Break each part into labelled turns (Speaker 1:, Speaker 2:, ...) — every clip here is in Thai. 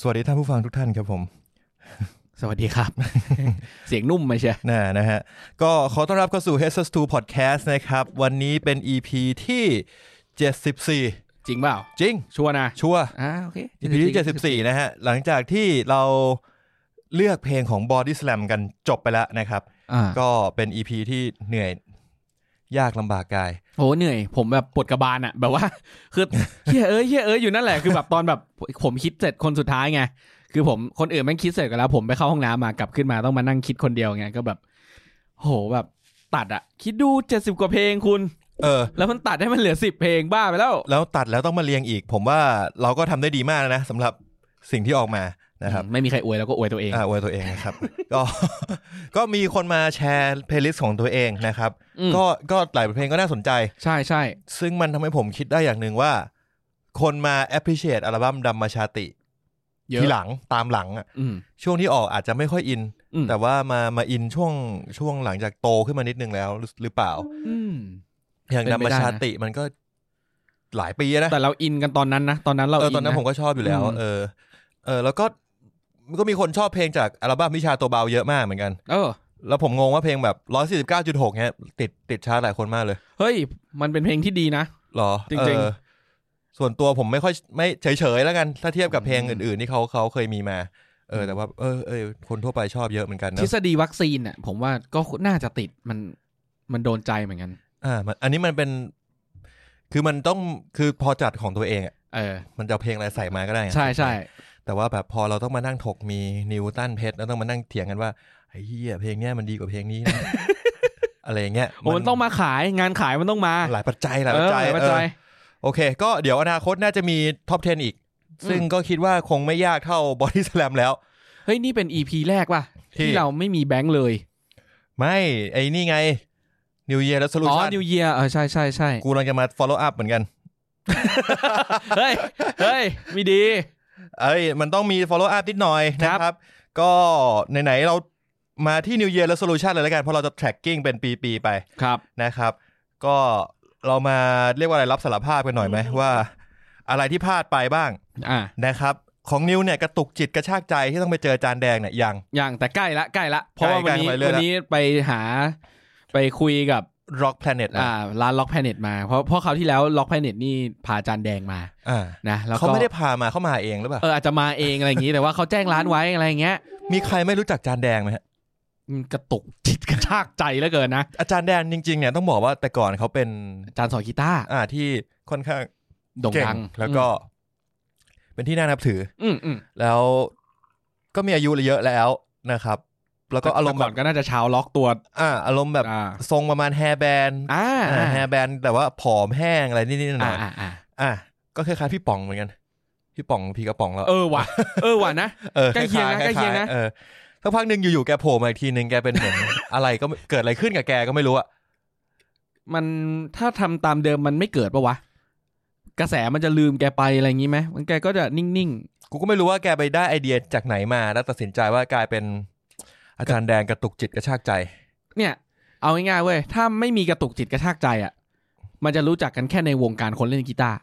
Speaker 1: สวัสดีท่านผู้ฟังทุกท่านครับผม
Speaker 2: สวัสดีครับ เสียงนุ่มมาใช่
Speaker 1: นะนะฮะ ก็ขอต้อนรับเข้าสู่ h e s s 2 Podcast นะครับ วันนี้เป็น EP ที่ 74
Speaker 2: จริงเปล่า
Speaker 1: จริง
Speaker 2: ชัวร์นะ
Speaker 1: ชัวร์
Speaker 2: อ่าโอเค
Speaker 1: EP ที่74 นะฮะ หลังจากที่เราเลือกเพลงของ Body Slam กันจบไปแล้วนะครับ
Speaker 2: อ่า
Speaker 1: ก็เป็น EP ที่เหนื่อยยากลำบากกาย
Speaker 2: โหเหนื่อย ผมแบบปวดกระบาลอะแบบว่า คือเฮียเอ้ยเฮียเอ้ยอยู่นั่นแหละคือแบบตอนแบบผมคิดเสร็จคนสุดท้ายไงคือผมคนอื่นแม่งคิดเสร็จกันแล้ว ผมไปเข้าห้องน้ำมากลับขึ้นมาต้องมานั่งคิดคนเดียวไงก็แบบ โหแบบตัดอะคิดดูเจ็ดสิบกว่าเพลงคุณ
Speaker 1: เออ
Speaker 2: แล้วมันตัดให้มันเหลือสิบเพลงบ้าไปแล้ว
Speaker 1: แล้วตัดแล้วต้องมาเรียงอีก ผมว่าเราก็ทำได้ดีมากนะสำหรับสิ่งที่ออกมานะครับ
Speaker 2: ไม่มีใครอวยแล้วก็อวยตัวเอง
Speaker 1: อ่าอวยตัวเองนะครับ ก็ ก็มีคนมาแชร์เพลย์ลิสต์ของตัวเองนะครับ
Speaker 2: อืม
Speaker 1: ก็ก็หลายเพลงก็น่าสนใจ
Speaker 2: ใช่ใช่
Speaker 1: ซึ่งมันทำให้ผมคิดได้อย่างหนึ่งว่า คนมา appreciate อัลบั้มดัมมาชาติ
Speaker 2: เย
Speaker 1: ทีห
Speaker 2: อะ
Speaker 1: ลังตามหลังอะ
Speaker 2: อืม
Speaker 1: ช่วงที่ออกอาจจะไม่ค่อยอิน
Speaker 2: อืม
Speaker 1: แต่ว่ามามาอินช่วงช่วงหลังจากโตขึ้นมานิดนึงแล้วหรือหรือเปล่า
Speaker 2: อืม
Speaker 1: อย่าง
Speaker 2: เป็น
Speaker 1: ดัม
Speaker 2: ไป
Speaker 1: มา
Speaker 2: ได้นะ
Speaker 1: ชาติมันก็หลายปีนะ
Speaker 2: แต่เราอินกันตอนนั้นนะ ตอนนั้นเรา
Speaker 1: เออ
Speaker 2: อิ
Speaker 1: ตอนนั้นะ ผมก็ชอบอยู่แล้ว
Speaker 2: อืม
Speaker 1: เออเออแล้วก็ก็มีคนชอบเพลงจากอัลบั้มวิชาตัวเบาเยอะมากเหมือนกัน
Speaker 2: เออ
Speaker 1: แล้วผมงงว่าเพลงแบบ 149.6เนี่ยติดติดชาร์ตหลายคนมากเลย
Speaker 2: เฮ้ย มันเป็นเพลงที่ดีนะ
Speaker 1: เหรอ
Speaker 2: จริงๆ
Speaker 1: เออส่วนตัวผมไม่ค่อยไม่เฉยๆแล้วกัน ถ้าเทียบกับเพลงอื่นๆที่เขาเขาเคยมีมา เออแต่ว่าเออเออคนทั่วไปชอบเยอะเหมือนกัน
Speaker 2: ท
Speaker 1: เน
Speaker 2: ฤ
Speaker 1: อะ
Speaker 2: ษฎีวัคซีนอ่ะผมว่าก็น่าจะติดมันมันโดนใจเหมือนกัน
Speaker 1: อ่ามันอันนี้มันเป็น คือมันต้องคือพอจัดของตัวเองอะ
Speaker 2: เออ
Speaker 1: มันจะเอาเพลงอะไรใส่มาก็ได้ไง
Speaker 2: ใช่ใช่
Speaker 1: แต่ว่าแบบพอเราต้องมานั่งถกมีนิวตันเพชรแล้วต้องมานั่งเถียงกันว่าไอ้เหี้ยเพลงเนี้ยมันดีกว่าเพลงนี้นะ อะไรอย่างเงี้ย
Speaker 2: โอ้มันต้องมาขายงานขายมันต้องมา
Speaker 1: หลายปัจจัยหลาย
Speaker 2: เอ
Speaker 1: ปัจ
Speaker 2: อ
Speaker 1: จัย
Speaker 2: หลายปัจ
Speaker 1: เอ
Speaker 2: จั
Speaker 1: อ
Speaker 2: ย
Speaker 1: โอเค ก็เดี๋ยวอนาคตน่าจะมีท็อป 10 อีก
Speaker 2: อืม
Speaker 1: ซึ่งก็คิดว่าคงไม่ยากเท่า บอดี้สแลมแล้ว
Speaker 2: เฮ้ย นี่เป็นอีพีแรกป่ะ
Speaker 1: ที่
Speaker 2: ที่เราไม่มีแบงค์เลย
Speaker 1: ไม่ ไอ้นี่ไง New Year แล้ว
Speaker 2: อ๋อ
Speaker 1: Solution
Speaker 2: New Year เออใช่ใช่ใช่
Speaker 1: กูกำลังจะมา follow up เห มือนกัน
Speaker 2: เฮ้ย เฮ้ยไม่ดี
Speaker 1: เอ้ย มันต้องมี follow up นิดหน่อยนะครับ ก็ไหน ๆ เรามาที่ New Year Resolution เลยแล้วกัน เพราะเราจะ tracking เป็นปี ๆ ไป
Speaker 2: ครับ
Speaker 1: นะครับ ก็เรามาเรียกว่าอะไรรับสารภาพกันหน่อยไหมว่า อะไรที่พลาดไปบ้าง
Speaker 2: อ่ะ
Speaker 1: นะครับของนิวเนี่ยกระตุกจิตกระชากใจที่ต้องไปเจอจานแดงเนี่ยยัง
Speaker 2: อย่างแต่ใกล้ละใกล้ละ เพราะว่า
Speaker 1: ใกล้
Speaker 2: วันนี้
Speaker 1: ใกล้เรื่อยๆ
Speaker 2: วัน
Speaker 1: ละ
Speaker 2: นี้ไปหาไปคุยกับ
Speaker 1: Rock Planet นะ
Speaker 2: อ่าร้านล็อกแพเน็ตมา เพราะเพราะเขาวที่แล้วล็อกแพเน็ตนี่พาจานแดงมา
Speaker 1: อ่า
Speaker 2: นะแล้วก็
Speaker 1: เขาไม่ได้พามาเขามาเองหรือเปล่า
Speaker 2: เอออาจจะมาเองอะไรอย่างนี้ แต่ว่าเขาแจ้งร้านไว้อะไรอย่างเงี้ย
Speaker 1: มีใครไม่รู้จักจานแดงไหมฮะ
Speaker 2: อืมกระตุกจิตกระชากใจเหลือเกินนะ
Speaker 1: อาจารย์แดงจริงๆเนี่ยต้องบอกว่าแต่ก่อนเขาเป็น
Speaker 2: อาจารย์สอนกีตาร์
Speaker 1: อ่าที่ค่อนข้าง
Speaker 2: โด่ง
Speaker 1: เก่ง
Speaker 2: ดัง
Speaker 1: แล้วก็ เป็นที่น่านับถือ
Speaker 2: อืมอืม
Speaker 1: แล้วก็มีอายุเยอะแล้วนะครับ แล้วก็อารมณ์แบ
Speaker 2: ก่อบ นก็น่าจะชาวล็อกตัว
Speaker 1: อ่า อารมณ์แบบ
Speaker 2: อ่า
Speaker 1: ทรงประมาณแฮร์แบน
Speaker 2: อ่าอ่า
Speaker 1: แฮร์แบนแต่ว่าผอมแห้งอะไรนิดๆหน่อย
Speaker 2: อ่าอ่า
Speaker 1: ๆอ่าก็คล้ายๆพี่ป๋องเหมือนกัน พี่ป๋องพี่กระป๋องเรา
Speaker 2: เออ ว่ะเออว่ะนะ
Speaker 1: เออ
Speaker 2: ใกล้เคียงนะ
Speaker 1: าๆ
Speaker 2: ใกล้เคียง
Speaker 1: า
Speaker 2: นะ
Speaker 1: ๆเออสักพักหนึ่งอยู่ๆแกโผล่มาอีกทีหนึ่งแกเป็นเหมือน อะไรก็ไม่เกิดอะไรขึ้นกับแกก็ไม่รู้อะ
Speaker 2: มันถ้าทำตามเดิมมันไม่เกิดปะวะกระแสมันจะลืมแกไปอะไรอย่างงี้ไหมมันแกก็จะนิ่ง
Speaker 1: กูก็ไม่รู้ว่าแกไปได้ไอเดียจากไหนมา แล้วตัดสินใจว่ากลายเป็นอาจารย์แดงกระตุกจิตกระชากใจ
Speaker 2: ๆเนี่ย เอาง่ายๆเว้ยถ้าไม่มีกระตุกจิตกระชากใจอ่ะมันจะรู้จักกันแค่ในวงการคนเล่นกีตาร์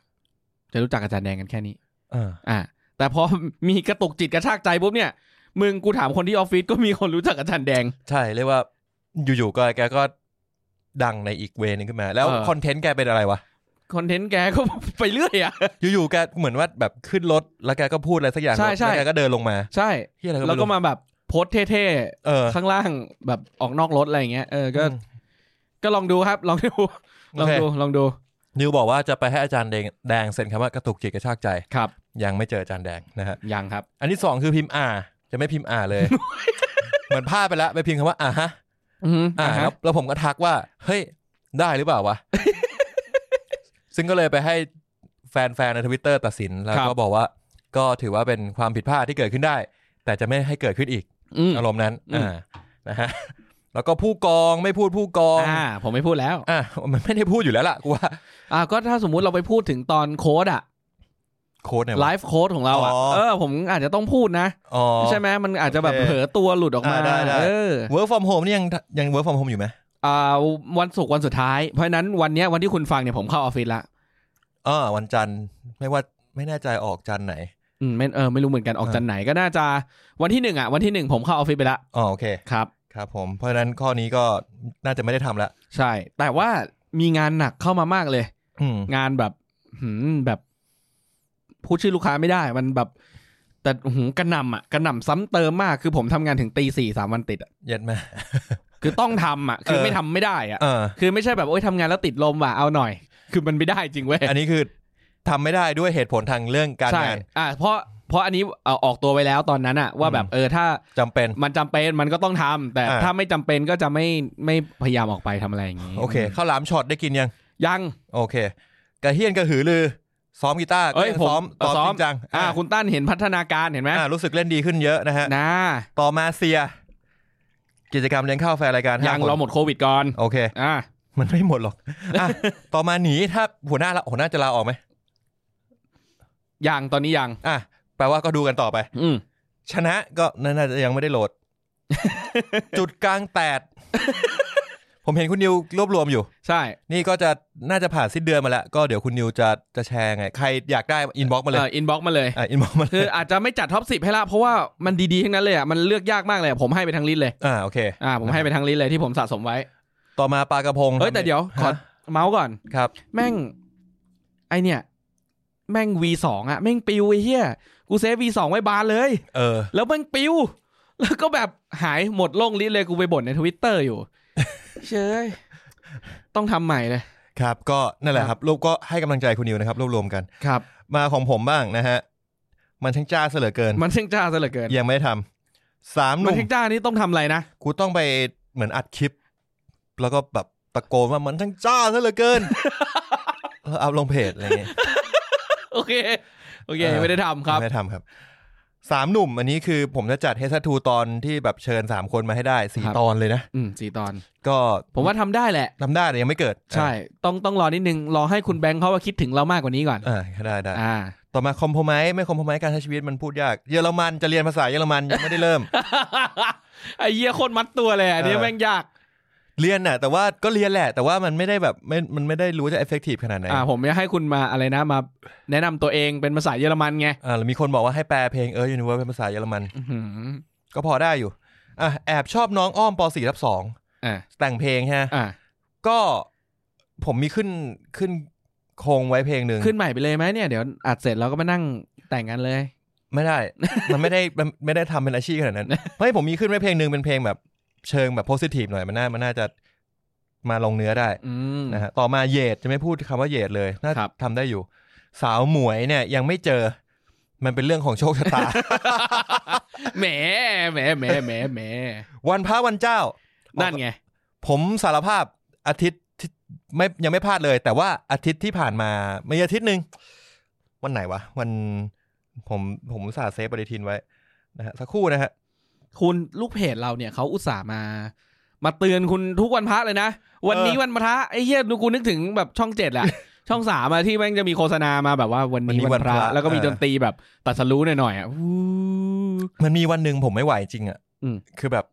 Speaker 2: จะรู้จักอาจารย์แดงกันแค่นี้
Speaker 1: เออ
Speaker 2: อ่ะแต่พอ มีกระตุกจิตกระชากใจปุ๊บเนี่ย มึงกูถามคนที่ออฟฟิศก็มีคนรู้จักอาจารย์แดง
Speaker 1: ใช่เรียกว่าอยู่ๆก็แกก็ดังในอีกเวนึงขึ้นมา แล้ว
Speaker 2: เออ
Speaker 1: คอนเทนต์แกเป็นอะไรวะ
Speaker 2: คอนเทนต์แกก็ ไปเรื่อยอ่ะ
Speaker 1: อยู่ๆแกเหมือนว่าแบบขึ้นรถ แล้วแกก็พูดอะไรสักอย่าง
Speaker 2: ใช่ใช่
Speaker 1: แล้วแกก็เดินลงมา
Speaker 2: ใช่
Speaker 1: เหียอะไรก็
Speaker 2: แล้ว
Speaker 1: ไม่
Speaker 2: ก็
Speaker 1: รู้
Speaker 2: มาแบบโพสต์เท่
Speaker 1: เออ
Speaker 2: ๆ ข้างล่างแบบออกนอกรถอะไรอย่างเงี้ยเออก็
Speaker 1: อืม
Speaker 2: ก็ลองดูครับ ลองดู ล
Speaker 1: โอ
Speaker 2: อง
Speaker 1: เค
Speaker 2: ดูลองดู
Speaker 1: นิวบอกว่าจะไปให้อาจารย์แดงแดงเซ็นคำว่ากระตุกจิตกระชากใจ
Speaker 2: ครับ
Speaker 1: ยังไม่เจออาจารย์แดงนะฮะ
Speaker 2: ยังครับ
Speaker 1: อันที่สองคือพิมพ์อ่าจะไม่พิมพ์อ่าเลย เหมือนพลาดไปแล้วไปพิมพ์คำว่าอ่าฮะ
Speaker 2: อืม
Speaker 1: อ่า
Speaker 2: อ่า
Speaker 1: แล้
Speaker 2: ฮะ
Speaker 1: วแล้วผมก็ทักว่า เฮ้ย ได้หรือเป ล่าวะ ซึ่งก็เลยไปให้แฟนๆในทวิตเตอร์ตัดสิน แล้วก็บอกว่า ก็ถือว่าเป็นความผิดพลาดที่เกิดขึ้นได้ แต่จะไม่ให้เกิดขึ้นอีก
Speaker 2: อืม
Speaker 1: อารมณ์นั้น อ่า นะฮะ แล้วก็ผู้กองไม่พูดผู้กอง
Speaker 2: อ่า ผมไม่พูดแล้ว
Speaker 1: อ่า มันไม่ได้พูดอยู่แล้วล่ะกูว่า
Speaker 2: อ่าก็ถ้าสมมุติเราไปพูดถึงตอนโค้ดอะ
Speaker 1: โค้ดเนี่ย
Speaker 2: ไล
Speaker 1: วะ
Speaker 2: ฟ์โค้ดของเราอะ
Speaker 1: อ๋อ
Speaker 2: เออ ผมอาจจะต้องพูดนะ
Speaker 1: อ๋อ
Speaker 2: ใช่ไหมมันอาจจะแบบ
Speaker 1: โอเค
Speaker 2: เผลอตัวหลุดออกมา
Speaker 1: อ่าได้ได้
Speaker 2: เออ
Speaker 1: work from home นี่ยังยัง work from home อยู่ไหม
Speaker 2: อ่าวันศุกร์วันสุดท้าย เพราะฉะนั้นวันเนี้ยวันที่คุณฟังเนี่ยผมเข้าออฟฟิศละ
Speaker 1: อ่าวันจันทร์ไม่ว่าไม่แน่ใจออกจันทร์ไหน
Speaker 2: อืมไม่เออไม่รู้เหมือนกันออกจากไหนก็น่าจะวันที่หนึ่งอ่ะวันที่หนึ่งผมเข้าออฟฟิศไปละ
Speaker 1: อ๋อโอเค
Speaker 2: ครับ
Speaker 1: ครับผมเพราะฉะนั้นข้อนี้ก็น่าจะไม่ได้ทำละ
Speaker 2: ใช่ แต่ว่ามีงานหนักเข้ามามากเลย
Speaker 1: อืม
Speaker 2: งานแบบหืมแบบพูดชื่อลูกค้าไม่ได้มันแบบ แต่หูกระหน่ำอ่ะกระหน่ำซ้ำเติมมากคือผมทำงานถึงตีสี่สามวันติดอะ
Speaker 1: เย็ดไหม
Speaker 2: คือต้องทำอ่ะ คือ
Speaker 1: เออ
Speaker 2: ไม่ทำไม่ได้อ่ะ
Speaker 1: เออ
Speaker 2: คือไม่ใช่แบบโอ๊ยทำงานแล้วติดลมว่ะเอาหน่อย คือมันไม่ได้จริงเว้ย
Speaker 1: อันนี้คือทำไม่ได้ด้วยเหตุผลทางเรื่องการ
Speaker 2: ใช่
Speaker 1: งาน
Speaker 2: อ่ะเพราะเพราะอันนี้เอาออกตัวไว้แล้วตอนนั้นอ่ะ ว่าแบบเออถ้า
Speaker 1: จำเป็น
Speaker 2: มันจำเป็นมันก็ต้องทำแต่
Speaker 1: อ่า
Speaker 2: ถ้าไม่จำเป็นก็จะไม่ไม่พยายามออกไปทำอะไรอย่างนี้
Speaker 1: โอเคข้าวหลามช็อตได้กินยัง
Speaker 2: ยัง
Speaker 1: โอเค กระเฮียนกระหือรือ ซ้อมกีตาร์
Speaker 2: เอ้ย
Speaker 1: ก็
Speaker 2: ผม
Speaker 1: ซ้อม
Speaker 2: เออ
Speaker 1: ซ้อมจริงจัง
Speaker 2: อ่า
Speaker 1: อ่า
Speaker 2: คุณตั้นเห็นพัฒนาการเห็นไหม
Speaker 1: อ่ารู้สึกเล่นดีขึ้นเยอะนะฮะ
Speaker 2: นะ
Speaker 1: ต่อมาเสีย กิจกรรมเลี้ยงข้าวแฟนรายการ
Speaker 2: ยัง
Speaker 1: ห้คน
Speaker 2: เราหมดโควิดก่อน
Speaker 1: โอเค
Speaker 2: อ่า
Speaker 1: มันไม่หมดหรอกอ่ะ ต่อมาหนีถ้าหัวหน้าละหัวหน้าจะลาออกไหม
Speaker 2: ยังตอนนี้ยัง
Speaker 1: อ่ะแปลว่าก็ดูกันต่อไป
Speaker 2: อืม
Speaker 1: ชนะก็น่าจะยังไม่ได้โหล ด จุดกลางแตด ผมเห็นคุณนิวรวบรวมอยู่
Speaker 2: ใช่
Speaker 1: นี่ก็จะน่าจะผ่านสิ้นเดือนมาแล้ว ก็เดี๋ยวคุณนิวจะจะแชร์ไง ใครอยากได้อินบ็อกมาเล
Speaker 2: เอย ออินบ็อกมาเลย
Speaker 1: อ่ะอินบ็อกมาเล
Speaker 2: คือย อาจจะไม่จัดท็อปสิบให้ละเพราะว่ามันดีๆทั้งนั้นเลยอ่ะมันเลือกยากมากเลยอ่ะผมให้ไปทั้งลิสต์เลย
Speaker 1: อ่าโอเค
Speaker 2: อ่าผมให้ไปทั้งลิสต์เลยที่ผมสะสมไว้
Speaker 1: ต่อมาปลากระพง
Speaker 2: เอ้ยแต่เดี๋ยวขอ
Speaker 1: ฮะ
Speaker 2: เมาส์ก่อน
Speaker 1: ครับ
Speaker 2: แม่ง ไอเนี่ย แม่ง V2 อ่ะแม่งปิวไอ้เหี้ยกูเซฟ V2 ไว้บานเลย
Speaker 1: เออ
Speaker 2: แล้วมันปิว แล้วก็แบบหายหมดโล่งลิสต์เลยกูไปบ่นในทวิตเตอร์อยู่ เชยต้องทำใหม่เลย
Speaker 1: ครับ ก็นั่นแห
Speaker 2: ครั
Speaker 1: ละ
Speaker 2: บ
Speaker 1: ครับรูปก็ให้กำลังใจคุณนิวนะครับรวบรวมกัน
Speaker 2: ครับ
Speaker 1: มาของผมบ้างนะฮะ มันช่างจ้าเสยเหลือเกิน
Speaker 2: มันเช่งจ้าซะเหลือเกิน
Speaker 1: ยังไม่ได้ทำสามห
Speaker 2: มัน
Speaker 1: นุ่ม
Speaker 2: เช่งจ้านี่ต้องทำอะไรนะ
Speaker 1: กูต้องไปเหมือนอัดคลิป แล้วก็แบบตะโกนว่ามันช่างจ้าซะเหลือเกิน แล้วอัพลงเพจอะไรเงี้ย
Speaker 2: โอเค โอเค
Speaker 1: เออ
Speaker 2: ไม่ได้ทำครับ
Speaker 1: ไม่ได้ทำครับสามหนุ่ม อันนี้คือผมจะจัดเฮสทูตอนที่แบบเชิญสามคนมาให้ได้สี่ตอนเลยนะ
Speaker 2: อืมสี่ตอน
Speaker 1: ก็
Speaker 2: ผมว่าทำได้แหละ
Speaker 1: ทำได้แต่ยังไม่เกิด
Speaker 2: ใช่ ต้องต้องรอนิดนึง รอให้คุณแบงค์เขาว่าคิดถึงเรามากกว่านี้ก่อน
Speaker 1: อ่าก็ได้ได้
Speaker 2: อ่า
Speaker 1: ต่อมาคอมโพไมไม่คอมโพไมการใช้ชีวิตมันพูดยาก เยอรมันจะเรียนภาษาเยอรมันยังไม่ได้เริ่ม
Speaker 2: ไอ้เหี้ยโคตรมัดตัวเลยอันนี้แม่งยาก
Speaker 1: เรียนน่ะ แต่ว่าก็เรียนแหละ แต่ว่ามันไม่ได้แบบไม่มันไม่ได้รู้จะเอฟเฟกตีฟขนาดไหน
Speaker 2: อ่า ผมจะให้คุณมาอะไรนะมาแนะนำตัวเองเป็นภาษาเยอรมันไง
Speaker 1: อ่าแล้วมีคนบอกว่าให้แปลเพลงเออยูนิเวิร์สเป็นภาษาเยอรมัน
Speaker 2: อื้อหือ
Speaker 1: ก็พอได้อยู่อ่ะแอบชอบน้องอ้อมป .4 รับสอง
Speaker 2: อ่า
Speaker 1: แต่งเพลงฮะ
Speaker 2: อ่า
Speaker 1: ก็ผมมีขึ้นขึ้นโครงไว้เพลงหนึ่ง
Speaker 2: ขึ้นใหม่ไปเลยไหมเนี่ยเดี๋ยวอัดเสร็จเราก็มานั่งแต่งกันเลย
Speaker 1: ไม่ได้ มันไม่ได้มันไม่ได้ทำเป็นอาชีพขนาด นั้น เฮ้ยผมมีขึ้นไว้เพลงหนึ่งเป็นเพลงแบบเชิงแบบโพสิทีฟหน่อยมันน่ามันน่าจะมาลงเนื้อได้
Speaker 2: อืม
Speaker 1: นะฮะต่อมาเหยดจะไม่พูดคำว่าเหยดเลยน่า
Speaker 2: ครับ
Speaker 1: ทำได้อยู่ สาวหมวยเนี่ยยังไม่เจอ มันเป็นเรื่องของโชคชะตา
Speaker 2: แหมแหมแหมแหมแหม
Speaker 1: วันพระวันเจ้า นั่
Speaker 2: นั่นไง
Speaker 1: ผมสารภาพอาทิตย์ที่ไม่ยังไม่พลาดเลย แต่ว่าอาทิตย์ที่ผ่านมาไม่อาทิตย์หนึ่งวันไหนวะ วันผมผมอุตสาห์เซฟปฏิทินไว้นะฮะสักครู่นะฮะ
Speaker 2: คุณลูกเพจเราเนี่ยเขาอุตส่าห์มา มาเตือนคุณทุกวันพระเลยนะ วันนี้
Speaker 1: เออ
Speaker 2: วันพระไอ้เหี้ยดูกูนึกถึงแบบช่องเจ็ดแหละ ช่องสามอะที่แม่งจะมีโฆษณามาแบบว่าวันนี้วันพระ แล้วก็มีดนตรีแบบตัดสรู้หน่อยๆอ่ะอู้
Speaker 1: มันมีวันหนึ่งผมไม่ไหวจริงอะ่ะ
Speaker 2: อืม
Speaker 1: คือแบบ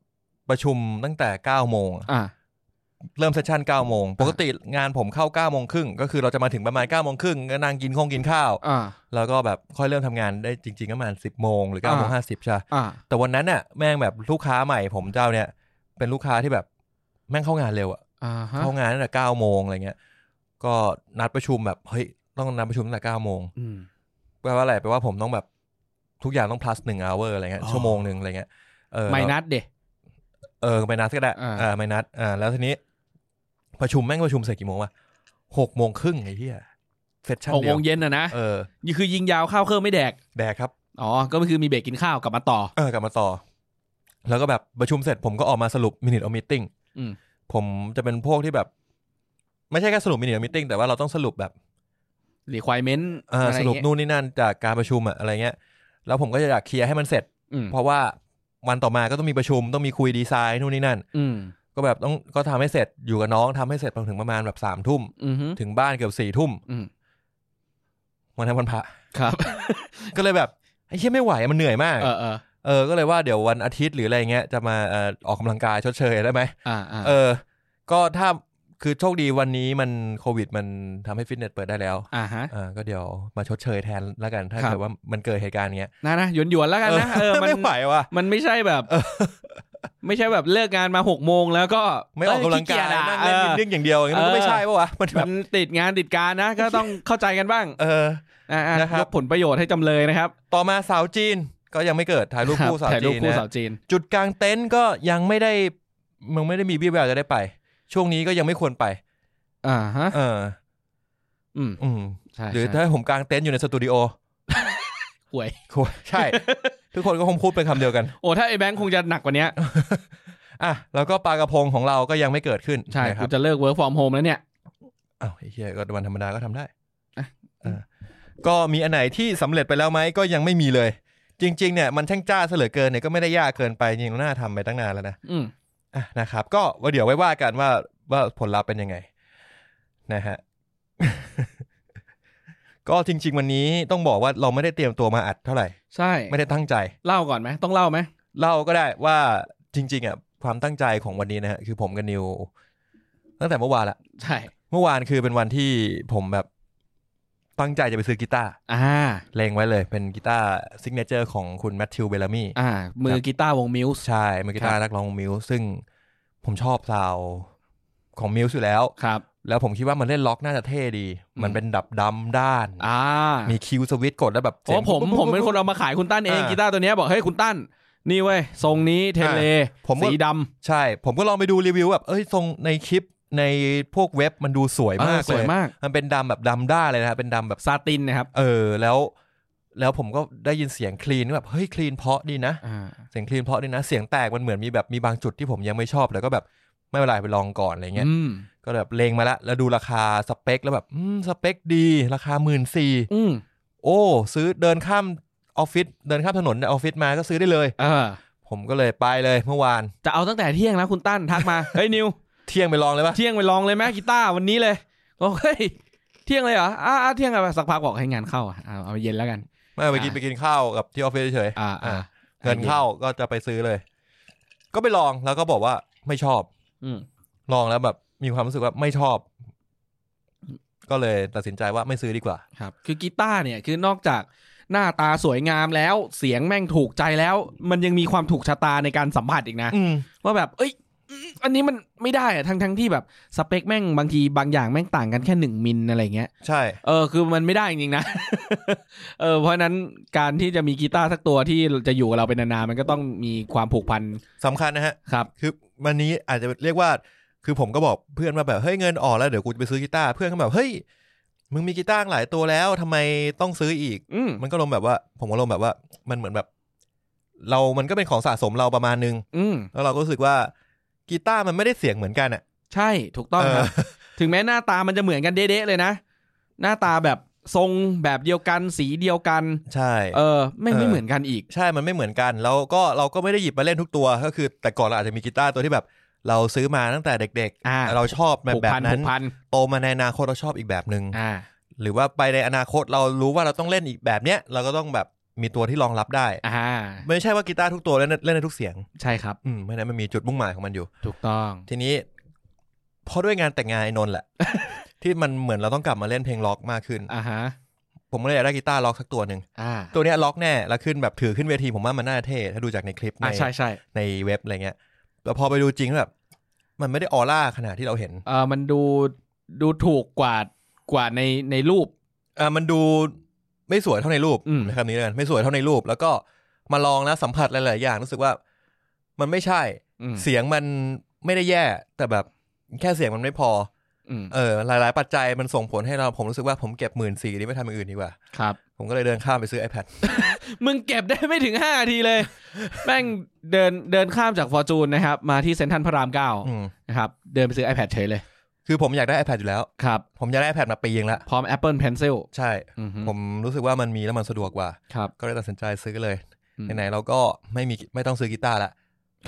Speaker 1: ประชุมตั้งแต่9ก้าโมงอะ
Speaker 2: อ่ะ
Speaker 1: เริ่มเซสชั่น9โมง ปกติงานผมเข้า9โมงครึ่งก็คือเราจะมาถึงประมาณ9โมงครึ่งก็นั่งกินข้องกินข้าว
Speaker 2: อ่ะ
Speaker 1: แล้วก็แบบค่อยเริ่มทำงานได้จริงๆก็ประมาณ 10โมงหรือ9โมง
Speaker 2: อ่า
Speaker 1: 50ใช่
Speaker 2: อ่ะ
Speaker 1: แต่วันนั้นน่ะแม่งแบบลูกค้าใหม่ผมเจ้าเนี่ย เป็นลูกค้าที่แบบแม่งเข้างานเร็วอะ
Speaker 2: อ่าฮะ
Speaker 1: เข้างานตั้งแต่9โมงอะไรเงี้ย ก็นัดประชุมแบบเฮ้ยต้องนัดประชุมตั้งแต่9โมง
Speaker 2: อืม
Speaker 1: แปลว่าอะไรแปลว่าผมต้องแบบทุกอย่างต้อง plus หนึ่ง hour อะไรเงี้ย
Speaker 2: อ๋อ
Speaker 1: ชั่วโมงหนึ่งอะไรเงี้ยเออ
Speaker 2: ไม่นัดเด็
Speaker 1: เออไมนัสก็ได้
Speaker 2: อ่า
Speaker 1: เออไมนัสอ่าแล้วทีนี้ ประชุมแม่งประชุมเสร็จกี่โมงวะหกโมงครึ่งไอ้เหี้ยเสร็จชั่น
Speaker 2: หก
Speaker 1: เดี
Speaker 2: โม
Speaker 1: ยว
Speaker 2: งเย็นอ่ะนะ
Speaker 1: เออ
Speaker 2: คือยิงยาวข้าวเครื่องไม่แดก
Speaker 1: แดกครับ
Speaker 2: อ๋อ ก็คือมีเบรกกินข้าวกลับมาต่อ
Speaker 1: เออกลับมาต่อ แล้วก็แบบประชุมเสร็จผมก็ออกมาสรุปมินิ t อ m e e ติ้ง
Speaker 2: อืม
Speaker 1: ผมจะเป็นพวกที่แบบ ไม่ใช่แค่สรุปมินิ t อ m e e ติ้งแต่ว่าเราต้องสรุปแบบ
Speaker 2: หรือควายเมน
Speaker 1: เอออสรุปนู่นนี่นั่นจากการประชุมอะอะไรเงี้ย แล้วผมก็จะอยากเคลียร์ให้มันเสร็จ เพราะว่าวันต่อมาก็ต้องมีประชุมต้องมีคุยดีไซน์นู่นนี่นั่น
Speaker 2: อืม
Speaker 1: ก็แบบต้องก็ทำให้เสร็จอยู่กับน้องทำให้เสร็จถึงประมาณแบบสามทุ่ม
Speaker 2: อืม
Speaker 1: ถึงบ้านเกือบสี่ทุ่ม
Speaker 2: อืม
Speaker 1: วันนั้นวันพระ
Speaker 2: ครับ
Speaker 1: ก็เลยแบบไอ้เชี่ยไม่ไหวอะมันเหนื่อยมาก
Speaker 2: เออเออ
Speaker 1: เออก็เลยว่าเดี๋ยววันอาทิตย์หรืออะไรเงี้ยจะมาเอ่อออกกำลังกายชดเชยได้ไหม
Speaker 2: อ่าอ่า
Speaker 1: เออ ก็ถ้า คือโชคดีวันนี้มันโควิดมันทำให้ฟิตเนสเปิดได้แล้ว
Speaker 2: อ่าฮะ
Speaker 1: อ่าก็เดี๋ยวมาชดเชยแทนแล้วกัน ถ้า
Speaker 2: ครับ
Speaker 1: เกิดว่ามันเกิดเหตุการณ์เงี้ย
Speaker 2: นะนะหยวนหยวนๆแล้วกันนะเออมัน
Speaker 1: ไม่ไหวว่ะ
Speaker 2: มันไม่ใช่แบบ ไม่ใช่แบบเลิกงานมาหกโมงแล้วก็
Speaker 1: ไม่ออกกำลังกาย
Speaker 2: เอ้
Speaker 1: นั่ง
Speaker 2: ขี้เกี
Speaker 1: เล่น
Speaker 2: ยจอะ
Speaker 1: นิ่งๆอย่างเดียวอย่างนี้มันก็ไม่
Speaker 2: เออ
Speaker 1: ใช่ปะวะมันแบ
Speaker 2: มั
Speaker 1: บ
Speaker 2: นติดงานติดการนะก็ต้องเข้าใจกันบ้าง
Speaker 1: เออ
Speaker 2: อ่า
Speaker 1: นะครับ
Speaker 2: ยกผลประโยชน์ให้จำเลยนะครับ
Speaker 1: ต่อมาสาวจีนก็ยังไม่เกิดถ่ายรูป
Speaker 2: ครับ
Speaker 1: คู่สาว
Speaker 2: ถ่ายรู
Speaker 1: จี
Speaker 2: ป
Speaker 1: น
Speaker 2: คู่
Speaker 1: นะ
Speaker 2: สาวจีน
Speaker 1: จุดกลางเต็นท์ก็ยังไม่ได้มันไม่ได้มีวี่แววจะได้ไป ช่วงนี้ก็ยังไม่ควรไป
Speaker 2: อ่าฮะ
Speaker 1: เออ
Speaker 2: อืม
Speaker 1: อืม
Speaker 2: ใช่
Speaker 1: หรือ
Speaker 2: ใช่
Speaker 1: ถ้าผมกลางเต็นท์อยู่ในสตูดิโอ
Speaker 2: ห่วย
Speaker 1: โอ้ยใช่ ทุกคนก็คงพูดเป็นคำเดียวกัน
Speaker 2: โอ้ถ้าไอ้แบงค์คงจะหนักกว่านี้
Speaker 1: อ่ะแล้วก็ปลากระพงของเราก็ยังไม่เกิดขึ้น
Speaker 2: ใช่
Speaker 1: นะค
Speaker 2: กู
Speaker 1: รับ
Speaker 2: จะเลิก work from home แล้วเนี่ย
Speaker 1: อ้าวไอ้เฮียก็วันธรรมดาก็ทำได้
Speaker 2: อ่ะ
Speaker 1: เออก็มีอันไหนที่สำเร็จไปแล้วไหมก็ยังไม่มีเลย จริง ๆ เนี่ยมันช่างจ้าเสยเหลือเกินเนี่ยก็ไม่ได้ยากเกินไปจริงๆน่าทำไปตั้งนานแล้วนะ
Speaker 2: อืม
Speaker 1: อ่ะนะครับก็ว่าเดี๋ยวไว้ว่ากันว่าว่าผลลัพธ์เป็นยังไงนะฮะ ก็จริง ๆ วันนี้ต้องบอกว่าเราไม่ได้เตรียมตัวมาอัดเท่าไหร่
Speaker 2: ใช่
Speaker 1: ไม่ได้ตั้งใจ
Speaker 2: เล่าก่อนไหมต้องเล่าไหม
Speaker 1: เล่าก็ได้ว่าจริง ๆอ่ะความตั้งใจของวันนี้นะฮะคือผมกับนิว ตั้งแต่เมื่อวานละ
Speaker 2: ใช่
Speaker 1: เมื่อวานคือเป็นวันที่ผมแบบ ตั้งใจจะไปซื้อกีตาร์
Speaker 2: อ่า
Speaker 1: เลงไว้เลย เป็นกีตาร์ซิกเนเจอร์ของคุณแมทธิวเบลลามี่
Speaker 2: อ่า มือ
Speaker 1: ครับ
Speaker 2: กีตาร์วงมิวส์
Speaker 1: ใช่มือกีตาร์นักร้องมิวซึ่งผมชอบซาวด์ของมิวอยู่แล้ว
Speaker 2: ครับ
Speaker 1: แล้วผมคิดว่ามันเล่นล็อกน่าจะเท่ดี
Speaker 2: อืม
Speaker 1: มันเป็นดับดำด้าน
Speaker 2: อ่า
Speaker 1: มีคิวสวิตช์กดแล้วแบบ
Speaker 2: เพราะผม
Speaker 1: ปุ๊บปุ๊บ
Speaker 2: ผมเป็น
Speaker 1: ปุ๊บ
Speaker 2: คนเอามาขายคุณตั้นเอง
Speaker 1: อ่า
Speaker 2: กีตาร์ตัวเนี้ยบอกเฮ้ยคุณตั้น นี่เว้ยทรงนี้เทเล
Speaker 1: ผมก็
Speaker 2: สีด
Speaker 1: ใช่ ผมก็ลองไปดูรีวิวแบบ เอ้ย ทรงในคลิปในพวกเว็บมันดูสวย
Speaker 2: ำ
Speaker 1: มา
Speaker 2: อ่ากส
Speaker 1: เล
Speaker 2: วย
Speaker 1: ย
Speaker 2: มาก
Speaker 1: มันเป็นดำแบบดำด้านเลยนะครับเป็นดำแบบ
Speaker 2: ซาตินนะครับ
Speaker 1: เออ แล้ว แล้วผมก็ได้ยินเสียงคลีนแบบ เฮ้ย คลีนเพราะดีนะ
Speaker 2: อ่า
Speaker 1: เสียงคลีนเพราะดีนะ เสียงแตกมันเหมือนมีแบบมีบางจุดที่ผมยังไม่ชอบแต่ก็แบบไม่เป็นไรไปลองก่อนอะไรเงี้ย
Speaker 2: อืม
Speaker 1: ก็แบบเลงมาละแล้วดูราคาสเปคแล้วแบบอืมสเปคดี ราคาหมื่นสี่
Speaker 2: อืม
Speaker 1: โอ้ ซื้อเดินข้ามออฟฟิศเดินข้ามถนนในออฟฟิศมาก็ซื้อได้เลย
Speaker 2: เออ
Speaker 1: ผมก็เลยไปเลยเมื่อวาน
Speaker 2: จะเอาตั้งแต่เที่ยงแล้วคุณตั้นทักมา เฮ้ยนิว
Speaker 1: เที่ยงไปลองเลยปะ
Speaker 2: เที่ยงไปลองเลยไหมกีตาร์วันนี้เลยบอกเฮ้ยเที่ยงเลยเหรออ่าอ่าเที่ยงอะสักพักบอกให้งานเข้าอะเอาเอาเย็นแล้วกัน
Speaker 1: ไม่ไปกิน
Speaker 2: อ่า
Speaker 1: ไปกินข้าวกับที่ออฟฟิศเฉยๆ
Speaker 2: อ่าอ่า
Speaker 1: เงินเข้าก็จะไปซื้อเลย ก็ไปลองแล้วก็บอกว่าไม่ชอบ
Speaker 2: อืม
Speaker 1: ลองแล้วแบบมีความรู้สึกว่าไม่ชอบ ก็เลยตัดสินใจว่าไม่ซื้อดีกว่า
Speaker 2: ครับ คือกีตาร์เนี่ยคือนอกจากหน้าตาสวยงามแล้วเสียงแม่งถูกใจแล้ว มันยังมีความถูกชะตาในการสัมผัสอีกนะ
Speaker 1: อืม
Speaker 2: ว่าแบบ เอ้ยอืมอันนี้มันไม่ได้อะทั้งทั้งที่แบบสเปคแม่งบางทีบางอย่างแม่งต่างกันแค่หนึ่งมิลอะไรเงี้ย
Speaker 1: ใช่
Speaker 2: เออคือมันไม่ได้จริงๆนะ เออเพราะฉะนั้นการที่จะมีกีตาร์สักตัวที่จะอยู่กับเราเป็นนานๆมันก็ต้องมีความผูกพัน
Speaker 1: สำคัญนะฮะ
Speaker 2: ครับ
Speaker 1: คือวันนี้อาจจะเรียกว่า คือผมก็บอกเพื่อนมาแบบเฮ้ยเงินออกแล้วเดี๋ยวกูจะไปซื้อกีตาร์เพื่อนก็แบบเฮ้ยมึงมีกีตาร์หลายตัวแล้วทำไมต้องซื้ออีก
Speaker 2: อืม
Speaker 1: มันก็ลมแบบว่า ผมก็ลมแบบว่า มันเหมือนแบบ เรา มันก็เป็นของสะสมเราประมาณนึง
Speaker 2: อืม
Speaker 1: แล้วเราก็รู้สึกว่ากีตาร์มันไม่ได้เสียงเหมือนกันอ่ะ
Speaker 2: ใช่ถูกต้อง
Speaker 1: เออ
Speaker 2: ครับ ถึงแม้หน้าตามันจะเหมือนกันเด๊ะๆเลยนะ หน้าตาแบบทรงแบบเดียวกันสีเดียวกัน
Speaker 1: ใช่
Speaker 2: เออไม่ง
Speaker 1: เออ
Speaker 2: ไม่เหมือนกันอีก
Speaker 1: ใช่ มันไม่เหมือนกัน แล้วก็เราก็ไม่ได้หยิบมาเล่นทุกตัว ก็คือ แต่ก่อนเราอาจจะมีกีตาร์ตัวที่แบบ เราซื้อมาตั้งแต่เด็ก
Speaker 2: อ่า
Speaker 1: เราชอบแบบ
Speaker 2: ผูก
Speaker 1: แบบ
Speaker 2: พัน
Speaker 1: นั้
Speaker 2: ผู
Speaker 1: น
Speaker 2: กพัน
Speaker 1: โตมาในอนาคตเราชอบอีกแบบหนึ่ง
Speaker 2: อ่า
Speaker 1: หรือว่าไปในอนาคตเรารู้ว่าเราต้องเล่นอีกแบบเนี้ย เราก็ต้องแบบมีตัวที่รองรับได้
Speaker 2: อ่า
Speaker 1: ไม่ใช่ว่ากีตาร์ทุกตัวเล่นได้เล่นได้ทุกเสียง
Speaker 2: ใช่ครับ
Speaker 1: อืมเพราะฉะนั้นมันมีจุดมุ่งหมายของมันอยู่
Speaker 2: ถูกต้อง
Speaker 1: ทีนี้เพราะด้วยงานแต่งงานไอ้นนท์แหละ ที่มันเหมือนเราต้องกลับมาเล่นเพลงล็อกมากขึ้น
Speaker 2: อ่าฮะ
Speaker 1: ผมก็เลยอยากได้กีตาร์ล็อกสักตัวหนึ่ง
Speaker 2: อ่า
Speaker 1: ตัวเนี้ยล็อกแน่แล้วขึ้นแบบถือขึ้นเวทีผมว่ามันน่าเท่ถ้าดูจากในคลิปใน
Speaker 2: อ่าใช่ใช่
Speaker 1: ในเว็บอะไรเงี้ยแต่พอไปดูจริงแบบ มันไม่ได้ออร่าขนาดที่เราเห็น
Speaker 2: เออมันดูดูถูกกว่ากว่าในในรูป
Speaker 1: อ่ามันดูไม่สวยเท่าในรูป
Speaker 2: อืม
Speaker 1: นะครับนี้เลยไม่สวยเท่าในรูป แล้วก็มาลองแล้วสัมผัสหลายๆอย่างรู้สึกว่า มันไม่ใช่
Speaker 2: อืม
Speaker 1: เสียงมันไม่ได้แย่ แต่แบบแค่เสียงมันไม่พอ
Speaker 2: อืม
Speaker 1: เออหลาย ๆ ปัจจัยมันส่งผลให้เราผมรู้สึกว่าผมเก็บหมื่นสี่นี้ไปทำอย่างอื่นดีกว่า
Speaker 2: ครับ
Speaker 1: ผมก็เลยเดินข้ามไปซื้อ iPad
Speaker 2: มึงเก็บได้ไม่ถึงห้านาทีเลย แม่งเดินเดินข้ามจากฟอร์จูนนะครับ มาที่เซ็นทรัลพระรามเก้า
Speaker 1: อืม
Speaker 2: นะครับ เดินไปซื้อ iPad เฉยเลย
Speaker 1: คือผมอยากได้ iPad อยู่แล้ว
Speaker 2: ครับ
Speaker 1: ผมอยากได้ iPad มาปีนึงละ
Speaker 2: พร้อม Apple Pencil
Speaker 1: ใช่
Speaker 2: อือฮึ
Speaker 1: ผมรู้สึกว่ามันมีแล้วมันสะดวกกว่า
Speaker 2: ครับ
Speaker 1: ก็เลยตัดสินใจซื้อเลย
Speaker 2: อืม
Speaker 1: ไหน ๆ เราก็ไม่มีไม่ต้องซื้อกีตาร์ละ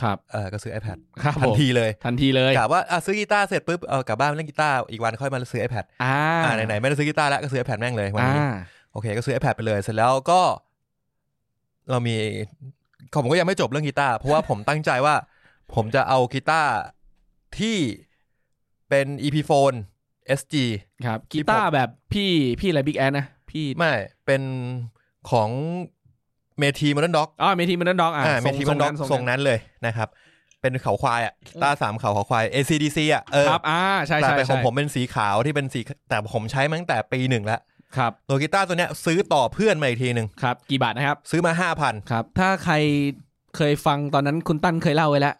Speaker 2: ครับ
Speaker 1: เออก็ซื้อ iPad
Speaker 2: ครับ
Speaker 1: ทั
Speaker 2: ผ
Speaker 1: น
Speaker 2: ม
Speaker 1: ทีเลย
Speaker 2: ทันทีเลย
Speaker 1: กะว่าอ่ะซื้อกีตาร์เสร็จปุ๊บเออกลับบ้านไปเล่นกีตาร์อีกวันค่อยมาซื้อ iPad
Speaker 2: อ่า
Speaker 1: อ่าไหน ๆ ไม่ได้ซื้อกีตาร์แล้วก็ซื้อ iPad แม่งเลยวัน
Speaker 2: อ่า
Speaker 1: นี้โอเคก็ซื้อ iPad ไปเลยเสร็จแล้วก็ เรามีผมก็ยังไม่จบเรื่องกีตาร์เพราะว่าผมตั้งใจว่า ผมจะเอากีตาร์ที่ เป็น EP Phone SG
Speaker 2: ครับกีตาร์แบบพี่พี่อะไรบิ๊กแอนนะพี่
Speaker 1: ไม่เป็นของเมทีมอนด็อก
Speaker 2: อ๋อเมทีมันด็อกอ่ะ
Speaker 1: อ่าเมทีมอนด็อก
Speaker 2: ทร
Speaker 1: ทรงนั้นเลยนะครับ เป็นเขาควายอ่ะต้าสามเขาเขาควาย ACDC อ่ะเออ
Speaker 2: ครับอ่าใช่
Speaker 1: แต่
Speaker 2: ใช่
Speaker 1: ไปขอ
Speaker 2: ใช่
Speaker 1: งผมเป็นสีขาวที่เป็นสีแต่ผมใช้มาตั้งแต่ปีหนึ่งแล้ว
Speaker 2: ครับ
Speaker 1: โลกีต้าตัวเนี้ยซื้อต่อเพื่อนมาอีกทีหนึ่ง
Speaker 2: ครับ กี่บาทนะครับ
Speaker 1: ซื้อมาห้าพัน
Speaker 2: ครับ ถ้าใครเคยฟังตอนนั้นคุณตั้นเคยเล่าไว้แล้ว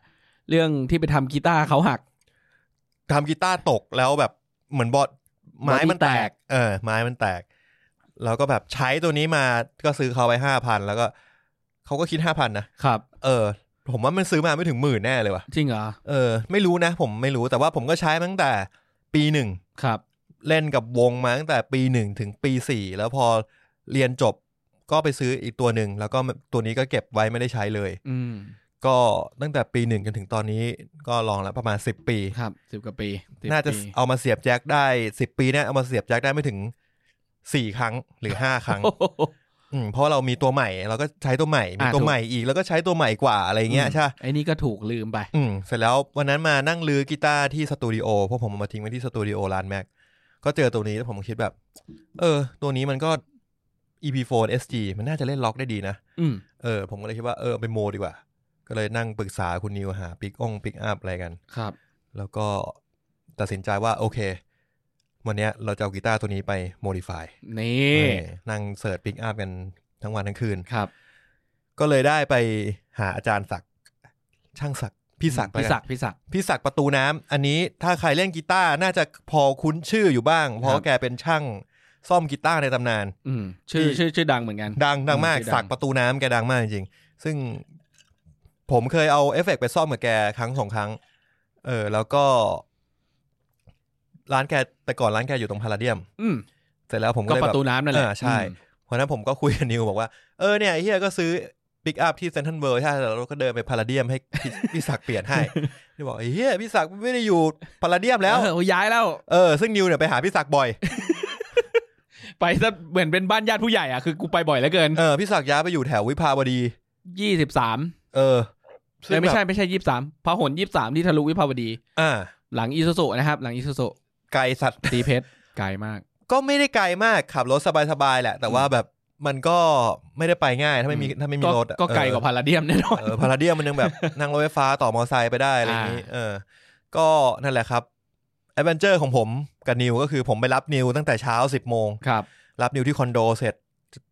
Speaker 2: เรื่องที่ไปทำกีตาร์เขาหัก
Speaker 1: ทำกีตาร์ตกแล้วแบบเหมือนบอดไม้มันแตก เออ ไม้มันแตก แล้วก็แบบใช้ตัวนี้มาก็ซื้อเขาไปห้าพันแล้วก็เขาก็คิดห้าพันนะครับ เออ ผมว่ามันซื้อมาไม่ถึงหมื่นแน่เลยว่ะ
Speaker 2: จริงเหรอ
Speaker 1: เออไม่รู้นะผมไม่รู้แต่ว่าผมก็ใช้มาตั้งแต่ปีหนึ่ง
Speaker 2: ครับ
Speaker 1: เล่นกับวงมาตั้งแต่ปีหนึ่งถึงปีสี่แล้วพอเรียนจบก็ไปซื้ออีกตัวหนึ่งแล้วก็ตัวนี้ก็เก็บไว้ไม่ได้ใช้เลย
Speaker 2: อืม
Speaker 1: ก็ตั้งแต่ปีหนึ่งจนถึงตอนนี้ก็ลองแล้วประมาณสิบปี
Speaker 2: ครับสิบกว่าปี10
Speaker 1: น่าจะ
Speaker 2: ปี
Speaker 1: เอามาเสียบแจ็คได้สิบปีเนี่ยเอามาเสียบแจ็คได้ไม่ถึงสี่ครั้งหรือห้าครั้ง
Speaker 2: โอ้โห
Speaker 1: อืมเพราะเรามีตัวใหม่เราก็ใช้ตัวใหม่มี
Speaker 2: อ่า
Speaker 1: ตัว
Speaker 2: ถูก
Speaker 1: ใหม่อีกแล้วก็ใช้ตัวใหม่กว่าอะไรเงี้ยใช่ปะ
Speaker 2: ไอ้นี่ก็ถูกลืมไป
Speaker 1: อืมเสร็จแล้ววันนั้นมานั่งลือกีตาร์ที่สตูดิโอเพราะผมเอามาทิ้งไว้ที่สตูดิโอร้านแม็กก็เจอตัวนี้แล้วผมก็คิดแบบ เออ ตัวนี้มันก็ EP4 SG มันน่าจะเล่นล็อกได้ดีนะ
Speaker 2: อืม
Speaker 1: เออ ผมก็เลยคิดว่าเออเอาไปโมดีกว่า ก็เลยนั่งปรึกษาคุณนิวหาปิกองปิกอัพอะไรกัน
Speaker 2: ครับ
Speaker 1: แล้วก็ตัดสินใจว่าโอเค วันเนี้ยเราจะเอากีตาร์ตัวนี้ไปโมดิฟาย
Speaker 2: นี่
Speaker 1: นั่งเสิร์ชปิกอัพกันทั้งวันทั้งคืน
Speaker 2: ครับ
Speaker 1: ก็เลยได้ไปหาอาจารย์ศักดิ์ช่างศักดิ์พี่ศักดิ์แล้ว
Speaker 2: พี่
Speaker 1: น
Speaker 2: ศักดิ์พี่ศักดิ์
Speaker 1: พี่ศักดิ์ประตูน้ำอันนี้ถ้าใครเล่นกีตาร์น่าจะพอคุ้นชื่ออยู่บ้าง เพ
Speaker 2: ค
Speaker 1: ราะ
Speaker 2: รับ
Speaker 1: แกเป็นช่างซ่อมกีตาร์ในตำนาน
Speaker 2: อืมชื่อ
Speaker 1: พี่
Speaker 2: ชื่อชื่อดังเหมือนกัน
Speaker 1: ดังดังมาก
Speaker 2: ชื่อดัง
Speaker 1: ศักดิ์ประตูน้ำแกดังมากจริงๆ ซึ่งผมเคยเอาเอฟเฟกต์ไปซ่อมกับแกครั้งสองครั้ง เออ แล้วก็ ร้านแกแต่ก่อนร้านแกอยู่ตรงพาราเดียม
Speaker 2: อืม
Speaker 1: เสร็จแล้วผมก็
Speaker 2: ก็
Speaker 1: เลย
Speaker 2: ป
Speaker 1: แบบ
Speaker 2: ระตูน้ำนั่นแหละ
Speaker 1: อ่าใช่ วันนั้นผมก็คุยกับนิวบอกว่า เออเนี่ยไอ้เฮียก็ซื้อปิกอัพที่เซนทรัลเวิร์ใช่แล้วเราก็เดินไปพาราเดียมให้พี่ พี่ศักดิ์เปลี่ยนให้ นิวบอกไอ้เฮียพี่ศักดิ์ไม่ได้อยู่พาราเดียม
Speaker 2: แล้
Speaker 1: แล้วว
Speaker 2: ย้ายแล้ว
Speaker 1: เออซึ่งนิวเนี่ยไปหาพี่ศักดิ์ บ่อย
Speaker 2: ไปซะเหมือนเป็นบ้านญาติผู้ใหญ่อ่ะคือกูไปบ่อยเหลือเกิน
Speaker 1: เออพี่ศักดิ์ย้ายไปอยู่แถววิภาวดี
Speaker 2: ยี่สิบสาม
Speaker 1: เออซึ่ง
Speaker 2: ไม่ใช่
Speaker 1: แบบ
Speaker 2: ไม่ใช่ยี่สิบสามพหลยี่สิบสามที่ทะลุวิภาวดี
Speaker 1: อ่า
Speaker 2: หลังอีซูซุนะครับ หลังอีซู ซุ
Speaker 1: ไกลสัตว์
Speaker 2: ตีเพชรไกลมาก
Speaker 1: ก็ไม่ได้ไกลมากขับรถสบายๆแหละ แต่ว่าแบบมันก็ไม่ได้ไปง่ายถ้าไม่มี
Speaker 2: อืม
Speaker 1: ถ้าไม่มี
Speaker 2: ก็
Speaker 1: รถอะ
Speaker 2: ก็ไกล
Speaker 1: เออ
Speaker 2: กว่าพาราเดียมแน่นอน
Speaker 1: เออพาราเดียมมันยัง แบบ นั่งรถไฟฟ้าต่อมอไซค์ไปได้อะไรอย่างนี้ เออ ก็นั่นแหละครับแอดเวนเจอร์ของผมกับนิวก็คือผมไปรับนิวตั้งแต่เช้าสิบโมง
Speaker 2: ครับ
Speaker 1: รับนิวที่คอนโดเสร็จ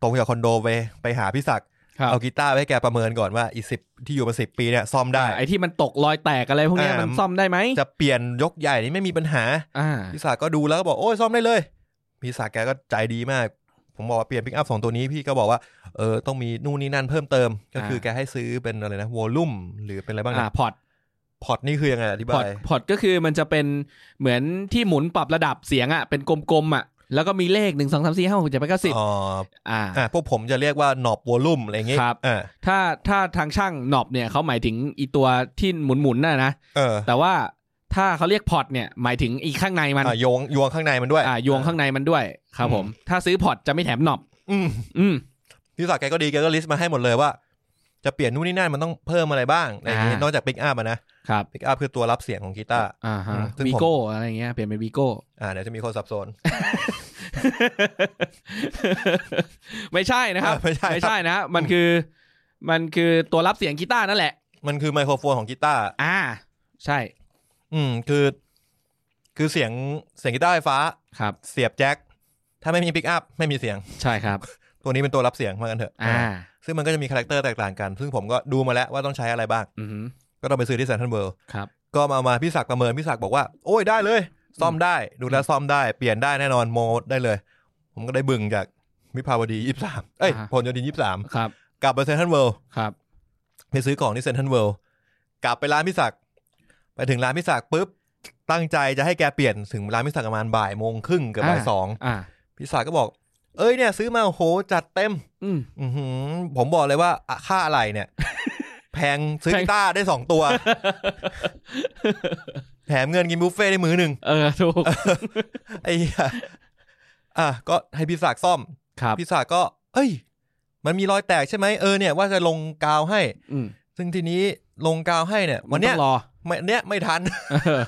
Speaker 1: ตรงจากคอนโดไปไปหาพี่ศักดิ์
Speaker 2: ครับ
Speaker 1: เอากีตาร์ไปให้แกประเมินก่อนว่าอีสิบที่อยู่มาสิบปีเนี่ยซ่อมได้
Speaker 2: ไอ้ที่มันตกรอยแตกอะไรพวกเนี้ย
Speaker 1: อ่ามั
Speaker 2: มันซ่อมได้ไหม
Speaker 1: จะเปลี่ยนยกใหญ่นี่ไม่มีปัญหา
Speaker 2: อ่า
Speaker 1: พี่ศักดิ์ก็ดูแล้วก็บอกโอ้ยซ่อมได้เลย พี่ศักดิ์แกก็ใจดีมาก ผมบอกว่าเปลี่ยนปิกอัพสองตัวนี้พี่ก็บอกว่าเออต้องมีนู่นนี่นั่นเพิ่มเติม ก็คือแกให้ซื้อเป็นอะไรนะวอลลุ่มหรือเป็นอะไรบ้าง
Speaker 2: อ่า
Speaker 1: นะ
Speaker 2: พอร์ต
Speaker 1: พอร์ตนี่คือยังไงอ
Speaker 2: พอบ
Speaker 1: ธิา
Speaker 2: ร์ต
Speaker 1: ย
Speaker 2: พอร์ตก็คือมันจะเป็นเหมือนที่หมุนปรับระดับเสียงอ่ะเป็นกลมๆอ่ะแล้วก็มีเลขหนึ่งสองสามสี่ห้าหกเจ็ดแปดเก้าสิบ
Speaker 1: อ๋อ
Speaker 2: อ่า
Speaker 1: อ่ะพวกผมจะเรียกว่าหนอบวอลลุ่มอะไรอย่างงี้
Speaker 2: ครับ
Speaker 1: อ่า
Speaker 2: ถ้าถ้าทางช่างหนอบเนี่ยเขาหมายถึงอีตัวที่หมุนๆน่ะนะ
Speaker 1: เออ
Speaker 2: แต่ว่าถ้าเขาเรียกพอร์ตเนี่ยหมายถึงอีกข้างในมัน
Speaker 1: อ่ะโยงยวงข้างในมันด้วย
Speaker 2: อ่ายวงข้างในมันด้วยครับผม ถ้าซื้อพอร์ตจะไม่แถมหนอบ
Speaker 1: อืม
Speaker 2: อืม
Speaker 1: พี่ศักดิ์แกก็ดีแกก็ลิสต์มาให้หมดเลยว่า จะเปลี่ยนนู่นนี่นั่นมันต้องเพิ่มอะไรบ้างอะไรอย่างงี้
Speaker 2: อ่าน น
Speaker 1: อกจากปิกอัพอะนะครับ ปิกอัพคือตัวรับเสียงของกีตาร์
Speaker 2: อ่าฮะ
Speaker 1: อืมซึ่งผม
Speaker 2: วีโก้อะไรเงี้ยเปลี่ยนเป็นวีโก้
Speaker 1: อ่าเดี๋ยวจะมีคนสับสน
Speaker 2: ไม่ใช่นะครับ
Speaker 1: อ่าไม่ใช่ครับ
Speaker 2: ไม่ใช่นะ มันคือ มันคือตัวรับเสียงกีตาร์นั่นแหละ
Speaker 1: มันคือไมโครโฟนของกีตาร์
Speaker 2: อ่า ใช่
Speaker 1: อืมคือ คือเสียงเสียงกีตาร์ไฟฟ้า
Speaker 2: ครับ
Speaker 1: เสียบแจ็คถ้าไม่มีปิกอัพไม่มีเสียง
Speaker 2: ใช่ครับ
Speaker 1: ตัวนี้เป็นตัวรับเสียงมากันเถอะ
Speaker 2: อ่า
Speaker 1: ซึ่งมันก็จะมีคาแรคเตอร์แตกต่างกัน ซึ่งผมก็ดูมาแล้วว่าต้องใช้อะไรบ้าง
Speaker 2: อือฮึ
Speaker 1: ก็ต้องไปซื้อที่เซนทรัลเวิล
Speaker 2: ครับ
Speaker 1: ก็มามาพี่ศักดิ์ประเมินพี่ศักดิ์บอกว่า โอ้ยได้เลย ซ่อมได้ ดูแลซ่อมได้ เปลี่ยนได้แน่นอนโมได้เลย ผมก็ได้บึงจากมิภาวดียี่สามเอ้ย
Speaker 2: อ่า
Speaker 1: พลโยธินยี่สาม
Speaker 2: ครับ
Speaker 1: กลับไปเซนทรัลเวิลด์
Speaker 2: ครับ
Speaker 1: ไปซื้อของที่เซนทรัลเวิลด์กลับไปร้านพี่ศักดิ์ไปถึงร้านพี่ศักดิ์ปุ๊บ ตั้งใจจะให้แกเปลี่ยนถึงร้านพี่ศักดิ์ประมาณบ่ายโมงครึ่งเกือบบ่าย
Speaker 2: อ่า
Speaker 1: สอง
Speaker 2: อ่า
Speaker 1: พี่ศักดิ์ก็บอก เอ้ยเนี่ยซื้อมาโอ้โหจัดเต็ม
Speaker 2: อืม
Speaker 1: อื้อหือผมบอกเลยว่าอ่ะค่าอะไรเนี่ย แพงซื้อกีตาร์ได้สอง ตัว แถมเงินกินบุฟเฟ่ต์ได้มื้อหนึ่ง
Speaker 2: เออถูก
Speaker 1: ไอ้เหี้ยอ่ะก็ให้พี่ศักดิ์ซ่อม
Speaker 2: ครับ
Speaker 1: พี่ศักดิ์ก็ เอ้ย มันมีรอยแตกใช่ไหมเออเนี่ยว่าจะลงกาวให้
Speaker 2: อืม
Speaker 1: ซึ่งทีนี้ลงกาวให้เนี่ย วันเนี้ย
Speaker 2: ต้องรอ
Speaker 1: ไม่เนี่ยไม่ทัน
Speaker 2: เออ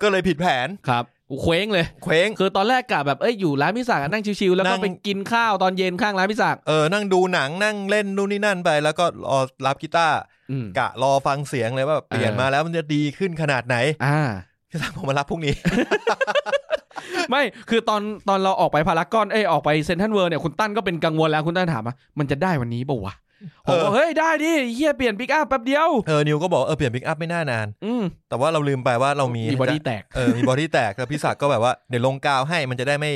Speaker 1: ก็เลยผิดแผน
Speaker 2: ครับเคว้งเลย
Speaker 1: เคว้ง
Speaker 2: คือตอนแรกกะแบบเอ้ยอยู่ร้านพิซซ่านั่งชิวๆแล้ว
Speaker 1: นั่
Speaker 2: ก็
Speaker 1: ง
Speaker 2: ไปกินข้าวตอนเย็นข้างร้านพิซซ่า
Speaker 1: เออนั่งดูหนังนั่งเล่นนู่นนี่นั่นไป แล้วก็รอรับกีตาร์
Speaker 2: อืม
Speaker 1: กะรอฟังเสียงเลยว่าแบบเปลี่ยน
Speaker 2: เออ
Speaker 1: มาแล้วมันจะดีขึ้นขนาดไหน
Speaker 2: อ่า
Speaker 1: พี่สามผมมารับพรุ่งนี้
Speaker 2: ไม่ คือตอนตอนเราออกไปพารากอน เอ้ย ออกไปเซนทรัลเวิร์เนี่ย คุณตั้นก็เป็นกังวลแล้ว คุณตั้นถามว่า มันจะได้วันนี้ป่าวะผ
Speaker 1: เอ
Speaker 2: ม
Speaker 1: อ
Speaker 2: บอกเฮ้ย ได้ดิเฮียเปลี่ยนปิกอัพแป๊บเดียว
Speaker 1: เออนิวก็บอกว่าเออเปลี่ยนพิกอัพไม่น่านาน
Speaker 2: อืม
Speaker 1: แต่ว่าเราลืมไปว่าเรามี
Speaker 2: มีบอดี้แตก
Speaker 1: เออมีบอดี้แตกแล้วพี่ศักดิ์ก็แบบว่าเดี๋ยวลงกาวให้มันจะได้ไม่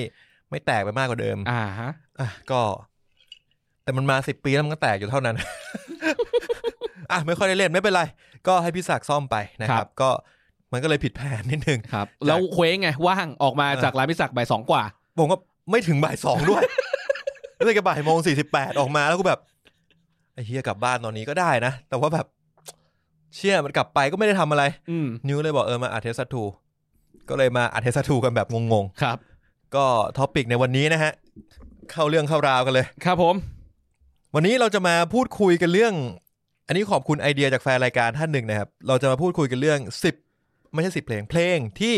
Speaker 1: ไม่แตกไปมากกว่าเดิม
Speaker 2: อ่าฮะ
Speaker 1: อ่ะก็ แต่มันมาสิบปีแล้วมันก็แตกอยู่เท่านั้น อ่ะไม่ค่อยได้เล่นไม่เป็นไร ก็ให้พี่ศักดิ์ซ่อมไปนะค
Speaker 2: ครั
Speaker 1: รับ
Speaker 2: บ
Speaker 1: ก็มันก็เลยผิดแผนนิดนึง
Speaker 2: ครับ แล้วเคว้งไง ว่าง ออกมา
Speaker 1: เออ
Speaker 2: จากร้านพิซซ่าบ่ายสองกว่า
Speaker 1: ผมก็ไม่ถึงบ่ายสองด้วย เลยกับบ่ายโมงสี่สิบแปดออกมาแล้วก็แบบไอ้เฮียกลับบ้านตอนนี้ก็ได้นะ แต่ว่าแบบ เชี่ยมันกลับไปก็ไม่ได้ทำอะไร
Speaker 2: อืม
Speaker 1: นิวเลยบอกเออมาอัดเทสทูก็เลยมาอัดเทสทูกันแบบงง
Speaker 2: ครับ
Speaker 1: ๆ ก็ท็อปิกในวันนี้นะฮะ เข้าเรื่องเข้าราวกันเลย
Speaker 2: ครับผม
Speaker 1: วันนี้เราจะมาพูดคุยกันเรื่อง อันนี้ขอบคุณไอเดียจากแฟนรายการท่านหนึ่งนะครับ เราจะมาพูดคุยกันเรื่องสิบไม่ใช่สิบเพลงเพลงที่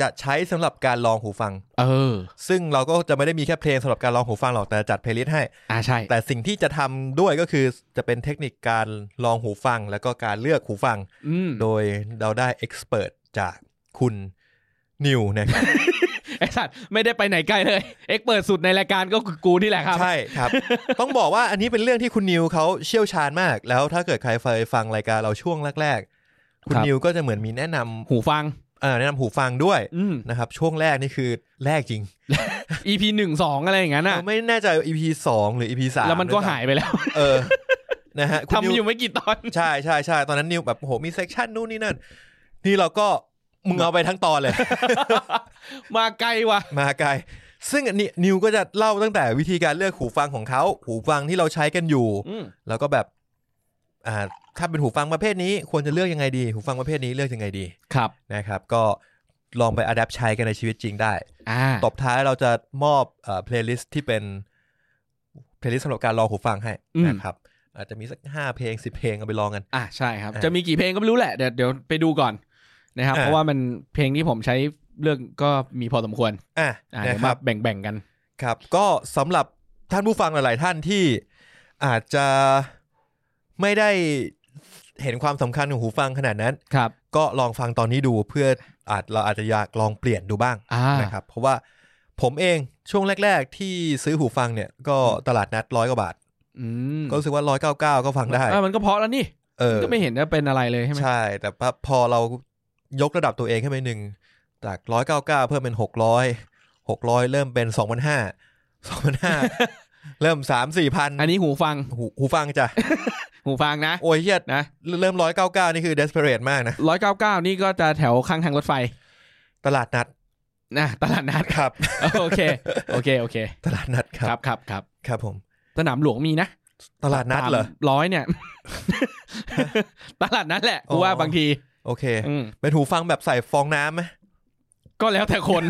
Speaker 1: จะใช้สำหรับการลองหูฟัง
Speaker 2: เออ
Speaker 1: ซึ่งเราก็จะไม่ได้มีแค่เพลงสำหรับการลองหูฟังหรอกแต่จัดเพลย์ลิสต์ให้
Speaker 2: อ่าใช่
Speaker 1: แต่สิ่งที่จะทำด้วยก็คือจะเป็นเทคนิคการลองหูฟัง แล้วก็การเลือกหูฟัง
Speaker 2: อืม
Speaker 1: โดยเราได้เอ็กซ์เพรสจากคุณนิวนะครับ
Speaker 2: ไอสัตว์ไม่ได้ไปไหนไกลเลย เอ็กเปิดสุดในรายการก็คือกูนี่แหละครับ
Speaker 1: ใช่ครับ ต้องบอกว่าอันนี้เป็นเรื่องที่คุณนิวเขาเชี่ยวชาญมาก แล้วถ้าเกิดใครเคยฟังรายการเราช่วงแรกๆ คุณ
Speaker 2: ครับ
Speaker 1: นิวก็จะเหมือนมีแนะน
Speaker 2: หูฟัง
Speaker 1: ำเอ่อแนะนำหูฟังด้วย
Speaker 2: อืม
Speaker 1: นะครับช่วงแรกนี่คือแรกจริง
Speaker 2: EP หนึ่งสองอะไรอย่างนั้นอ่ะ
Speaker 1: เราไม่แน่ใจ EP สองหรือ EP สาม
Speaker 2: แล้วมันก็หายไปแล้ว
Speaker 1: เออนะฮะคุณ
Speaker 2: ทำ
Speaker 1: นิว
Speaker 2: อยู่ไม่กี่ตอน
Speaker 1: ใช่ใช่ใช่ตอนนั้นนิวแบบโหมีเซกชันนู่นนี่นั่น นี่เราก็มึงเอาไปทั้งตอนเลย
Speaker 2: มาไกลว่ะ
Speaker 1: มาไกลซึ่งอันนี้นิวก็จะเล่าตั้งแต่วิธีการเลือกหูฟังของเขา หูฟังที่เราใช้กันอยู่
Speaker 2: อืม
Speaker 1: แล้วก็แบบ อ่า ถ้าเป็นหูฟังประเภทนี้ ควรจะเลือกยังไงดี หูฟังประเภทนี้เลือกยังไงดี
Speaker 2: ครับ
Speaker 1: นะครับ ก็ลองไปอัดแอปใช้กันในชีวิตจริงได้
Speaker 2: อ่า
Speaker 1: ตบท้ายเราจะมอบเพลย์ลิสต์ที่เป็นเพลย์ลิสต์สำหรับการลองหูฟังให้
Speaker 2: อืม
Speaker 1: นะครับ อาจจะมีสักห้าเพลงสิบเพลงเอาไปลองกัน
Speaker 2: อ่ะใช่ครับ
Speaker 1: อ่ะ
Speaker 2: จะมีกี่เพลงก็ไม่รู้แหละ เดี๋ยวเดี๋ยวไปดูก่อนนะครับ
Speaker 1: อ่ะ
Speaker 2: เพราะว่ามันเพลงที่ผมใช้เลือกก็มีพอสมควร
Speaker 1: อ่ะ
Speaker 2: อ่ะ
Speaker 1: นะ
Speaker 2: เดี๋ยว
Speaker 1: ค
Speaker 2: มา
Speaker 1: รับ
Speaker 2: แบ่งแบ่งๆกัน
Speaker 1: ครับก็สำหรับท่านผู้ฟังหลาย ๆ ท่านที่อาจจะไม่ได้เห็นความสำคัญของหูฟังขนาดนั้น
Speaker 2: ครับ
Speaker 1: ก็ลองฟังตอนนี้ดูเพื่ออาจเราอาจจะอยากลองเปลี่ยนดูบ้าง
Speaker 2: อ่า
Speaker 1: นะครับเพราะว่าผมเองช่วงแรก ๆ ที่ซื้อหูฟังเนี่ยก็ตลาดนัดร้อยกว่าบาท
Speaker 2: อืม
Speaker 1: ก็รู้สึกว่าร้อยเก้าเก้าก็ฟังได้
Speaker 2: อ่ะมันก็เพราะแล้วนี่
Speaker 1: เออ
Speaker 2: ก็ไม่เห็นว่าเป็นอะไรเลยใช่ไหม
Speaker 1: ใช่ แต่ว่าพอเรายกระดับตัวเองขึ้นไปหนึ่งจากร้อยเก้าเก้าเพิ่มเป็นหกร้อยหกร้อยเริ่มเป็นสองพันห้า สองพันห้า เริ่มสามสี่พัน
Speaker 2: อันนี้หูฟัง
Speaker 1: หูหูฟังจ้ะ
Speaker 2: หูฟังนะ
Speaker 1: โอ้ยเฮีย
Speaker 2: นะ
Speaker 1: เริ่มร้อยเก้าเก้านี่คือ desperate มากนะ
Speaker 2: ร้อยเก้าเก้านี่ก็จะแถวข้างทางรถไฟ
Speaker 1: ตลาดนัด
Speaker 2: นะ ตลาดนัด
Speaker 1: ครับ
Speaker 2: โอเค โอเค โอเค
Speaker 1: ตลาดนัดค
Speaker 2: ครั
Speaker 1: รับ
Speaker 2: บครับครับ
Speaker 1: ครับผม
Speaker 2: สนามหลวงมีนะ
Speaker 1: ตลาดนัดเหรอ
Speaker 2: สามร้อยเนี่ย ตลาดนัดแหละกูว่า
Speaker 1: อ๋อ
Speaker 2: บางที
Speaker 1: โอเค
Speaker 2: อืม
Speaker 1: เป็นหูฟังแบบใส่ฟองน้ำไหม
Speaker 2: ก็แล้วแต่คน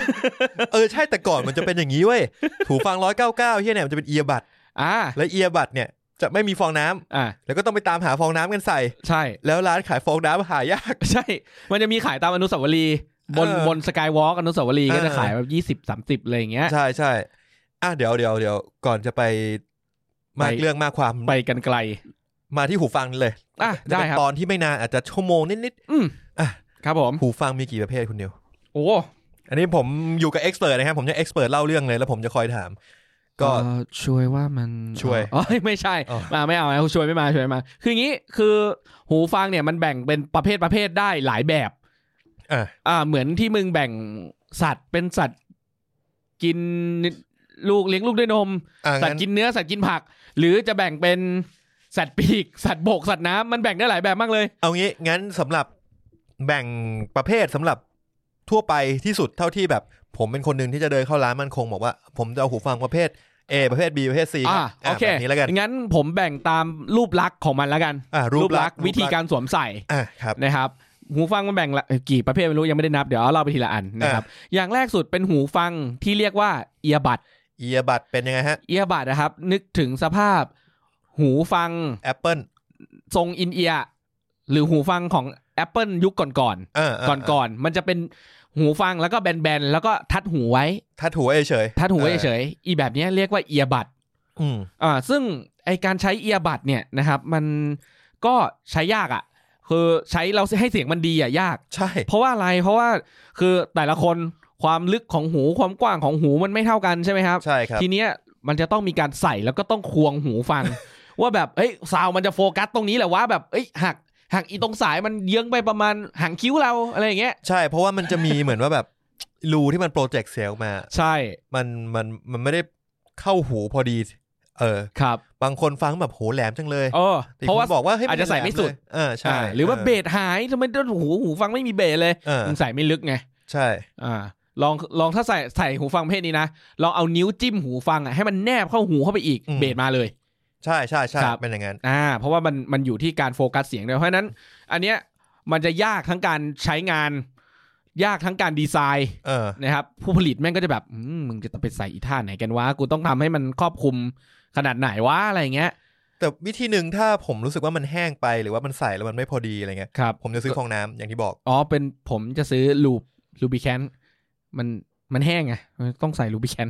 Speaker 1: เออ ใช่แต่ก่อนมันจะเป็นอย่างนี้เว้ย หูฟังร้อยเก้าเก้าเฮียเนี่ยมันจะเป็นเอียบัด
Speaker 2: อ่า
Speaker 1: และเอียบัดเนี่ยจะไม่มีฟองน้ำ
Speaker 2: อ่า
Speaker 1: แล้วก็ต้องไปตามหาฟองน้ำกันใส่
Speaker 2: ใช่
Speaker 1: แล้วร้านขายฟองน้ำหายาก
Speaker 2: ใช่ มันจะมีขายตามอนุสาวรีย์บน
Speaker 1: เออบ
Speaker 2: นสกายวอล์กอนุสาวรีย์
Speaker 1: เออ
Speaker 2: ก็จะขายแบบยี่สิบสามสิบอะไรอย่างเงี้ย
Speaker 1: ใช่ใช่อ่ะเดี๋ยวเดี๋ยวเดี๋ยวก่อนจะไปมาก
Speaker 2: ไป
Speaker 1: เรื่องมากความ
Speaker 2: ไปกันไกล
Speaker 1: มาที่หูฟังเลย
Speaker 2: อ่ะได้
Speaker 1: จะ
Speaker 2: ค
Speaker 1: เป็
Speaker 2: รับ
Speaker 1: นตอนที่ไม่นานอาจจะชั่วโมงนิด
Speaker 2: อืม
Speaker 1: ๆอ่ะ
Speaker 2: ครับผม
Speaker 1: หูฟังมีกี่ประเภทคุณนิว
Speaker 2: โอ้
Speaker 1: อันนี้ผมอยู่กับเอ็กซ์เพรสนะครับ ผมจะเอ็กซ์เพรสเล่าเรื่องเลยแล้วผมจะคอยถาม ก็
Speaker 2: เอ่อช่วยว่ามัน
Speaker 1: ช่วย
Speaker 2: อ๋อ ไม่ใช่
Speaker 1: อ๋อ
Speaker 2: มาไม่เอานะช่วยไม่มาช่วยไม่มา คืออย่างงี้คือหูฟังเนี่ยมันแบ่งเป็นประเภทประเภทได้หลายแบบ
Speaker 1: อ่ะ
Speaker 2: อ่าเหมือนที่มึงแบ่งสัตว์เป็นสัตว์กินลูกเลี้ยงลูกด้วยนม
Speaker 1: อ่ะ
Speaker 2: สัต
Speaker 1: งั้น
Speaker 2: ว์กินเนื้อสัตว์กินผัก หรือจะแบ่งเป็นสัตว์ปีก สัตว์บกสัตว์น้ำมันแบ่งได้หลายแบบมากเลย
Speaker 1: เอางี้งั้นสำหรับแบ่งประเภทสำหรับทั่วไปที่สุดเท่าที่แบบ ผมเป็นคนหนึ่งที่จะเดินเข้าร้านมันคงบอกว่า ผมจะเอาหูฟังประเภท A ประเภท B ประเภท C ค
Speaker 2: อ่า
Speaker 1: รับ
Speaker 2: โอเค
Speaker 1: แบบนี้แล้วกัน
Speaker 2: งั้นผมแบ่งตามรูปลักษณ์ของมันแล้วกัน
Speaker 1: อ่ะรูปลักษณ์
Speaker 2: วิธีการสวมใส่
Speaker 1: อ่ะครับ
Speaker 2: นะครับ หูฟังมันแบ่งละเอ่อกี่ประเภทไม่รู้ยังไม่ได้นับเดี๋ยวเอาเล่าไปทีละอันนะครับ อย่างแรกสุดเป็นหูฟังที่เรียกว่าเอียบัด
Speaker 1: เอียบัตเป็นยังไงฮะ
Speaker 2: เอียบัดนะครับ นึกถึงสภาพ หูฟัง
Speaker 1: Apple
Speaker 2: ทรงอินเอีย หรือหูฟังของ Apple ยุคก่อน
Speaker 1: เออเออ
Speaker 2: ๆ ก่อนๆ มันจะเป็นหูฟังแล้วก็แบนๆ แล้วก็ทัดหูไว้
Speaker 1: ถ้าถูไว้เฉยๆ
Speaker 2: ทัดหูไว้
Speaker 1: ออ
Speaker 2: เฉยๆอีแบบเนี้ยเรียกว่าเอียบัด
Speaker 1: อืม
Speaker 2: อ่าซึ่งไอการใช้เอียบัดเนี่ยนะครับ มันก็ใช้ยากอ่ะ คือใช้เราให้เสียงมันดีอ่ะยาก
Speaker 1: ใช่
Speaker 2: เพราะว่าอะไรเพราะว่าคือแต่ละคนความลึกของหูความกว้างของหูมันไม่เท่ากันใช่ไหมครับ
Speaker 1: ใช่ครับ
Speaker 2: ทีเนี้ยมันจะต้องมีการใส่แล้วก็ต้องควงหูฟัง ว่าแบบเอ้ยซาวมันจะโฟกัสตรงนี้แหละว่าแบบเอ้ยหักหักอีตรงสายมันเยื้องไปประมาณหางคิ้วเราอะไรอย่างเงี้ย
Speaker 1: ใช่ เพราะว่ามันจะมีเหมือนว่าแบบ รูที่มันโปรเจกต์เสียงออกมา
Speaker 2: ใช่
Speaker 1: มันมันมันไม่ได้เข้าหูพอดี เออ
Speaker 2: ครับ
Speaker 1: บางคนฟังแบบโหแหลมจังเลย
Speaker 2: เออ
Speaker 1: แต่
Speaker 2: เพราะว่า
Speaker 1: ผมบอกว่าเฮ้ยน
Speaker 2: อาจจะใส่ไม่สุด
Speaker 1: แหลเลยเออใช่
Speaker 2: อ่าหรือว่าเบ
Speaker 1: ส
Speaker 2: สหายทำไมโอ้โหูหูฟังไม่มีเบสเลย
Speaker 1: เออ
Speaker 2: มันใส่ไม่ลึกไง
Speaker 1: ใช่
Speaker 2: อ่าลองลองถ้าใส่ใส่หูฟังเพศนี้นะลองเอานิ้วจิ้มหูฟังอ่ะให้มันแนบเข้าหูเข้าไปอีกเบสมาเลย
Speaker 1: ใช่ใช่ใช่
Speaker 2: ครับ
Speaker 1: เป็นอย่างนั้น
Speaker 2: อ่าเพราะว่ามันมันอยู่ที่การโฟกัสเสียงด้วยเพราะฉะนั้น อันเนี้ยมันจะยากทั้งการใช้งาน ยากทั้งการดีไซน์
Speaker 1: เออ
Speaker 2: นะครับผู้ผลิตแม่งก็จะแบบอืมมึงจะต้องไปใส่อีท่าไหนกันวะกูต้องทำให้มันครอบคลุมขนาดไหนวะอะไรอย่างเงี้ย
Speaker 1: แต่วิธีหนึ่งถ้าผมรู้สึกว่ามันแห้งไปหรือว่ามันใส่แล้วมันไม่พอดีอะไรเงี้ย
Speaker 2: ครับ
Speaker 1: ผมจะซื้อฟองน้ำอย่างที่บอก
Speaker 2: อ๋อเป็นผมจะซื้อลูบลูบิแคนมันมันแห้งไงมันต้องใส่ลูบิแคน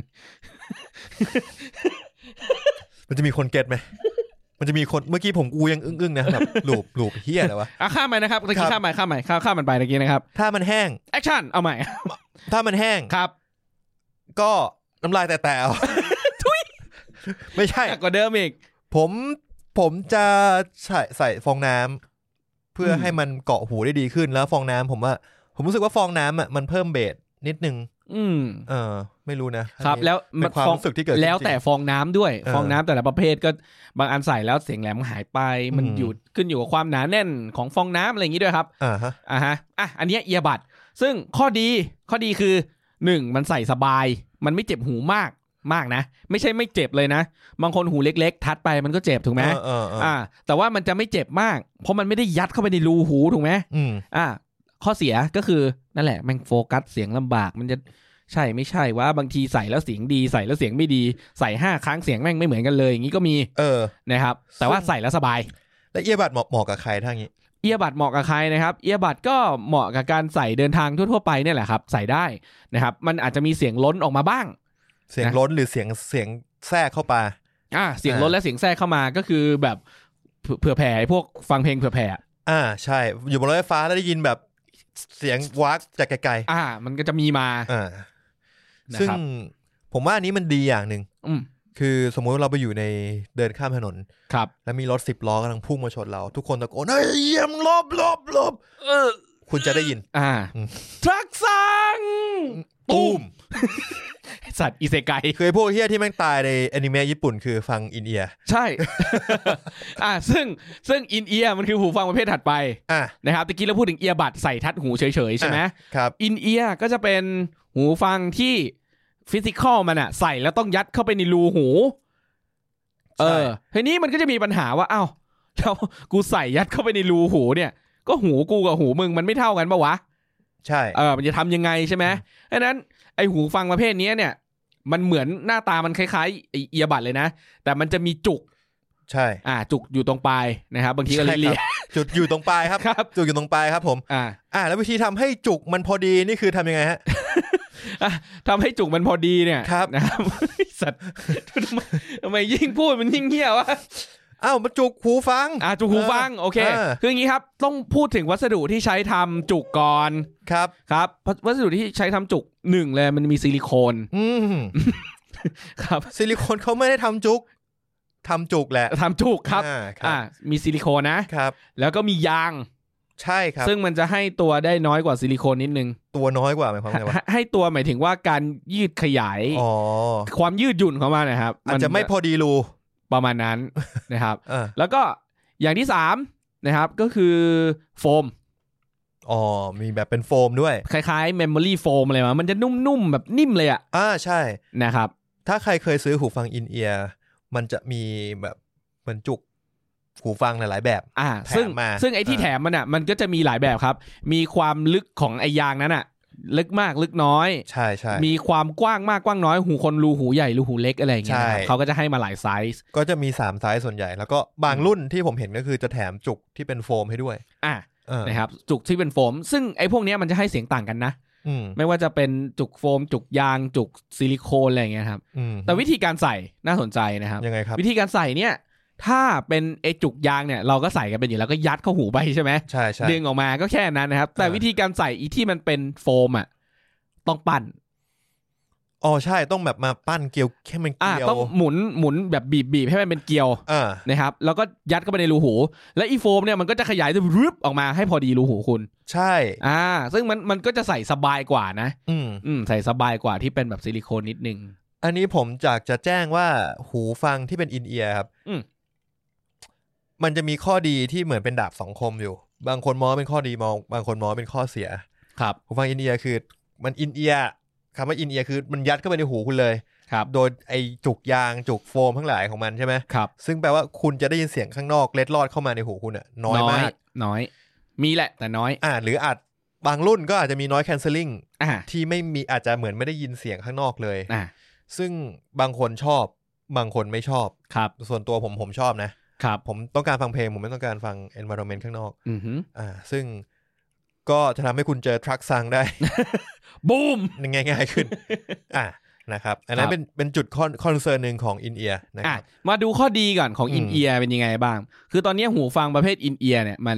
Speaker 1: มันจะมีคนเก็ตไหม มันจะมีคนเมื่อกี้ผมกูยังอึ้งๆนะแบบ ลูบลูบเฮียอะไรวะ
Speaker 2: อ่ะข้ามไปนะครับตะ
Speaker 1: ครั
Speaker 2: กี้
Speaker 1: บ
Speaker 2: ข้ามไปข้ามไปข้ามข้ามมันไปตะกี้นะครับ
Speaker 1: ถ้ามันแห้ง
Speaker 2: แอคชั่นเอาใหม่
Speaker 1: ถ้ามันแห้ง
Speaker 2: ครับ
Speaker 1: ก็น้ำลายแต่แต่เอา ไม่ใช่
Speaker 2: หนักกว่าเดิมอีก
Speaker 1: ผมผมจะใส่ใส่ฟองน้ำเพื่ออ
Speaker 2: ม
Speaker 1: ให้มันเกาะหูได้ดีขึ้นแล้วฟองน้ำผมว่า ผมรู้สึกว่าฟองน้ำอ่ะมันเพิ่มเบสนิดนึง
Speaker 2: อืม
Speaker 1: เออ ไม่รู้นะอันนี้
Speaker 2: ครับแล้ว
Speaker 1: เป็นความ
Speaker 2: ฟอง
Speaker 1: รู้สึกที่เกิดขึ้น
Speaker 2: แล้วแต่ฟองน้ำด้วย
Speaker 1: เออ
Speaker 2: ฟองน้ำแต่ละประเภทก็บางอันใส่แล้วเสียงแหลมหายไป มัน
Speaker 1: อืม
Speaker 2: อยู่ขึ้นอยู่กับความหนาแน่นของฟองน้ำอะไรอย่างนี้ด้วยครับ
Speaker 1: อ่าฮะ
Speaker 2: อ่าฮะอ่ะอันเนี้ยเอียบัดซึ่งข้อดีข้อดีคือหนึ่งมันใส่สบาย มันไม่เจ็บหูมากมากนะ ไม่ใช่ไม่เจ็บเลยนะ บางคนหูเล็ก ๆ ทัดไปมันก็เจ็บถูกไหม
Speaker 1: เออเออเอออ
Speaker 2: อ่า แต่ว่ามันจะไม่เจ็บมาก เพราะมันไม่ได้ยัดเข้าไปในรูหูถูกไหม
Speaker 1: อืม
Speaker 2: อ่ะข้อเสียก็คือนั่นแหละแม่งโฟกัสเสียงลำบากมันจะใช่ไม่ใช่ว่าบางทีใส่แล้วเสียงดีใส่แล้วเสียงไม่ดีใส่ห้าครั้งเสียงแม่งไม่เหมือนกันเลยอย่างนี้ก็มี
Speaker 1: เออ
Speaker 2: นะครับ แต่ว่าใส่แล้วสบาย
Speaker 1: แล้วเอียบัตเหมาะเหมาะกับใครทั้งนี้
Speaker 2: เอียบัดเหมาะกับใครนะครับ เอียบัดก็เหมาะกับการใส่เดินทางทั่วๆไปเนี่ยแหละครับ ใส่ได้นะครับ มันอาจจะมีเสียงล้นออกมาบ้าง
Speaker 1: เสียง
Speaker 2: นะ
Speaker 1: ล้นหรือเสียงเสียงแทรกเข้าไป
Speaker 2: อ่ะเสียง
Speaker 1: อ่า
Speaker 2: ล้นและเสียงแทรกเข้ามาก็คือแบบเผื่อเผื่อแผ่ไอ้พวกฟังเพลงเผื่อแผ่อะ
Speaker 1: อ่าใช่ อยู่บนรถไฟฟ้าแล้วได้ยินแบบเสียงวักจากไกล
Speaker 2: อ่า มันก็จะมีมา
Speaker 1: ๆอ่า
Speaker 2: นะครับ
Speaker 1: ซึ่งผมว่าอันนี้มันดีอย่างหนึ่ง
Speaker 2: อืม
Speaker 1: คือสมมุติเราไปอยู่ในเดินข้ามถนน
Speaker 2: ครับ
Speaker 1: แล้วมีรถสิบล้อกำลังพุ่งมาชนเรา ทุกคนตะโกนเฮ้ยเหี้ยมงหลบหลบหลบ
Speaker 2: เออ
Speaker 1: คุณจะได้ ยิน
Speaker 2: อ่า
Speaker 1: อืม
Speaker 2: ทรักสัง
Speaker 1: ตูม
Speaker 2: สัตว์อิเซไก
Speaker 1: คือไอ้พวกเฮียที่แม่งตายในแอนิเมะญี่ปุ่นคือฟังอินเอียร์
Speaker 2: ใช่ อ่าซึ่งซึ่งอินเอียมันคือหูฟังประเภทถัดไป
Speaker 1: อ่ะ
Speaker 2: นะครับตะกี้เราพูดถึงเอียบัดใส่ทัดหูเฉยๆใช่ไหม
Speaker 1: ครับ
Speaker 2: อินเอียก็จะเป็นหูฟังที่ฟิสิกอลมันอะใส่แล้วต้องยัดเข้าไปในรูหู เออทีนี้มันก็จะมีปัญหาว่าอ้าวแล้วกูใส่ยัดเข้าไปในรูหูเนี่ย ก็หูกูกับหูมึงมันไม่เท่ากันปะวะ
Speaker 1: ใช่
Speaker 2: เออ มันจะทำยังไงใช่ไหมเพราะฉะนั้นไอหูฟังประเภทเนี้ยเนี่ย มันเหมือนหน้าตามันคล้ายๆไอเอียบัดเลยนะ แต่มันจะมีจุก
Speaker 1: ใช่
Speaker 2: อ่า จุกอยู่ตรงปลายนะครับ บางทีก็
Speaker 1: ใช่
Speaker 2: เลี
Speaker 1: ค
Speaker 2: ย
Speaker 1: รับจุดอยู่ตรงปลายครับ
Speaker 2: ๆครับ
Speaker 1: จุดอยู่ตรงปลายครับผม
Speaker 2: อ่า
Speaker 1: อ่ะแล้ววิธีทำให้จุกมันพอดีนี่คือทำยังไงฮะ
Speaker 2: ทำให้จุกมันพอดีเนี่ย
Speaker 1: ครับ
Speaker 2: นะครับ ไอ้สัตว์ทำไมทำไมยิ่งพูดมันยิ่งเหี้ยวะ
Speaker 1: อ้าวมันจุกหูฟัง
Speaker 2: อ่าจุกหูฟัง โอเค
Speaker 1: เออ
Speaker 2: คืออย่างนี้ครับ ต้องพูดถึงวัสดุที่ใช้ทำจุกก่อน
Speaker 1: ครับ
Speaker 2: ครับวัวัสดุที่ใช้ทำจุกหนึ่งเลยมันมีซิลิโคน
Speaker 1: อืม
Speaker 2: ครับ
Speaker 1: ซิลิโคนเขาไม่ได้ทำจุกทำจุกแหละ
Speaker 2: ทำจุกครับ
Speaker 1: อ่าครั
Speaker 2: อ่า
Speaker 1: บ
Speaker 2: มีซิลิโคนนะ
Speaker 1: ครับ
Speaker 2: แล้วก็มียาง
Speaker 1: ใช่ครับ
Speaker 2: ซึ่งมันจะให้ตัวได้น้อยกว่าซิลิโคนนิดนึง
Speaker 1: ตัวน้อยกว่าหมายความไงวะ
Speaker 2: ให้ให้ตัวหมายถึงว่าการยืดขยาย
Speaker 1: อ๋อ
Speaker 2: ความยืดหยุ่นของมันนะครับ
Speaker 1: อาจจะไม่พอดีรู
Speaker 2: ประมาณนั้น นะครับ
Speaker 1: อ่า
Speaker 2: แล้วก็อย่างที่สามนะครับก็คือโฟม
Speaker 1: อ๋อมีแบบเป็นโฟมด้วย
Speaker 2: คล้ายๆ memory foam อะไรมามันจะนุ่มๆ แบบนิ่มเลยอะ
Speaker 1: อ่าใช่
Speaker 2: นะครับ
Speaker 1: ถ้าใครเคยซื้อหูฟังอินเอียร์มันจะมีแบบเหมันจุกหูฟังหลายๆแบบ
Speaker 2: อ่า
Speaker 1: แถม
Speaker 2: ซึ่ง
Speaker 1: มา
Speaker 2: ซึ่งไอ้ที่
Speaker 1: อ่า
Speaker 2: แถมมันอะมันก็จะมีหลายแบบครับ มีความลึกของไอ้ยางนั้นอะ ลึกมากลึกน้อย
Speaker 1: ใช่ใช่
Speaker 2: มีความกว้างมากกว้างน้อยหูคนรูหูใหญ่รูหูเล็กอะไรอย่างเงี้ยนะครับ
Speaker 1: ใช่
Speaker 2: เขาก็จะให้มาหลายไซส์
Speaker 1: ก็จะมีสามไซส์ส่วนใหญ่ แล้วก็บางรุ่นที่ผมเห็นก็คือจะแถมจุกที่เป็นโฟมให้ด้วย
Speaker 2: อ่ะ
Speaker 1: เออ
Speaker 2: นะครับจุกที่เป็นโฟม ซึ่งไอ้พวกเนี้ยมันจะให้เสียงต่างกันนะ
Speaker 1: อืม
Speaker 2: ไม่ว่าจะเป็นจุกโฟม จุกยาง จุกซิลิโคนอะไรอย่างเงี้ยครับ
Speaker 1: อืม
Speaker 2: แต่วิธีการใส่น่าสนใจนะครับ
Speaker 1: ยังไงครับ
Speaker 2: วิธีการใส่เนี่ย ถ้าเป็นไอ้จุกยางเนี่ย เราก็ใส่กันเป็นอยู่แล้วก็ยัดเข้าหูไปใช่ไหม
Speaker 1: ใช่ใช่
Speaker 2: ดึงออกมาก็แค่นั้นนะครับ แต่
Speaker 1: เออ
Speaker 2: วิธีการใส่อีที่มันเป็นโฟมอ่ะต้องปั่น
Speaker 1: อ๋อใช่ต้องแบบมาปั้นเกลียวแค่มันเก
Speaker 2: อ่ะ
Speaker 1: ลียว
Speaker 2: ต้องหมุนหมุนแบบบีบบีบให้มันเป็นเกลียว
Speaker 1: อ่า
Speaker 2: นะครับ แล้วก็ยัดเข้าไปในรูหู และอีโฟมเนี่ยมันก็จะขยายจะรึบออกมาให้พอดีรูหูคุณ
Speaker 1: ใช่
Speaker 2: อ่า ซึ่งมันมันก็จะใส่สบายกว่านะ
Speaker 1: อืม
Speaker 2: อืมใส่สบายกว่าที่เป็นแบบซิลิโคนนิดนึง
Speaker 1: อันนี้ผมจากจะแจ้งว่าหูฟังที่เป็นอินเอียร์ครับ
Speaker 2: อืม
Speaker 1: มันจะมีข้อดีที่เหมือนเป็นดาบสองคมอยู่ บางคนมองว่าเป็นข้อดีมอง บางคนมองว่าเป็นข้อเสีย
Speaker 2: ครับ
Speaker 1: หูฟังอินเอียร์คือ มันอินเอียร์คำว่าอินเอียร์คือมันยัดเข้าไปในหูคุณเลย
Speaker 2: ครับ
Speaker 1: โดยไอจุกยางจุกโฟมทั้งหลายของมันใช่ไหม
Speaker 2: ครับ
Speaker 1: ซึ่งแปลว่าคุณจะได้ยินเสียงข้างนอกเล็ดลอดเข้ามาในหูคุณอะน้อยมาก
Speaker 2: น้อย มีแหละแต่น้อย
Speaker 1: อ่าหรืออาจบางรุ่นก็อาจจะมีน้อย canceling
Speaker 2: อ่า
Speaker 1: ที่ไม่มีอาจจะเหมือนไม่ได้ยินเสียงข้างนอกเลย
Speaker 2: อ่า
Speaker 1: ซึ่งบางคนชอบบางคนไม่ชอบ
Speaker 2: ครับ
Speaker 1: ส่วนตัวผมผมชอบนะ
Speaker 2: ครับ
Speaker 1: ผมต้องการฟังเพลง ผมไม่ต้องการฟัง environment ข้างนอก
Speaker 2: อือหือ
Speaker 1: อ่า ซึ่งก็จะทำให้คุณเจอทรัคซังได้
Speaker 2: บูม
Speaker 1: ง่ายๆขึ้น อ่านะครับ อันนั้
Speaker 2: ครั
Speaker 1: น
Speaker 2: บ
Speaker 1: เป็นเป็นจุดคอนคอนเซิร์นหนึ่งของอินเอียนะค
Speaker 2: อ่ะ
Speaker 1: รับ
Speaker 2: มาดูข้อดีก่อนของ
Speaker 1: อืม
Speaker 2: อินเอียร์เป็นยังไงบ้าง คือตอนนี้หูฟังประเภทอินเอียร์เนี่ยมัน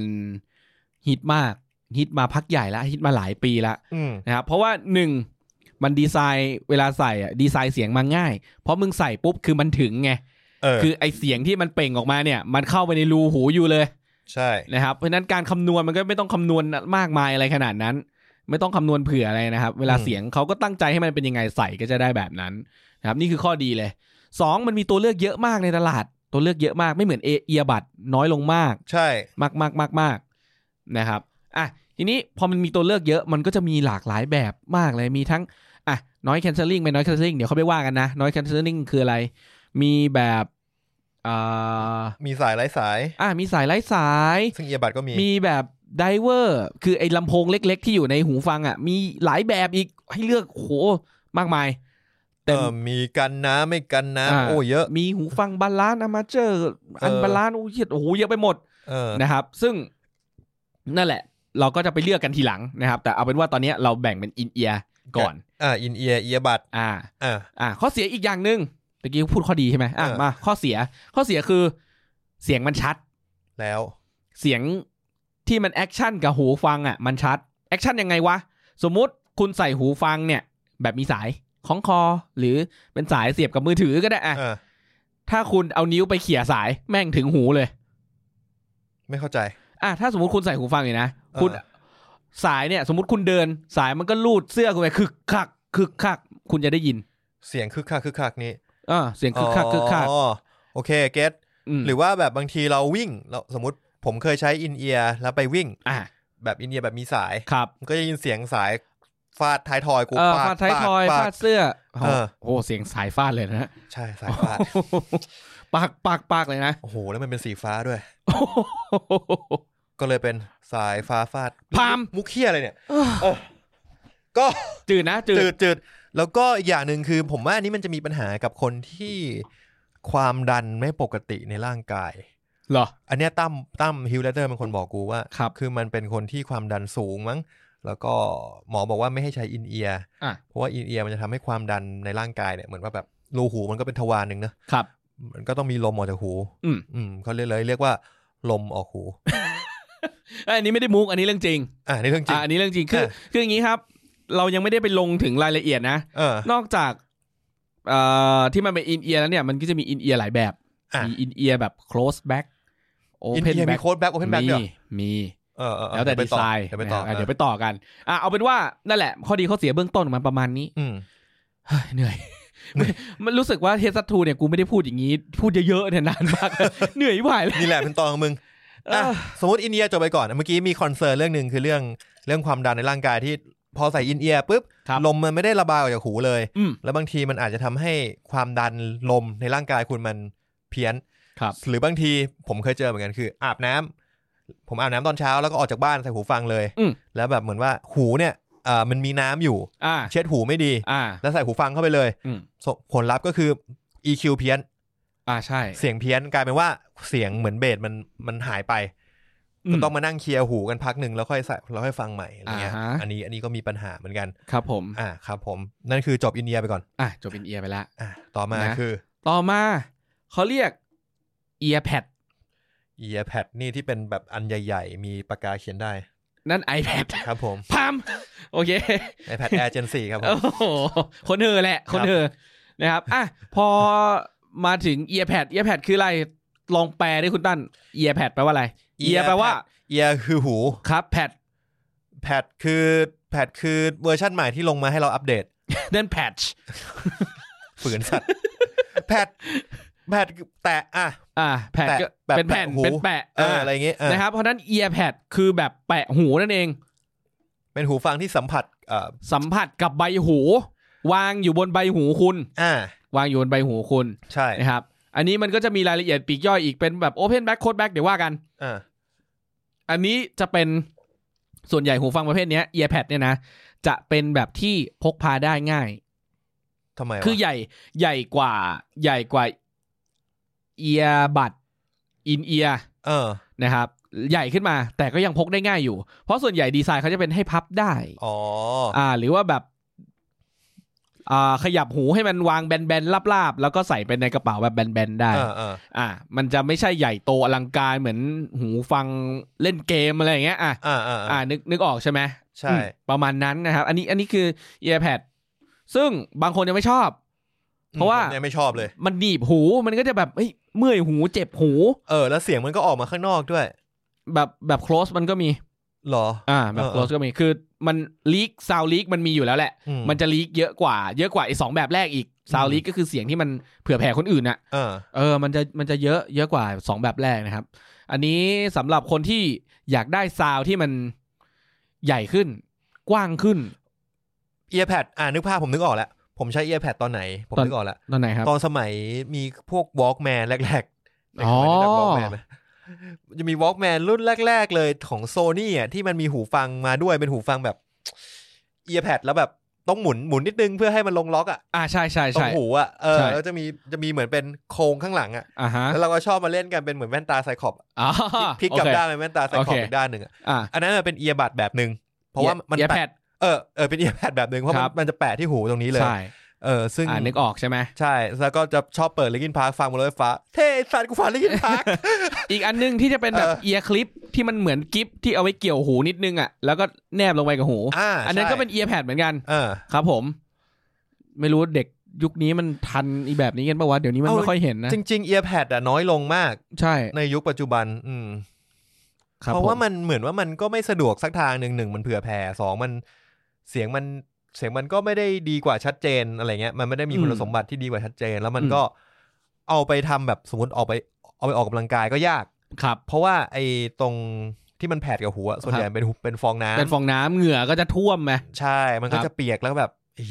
Speaker 2: ฮิตมากฮิตมาพักใหญ่ละฮิตมาหลายปีละ
Speaker 1: อืม
Speaker 2: นะครับเพราะว่าหนึ่งมันดีไซน์เวลาใส่อ่ะดีไซน์เสียงมาง่าย เพราะมึงใส่ปุ๊บคือมันถึงไง
Speaker 1: เออ
Speaker 2: คือไอเสียงที่มันเปล่งออกมาเนี่ย มันเข้าไปในรูหูอยู่เลย
Speaker 1: ใช่
Speaker 2: นะครับเพราะฉะนั้นการคำนวณมันก็ไม่ต้องคำนวณมากมายอะไรขนาดนั้น ไม่ต้องคำนวณเผื่ออะไรนะครับ เวลา
Speaker 1: อืม
Speaker 2: เสียงเขาก็ตั้งใจให้มันเป็นยังไงใส่ก็จะได้แบบนั้นนะครับนี่คือข้อดีเลยสองมันมีตัวเลือกเยอะมากในตลาด ตัวเลือกเยอะมากไม่เหมือนเอเอียบัตน้อยลงมาก
Speaker 1: ใช่
Speaker 2: มากมากมากมากนะครับอ่ะทีนี้พอมันมีตัวเลือกเยอะมันก็จะมีหลากหลายแบบมากเลยมีทั้งอ่ะน้อย canceling ไม่น้อย canceling เดี๋ยวเขาไปว่ากันนะน้อย canceling คืออะไร มีแบบอ่า
Speaker 1: มีสายไร้สาย
Speaker 2: อ่ะมีสายไร้สาย
Speaker 1: ซึ่งเอียบัตก็มี
Speaker 2: มีแบบไดเวอร์คือไอ้ลำโพงเล็ก ๆ ที่อยู่ในหูฟังอ่ะมีหลายแบบอีกให้เลือกโหมากมาย
Speaker 1: เอ
Speaker 2: เต็ม
Speaker 1: อ มีกันน้ำไม่กัน
Speaker 2: อ่า
Speaker 1: น้ำโอ้เยอะ
Speaker 2: มีหูฟังบาลานอามาเจอร์อัน
Speaker 1: เออ
Speaker 2: บาลานโอ้เหี้ยโอ้โหเยอะไปหมด
Speaker 1: เออ
Speaker 2: นะครับ ซึ่งนั่นแหละ เราก็จะไปเลือกกันทีหลังนะครับ แต่เอาเป็นว่าตอนเนี้ยเราแบ่งเป็นอินเอียก่อน
Speaker 1: อ่า อินเอียเอียบัต
Speaker 2: อ่า
Speaker 1: อ่า
Speaker 2: อ่า ข้อเสียอีกอย่างหนึ่งตะกี้พูดข้อดีใช่ไหมอ่ะ
Speaker 1: เออ
Speaker 2: มา ข้อเสีย ข้อเสียคือ เสียงมันชัด
Speaker 1: แล้ว
Speaker 2: เสียงที่มันแอคชั่นกับหูฟังอ่ะ มันชัด แอคชั่นยังไงวะ สมมุติคุณใส่หูฟังเนี่ย แบบมีสายของคอ หรือเป็นสายเสียบกับมือถือก็ได้อ่ะ
Speaker 1: อ่า
Speaker 2: ถ้าคุณเอานิ้วไปเขี่ยสายแม่งถึงหูเลย
Speaker 1: ไม่เข้าใจ
Speaker 2: อ่ะถ้าสมมติคุณใส่หูฟังอยู่นะคุณ
Speaker 1: เออ
Speaker 2: สายเนี่ย สมมติคุณเดิน สายมันก็ลูดเสื้อคุณไปคึกคักคึกคัก คุณจะได้ยิน
Speaker 1: เสียงคึกคักคึกคักนี้
Speaker 2: อ่าเสียงคึกคักคึกคัก
Speaker 1: อ๋อโอเค เก็ต
Speaker 2: ม
Speaker 1: หรือว่าแบบบางทีเราวิ่งเราสมมติผมเคยใช้อินเอียร์แล้วไปวิ่ง
Speaker 2: อ่ะ
Speaker 1: แบบอินเอียร์แบบมีสาย
Speaker 2: ครับ
Speaker 1: มันก็จะยินเสียงสายฟาดท้ายทอยกู
Speaker 2: เออ
Speaker 1: ปก
Speaker 2: ฟาดท้าย
Speaker 1: ปก
Speaker 2: ทอย
Speaker 1: ปก
Speaker 2: ฟาดเสื้อ
Speaker 1: เออ
Speaker 2: โอ้โหเสียงสายฟาดเลยนะ
Speaker 1: ใช่สายฟาด
Speaker 2: ปากปากปากเลยนะ
Speaker 1: โอ้โหแล้วมันเป็นสีฟ้าด้วย
Speaker 2: โอ้โห
Speaker 1: ก็เลยเป็นสายฟ้าฟาด
Speaker 2: พาม
Speaker 1: มุกเคียอะไรเนี่ยเออก็
Speaker 2: จืดนะจื
Speaker 1: จื
Speaker 2: ด
Speaker 1: ดจืดแล้วก็อีกอย่างหนึ่งคือ ผมว่าอันนี้มันจะมีปัญหากับคนที่ความดันไม่ปกติในร่างกาย
Speaker 2: เหรอ
Speaker 1: อันเนี้ยตั้มตั้มฮิวเลเตอร์เป็นคนบอกกูว่า
Speaker 2: ครับ
Speaker 1: อมันเป็นคนที่ความดันสูงมั้ง แล้วก็หมอบอกว่าไม่ให้ใช้อินเอียร์
Speaker 2: อ่ะ
Speaker 1: เพราะว่าอินเอียร์มันจะทำให้ความดันในร่างกายเนี่ยเหมือนว่าแบบรูหูมันก็เป็นทวารหนึ่งนะครับ มันก็ต้องมีลมออกจากหู
Speaker 2: อืม
Speaker 1: อืมเขาเลยเลยเรียกว่า ลมออกหู
Speaker 2: เอ้ยอันนี้ไม่ได้มุกอันนี้เรื่องจริง
Speaker 1: อ่าในเรื่องจริ
Speaker 2: อ่ะ
Speaker 1: ง
Speaker 2: อันนี้เรื่องจริงคือ
Speaker 1: เออ
Speaker 2: คืออย่างนี้ครับ เรายังไม่ได้ไปลงถึงรายละเอียดนะ
Speaker 1: เออ
Speaker 2: นอกจากเอ่อที่มันเป็นอินเอียร์แล้วเนี่ย มันก็จะมีอินเอียร์หลายแบบ
Speaker 1: อ่ะ
Speaker 2: มีอินเอียร์แบบ close back
Speaker 1: อิน
Speaker 2: open
Speaker 1: เอียร์มี
Speaker 2: back
Speaker 1: โค้ดแบ็กโอเพนแบ็กเดียว
Speaker 2: มีมี
Speaker 1: เออเออเออ
Speaker 2: แล้วแต่
Speaker 1: เยวป
Speaker 2: ดี
Speaker 1: ต่อ
Speaker 2: ไซน์
Speaker 1: เดี๋ยวไปต่อ
Speaker 2: นะครับะเดี๋ยว
Speaker 1: อ่ะ
Speaker 2: ไปต่อกันอ่ะเอาเป็นว่านั่นแหละ ข้อดีข้อเสียเบื้องต้นมันประมาณนี้
Speaker 1: อืม
Speaker 2: เฮ้ยเหนื่อย มันรู้สึกว่าเทสทูเนี่ยกูไม่ได้พูดอย่างนี้ พูดเยอะๆเนี่ยนานมาก เหนื่อยผ่ายเลย
Speaker 1: นี่แหละเป็นตอนของมึงอ่ะ
Speaker 2: เออ
Speaker 1: สมมติอินเอียร์จบไปก่อน เมื่อกี้มีคอนเซิร์นเรื่องหนึ่งคือเรื่องเรื่องความดันในร่างกายที่พอใส่อินเอียร์ปุ๊บ
Speaker 2: ครับ
Speaker 1: ลมมันไม่ได้ระบายออกจากหูเลย
Speaker 2: อืม
Speaker 1: แล้วบางทีมันอาจจะทำให้ความดันลมในร่างกายคุณมันเพี้ยน
Speaker 2: ครับ
Speaker 1: หรือบางทีผมเคยเจอเหมือนกันคือ อาบน้ำผมอาบน้ำตอนเช้าแล้วก็ออกจากบ้านใส่หูฟังเลย
Speaker 2: อืม
Speaker 1: แล้วแบบเหมือนว่าหูเนี่ย อ่ามันมีน้ำอยู่
Speaker 2: อ่า
Speaker 1: เช็ดหูไม่ดี
Speaker 2: อ่า
Speaker 1: แล้วใส่หูฟังเข้าไปเลย
Speaker 2: อืม
Speaker 1: สผลลัพธ์ก็คือ EQ เพี้ยน
Speaker 2: อ่าใช่
Speaker 1: เสียงเพี้ยนกลายเป็นว่าเสียงเหมือนเบสมันมันหายไปก็ต้อง
Speaker 2: ม
Speaker 1: มานั่งเคลียร์หูกันพักหนึ่งแล้วค่อยใส่แล้วค่อยฟังใหม่อะไรเงี้ย
Speaker 2: อ่าฮะ
Speaker 1: อันนี้อันนี้ก็มีปัญหาเหมือนกัน
Speaker 2: ครับผม
Speaker 1: อ่าครับผมนั่นคือจบอินเดียไปก่อน
Speaker 2: อ่ะจบเป็นเอียไปแล้ว
Speaker 1: อ่าต่อมา
Speaker 2: นะ
Speaker 1: คือ
Speaker 2: ต่อมาเขาเรียกเอียแพด
Speaker 1: earpad นี่ที่เป็นแบบอันใหญ่ ๆ มีปากกาเขียนได้
Speaker 2: นั่น iPad
Speaker 1: ครับผม
Speaker 2: พามโอเค
Speaker 1: iPad Air Gen 4ครับผ
Speaker 2: โอ้
Speaker 1: ม
Speaker 2: โห คนเธอแหละ คนเธอนะครับ อ่ะ พอมาถึงเอียแพดเอียแพดคืออะไร ลองแปลด้คุณตั้นเอียแพดแปลว่าอะไรเอีย
Speaker 1: Earpad
Speaker 2: แปลว่า
Speaker 1: ear คือหู
Speaker 2: ครับแพด
Speaker 1: pad คือ pad คือเวอร์ชันใหม่ที่ลงมาให้เราอัปเดต
Speaker 2: นั่นแพด
Speaker 1: ฝืนสัตว์ pad pad คือแตะอ่ะ
Speaker 2: อ่ะแพด
Speaker 1: แปะ
Speaker 2: ก็
Speaker 1: แบบ
Speaker 2: เป็นแผ่
Speaker 1: แปะ
Speaker 2: น
Speaker 1: หู
Speaker 2: เป็นแปะ
Speaker 1: เอออะไรอย่างเงี้ยเออ
Speaker 2: นะครับ เพราะฉะนั้นเอียแพดคือแบบแปะหูนั่นเอง
Speaker 1: เป็นหูฟังที่สัมผัสเอ่อ
Speaker 2: สัมผัสกับใบหู วางอยู่บนใบหูคุณ
Speaker 1: อ่าว
Speaker 2: างอยู่บนใบหูคุณ
Speaker 1: ใช่
Speaker 2: นะครับ อันนี้มันก็จะมีรายละเอียดปลีกย่อยอีกเป็นแบบ Open Back Code Back เดี๋ยวว่ากัน
Speaker 1: อ่า
Speaker 2: อันนี้จะเป็นส่วนใหญ่หูฟังประเภทเนี้ย earpad เนี่ยนะ จะเป็นแบบที่พกพาได้ง่าย
Speaker 1: ทำไมวะ
Speaker 2: คือใหญ่ใหญ่กว่าใหญ่กว่า earbud in ear
Speaker 1: เออ
Speaker 2: นะครับ ใหญ่ขึ้นมาแต่ก็ยังพกได้ง่ายอยู่ เพราะส่วนใหญ่ดีไซน์เขาจะเป็นให้พับได้
Speaker 1: อ๋อ
Speaker 2: อ่า หรือว่าแบบ อ่าขยับหูให้มันวางแบนๆลาบๆ แล้วก็ใส่ไปในกระเป๋าแบบแบนๆได้
Speaker 1: เออเออ
Speaker 2: อ่า มันจะไม่ใช่ใหญ่โตอลังการเหมือนหูฟังเล่นเกมอะไรอย่างเงี้ยอ่ะ
Speaker 1: อ่าอ่า
Speaker 2: อ่า
Speaker 1: อ่า
Speaker 2: นึกนึกออกใช่ไหม
Speaker 1: ใช่
Speaker 2: อืมประมาณนั้นนะครับ อันนี้อันนี้คือ earpad ซึ่งบางคนยังไม่ชอบ เพราะว่า
Speaker 1: อืมผมยังไม่ชอบเลย
Speaker 2: มันหนีบหูมันก็จะแบบเอ้ยเมื่อยหูเจ็บหู
Speaker 1: เออ แล้วเสียงมันก็ออกมาข้างนอกด้วย
Speaker 2: แบบแบบ close มันก็มี
Speaker 1: เหรอ
Speaker 2: อ่าแบบ
Speaker 1: เออ
Speaker 2: close ก็มีคือมัน leak sound leak มันมีอยู่แล้วแหละ
Speaker 1: อื
Speaker 2: มันจะ leak เยอะกว่า เยอะกว่าไอ้สองแบบแรกอีก sound leak ก็คือเสียงที่มันเผื่อแผ่คนอื่นน่ะ
Speaker 1: เออ
Speaker 2: เออมันจะมันจะเยอะเยอะกว่าสองแบบแรกนะครับ อันนี้สำหรับคนที่อยากได้ซาวที่มันใหญ่ขึ้น กว้างขึ้น
Speaker 1: เอียแพดอ่านึกภาพผมนึกออกแล้ว ผมใช้เอียแพดตอนไหน ผม
Speaker 2: ตอน
Speaker 1: นึกออกแล้ว
Speaker 2: ตอนไหนครับ
Speaker 1: ตอนสมัยมีพวกวอล์กแมนแรกๆใน
Speaker 2: อ๋อ
Speaker 1: สมัยนั้นวอล์กแมนไหมจะมีวอล์กแมนรุ่นแรก ๆ เลยของโซนี่อ่ะที่มันมีหูฟังมาด้วยเป็นหูฟังแบบเอียแพดแล้วแบบต้องหมุนหมุนนิดนึงเพื่อให้มันลงล็อกอ่ะ
Speaker 2: อ่าใช่ใช่
Speaker 1: ตร
Speaker 2: ใช่
Speaker 1: งหูอ่ะเออ
Speaker 2: ใช่
Speaker 1: แล้วจะมีจะมีเหมือนเป็นโครงข้างหลังอ่ะ
Speaker 2: อ่าฮะ
Speaker 1: แล้วเราก็ชอบมาเล่นกันเป็นเหมือนแว่นตาไซคลอปอะ
Speaker 2: อ๋อ
Speaker 1: พลิกกลับ
Speaker 2: โอเค
Speaker 1: ด้านเป็นแว่นตาไซคลอป
Speaker 2: โอเค
Speaker 1: อีกด้านหนึ่งอะ
Speaker 2: อ่า
Speaker 1: อันนั้นอะเป็นเอียบัดแบบหนึ่งเพราะว่ามัน
Speaker 2: แย
Speaker 1: แปะ
Speaker 2: แพด
Speaker 1: เออเออเป็นเอียแพดแบบหนึ่งเพราะ
Speaker 2: ค
Speaker 1: มั
Speaker 2: รั
Speaker 1: น
Speaker 2: บ
Speaker 1: มันจะแปะที่หูตรงนี้เลย
Speaker 2: ใช่
Speaker 1: เออซึ่ง
Speaker 2: อ่านึกออกใช่ไหม
Speaker 1: ใช่ แล้วก็จะชอบเปิดลิกินพาร์คฟังบนรถไฟฟ้า เท่สัตว์กูฟังลิกินพาร์ค
Speaker 2: อีกอันนึงที่จะเป็นแบบ
Speaker 1: เออ
Speaker 2: เอียคลิปที่มันเหมือนกิฟที่เอาไว้เกี่ยวหูนิดนึงอ่ะแล้วก็แนบลงไปกับหู
Speaker 1: อ่า
Speaker 2: อันนั้น
Speaker 1: ใช่
Speaker 2: ก็เป็นเอียแพดเหมือนกัน
Speaker 1: เออ
Speaker 2: ครับผม ไม่รู้เด็กยุคนี้มันทันอีแบบนี้กันปะวะเดี๋ยวนี้มัน
Speaker 1: เอา
Speaker 2: ไม่ค่อยเห็นนะ
Speaker 1: จริงๆเอียแพดอะน้อยลงมาก
Speaker 2: ใช่
Speaker 1: ในยุคปัจจุบัน อืม
Speaker 2: ครับ
Speaker 1: เพราะว่า
Speaker 2: ผ
Speaker 1: มันเหมือนว่ามันก็ไม่สะดวกสักทางหนึ่งหนึ่งมันเผื่อแผ่สองมันเสียงมันเสียงมันก็ไม่ได้ดีกว่าชัดเจนอะไรเงี้ยมันไม่ได้มีคุณสมบัติที่ดีกว่าชัดเจน แล้วมันก็เอาไปทำแบบสมมติออกไปเอาไปออกกำลังกายก็ยาก
Speaker 2: ครับ
Speaker 1: เพราะว่าไอ้ตรงที่มันแผดกับหัวส่วนใหญ่เป็นหูเป็นฟองน้ำ
Speaker 2: เป็นฟองน้ำเหงื่อก็จะท่วมไหม
Speaker 1: ใช่ มันก็
Speaker 2: ครับ
Speaker 1: จะเปียกแล้วก็แบบอี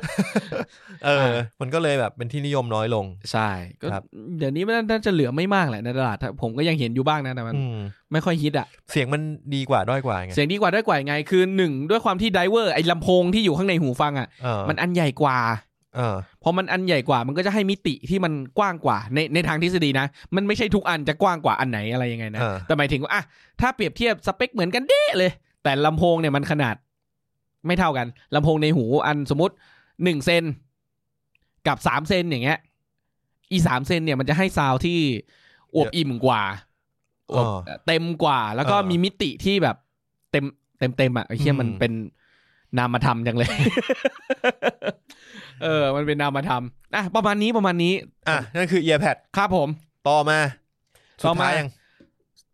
Speaker 1: เออ
Speaker 2: อ่ะ
Speaker 1: มันก็เลยแบบเป็นที่นิยมน้อยลง
Speaker 2: ใช่ก็
Speaker 1: ครับ
Speaker 2: เดี๋ยวนี้มันน่าจะเหลือไม่มากแหละในตลาดถ้าผมก็ยังเห็นอยู่บ้างนะแต่มัน
Speaker 1: อืม
Speaker 2: ไม่ค่อยฮิตอ่ะ
Speaker 1: เสียงมันดีกว่าด้อยกว่าไง
Speaker 2: เสียงดีกว่าด้วยกว่ายังไง คือหนึ่งด้วยความที่ไดเวอร์ไอ้ลำโพงที่อยู่ข้างในหูฟังอ่ะ
Speaker 1: เออ
Speaker 2: มันอันใหญ่กว่า
Speaker 1: เออ
Speaker 2: พอมันอันใหญ่กว่ามันก็จะให้มิติที่มันกว้างกว่า ในในทางทฤษฎีนะ มันไม่ใช่ทุกอันจะกว้างกว่าอันไหนอะไรยังไงนะ
Speaker 1: เออ
Speaker 2: แต่หมายถึงว่าอ่ะถ้าเปรียบเทียบสเปคเหมือนกันเด้เลย แต่ลำโพงเนี่ยมันขนาด ไม่เท่ากันลำโพงในหูอันสมมติหนึ่งเซนกับสามเซนอย่างเงี้ย อีสามเซนเนี่ยมันจะให้ซาวด์ที่อวบอิ่มกว่าอวบ
Speaker 1: เออ
Speaker 2: เต็มกว่า แล้วก็
Speaker 1: เออ
Speaker 2: มีมิติที่แบบเต็มเต็มเต็มๆอ่ะไอ้เฮีย
Speaker 1: อืม
Speaker 2: มันเป็นนามธรรมจังเลย เออ มันเป็นนามธรรมอ่ะประมาณนี้ประมาณนี้
Speaker 1: อ่ะ นั่นคือ ear pad
Speaker 2: ครับผม
Speaker 1: ต่อมาสุ
Speaker 2: ต่อ
Speaker 1: ด
Speaker 2: มา
Speaker 1: ท้ายยัง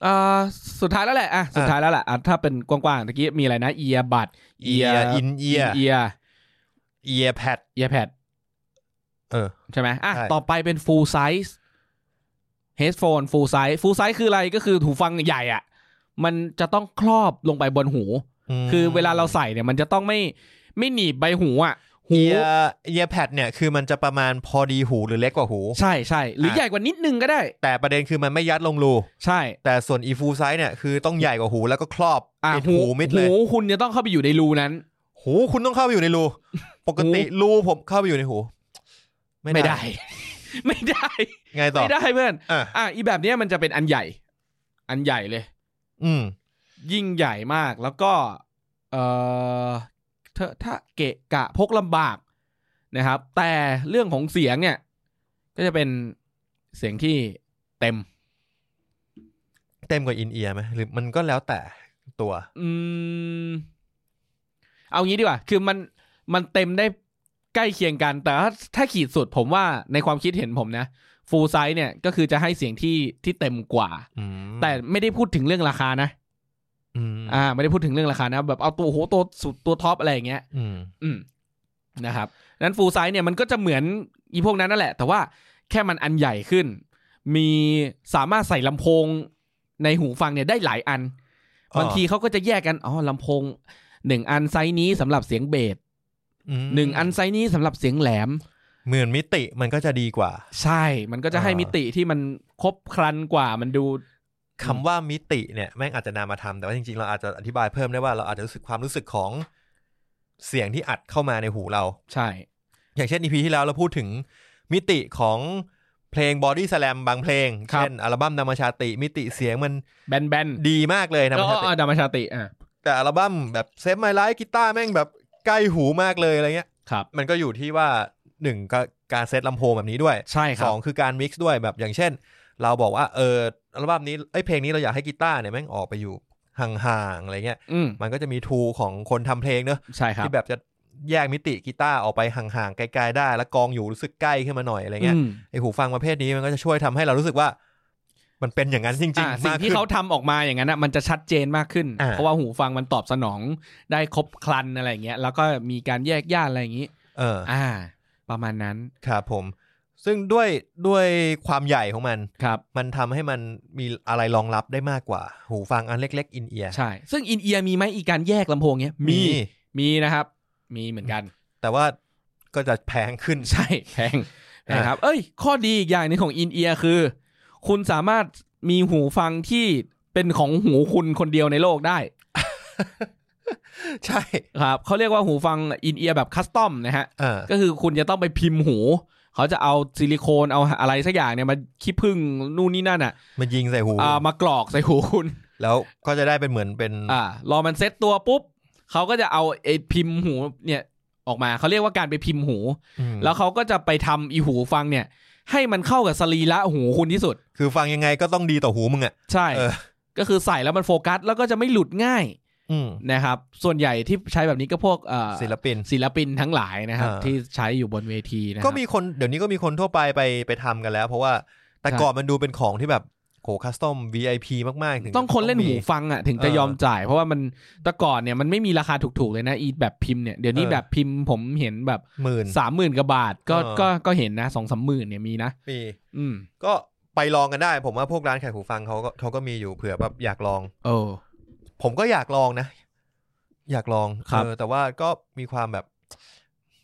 Speaker 2: เอ่อสุดท้ายแล้วแหละอ่ะสุดท้ายแล้วแหละอ่ะถ้าเป็นกว้างๆตะกี้มีอะไรนะเอียบัต
Speaker 1: ear in ear
Speaker 2: เอีย
Speaker 1: ear pad
Speaker 2: เอียแพด
Speaker 1: เออ
Speaker 2: ใช่ไหมอ่ะ
Speaker 1: ใช่
Speaker 2: ต่อไปเป็น full size headphone full size full size คืออะไรก็คือหูฟังใหญ่อ่ะ มันจะต้องครอบลงไปบนหู
Speaker 1: ม
Speaker 2: คือเวลาเราใส่เนี่ย มันจะต้องไม่ไม่หนีบใบหูอ่ะ หู
Speaker 1: เอียเอียแพดเนี่ยคือมันจะประมาณพอดีหูหรือเล็กกว่าหู
Speaker 2: ใช่ใช่หรืออะ ใหญ่กว่านิดนึงก็ได้
Speaker 1: แต่ประเด็นคือมันไม่ยัดลงรู
Speaker 2: ใช่
Speaker 1: แต่ส่วนอีฟูไซส์เนี่ยคือต้องใหญ่กว่าหูแล้วก็ครอบ
Speaker 2: อ่ะ
Speaker 1: ปิด
Speaker 2: หู
Speaker 1: หูมิดเลย
Speaker 2: หูคุณจะต้องเข้าไปอยู่ในรูนั้น
Speaker 1: หูคุณต้องเข้าไปอยู่ในรู ปกติรูผมเข้าไปอยู่ในหู
Speaker 2: ไม่ได้ ไม่ได้
Speaker 1: ไงต่อ
Speaker 2: ไม่ได้เพื่อน
Speaker 1: อ่ะ
Speaker 2: อ่ะอีแบบเนี้ยมันจะเป็นอันใหญ่ อันใหญ่เลย
Speaker 1: อืม
Speaker 2: ยิ่งใหญ่มากแล้วก็เอ่อถ้าถ้าเกะกะพกลำบากนะครับ แต่เรื่องของเสียงเนี่ย ก็จะเป็นเสียงที่เต็ม
Speaker 1: เต็มกว่าอินเอียร์ไหมหรือมันก็แล้วแต่ตัว
Speaker 2: อืม เอางี้ดีกว่า คือมันมันเต็มได้ใกล้เคียงกัน แต่ถ้าถ้าขีดสุดผมว่าในความคิดเห็นผมนะฟูลไซส์เนี่ยก็คือจะให้เสียงที่ที่เต็มกว่า
Speaker 1: อืม
Speaker 2: แต่ไม่ได้พูดถึงเรื่องราคานะ
Speaker 1: อืม
Speaker 2: อ่า ไม่ได้พูดถึงเรื่องราคานะ แบบเอาตัวโหตัวสุดตัวท็อปอะไรอย่างเงี้ย
Speaker 1: อืม
Speaker 2: อืมนะครับนั้นฟูลไซส์เนี่ยมันก็จะเหมือนอีพวกนั้นนั่นแหละ แต่ว่าแค่มันอันใหญ่ขึ้น มีสามารถใส่ลำโพงในหูฟังเนี่ยได้หลายอัน
Speaker 1: อ่า
Speaker 2: บางทีเขาก็จะแยกกันอ๋อลำโพงหนึ่งอันไซส์นี้สำหรับเสียงเบส
Speaker 1: อืม
Speaker 2: หนึ่งอันไซส์นี้สำหรับเสียงแหลม
Speaker 1: หมื่นมิติมันก็จะดีกว่า
Speaker 2: ใช่ มันก็จะให้
Speaker 1: อ่ามิ
Speaker 2: มิติที่มันครบครันกว่ามันดู
Speaker 1: คำว่ามิติเนี่ยแม่งอาจจะนามธรรมแต่ว่าจริงๆ เราอาจจะอธิบายเพิ่มได้ว่าเราอาจจะรู้สึกความรู้สึกของเสียงที่อัดเข้ามาในหูเรา
Speaker 2: ใช่
Speaker 1: อย่างเช่น EP ที่แล้วเราพูดถึงมิติของเพลง Body Slam บางเพลง
Speaker 2: ครับ
Speaker 1: เช่น อัลบั้มนามชาติ มิติเสียงมัน
Speaker 2: แบนแบน
Speaker 1: ดีมากเลยนะ
Speaker 2: แล้วอ๋อดามาชาติอ่ะ
Speaker 1: แต่อัลบั้มแบบเซฟไมล์ไลท์กีตาร์แม่งแบบใกล้หูมากเลยอะไรเงี้ย
Speaker 2: ครับ
Speaker 1: มันก็อยู่ที่ว่าหนึ่งก็การเซตลำโพงแบบนี้ด้วย
Speaker 2: ใช่ค
Speaker 1: ส
Speaker 2: รั
Speaker 1: อบ งคือการมิกซ์ด้วยแบบอย่างเช่น เราบอกว่าเอออัลบั้มนี้ไอ้ยเพลงนี้เราอยากให้กีตาร์เนี่ยแม่งออกไปอยู่ห่างๆอะไรเงี้ย
Speaker 2: อืม
Speaker 1: มันก็จะมีทูของคนทำเพลงเนอะ
Speaker 2: ใช่ครับ
Speaker 1: ที่แบบจะแยกมิติกีตาร์ออกไปห่างๆไกลๆได้ แล้วกองอยู่รู้สึกใกล้ขึ้นมาหน่อยอะไรเงี้ย
Speaker 2: อืม
Speaker 1: ไอหูฟังประเภทนี้มันก็จะช่วยทำให้เรารู้สึกว่า มันเป็นอย่างนั้นจริง
Speaker 2: อ่ะ
Speaker 1: ๆ
Speaker 2: สิ่
Speaker 1: มาง ก
Speaker 2: ที่
Speaker 1: ขึ้น
Speaker 2: เขาทำออกมาอย่างนั้นนะมันจะชัดเจนมากขึ้น
Speaker 1: อ่า
Speaker 2: เพราะว่าหูฟังมันตอบสนองได้ครบครันอะไรอย่างเงี้ยแล้วก็มีการแยกย่านอะไรอย่างงี้
Speaker 1: เออ
Speaker 2: อ่า ประมาณนั้น
Speaker 1: ครับผม ซึ่งด้วยด้วยความใหญ่ของมัน
Speaker 2: ครับ
Speaker 1: มันทำให้มันมีอะไรรองรับได้มากกว่า หูฟังอันเล็ก ๆ อินเอียร์
Speaker 2: ใช่ ซึ่งอินเอียมีไหมอีการแยกลำโพงเนี้ย
Speaker 1: มี
Speaker 2: มีนะครับ มีเหมือนกัน
Speaker 1: แต่ว่าก็จะแพงขึ้น
Speaker 2: ใช่แพงแพงครับ เอ้ย ข้อดีอีกอย่างหนึงของอินเอียคือ คุณสามารถมีหูฟังที่เป็นของหูคุณคนเดียวในโลกได้
Speaker 1: ใช่
Speaker 2: ครับเขาเรียกว่าหูฟังอินเอียแบบคัสตอมนะฮะ
Speaker 1: เออ
Speaker 2: ก็คือคุณจะต้องไปพิมพ์หู เขาจะเอาซิลิโคนเอาอะไรสักอย่างเนี่ยมาขี้ผึ้งนู่นนี่นั่นอ่ะ
Speaker 1: มันยิงใส่หู
Speaker 2: อ่ามากรอกใส่หูคุณ
Speaker 1: แล้วก็จะได้เป็นเหมือนเป็น
Speaker 2: อ่ารอมันเซ็ตตัวปุ๊บเขาก็จะเอาไอ้พิมพ์หูเนี่ยออกมาเขาเรียกว่าการไปพิมพ์หู
Speaker 1: อืม
Speaker 2: แล้วเขาก็จะไปทำอีหูฟังเนี่ย ให้มันเข้ากับสรีระหูคุณที่สุด
Speaker 1: คือฟังยังไงก็ต้องดีต่อหูมึงอ่ะ
Speaker 2: ใช่
Speaker 1: เออ
Speaker 2: ก็คือใส่แล้วมันโฟกัส แล้วก็จะไม่หลุดง่าย
Speaker 1: อืม
Speaker 2: นะครับ ส่วนใหญ่ที่ใช้แบบนี้ก็พวกเอ่อ
Speaker 1: ศิลปิน
Speaker 2: ศิลปินทั้งหลายนะครับ
Speaker 1: อ่า
Speaker 2: ที่ใช้อยู่บนเวทีนะครับ
Speaker 1: ก็มีคนเดี๋ยวนี้ก็มีคนทั่วไปไปไปทำกันแล้ว เพราะว่าแต่
Speaker 2: ใช่
Speaker 1: ก่อนมันดูเป็นของที่แบบโหคัสตอม VIP มากๆถึง
Speaker 2: ต้องคนเล่น
Speaker 1: มี
Speaker 2: หูฟังอ่ะถึงจะ
Speaker 1: เออย
Speaker 2: อมจ่าย เพราะว่ามันแต่ก่อนเนี่ยมันไม่มีราคาถูกๆเลยนะอีแบบพิมพ์เนี่ยเดี๋ยวนี้
Speaker 1: เออ
Speaker 2: แบบพิมพ์ผมเห็นแบบ
Speaker 1: หมื่น
Speaker 2: สามหมื่นกว่าบาทก็
Speaker 1: เออ
Speaker 2: ก็ก็เห็นนะสองสามหมื่นเนี่ยมีนะ
Speaker 1: มี
Speaker 2: อืม
Speaker 1: ก็ไปลองกันได้ ผมว่าพวกร้านขายหูฟังเขาก็เขาก็มีอยู่เผื่อแบบอยากลอง
Speaker 2: เออ
Speaker 1: ผมก็อยากลองนะ อยากลอง
Speaker 2: ครับ
Speaker 1: เออแต่ว่าก็มีความแบบ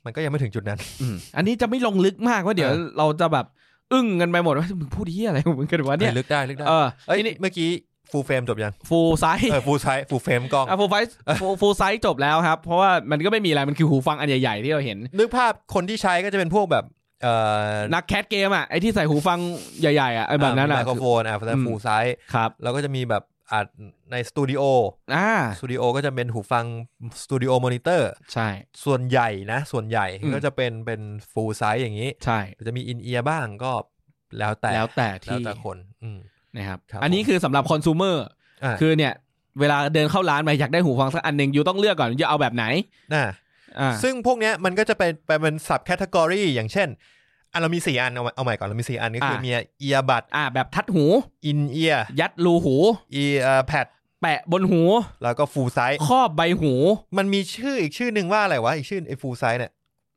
Speaker 1: มันก็ยังไม่ถึงจุดนั้น
Speaker 2: อืมอันนี้จะไม่ลงลึกมากว่าเดี๋ยว
Speaker 1: เออ
Speaker 2: เราจะแบบอึ้งกันไปหมด ว่ามึงพูดที่อะไรของมึงกันวะเนี่
Speaker 1: อ
Speaker 2: ย
Speaker 1: อลึกได้ลึกได้
Speaker 2: เออ
Speaker 1: เอ้ย
Speaker 2: ทีนี้
Speaker 1: เมื่อกี้ฟูลเฟรมจบยัง
Speaker 2: ฟูลไซส์
Speaker 1: เออฟูลไซส์ฟูลเฟรมกล้อง
Speaker 2: อ่ะฟูลไซส์ฟูลไซส์จบแล้วครับ เพราะว่ามันก็ไม่มีอะไรมันคือหูฟังอันใหญ่ๆที่เราเห็น
Speaker 1: นึกภาพคนที่ใช้ก็จะเป็นพวกแบบ เอ่อ
Speaker 2: นักแคทเกมอ่ะไอ้ที่ใส่หูฟังใหญ่ๆอ่ะไอ้แบบนั้น
Speaker 1: อ่ะ
Speaker 2: อ่ะ
Speaker 1: ไมโครโฟนอ่ะแต่ฟูลไซส์
Speaker 2: ครับ
Speaker 1: แล้วก็จะมีแบบอัดในสตูดิโอ
Speaker 2: อ่า
Speaker 1: สตูดิโอก็จะเป็นหูฟังสตูดิโอมอนิเตอร์
Speaker 2: ใช่
Speaker 1: ส่วนใหญ่นะ ส่วนใหญ่
Speaker 2: อืม
Speaker 1: ก็จะเป็นเป็นฟูลไซส์อย่างนี้
Speaker 2: ใช่
Speaker 1: จะมีอินเอียร์บ้างก็แล้วแต่
Speaker 2: แล้วแต่
Speaker 1: แล้ว
Speaker 2: ที่
Speaker 1: แต่คน อืม
Speaker 2: นะครับ
Speaker 1: ครับ
Speaker 2: อันนี้คือสำหรับคอน sumer
Speaker 1: อ่า
Speaker 2: คือเนี่ยเวลาเดินเข้าร้านมาอยากได้หูฟังสักอันหนึ่งยูต้องเลือกก่อนยูจะเอาแบบไหน
Speaker 1: น่ะ
Speaker 2: อ่า
Speaker 1: ซึ่งพวกเนี้ยมันก็จะเป็นเป็นสับแคตตากรีอย่างเช่นอ่ะเรามีสี่อันเอาเอาใหม่ก่อนเรามีสี่อันก็คือมีเอียร์บัด
Speaker 2: อ่า แบบทัดหู
Speaker 1: อินเอียร์
Speaker 2: ยัดรูหู
Speaker 1: อีแพด
Speaker 2: แปะบนหู
Speaker 1: แล้วก็ฟูลไซส์
Speaker 2: ครอบใบหู
Speaker 1: มันมีชื่ออีกชื่อหนึ่งว่าอะไรวะ อีกชื่อไอ้ฟูลไซส์เนี่ย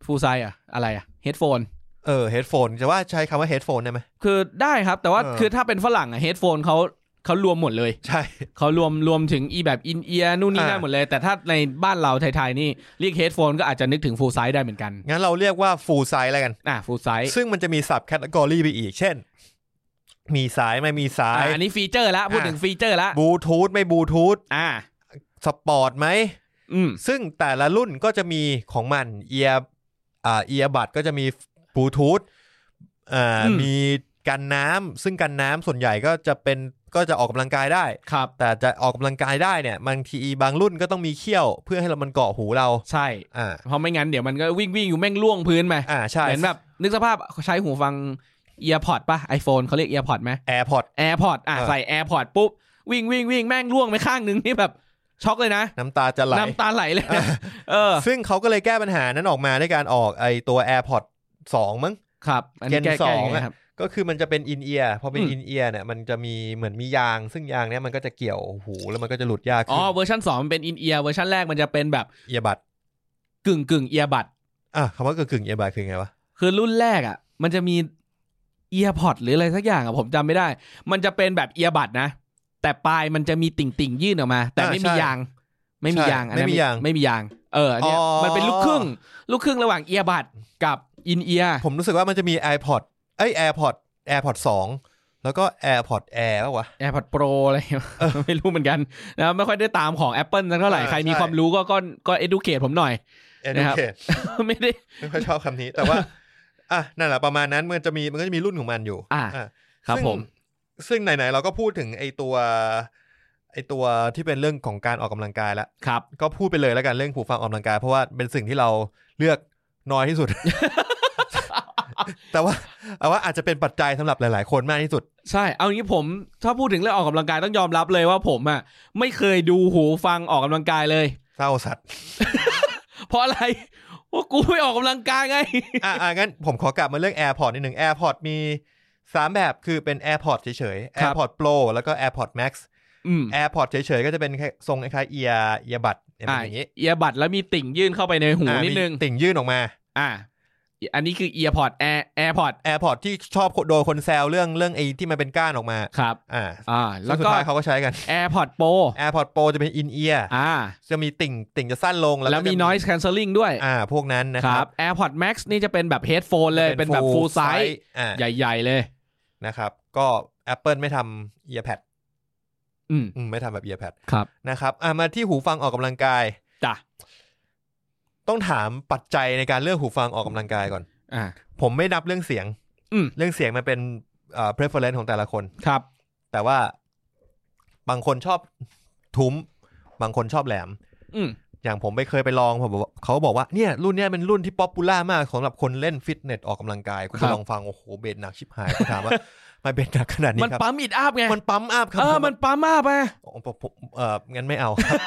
Speaker 2: ฟูไซอ่ะ อะไรอ่ะเฮดโฟน
Speaker 1: เออเฮดโฟนจะว่าใช้คำว่าเฮดโฟนได้ไหม
Speaker 2: คือได้ครับ แต่ว่า
Speaker 1: เออ
Speaker 2: คือถ้าเป็นฝรั่งอ่ะเฮดโฟนเขา เขารวมหมด เลย
Speaker 1: ใช่
Speaker 2: เขารวมรวมถึงอีแบบอินเอียนู่นนี่นั่น
Speaker 1: อ่า
Speaker 2: หมดเลย แต่ถ้าในบ้านเราไทยๆนี่เรียกเฮดโฟนก็อาจจะนึกถึงฟูลไซส์ได้เหมือนกัน
Speaker 1: งั้นเราเรียกว่า full size แล้วกัน
Speaker 2: อ่ะฟูลไซส์
Speaker 1: ซึ่งมันจะมีสับแคตตากรีไปอีก เช่น มีสายไม่มีสาย
Speaker 2: อันนี้ฟีเจอร์ละพูดถึงฟีเจอร์ละ
Speaker 1: บลูทูธไม่บลูทูธ
Speaker 2: อ่า
Speaker 1: สปอร์ตไหม
Speaker 2: อืม
Speaker 1: ซึ่งแต่ละรุ่นก็จะมีของมันเอียอ่าเอียบัตก็จะมีบลูทูธอ่า
Speaker 2: อืม
Speaker 1: มีกันน้ำซึ่งกันน้ำส่วนใหญ่ก็จะเป็นก็จะออกกำลังกายได้
Speaker 2: ครับ
Speaker 1: แต่จะออกกำลังกายได้เนี่ยบางทีบางรุ่นก็ต้องมีเขี้ยวเพื่อให้เรามันเกาะหูเรา
Speaker 2: ใช่
Speaker 1: อ่า
Speaker 2: เพราะไม่งั้นเดี๋ยวมันก็วิ่งวิ่งอยู่แม่งล่วงพื้นไป
Speaker 1: อ่าใช่
Speaker 2: เห็นแบบนึกสภาพใช้หูฟังเอียร์พอดป่ะไอโฟนเขาเรียกเอียร์พอดไหม
Speaker 1: แอร์พอร์ต
Speaker 2: แอร์พอดอ่ะ
Speaker 1: เออ
Speaker 2: ใส่แอร์พอดปุ๊บ วิ่งวิ่งวิ่งแม่งล่วงไปข้างนึงนี่แบบช็อกเลยนะ
Speaker 1: น้ำตาจะไหล
Speaker 2: น้ำตาไหลเลยนะเออ
Speaker 1: ซึ่งเขาก็เลยแก้ปัญหานั้นออกมาด้วยการออกไอตัว AirPods 2 มั้ง
Speaker 2: ครับ อันนี้แก้
Speaker 1: เจนสอง
Speaker 2: แก้ยังไงครับ
Speaker 1: ก็คือมันจะเป็นอินเอียร์พอเป็น
Speaker 2: อืม
Speaker 1: อินเอียร์เนี่ยมันจะมีเหมือนมียาง ซึ่งยางเนี้ยมันก็จะเกี่ยวหูแล้วมันก็จะหลุดยาก
Speaker 2: อ๋
Speaker 1: ขึ้
Speaker 2: อน เวอร์ชันสองมันเป็นอินเอียร์เวอร์ชันแรกมันจะเป็นแบบ
Speaker 1: เอียบัด
Speaker 2: กึ่งกึ่งเอียร์บัด
Speaker 1: อ่ะคำว่ากึ่งๆเอียบัดคือไงวะ
Speaker 2: คือรุ่นแรกอ่ะ มันจะมีเอียร์พอดหรืออะไรสักอย่างอ่ะผมจำไม่ได้ มันจะเป็นแบบเอียร์บัดนะ แต่ปลายมันจะมีติ่งติ่งๆยื่นออกมา แต่ไม่มี
Speaker 1: อ่าใช่
Speaker 2: ยาง ไม่มี
Speaker 1: ใช่
Speaker 2: ยางอันนั้น
Speaker 1: ไม่มียาง
Speaker 2: ไม่มียาง เอออันเนี้ย
Speaker 1: อ๋อ
Speaker 2: มันเป็นลูกครึ่ง ลูกครึ่งระหว่างเอียร์บัดกับอินเอียร์
Speaker 1: ผมรู้สึกว่ามันจะมี iPod เอ้ย AirPod AirPod 2 แล้วก็ AirPod Air ปะวะ
Speaker 2: แอร์พอดโปรอะไรอย่างเงี้ยไม่รู้เหมือนกันนะไม่ค่อยได้ตามของ Apple สักเท่าไหร่
Speaker 1: เออ
Speaker 2: ใครมี
Speaker 1: ใช่
Speaker 2: ความรู้ก็ก็ก็ educate ผมหน่อย นะครับ
Speaker 1: Educate
Speaker 2: ไม่ได้
Speaker 1: ไม่ค่อยชอบคำนี้ แต่ว่า อ่ะนั่นแหละประมาณนั้นมันจะมีมันก็จะมีรุ่นของมันอยู่
Speaker 2: อ่ะ
Speaker 1: ะ
Speaker 2: ครับ
Speaker 1: ซึ่ง
Speaker 2: ผม
Speaker 1: ซึ่งไหนๆเราก็พูดถึงไอตัว ไอตัวที่เป็นเรื่องของการออกกำลังกายละ
Speaker 2: ครับ
Speaker 1: ก็พูดไปเลยแล้วกันเรื่องผูกฟังออกกำลังกาย เพราะว่าเป็นสิ่งที่เราเลือกน้อยที่สุด แต่ว่าเอาว่าอาจจะเป็นปัจจัยสำหรับหลาย ๆ คนมากที่สุด
Speaker 2: ใช่ เอางี้ผมถ้าพูดถึงเรื่องออกกำลังกายต้องยอมรับเลยว่าผมอ่ะไม่เคยดูหูฟังออกกำลังกายเลย
Speaker 1: เศร้าสัตว์
Speaker 2: เพราะอะไรเพราะกูไม่ออกกำลัง กายไง
Speaker 1: อ่ะอ่ะงั้นผมขอกลับมาเรื่อง AirPod นิดหนึ่ง AirPod มี 3 แบบคือเป็น AirPod เฉย
Speaker 2: ค
Speaker 1: ๆ
Speaker 2: รับ
Speaker 1: AirPod Pro แล้วก็ AirPod Max
Speaker 2: อืม
Speaker 1: AirPod เฉย ๆ ก็จะเป็นแค่ทรงคล้ายๆเอียเอียบัตเป็นอย่างนี้
Speaker 2: เอียบัดแล้วมีติ่งยื่นเข้าไปในหู
Speaker 1: อ่ะ
Speaker 2: นิดนึง
Speaker 1: มีติ่งยื่นออกมา
Speaker 2: อ่า อันนี้คือเอียพอดแอร์แอร์พอด
Speaker 1: AirPod ที่ชอบโดนคนแซวเรื่องเรื่องไอ้ที่มันเป็นก้านออกมา
Speaker 2: ครับ
Speaker 1: อ่า
Speaker 2: อ่า
Speaker 1: แล้
Speaker 2: แล้ว ว
Speaker 1: สุด
Speaker 2: ก็
Speaker 1: ท้ายเขาก็ใช้กัน
Speaker 2: แอร์พอดโปร
Speaker 1: AirPod Pro จะเป็นอินเอีย
Speaker 2: อ่า
Speaker 1: จะมีติ่งติ่งจะสั้นลง
Speaker 2: แล้ว
Speaker 1: ก็
Speaker 2: มี
Speaker 1: จะ
Speaker 2: noise cancelling ด้วย
Speaker 1: อ่า พวกนั้นนะค
Speaker 2: ครั
Speaker 1: รั
Speaker 2: บบ แอร์พอดแม็กซ์นี่จะเป็นแบบเฮดโฟนเลยเป็นแบบ full size
Speaker 1: อ่า
Speaker 2: ใหญ่ ๆ เลย
Speaker 1: นะครับ ก็ Apple ไม่ทำ earpad
Speaker 2: อืม
Speaker 1: อืมไม่ทำแบบ earpad
Speaker 2: ครับ
Speaker 1: นะครับอ่ามาที่หูฟังออกกำลังกาย
Speaker 2: จ้ะ
Speaker 1: ต้องถามปัจจัยในการเลือกหูฟังออกกำลังกายก่อน
Speaker 2: อ่า
Speaker 1: ผมไม่นับเรื่องเสียง
Speaker 2: อืม
Speaker 1: เรื่องเสียงมันเป็นเอ่อ preference ของแต่ละคน
Speaker 2: ครับ
Speaker 1: แต่ว่าบางคนชอบทุ้ม บางคนชอบแหลม
Speaker 2: อืม
Speaker 1: อย่างผมไปเคยไปลองผมบอกว่าเขาบอกว่าเนี่ยรุ่นเนี้ยเป็นรุ่นที่ป๊อปปูล่ามากสำหรับคนเล่นฟิตเนสออกกำลังกายคุณ
Speaker 2: ครั
Speaker 1: ไป
Speaker 2: บ
Speaker 1: ลองฟัง โอ้โห เบสหนักชิบหายผมถามว่า ไม่เบสหนักขนาดนี้
Speaker 2: มัน
Speaker 1: ครับ
Speaker 2: ปั๊มอิดอัพไง
Speaker 1: มันปั๊มอัพครั
Speaker 2: เออ
Speaker 1: ผม
Speaker 2: มันปั๊มมาไป
Speaker 1: ผมผมผมเอองั้นไม่เอา ครับ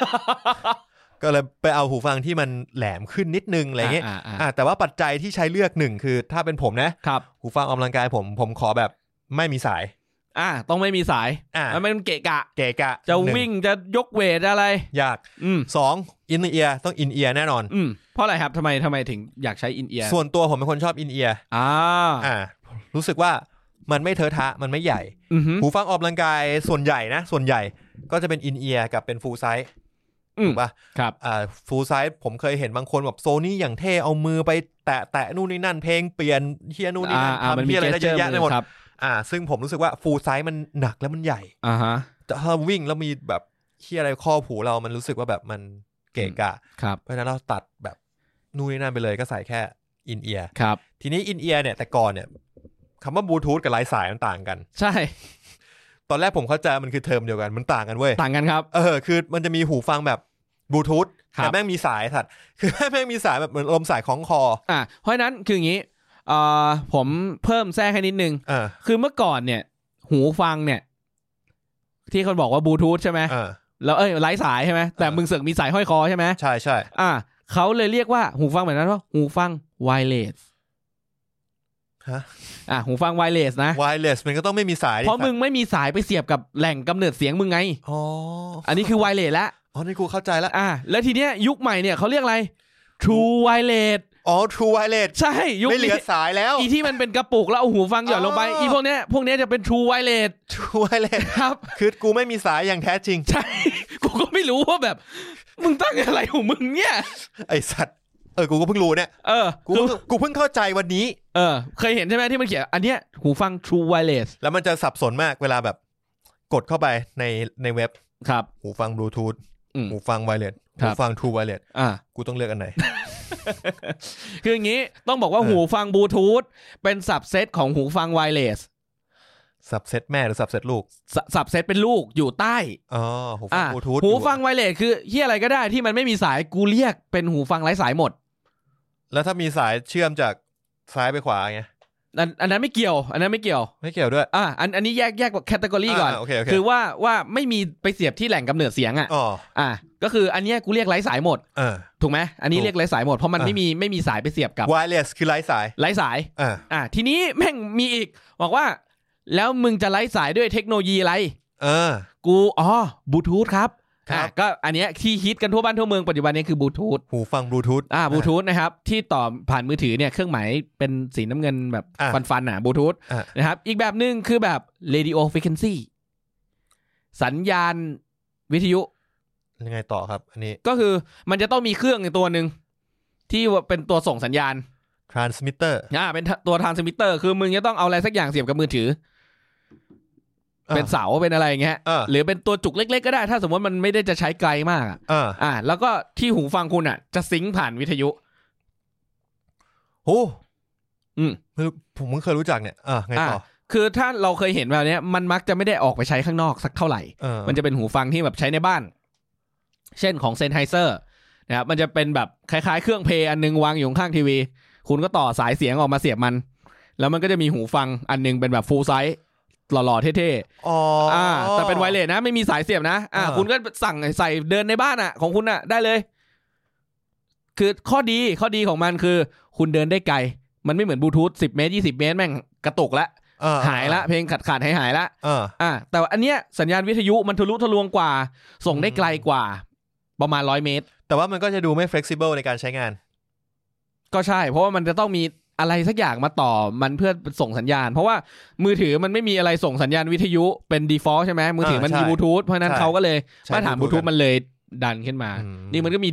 Speaker 1: ก็เลยไปเอาหูฟังที่มันแหลมขึ้นนิดนึงอะไรเงี้ย
Speaker 2: อ่าอ่าอ่า
Speaker 1: อ่าแต่ว่าปัจจัยที่ใช้เลือกหนึ่งคือ ถ้าเป็นผมนะ
Speaker 2: ครับ
Speaker 1: หูฟังออกกำลังกายผม ผมขอแบบไม่มีสาย
Speaker 2: อ่า ต้องไม่มีสาย
Speaker 1: อ่า
Speaker 2: แล้วมันเกะกะ
Speaker 1: เกะกะ
Speaker 2: จะ
Speaker 1: หนึ่
Speaker 2: วิ่ง จะยกเวทอะไร
Speaker 1: ยาก
Speaker 2: อืม
Speaker 1: สองอินเอียต้องอินเอียแน่นอน
Speaker 2: อืม เพราะอะไรครับ ทำไม ทำไมถึงอยากใช้อินเอียร์
Speaker 1: ส่วนตัวผมเป็นคนชอบอินเอีย
Speaker 2: อ่า
Speaker 1: อ่ารู้สึกว่ามันไม่เทอะทะมันไม่ใหญ่
Speaker 2: อือหือ
Speaker 1: หูฟังออกกำลังกายส่วนใหญ่นะ ส่วนใหญ่ก็จะเป็นอินเอียร์กับเป็นฟูลไซส์
Speaker 2: อืม
Speaker 1: ถูกปะ
Speaker 2: ครับ
Speaker 1: อ่าฟูลไซส์ผมเคยเห็นบางคนแบบโซนี่อย่างเท่เอามือไปแตะแตะนู่นนี่นั่นเพลงเปลี่ยนเฮียนู่นนี่
Speaker 2: อ่า
Speaker 1: นั่น
Speaker 2: อ่ามัน
Speaker 1: ทำ
Speaker 2: มี
Speaker 1: เฮียอะไร
Speaker 2: เจ
Speaker 1: ได้
Speaker 2: สเจ
Speaker 1: เย
Speaker 2: อ
Speaker 1: อะ
Speaker 2: ร์
Speaker 1: แยะไปหมด
Speaker 2: ครับ
Speaker 1: อ่า ซึ่งผมรู้สึกว่าฟูลไซส์มันหนักแล้วมันใหญ่
Speaker 2: อ่าฮะ
Speaker 1: ถ้าวิ่งแล้วมีแบบเฮียอะไรครอบหูเรามันรู้สึกว่าแบบมันเกะกะ
Speaker 2: ครับ
Speaker 1: เพราะฉะนั้นเราตัดแบบนู่นนี่นั่นไปเลยก็ใส่แค่อินเอียร์
Speaker 2: ครับ
Speaker 1: ทีนี้อินเอียร์เนี่ยแต่ก่อนเนี่ยคำว่าบลูทูธกับไร้สายมันต่างกัน
Speaker 2: ใช่
Speaker 1: ตอนแรกผมเข้าใจมันคือเทอมเดียวกัน มันต่างกันเว้ย
Speaker 2: ต่างกันครับ
Speaker 1: เออ คือมันจะมีหูฟังแบบบลูทูธ
Speaker 2: ครับ
Speaker 1: แต่แม่งมีสายสัตว์ คือแม่งมีสายแบบเหมือนลมสายของคอ
Speaker 2: อ่า เพราะฉะนั้น คืออย่างนี้เอ่อผมเพิ่มแทรกให้นิดนึง
Speaker 1: เออ
Speaker 2: คือเมื่อก่อนเนี่ย หูฟังเนี่ย ที่คนบอกว่าบลูทูธใช่ไหม
Speaker 1: เออ
Speaker 2: แล้วเอ้ยไร้สายใช่ไหมแต่
Speaker 1: เออ
Speaker 2: มึงเสือกมีสายห้อยคอใช่ไหม
Speaker 1: ใช่ใช่
Speaker 2: อ่าเขาเลยเรียกว่าหูฟังแบบนั้นว่าหูฟังไวเลส
Speaker 1: ฮะ
Speaker 2: อ่าหูฟังไวเลสนะ
Speaker 1: ไวเลสมันก็ต้องไม่มีสายดิ
Speaker 2: เพราะมึงไม่มีสายไปเสียบกับแหล่งกำเนิดเสียงมึงไง
Speaker 1: อ๋อ
Speaker 2: อันนี้คือไวเลสละ
Speaker 1: อ๋อ นี่กูเข้าใจแล้ว
Speaker 2: อ่าแล้วทีเนี้ยยุคใหม่เนี่ยเขาเรียกอะไร True Wireless
Speaker 1: อ๋อ True Wireless
Speaker 2: ใช่ยุค
Speaker 1: ไม่เหลื
Speaker 2: นี้
Speaker 1: อสายแล้ว
Speaker 2: อีที่มันเป็นกระปุกแล้วเอาหูฟังหย่อนลงไป
Speaker 1: อ๋ออี
Speaker 2: อีพวกเนี้ยพวกเนี้ยจะเป็น True Wireless
Speaker 1: True Wireless
Speaker 2: ครับ
Speaker 1: คือกูไม่มีสายอย่างแท้จริง
Speaker 2: ใช่ กูก็ไม่รู้ว่าแบบ มึงตั้งอะไรของมึงเนี่ย
Speaker 1: ไอสัตว์ เออ กูก็เพิ่งรู้เนี่ย
Speaker 2: เออ
Speaker 1: กู
Speaker 2: คือ
Speaker 1: เพิ่งกูเพิ่งเข้าใจวันนี้
Speaker 2: เออ เคยเห็นใช่ไหมที่มันเขียน อันเนี้ยหูฟัง True Wireless
Speaker 1: แล้วมันจะสับสนมากเวลาแบบ กดเข้าไปในในเว็บ
Speaker 2: ครับ
Speaker 1: หูฟังบลูทูธ
Speaker 2: อืม
Speaker 1: หูฟังไวเลส
Speaker 2: ครั
Speaker 1: หู
Speaker 2: บ
Speaker 1: ฟัง True Wireless
Speaker 2: อ่า
Speaker 1: กูต้องเลือกอันไหน
Speaker 2: คืออย่างนี้ต้องบอกว่า
Speaker 1: เออ
Speaker 2: หูฟังบลูทูธเป็นสับเซตของหูฟังไวเลส
Speaker 1: สับเซตแม่หรือสับเซตลูก
Speaker 2: สับเซตเป็นลูกอยู่ใต้
Speaker 1: อ๋อ หูฟัง
Speaker 2: อ่ะ
Speaker 1: บลูทูธ
Speaker 2: หูฟังไวเลสคือเฮียอะไรก็ได้ที่มันไม่มีสายกูเรียกเป็นหูฟังไร้สายหมด
Speaker 1: แล้วถ้ามีสายเชื่อมจากซ้ายไปขวาไง
Speaker 2: อันอันนั้นไม่เกี่ยว อันนั้นไม่เกี่ยว
Speaker 1: ไม่เกี่ยวด้วย
Speaker 2: อ่ะอันอันนี้แยกแยกแคตตากรีก่อน
Speaker 1: าโอเคโอเค
Speaker 2: คือว่าว่าไม่มีไปเสียบที่แหล่งกำเนิดเสียงอ่ะ
Speaker 1: อ๋อ
Speaker 2: อ่ะก็คืออันเนี้ยกูเรียกไร้สายหมด
Speaker 1: เออ
Speaker 2: ถูกไหมอันนี้
Speaker 1: ถูก
Speaker 2: เรียกไร้สายหมดเพราะมัน
Speaker 1: อ่ะ
Speaker 2: ไม่มีไม่มีสายไปเสียบกับ
Speaker 1: ไวเลสคือไร้สาย
Speaker 2: ไร้สาย
Speaker 1: อ่า
Speaker 2: อ่ะทีนี้แม่งมีอีกบอกว่า แล้วมึงจะไร้สายด้วยเทคโนโลยีอะไร
Speaker 1: เออ
Speaker 2: กูอ๋อบลูทูธครับ
Speaker 1: ครับ
Speaker 2: อ่ะก็อันเนี้ยที่ฮิตกันทั่วบ้านทั่วเมืองปัจจุบันนี้คือบลูทูธ
Speaker 1: หูฟังบลูทูธ
Speaker 2: อ่าบลูทูธนะครับ ที่ต่อผ่านมือถือเนี่ยเครื่องหมายเป็นสีน้ำเงินแบบ
Speaker 1: อ่ะ
Speaker 2: ฟันฟันๆอ่ะบลูทูธ
Speaker 1: อ่ะ
Speaker 2: นะครับ อีกแบบหนึ่งคือแบบ radio frequency สัญญาณวิทยุ
Speaker 1: ยังไงต่อครับ อันนี้
Speaker 2: ก็คือมันจะต้องมีเครื่องในตัวหนึ่งที่เป็นตัวส่งสัญญาณ
Speaker 1: transmitter
Speaker 2: อ่าเป็นตัวทรานสมิเตอร์คือมึงจะต้องเอาอะไรสักอย่างเสียบกับมือถือ
Speaker 1: อ่า
Speaker 2: เป็นเสาเป็นอะไรอย่างเงี้ย
Speaker 1: อ่า
Speaker 2: หรือเป็นตัวจุกเล็ก ๆ ก็ได้ ถ้าสมมติมันไม่ได้จะใช้ไกลมากอ่ะ
Speaker 1: อ่า
Speaker 2: อ่าแล้วก็ที่หูฟังคุณอ่ะ จะซิงค์ผ่านวิทยุ
Speaker 1: โอ้
Speaker 2: อืม
Speaker 1: ไม่รู้ผมเพิ่งเคยรู้จักเนี่ยอ่าไงต่อ
Speaker 2: คือถ้าเราเคยเห็นแบบเนี้ยมันมักจะไม่ได้ออกไปใช้ข้างนอกสักเท่าไหร่
Speaker 1: เออ
Speaker 2: มันจะเป็นหูฟังที่แบบใช้ในบ้าน เช่นของเซนไฮเซอร์นะครับมันจะเป็นแบบคล้ายๆ เครื่องเพลย์อันนึงวางอยู่ข้างทีวี คุณก็ต่อสายเสียงออกมาเสียบมัน แล้วมันก็จะมีหูฟังอันนึงเป็นแบบฟูลไซส์หล่อๆเท่ๆ
Speaker 1: อ๋ออ่า
Speaker 2: อ่าแต่เป็นไวเลสนะ ไม่มีสายเสียบนะอ่า
Speaker 1: อ่า
Speaker 2: คุณก็สั่งใส่เดินในบ้านอ่ะ ของคุณอ่ะ ได้เลย คือข้อดีข้อดีของมันคือ คุณเดินได้ไกล มันไม่เหมือนบลูทูธสิบเมตรยี่สิบเมตรแม่งกระตุกละหายละเพลงขาดขาดหายหายละ
Speaker 1: อ่า
Speaker 2: อ่าแต่ว่าอันเนี้ยสัญญาณวิทยุมันทะลุทะลวงกว่า ส่งได้ไกลกว่า ประมาณร้อยเมตร
Speaker 1: แต่ว่ามันก็จะดูไม่ flexible ในการใช้งาน
Speaker 2: ก็ใช่ เพราะว่ามันจะต้องมีอะไรสักอย่างมาต่อมันเพื่อส่งสัญญาณ เพราะว่ามือถือมันไม่มีอะไรส่งสัญญาณวิทยุเป็น default ใช่ไหมมือถือมัน
Speaker 1: อ่าใช่
Speaker 2: มีบลูทูธเพราะฉะนั้น
Speaker 1: ใช่
Speaker 2: เขาก็เลย
Speaker 1: ใช่
Speaker 2: มาตรฐานบ
Speaker 1: Bluetooth
Speaker 2: ลูทูธมันเลยดันขึ้นมา
Speaker 1: อืม
Speaker 2: นี่มันก็มี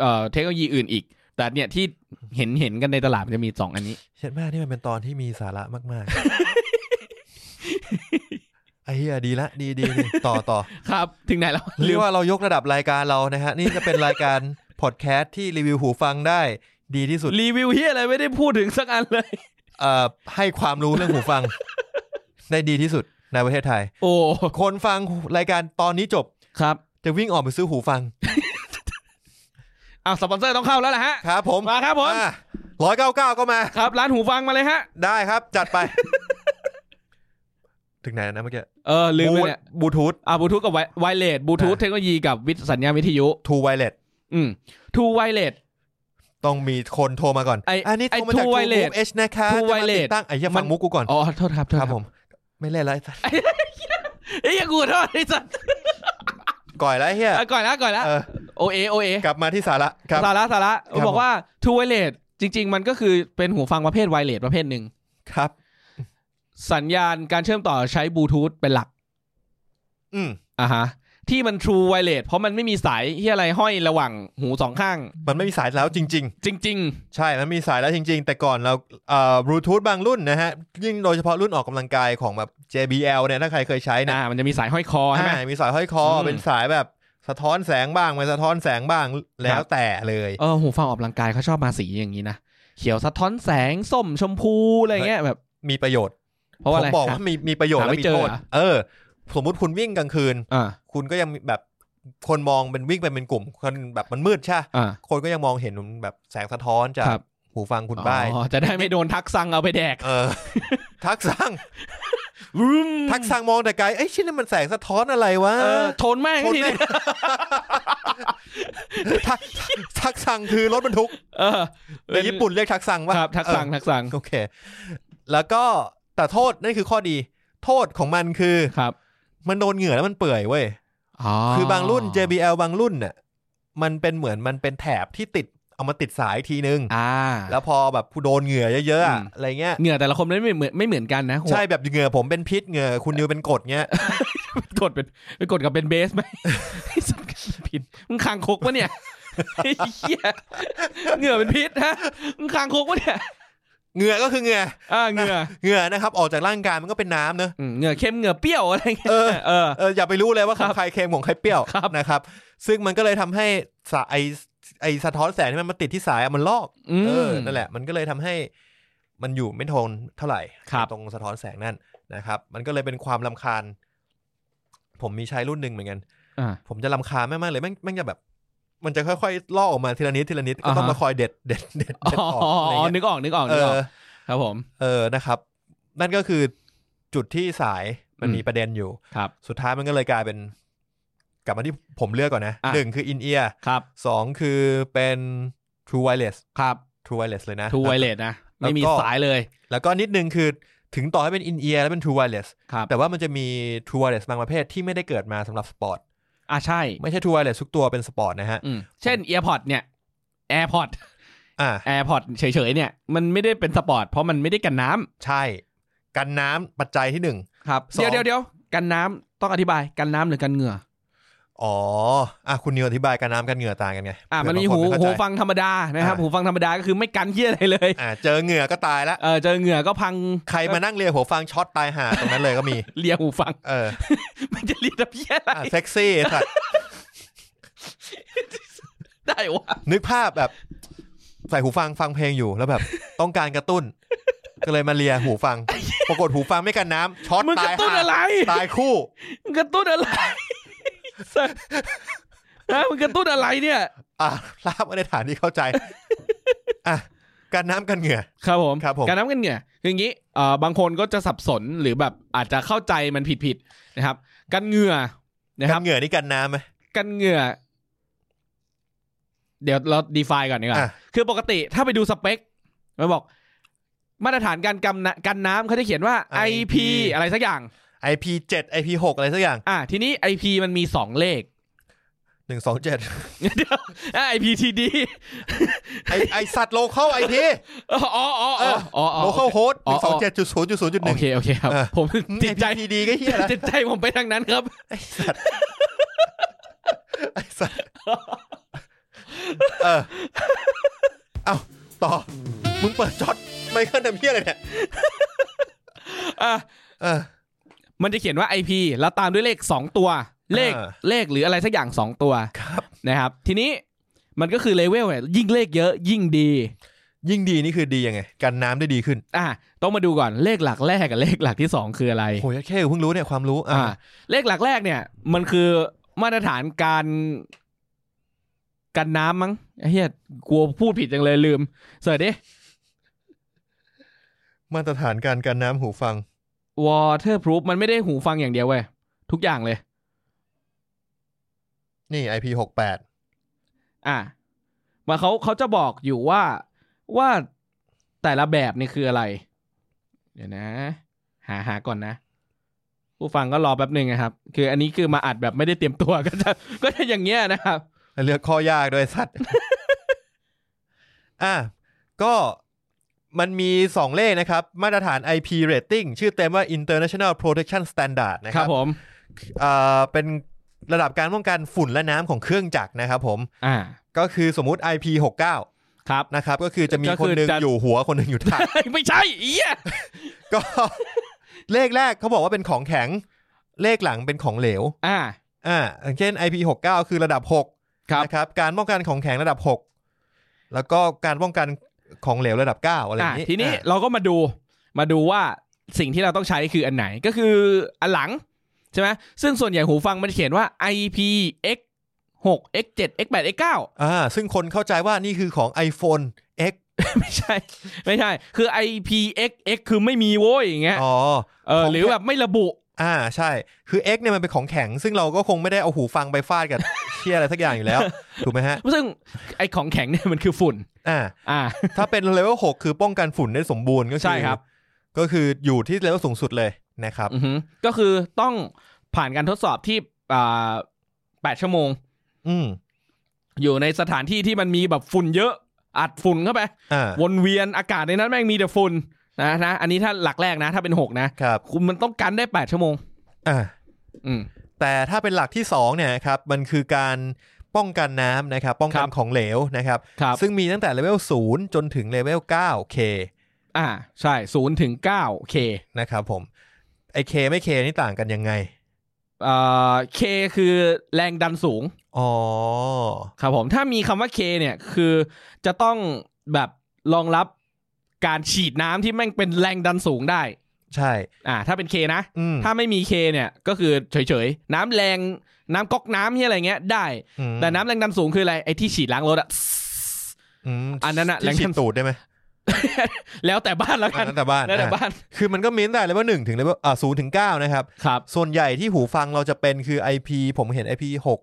Speaker 2: เอ่อเทคโนโลยีอื่นอีก แต่เนี่ยที่เห็นเห็นกันในตลาดมันจะมีสองอันนี้
Speaker 1: เช็ดแม่นี่มันเป็นตอนที่มีสาระม ากๆ ไอ้เหี้ยดีละดีดีดีต่อต่อ
Speaker 2: ครับ ถึงไหนแล้ว
Speaker 1: เรียกว่าเรายกระดับรายการเรานะฮะ นี่จะเป็นรายการ พอดแคสต์ที่รีวิวหูฟังได้ดีที่สุด
Speaker 2: รีวิวเฮียอะไรไม่ได้พูดถึงสักอันเลย
Speaker 1: เอ่อให้ความรู้เรื่องหูฟัง ได้ดีที่สุดในประเทศไทย
Speaker 2: โอ้
Speaker 1: คนฟังรายการตอนนี้จบ
Speaker 2: ครับ
Speaker 1: จะวิ่งออกไปซื้อหูฟัง
Speaker 2: อ้าวสปอนเซอร์ต้องเข้าแล้วล่ะฮะ
Speaker 1: ครับผม
Speaker 2: มาครับผม
Speaker 1: ร้อยเก้าเก้าก็มา
Speaker 2: ครับ ร้านหูฟังมาเลยฮะ
Speaker 1: ได้ครับ จัดไป ถึงไหนแล้วนะเมื่อกี้
Speaker 2: เออลืมไปเนี่ย
Speaker 1: บลูทูธ
Speaker 2: อ่าบลูทูธกับไวเลสบลูทูธ
Speaker 1: อ่ะ
Speaker 2: เทคโนโลยีกับวิทย์สัญญาณวิทยุ
Speaker 1: ทูไวเลส
Speaker 2: อืมทูไวเลส
Speaker 1: ต้องมีคนโทรมาก่อน
Speaker 2: ไอ้
Speaker 1: นนี้โทรมา
Speaker 2: ไอ้
Speaker 1: จาก
Speaker 2: True
Speaker 1: ทู
Speaker 2: Wireless
Speaker 1: ไวเลสนะคะ
Speaker 2: ทู
Speaker 1: จะมาติ
Speaker 2: Wireless
Speaker 1: ดตั้งไอ้เหี้ย
Speaker 2: มั
Speaker 1: ฟั
Speaker 2: น
Speaker 1: งมุกกูก่อน
Speaker 2: อ๋อโทษครับโทษ
Speaker 1: ค
Speaker 2: ค
Speaker 1: รับ
Speaker 2: รั
Speaker 1: บ ผม ไม่เล่นแล้วไอ้สัส
Speaker 2: เอ้ยกูขอโทษไอ้สัส
Speaker 1: ก่อยแล้วไอ้เฮีย
Speaker 2: อ่ะก่อนละก่อนละ
Speaker 1: เออ
Speaker 2: โอเอโอเอก
Speaker 1: ลับมาที่สาระครับ
Speaker 2: สาระสาระ
Speaker 1: ครับ
Speaker 2: บอกว่า True Wireless จริง ๆ มันก็คือเป็นหูฟังประเภทไวเลสประเภทหนึ่ง
Speaker 1: ครับ
Speaker 2: สัญญาณการเชื่อมต่อใช้บลูทูธเป็นหลัก
Speaker 1: อืม
Speaker 2: อ่ะฮะ ที่มัน True Wireless เพราะมันไม่มีสายที่อะไรห้อยระหว่างหูสองข้าง
Speaker 1: มันไม่มีสายแล้วจริง
Speaker 2: จริง
Speaker 1: ๆ ใช่มันมีสายแล้วจริง ๆ แต่ก่อนเราเอ่อบลูทูธบางรุ่นนะฮะ ยิ่งโดยเฉพาะรุ่นออกกำลังกายของแบบ JBL เนี่ยถ้าใครเคยใช้
Speaker 2: ๆ
Speaker 1: นะ
Speaker 2: นะมันจะมีสายห้อยคอใช่ไหม
Speaker 1: อ่ามีสายห้อยคออ
Speaker 2: ม
Speaker 1: เป็นสายแบบสะท้อนแสงบ้างไม่สะท้อนแสงบ้างแล้
Speaker 2: คว รับ
Speaker 1: แต่เลย
Speaker 2: เออหูฟังออกกำลังกายเขาชอบมาสีอย่างนี้นะเขียวสะท้อนแสงส้มชมพูอะไรเงี้ยแบบ
Speaker 1: มีประโยชน์
Speaker 2: เพราะว่า
Speaker 1: ผ
Speaker 2: อะ
Speaker 1: ม
Speaker 2: ไร
Speaker 1: บอก
Speaker 2: ค
Speaker 1: ว่า
Speaker 2: รับ
Speaker 1: มีมีประโยชน์
Speaker 2: หา
Speaker 1: และ
Speaker 2: ไม่
Speaker 1: มี
Speaker 2: เจอ
Speaker 1: โทษ
Speaker 2: เหรอ
Speaker 1: เออ สมมุติคุณวิ่งกลางคืน
Speaker 2: อ่า
Speaker 1: คุณก็ยังมีแบบคนมองเป็นวิ่งไปเป็นกลุ่มคนแบบมันมืดใช่ปะ
Speaker 2: อ่า
Speaker 1: คนก็ยังมองเห็นแบบแสงสะท้อนจาก
Speaker 2: ครับ
Speaker 1: หูฟังคุณบ้าย
Speaker 2: อ๋อจะได้ไม่โดนทักซังเอาไปแดก
Speaker 1: เอ อ ทักสังทักสังมองแต่ไกลเอ้ยชิ้นนั้นมันแสงสะท้อนอะไรวะ
Speaker 2: เออทนแม่ง
Speaker 1: คน
Speaker 2: ที
Speaker 1: แม่
Speaker 2: นี้
Speaker 1: งทักทักสังคือรถบรรทุก
Speaker 2: เออ
Speaker 1: ในญี่ปุ่นเรียกทักสังว่า
Speaker 2: ครับทักสังทักสัง
Speaker 1: โอเค แล้วก็แต่โทษนั่นคือข้อดี โทษของมันคือ
Speaker 2: ครับ
Speaker 1: มันโดนเหงื่อแล้วมันเปื่อยเว้ย
Speaker 2: อ๋อ
Speaker 1: คือบางรุ่น JBL บางรุ่นน่ะ มันเป็นเหมือนมันเป็นแถบที่ติด เอามาติดสายอีกทีนึง
Speaker 2: อ่า
Speaker 1: แล้วพอแบบผู้โดนเหงื่อเยอะๆอะ
Speaker 2: อืม
Speaker 1: อะไรเงี้ย
Speaker 2: เหงื่อแต่ละคนไม่เหมือนไม่เหมือนกันนะหัว
Speaker 1: ใช่แบบเหงื่อผมเป็นพิษเหงื่อคุณนิวเป็นกรดเงี้ย
Speaker 2: กดเป็นไปกดกับเป็นเบสไหม ไอ้สัตว์ผิดมึงคางคกปะ เนี่ยไอ้เหี้ยเหงื่อเป็นพิษฮะมึงคางคกปะเนี่ย
Speaker 1: เหงื่อก็คือเหงื่อ
Speaker 2: อ่าเหงื่อ
Speaker 1: เหงื่อนะครับ ออกจากร่างกายมันก็เป็นน้ำเนอะ
Speaker 2: อืมเหงื่อเข้มเหงื่อเปรี้ยว อะไรเงี้ย
Speaker 1: เออ
Speaker 2: เออ
Speaker 1: เอออย่าไปรู้เลยว่าข
Speaker 2: ครั
Speaker 1: อง
Speaker 2: บ
Speaker 1: ใครเค็มของใครเปรี้ยว
Speaker 2: ครับ
Speaker 1: นะครับ ซึ่งมันก็เลยทำให้สายไอไอสะท้อนแสงที่มันมาติดที่สายอะมันลอก
Speaker 2: อื
Speaker 1: เอ
Speaker 2: ม
Speaker 1: อนั่นแหละมันก็เลยทำให้มันอยู่ไม่ทนเท่าไหร่
Speaker 2: ครับ
Speaker 1: ตรงสะท้อนแสงนั่นนะครับ มันก็เลยเป็นความลำคาญ ผมมีใช้รุ่นหนึ่งเหมือนกัน
Speaker 2: อ่า
Speaker 1: ผมจะลำคาญมากๆเลยแม่งแม่งจะแบบ มันจะค่อยๆลอกออกมาทีละนิดทีละนิดก็ต้อง
Speaker 2: อ่าฮะ
Speaker 1: มาคอยเด็ดเด็ดเด็ด
Speaker 2: อ๋
Speaker 1: เด็ดออก
Speaker 2: อ
Speaker 1: อะไร
Speaker 2: อ๋อ
Speaker 1: เงี้ย
Speaker 2: นึกออกนึกออก
Speaker 1: เอ
Speaker 2: นึกออก
Speaker 1: อ
Speaker 2: ครับผม
Speaker 1: เออนะครับ นั่นก็คือจุดที่สายมัน
Speaker 2: อืม
Speaker 1: มีประเด็นอยู่
Speaker 2: ครับ
Speaker 1: สุดท้ายมันก็เลยกลายเป็น กลับมาที่ผมเลือกก่อนนะ
Speaker 2: อ่ะ
Speaker 1: หนึ่งคืออินเอียร์
Speaker 2: ครับ
Speaker 1: สองคือเป็น True Wireless
Speaker 2: ครับ
Speaker 1: True Wireless เลยนะ
Speaker 2: ทูไวเลสนะ ไม่มี
Speaker 1: แล้วก็
Speaker 2: สายเลย
Speaker 1: แล้วก็นิดนึงคือถึงต่อให้เป็นอินเอียร์แล้วเป็น True Wireless
Speaker 2: ครับ
Speaker 1: แต่ว่ามันจะมี True Wireless บางประเภทที่ไม่ได้เกิดมาสำหรับสปอร์ต
Speaker 2: อ่าใช่
Speaker 1: ไม่ใช่ True Wireless ทุกตัวเป็นสปอร์ตนะฮะ
Speaker 2: อืมเช่น AirPod เนี่ย AirPod
Speaker 1: อ่า
Speaker 2: AirPod เฉยๆเนี่ย มันไม่ได้เป็นสปอร์ตเพราะมันไม่ได้กันน้ำ
Speaker 1: ใช่กันน้ำปัจจัยที่หนึ่ง
Speaker 2: ครับ
Speaker 1: สอง
Speaker 2: เดี๋ยวเดี๋ยวเดี๋ยวกันน้ำต้องอธิบายกันน้ำหรือกันเหงื่อ
Speaker 1: อ๋ออ่ะคุณนิวอธิบายกันน้ำกันเหงื่อต่างกันไง
Speaker 2: อ่ามันมี
Speaker 1: เผื่
Speaker 2: หู
Speaker 1: บางคไเข้า
Speaker 2: หู
Speaker 1: ใจ
Speaker 2: ฟังธรรมดานะครับ
Speaker 1: อ่า
Speaker 2: หูฟังธรรมดาก็คือไม่กันเหี้ยอะไรเลย
Speaker 1: อ่าเจอเหงื่อก็ตายละ
Speaker 2: เออเจอเหงื่อก็พัง
Speaker 1: ใครมานั่งเลียหัวฟังช็อตตายหาตรงนั้นเลยก็มี
Speaker 2: เลียหูฟัง
Speaker 1: เออ
Speaker 2: มันจะเลียแบบเหี้ยอะไร
Speaker 1: อ่ะเซ็กซี่ไอ้สัตว์
Speaker 2: ได้วะ
Speaker 1: นึกภาพแบบ ใส่หูฟังฟังเพลงอยู่แล้วแบบ ต้องการกระตุ้น ก็เลยมาเลียหูฟัง ปรากฏหูฟังไม่กันน้ำช็อต
Speaker 2: มึงก
Speaker 1: ตา
Speaker 2: ระ
Speaker 1: ย
Speaker 2: ตุ้น
Speaker 1: หา
Speaker 2: อะไร
Speaker 1: ตายคู่
Speaker 2: มึงกระตุ้นอะไร สัสฮะมึงกระตุ้นอะไรเนี่ย
Speaker 1: อ่ะลาบมาในฐานที่เข้าใจ อ่ะกันน้ำกันเหงื่อ
Speaker 2: ครับผม
Speaker 1: ครับผม
Speaker 2: การน้ำกันเหงื่อคืออย่างนี้เอ่อบางคนก็จะสับสนหรือแบบอาจจะเข้าใจมันผิดๆนะครับ กันเหงื่อนะค
Speaker 1: กั
Speaker 2: รับ
Speaker 1: นเหงื่อนี่กันน้ำไหม
Speaker 2: กันเหงื่อ เดี๋ยวเรา define ก่อนดีกว่า
Speaker 1: อ่ะ
Speaker 2: คือปกติถ้าไปดูสเปคมันบอก มาตรฐานการกันนะกันน้ำเขาจะเขียนว่า IP อะไรสักอย่าง
Speaker 1: IP เจ็ด IP หกอะไรสักอย่าง
Speaker 2: อ่ะทีนี้ IP มันมีสองเลข
Speaker 1: หนึ่งสองเจ็ด
Speaker 2: เดี๋ยวอ่ะ IPTD
Speaker 1: ไอไอสัตว์โลเคอลไอพี
Speaker 2: อ๋ออ๋ออ๋ออ๋ออ๋อ
Speaker 1: โล
Speaker 2: โอ
Speaker 1: เคอลโฮสหนึ่งสองเจ็ดจุดศูนย์จุดศูนย์จุดหนึ่ง
Speaker 2: เคโอเคครับ
Speaker 1: เออ
Speaker 2: ผม
Speaker 1: ไอ
Speaker 2: จิต
Speaker 1: พี
Speaker 2: ใจ
Speaker 1: ทีดีก็เฮียแล้ว
Speaker 2: จิตใจผมไปทางนั้นครับ
Speaker 1: ไอสัตว์ ไอสัตว์ เออ เอาต่อ มึงเปิดช็อตไมเคิลทำเพี้ยอะไรเนี่ย
Speaker 2: อ่ะ
Speaker 1: เออ
Speaker 2: มันจะเขียนว่า IP แล้วตามด้วยเลข 2 ตัว เลข
Speaker 1: อ่า
Speaker 2: เลขหรืออะไรสักอย่าง 2 ตัว
Speaker 1: ครับ
Speaker 2: นะครับ ทีนี้มันก็คือเลเวลเนี่ยยิ่งเลขเยอะยิ่งดี
Speaker 1: ยิ่งดีนี่คือดียังไง กันน้ำได้ดีขึ้น
Speaker 2: อ่ะต้องมาดูก่อนเลขหลักแรกกับเลขหลักที่ 2 คืออะไร
Speaker 1: โหยแค่เพิ่งรู้เนี่ยความรู้ อ่า
Speaker 2: อ่าเลขหลักแรกเนี่ย มันคือมาตรฐานการกันน้ำมั้งเฮียกลัวพูดผิดจังเลยลืมเสิร์ชดิ
Speaker 1: มาตรฐานการกันน้ำหูฟัง
Speaker 2: waterproof มันไม่ได้หูฟังอย่างเดียวเว้ยทุกอย่างเลย
Speaker 1: นี่ IP หกแปด
Speaker 2: อ่ะมาเขาเขาจะบอกอยู่ว่าว่าแต่ละแบบนี่คืออะไร เดี๋ยวนะ หาหาก่อนนะ ผู้ฟังก็รอแป๊บหนึ่งนะครับ คืออันนี้คือมาอัดแบบไม่ได้เตรียมตัว ก็จะ ก็จะอย่างเงี้ยนะครับ
Speaker 1: เลือกข้อยากด้วยสัตว์ อ่ะ ก็มันมี 2 เลขนะครับ มาตรฐาน IP rating ชื่อเต็มว่า International Protection Standard นะ
Speaker 2: ค
Speaker 1: ค
Speaker 2: รั
Speaker 1: รั
Speaker 2: บบ ผม
Speaker 1: อ่าเป็นระดับการป้องกันฝุ่นและน้ำของเครื่องจักรนะครับผม
Speaker 2: อ่า
Speaker 1: ก็คือสมมติ IP69
Speaker 2: ครับ
Speaker 1: นะครับ ก็คือจะมี
Speaker 2: ก็
Speaker 1: ค
Speaker 2: คื
Speaker 1: น
Speaker 2: อ
Speaker 1: หนึ่ง
Speaker 2: จะ
Speaker 1: อยู่หัวคนหนึ่งอยู่ ท้าย
Speaker 2: ไม่ใช่เอี้ย
Speaker 1: ก็ เลขแรกเขาบอกว่าเป็นของแข็ง เลขหลังเป็นของเหลว
Speaker 2: อ่า
Speaker 1: อ่าอย่างเช่น IP69 คือระดับ
Speaker 2: ครั
Speaker 1: 6
Speaker 2: บ
Speaker 1: นะครับการป้องกันของแข็งระดับ 6 แล้วก็การป้องกันของเหลวระดับ 9 อะไรอ
Speaker 2: อ่า
Speaker 1: ย่างนี้
Speaker 2: ทีนี้
Speaker 1: อ่ะ
Speaker 2: เราก็มาดูมาดูว่าสิ่งที่เราต้องใช้คืออันไหนก็คืออันหลังใช่ไหมซึ่งส่วนใหญ่หูฟังมันเขียนว่า IPX 6 X7 X8 X9
Speaker 1: อ่าซึ่งคนเข้าใจว่านี่คือของ iPhone X
Speaker 2: ไม่ใช่ ไม่ใช่ คือ IPXX คือไม่มีโว้ยอย่างเงี้ย
Speaker 1: อ๋อ
Speaker 2: เออ
Speaker 1: ของ
Speaker 2: หรือแบบไม่ระบุ
Speaker 1: อ่าใช่คือ X เนี่ยมันเป็นของแข็ง ซึ่งเราก็คงไม่ได้เอาหูฟังไปฟาดกับ เชี่ยอะไรสักอย่างอยู่แล้ว ถูกไหมฮะ
Speaker 2: ซึ่งไอของแข็งเนี่ยมันคือฝุ่น
Speaker 1: อ่า
Speaker 2: อ่า
Speaker 1: ถ้าเป็นเลเวลหกคือป้องกันฝุ่นได้สมบูรณ์ก็อ
Speaker 2: ใช่ครับ
Speaker 1: ก็คืออยู่ที่เลเวลสูงสุดเลยนะครับ
Speaker 2: อือหือก็คือต้องผ่านการทดสอบที่อ่าแปดชั่วโมง
Speaker 1: อืม
Speaker 2: อยู่ในสถานที่ที่มันมีแบบฝุ่นเยอะ อัดฝุ่นเข้าไป
Speaker 1: อ่า
Speaker 2: วนเวียนอากาศในนั้นแม่งมีแต่ฝุ่นนะนะอันนี้ถ้าหลักแรกนะ ถ้าเป็นหกนะครับคุณมันต้องกันได้แปดชั่วโมง
Speaker 1: อ่า
Speaker 2: อืม
Speaker 1: แต่ถ้าเป็นหลักที่สองเนี่ยครับมันคือการป้องกันน้ำนะครับ ป้องกั
Speaker 2: คน รับ
Speaker 1: ของเหลวนะครับ
Speaker 2: ครับ
Speaker 1: ซึ่งมีตั้งแต่เลเวล0จนถึงเลเวล 9K
Speaker 2: อ่า ใช่ศูนย์ถึงเก้าเค
Speaker 1: นะครับผมไอเคไม่เคนี่ต่างกันยังไง
Speaker 2: อ่าเคคือแรงดันสูง
Speaker 1: อ๋อ
Speaker 2: ครับผมถ้ามีคำว่าเคเนี่ยคือจะต้องแบบรองรับการฉีดน้ำที่แม่งเป็นแรงดันสูงได้
Speaker 1: ใช่
Speaker 2: อ่า ถ้าเป็นเคนะ
Speaker 1: อืม
Speaker 2: ถ้าไม่มีเคเนี่ยก็คือเฉยๆ น้ำแรงน้ำก๊อกน้ำที่อะไรเงี้ยได้
Speaker 1: อืม
Speaker 2: แต่น้ำแรงดันสูงคืออะไรไอ้ที่ฉีดล้างรถอะ
Speaker 1: อืม
Speaker 2: อันนั้นอะ
Speaker 1: ที่
Speaker 2: แรง
Speaker 1: ฉี
Speaker 2: ขั้
Speaker 1: ด
Speaker 2: น
Speaker 1: ตูดได้ไหม
Speaker 2: แล้วแต่บ้านแล้ว
Speaker 1: อั
Speaker 2: กัน น
Speaker 1: นั้น แต่บ้าน
Speaker 2: แล้วแต่
Speaker 1: อ่ะ
Speaker 2: บ้าน
Speaker 1: คือมันก็มีตั้งแต่เลเวลหนึ่งถึงเลเวลอ่าศูนย์ถึงเก้านะครับ
Speaker 2: ครับ
Speaker 1: ส่วนใหญ่ที่หูฟังเราจะเป็นคือ IP ผมเห็น IP หก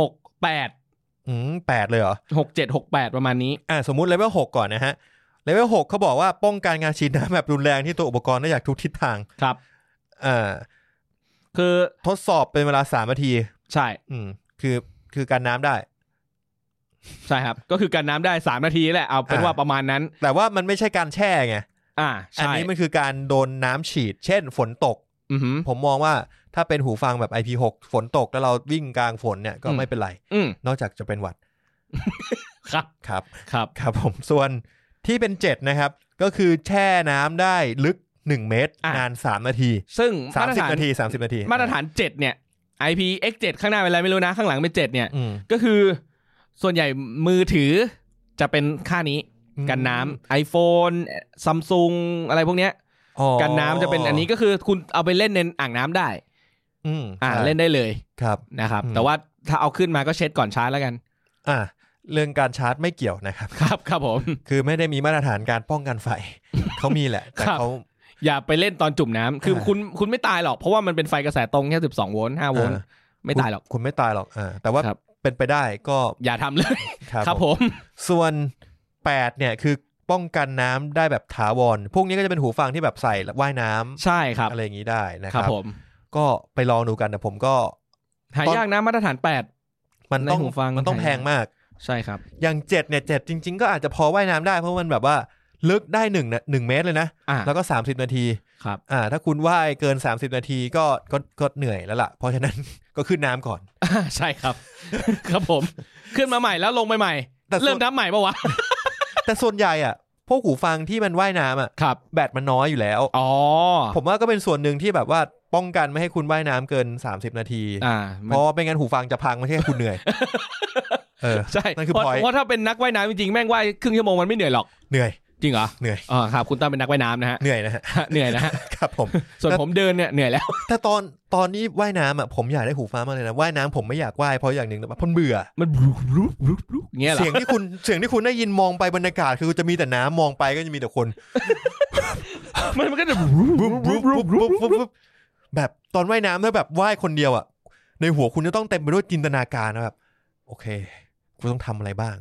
Speaker 2: หกแปด
Speaker 1: อืมแปดเลยเหรอ
Speaker 2: หกเจ็ดหกแปดประมาณนี้
Speaker 1: อ่าสมมุติเลเวลหกก่อนนะฮะเลเวลหกเขาบอกว่าป้องกันการฉีดน้ำแบบรุนแรงที่ตัวอุปกรณ์ได้จากทุกทิศทาง
Speaker 2: ครับ
Speaker 1: อ่า
Speaker 2: คือ
Speaker 1: ทดสอบเป็นเวลาสามนาที
Speaker 2: ใช่
Speaker 1: อืม คือคือการน้ำได้
Speaker 2: ใช่ครับ ก็คือการน้ำได้สามนาทีแหละเอาเป็น
Speaker 1: อ่า
Speaker 2: ว่าประมาณนั้น
Speaker 1: แต่ว่ามันไม่ใช่การแช่ไง
Speaker 2: อ่า
Speaker 1: อัน
Speaker 2: ใช่
Speaker 1: นี้มันคือการโดนน้ำฉีด เช่น ฝนตก
Speaker 2: อือหือ
Speaker 1: ผมมองว่าถ้าเป็นหูฟังแบบ IP6 ฝนตกแล้วเราวิ่งกลางฝนเนี่ยก็
Speaker 2: อืม
Speaker 1: ไม่เป็นไร
Speaker 2: อืม
Speaker 1: นอกจากจะเป็นหวัด
Speaker 2: ครับ
Speaker 1: ครับ
Speaker 2: ครับ
Speaker 1: ครับผมส่วนที่เป็น 7 นะครับ ก็คือแช่น้ำได้ลึก 1 เมตร
Speaker 2: อ่ะ
Speaker 1: นาน 3 นาที
Speaker 2: ซึ่งมาตรฐาน
Speaker 1: 30นาที 30 นาที
Speaker 2: มาตรฐาน 7 เนี่ย IPX7 ข้างหน้าเป็นอะไรไม่รู้นะ ข้างหลังเป็น 7 เนี่ย
Speaker 1: อืม
Speaker 2: ก็คือส่วนใหญ่มือถือจะเป็นค่านี้กันน้ำ iPhone Samsung อะไรพวกเนี้ย
Speaker 1: อ๋อ
Speaker 2: กันน้ำจะเป็นอันนี้ก็คือคุณเอาไปเล่นในอ่างน้ำได้
Speaker 1: อืม
Speaker 2: อ่า
Speaker 1: ใช่
Speaker 2: เล่นได้เลย
Speaker 1: ครับ
Speaker 2: นะครับ
Speaker 1: อืม
Speaker 2: แต่ว่าถ้าเอาขึ้นมาก็เช็ดก่อนชาร์จแล้วกัน
Speaker 1: อ่ะเรื่องการชาร์จไม่เกี่ยวนะครับ
Speaker 2: ครับครับผม
Speaker 1: คือไม่ได้มีมาตรฐานการป้องกันไฟ เขามีแหละ แต่
Speaker 2: ครับ
Speaker 1: เขา
Speaker 2: อย่าไปเล่นตอนจุ่มน้ำคือ
Speaker 1: เออ
Speaker 2: คุณคุณไม่ตายหรอก เพราะว่ามันเป็นไฟกระแสตรงแค่12โวลต์5โวลต์
Speaker 1: อ่า
Speaker 2: ไม่ตายหรอก
Speaker 1: คุณคุณไม่ตายหรอกอ่าแต่ว่า
Speaker 2: ครับ
Speaker 1: เป็นไปได้ก็
Speaker 2: อย่าทำเลย
Speaker 1: ครับ
Speaker 2: ครับ
Speaker 1: ผ
Speaker 2: ผม ม
Speaker 1: ส่วน 8 เนี่ยคือป้องกันน้ำได้แบบถาวร พวกนี้ก็จะเป็นหูฟังที่แบบใส่ว่ายน้ำ
Speaker 2: ใช่ครับ
Speaker 1: อะไรอย่างนี้ได้นะค
Speaker 2: ค
Speaker 1: รั
Speaker 2: รั
Speaker 1: บบ
Speaker 2: ผม
Speaker 1: ก็ไปลองดูกันแต่ผมก็
Speaker 2: หายากนะมาตรฐานแปด
Speaker 1: มันต้อง
Speaker 2: ในหูฟัง
Speaker 1: มันต้อง
Speaker 2: ใช่
Speaker 1: แพงมาก
Speaker 2: ใช่ครับ
Speaker 1: อย่างเจ็ดเนี่ยเจ็ดจริง ๆ ก็อาจจะพอว่ายน้ำได้เพราะมันแบบว่าลึกได้หนึ่งนะหนึ่งเมตรเลยนะ
Speaker 2: อ่า
Speaker 1: แล้วก็ 30 นาที
Speaker 2: ครับ
Speaker 1: อ่า ถ้าคุณว่ายเกิน 30 นาทีก็ก็ก็เหนื่อยแล้วล่ะ เพราะฉะนั้น ก็ขึ้นน้ำก่อน
Speaker 2: อ่าใช่ครับ ครับผม ขึ้นมาใหม่แล้วลงไปใหม่
Speaker 1: แต่ส่วน
Speaker 2: เริ่มนับใหม่ปะวะ
Speaker 1: แต่ส่วนใหญ่อ่ะ พวกหูฟังที่มันว่ายน้ำอ่ะ
Speaker 2: ครับ
Speaker 1: แบตมันน้อยอยู่แล้ว
Speaker 2: อ๋อ
Speaker 1: ผมว่าก็เป็นส่วนหนึ่งที่แบบว่าป้องกันไม่ให้คุณว่ายน้ำเกิน 30 นาที
Speaker 2: อ่า
Speaker 1: เพราะไม่งั้นหูฟังจะพังไม่ใช่แค่คุณ เหนื่อย เออ
Speaker 2: ใช่
Speaker 1: นั่นคือ
Speaker 2: เพราะ
Speaker 1: point
Speaker 2: เพราะถ้าเป็นนักว่ายน้ำจริงๆแม่งว่ายครึ่งชั่วโมงมันไม่เหนื่อยหรอก
Speaker 1: เหนื่อย
Speaker 2: จริงเหรอ
Speaker 1: เหนื่อย
Speaker 2: อ๋อครับ คุณตั้มเป็นนักว่ายน้ำนะฮะ
Speaker 1: เหนื่อยนะฮะ
Speaker 2: เหนื่อยนะฮะ
Speaker 1: ครับผม
Speaker 2: ส่วนผมเดินเนี่ยเหนื่อยแล้ว
Speaker 1: ถ้าตอนตอนนี้ว่ายน้ำอ่ะผมอยากได้หูฟังมากเลยนะว่ายน้ำผมไม่อยากว่ายเพราะอย่างหนึ่งนะเพราะเบื่อ
Speaker 2: มันบลุ๊บลุ๊บลุ๊บลุ๊บอย่างเงี้ยเหรอ
Speaker 1: เสียงที่คุณ เสียงที่คุณได้ยินมองไปบรรยากาศคือจะมีแต่น้ำมองไปก็จะมีแต่คน
Speaker 2: มันมันก็จะบลุ๊บลุ๊
Speaker 1: ปุ๊
Speaker 2: บบ ลุ๊
Speaker 1: ปุ๊
Speaker 2: บบ ลุ๊
Speaker 1: ปุ๊
Speaker 2: บบ
Speaker 1: ปุ๊บ
Speaker 2: ลุ๊บ
Speaker 1: ปุ๊บแบบตอนว่ายน้ำถ้าแบบว่ายคนเดียวอ่ะ ในหัวคุณจะต้องเต็มไปด้วยจินตนาการนะแบบโอเคกูต้องทำอะไรบ้าง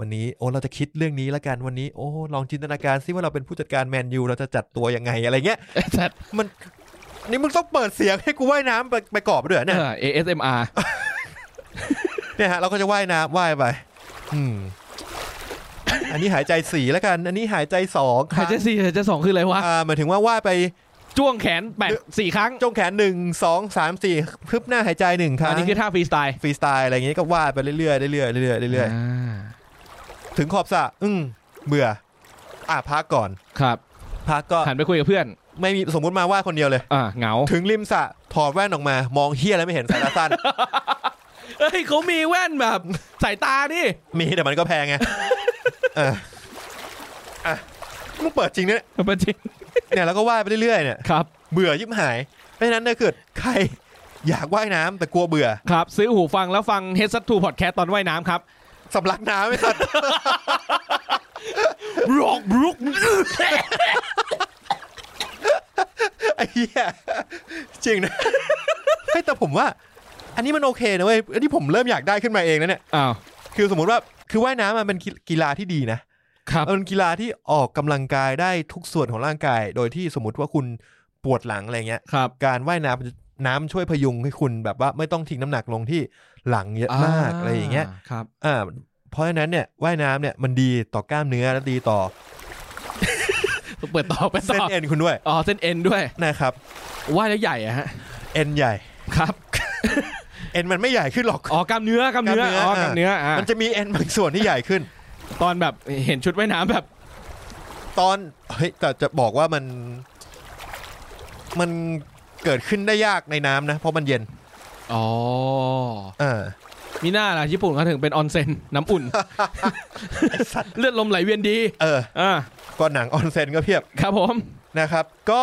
Speaker 1: วันนี้โอ้เราจะคิดเรื่องนี้ละกันวันนี้โอ้ลองจินตนาการซิว่าเราเป็นผู้จัดการแมนยูเราจะจัดตัวยังไงอะไรเงี้ย
Speaker 2: แต่
Speaker 1: มันนี่มึงต้องเปิดเสียงให้กูว่ายน้ำไปไปกรอบด้วยเหรอ
Speaker 2: เอ
Speaker 1: เนี่ย
Speaker 2: อ ASMR
Speaker 1: เนี่ยฮะเราก็จะว่ายน้ำว่ายไป อืม อันนี้หายใจสี่แล้วกัน อันนี้หายใจสองค
Speaker 2: หาย
Speaker 1: รั้ง
Speaker 2: ใจสี่หายใจสองคืออะไรวะ
Speaker 1: อ่าหมายถึงว่าว่ายไป
Speaker 2: จ้วงแขนแปดสี่ครั้ง
Speaker 1: จ้องแขนหนึ่งสองสามสี่พึบหน้าหายใจหนึ่งครั้
Speaker 2: อั
Speaker 1: ง
Speaker 2: นนี้คือท่าฟรีสไตล์
Speaker 1: ฟรีสไตล์อะไรอย่างงี้ก็ว่ายไปเรื่อยๆเรื่อยๆเรื่อยๆเรื่อย
Speaker 2: า
Speaker 1: ๆถึงขอบสระอืมเบื่อ อ่ะพักก่อน
Speaker 2: ครับ
Speaker 1: พักก็
Speaker 2: หันไปคุยกับเพื่อน
Speaker 1: ไม่มีสมมติมาว่ายคนเดียวเลย
Speaker 2: อ่าเหงา
Speaker 1: ถึงริมสระถอดแว่นออกมามองเฮียอะไรไม่เห็นสายตาสั้น
Speaker 2: เอ้ยเขามีแว่นแบบ สายตาดิ
Speaker 1: มีแต่มันก็แพงไงเอออ่ะมึงเปิดจริงเนี่ย
Speaker 2: เป็นจริง
Speaker 1: เนี่ยแล้วก็ว่ายไปเรื่อยๆเนี่ย
Speaker 2: ครับ
Speaker 1: เบื่อยิบหาย เพราะฉะนั้นถ้าเกิดใคร อยากว่ายน้ำแต่กลัวเบื่อ
Speaker 2: ครับ ซื้อหูฟังแล้วฟัง h e a d s e t to Podcast ตอนว่ายน้ำครับ
Speaker 1: สำลักน้ำไอ้ สัตว์
Speaker 2: บล็อกบลุก
Speaker 1: ไอ้เหี้ยจริงนะ ให้ยแต่ผมว่า อันนี้มันโอเคนะเว้ยอันนี้ผมเริ่มอยากได้ขึ้นมาเองนะเนี่ย
Speaker 2: อ้าว
Speaker 1: คือสมมติว่าคือว่ายน้ำมันเป็นกีกีฬาที่ดีนะครับ มันเป็นกีฬาที่ออกกำลังกายได้ทุกส่วนของร่างกาย โดยที่สมมติว่าคุณปวดหลังอะไรเงี้ย
Speaker 2: ครับ
Speaker 1: การว่ายน้ำมันจะน้ำช่วยพยุงให้คุณแบบว่าไม่ต้องทิ้งน้ำหนักลงที่หลังเยอะมากอะไรอย่างเงี้ย
Speaker 2: ครับ
Speaker 1: อ่า เพราะฉะนั้นเนี่ยว่ายน้ำเนี่ยมันดีต่อกล้ามเนื้อและดีต่อ
Speaker 2: เปิดต่อไป
Speaker 1: เส้
Speaker 2: ต่
Speaker 1: น
Speaker 2: อ
Speaker 1: เอ็นคุณด้วย
Speaker 2: อ๋อเส้นเอ็นด้วย
Speaker 1: นะครับ
Speaker 2: ว่ายแล้วใหญ่อะฮะ
Speaker 1: เอ็นใหญ่
Speaker 2: ครับ
Speaker 1: เอ็นมันไม่ใหญ่ขึ้นหรอก
Speaker 2: อ๋อกล้ามเนื้อกล้ามเนื้อก
Speaker 1: ล้ามเนื้อ
Speaker 2: อ๋อ
Speaker 1: อ่ะ
Speaker 2: กล้ามเนื้ออ่ะ
Speaker 1: มันจะมีเอ็นบางส่วนที่ใหญ่ขึ้น
Speaker 2: ตอนแบบเห็นชุดว่ายน้ำแบบ
Speaker 1: ตอนเฮ้ยแต่จะบอกว่ามันมันเกิดขึ้นได้ยากในน้ำนะ เพราะมันเย็น
Speaker 2: อ๋อ
Speaker 1: อ่า
Speaker 2: มีหน้าล่ะญี่ปุ่นเขาถึงเป็นออนเซ็นน้ำอุ่น
Speaker 1: ไอ้สัตว์
Speaker 2: เลือดลมไหลเวียนดี
Speaker 1: เออ
Speaker 2: อ่า
Speaker 1: ก็หนังออนเซนก็เพียบ
Speaker 2: ครับผม
Speaker 1: นะครับ ก็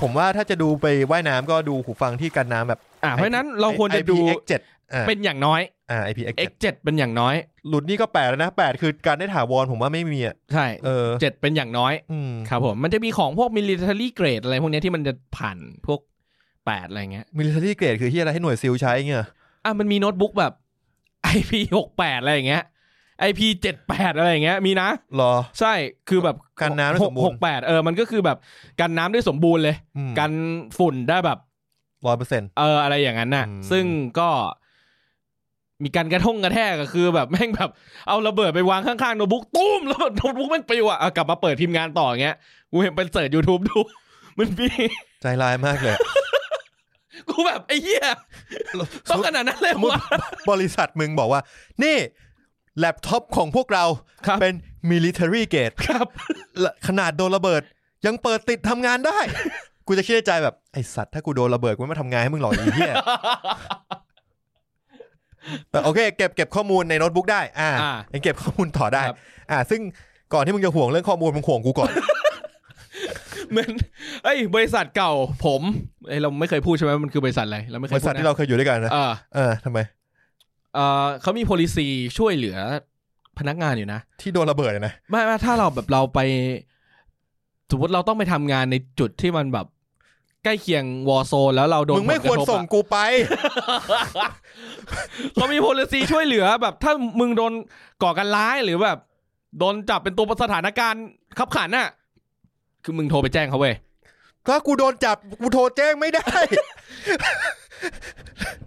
Speaker 1: ผมว่าถ้าจะดูไปว่ายน้ำก็ดูหูฟังที่กันน้ำแบบ
Speaker 2: อ่าเพราะฉะนั้นเราควรจะดู
Speaker 1: IPX7 อ่า
Speaker 2: เป็นอย่างน้อย
Speaker 1: อ่า IPX7
Speaker 2: X7 เป็นอย่างน้อย
Speaker 1: หลุดนี่ก็แปดแล้วนะแปดคือการได้ถาวรผมว่าไม่มีอ่ะ
Speaker 2: ใช่
Speaker 1: เออ
Speaker 2: เจ็ดเป็นอย่างน้อย
Speaker 1: อืม
Speaker 2: ครับผม มันจะมีของพวก military grade อะไรพวกเนี้ยที่มันจะผ่านพวก 8 อะไรเงี้ย
Speaker 1: มิลิเทอรี่เกรดคือที่อะไรให้หน่วยซิลใช้เงี้ย
Speaker 2: อ่ะมันมีโน้ตบุ๊กแบบ IP 68อะไรอย่างเงี้ย IP 78อะไรอย่างเงี้ยมีนะ
Speaker 1: รอ
Speaker 2: ใช่คือแบบ
Speaker 1: กันน้ำได้สมบูรณ์
Speaker 2: หกแปดเออมันก็คือแบบกันน้ำได้สมบูรณ์เลย กันฝุ่นได้แบบ
Speaker 1: ร้อยเปอร์เซ็นต์
Speaker 2: เอออะไรอย่างนั้นน่ะ
Speaker 1: อืม
Speaker 2: ซึ่งก็มีการกระทงกระแทกก็คือแบบแม่งแบบเอาระเบิดไปวางข้างๆโน้ตบุ๊กตุ้มแล้วโน้ตบุ๊กแม่งปลิวอะเอากลับมาเปิดทีมงานต่ออย่างเงี้ยกูเห็นไปเสิร์ช YouTube ดู มันมี
Speaker 1: ใจร้ายมากเลย อะ
Speaker 2: กูแบบไอ้เหี้ยต้องขนาดนั้นเลยวะ
Speaker 1: บริษัทมึงบอกว่า นี่แล็ปท็อปของพวกเรา
Speaker 2: ครับ
Speaker 1: เป็น military grade
Speaker 2: ครับ
Speaker 1: และขนาดโดนระเบิด ยังเปิดติดทำงานได้ กูจะคิดในใจแบบ ไอสัตว์ถ้ากูโดนระเบิดกูไม่มาทำงานให้มึงหรอกไอีเหี้ยแต่โอเค เก็บเก็บข้อมูลในโน้ตบุ๊กได้ อ่า
Speaker 2: อ่า
Speaker 1: ยังเก็บข้อมูลต่อได้
Speaker 2: ครับ
Speaker 1: อ่า ซึ่งก่อนที่มึงจะห่วงเรื่องข้อมูลมึงห่วงกูก่อน
Speaker 2: เหมือนเอ้ยบริษัทเก่าผมเอ้ยเราไม่เคยพูดใช่ไหมมันคือบริษัทอะไรเราไม่เค
Speaker 1: บ
Speaker 2: ย
Speaker 1: ริ
Speaker 2: พูด
Speaker 1: ษัทที่เราเคยอยู่ด้วยกันนะ
Speaker 2: เออ
Speaker 1: เออทำไม
Speaker 2: เออเขามี policy ช่วยเหลือพนักงานอยู่นะ
Speaker 1: ที่โดนระเบิดอะนะ
Speaker 2: ไม่ไม่ถ้าเราแบบเราไป สมมติเราต้องไปทำงานในจุดที่มันแบบ ใกล้เคียงวอร์โซนแล้วเราโดน
Speaker 1: มึงไม่
Speaker 2: ผ
Speaker 1: ค
Speaker 2: ลก
Speaker 1: วร
Speaker 2: ระทบอะ
Speaker 1: ส่งกูไป
Speaker 2: เขามีโพลิซีช่วยเหลือแบบ ถ้ามึงโดนก่อการร้ายหรือแบบ โดนจับเป็นตัวสถานการณ์ขับขันน่ะ คือมึงโทรไปแจ้งเขาเว้ย
Speaker 1: ถ้ากูโดนจับกูโทรแจ้งไม่ได้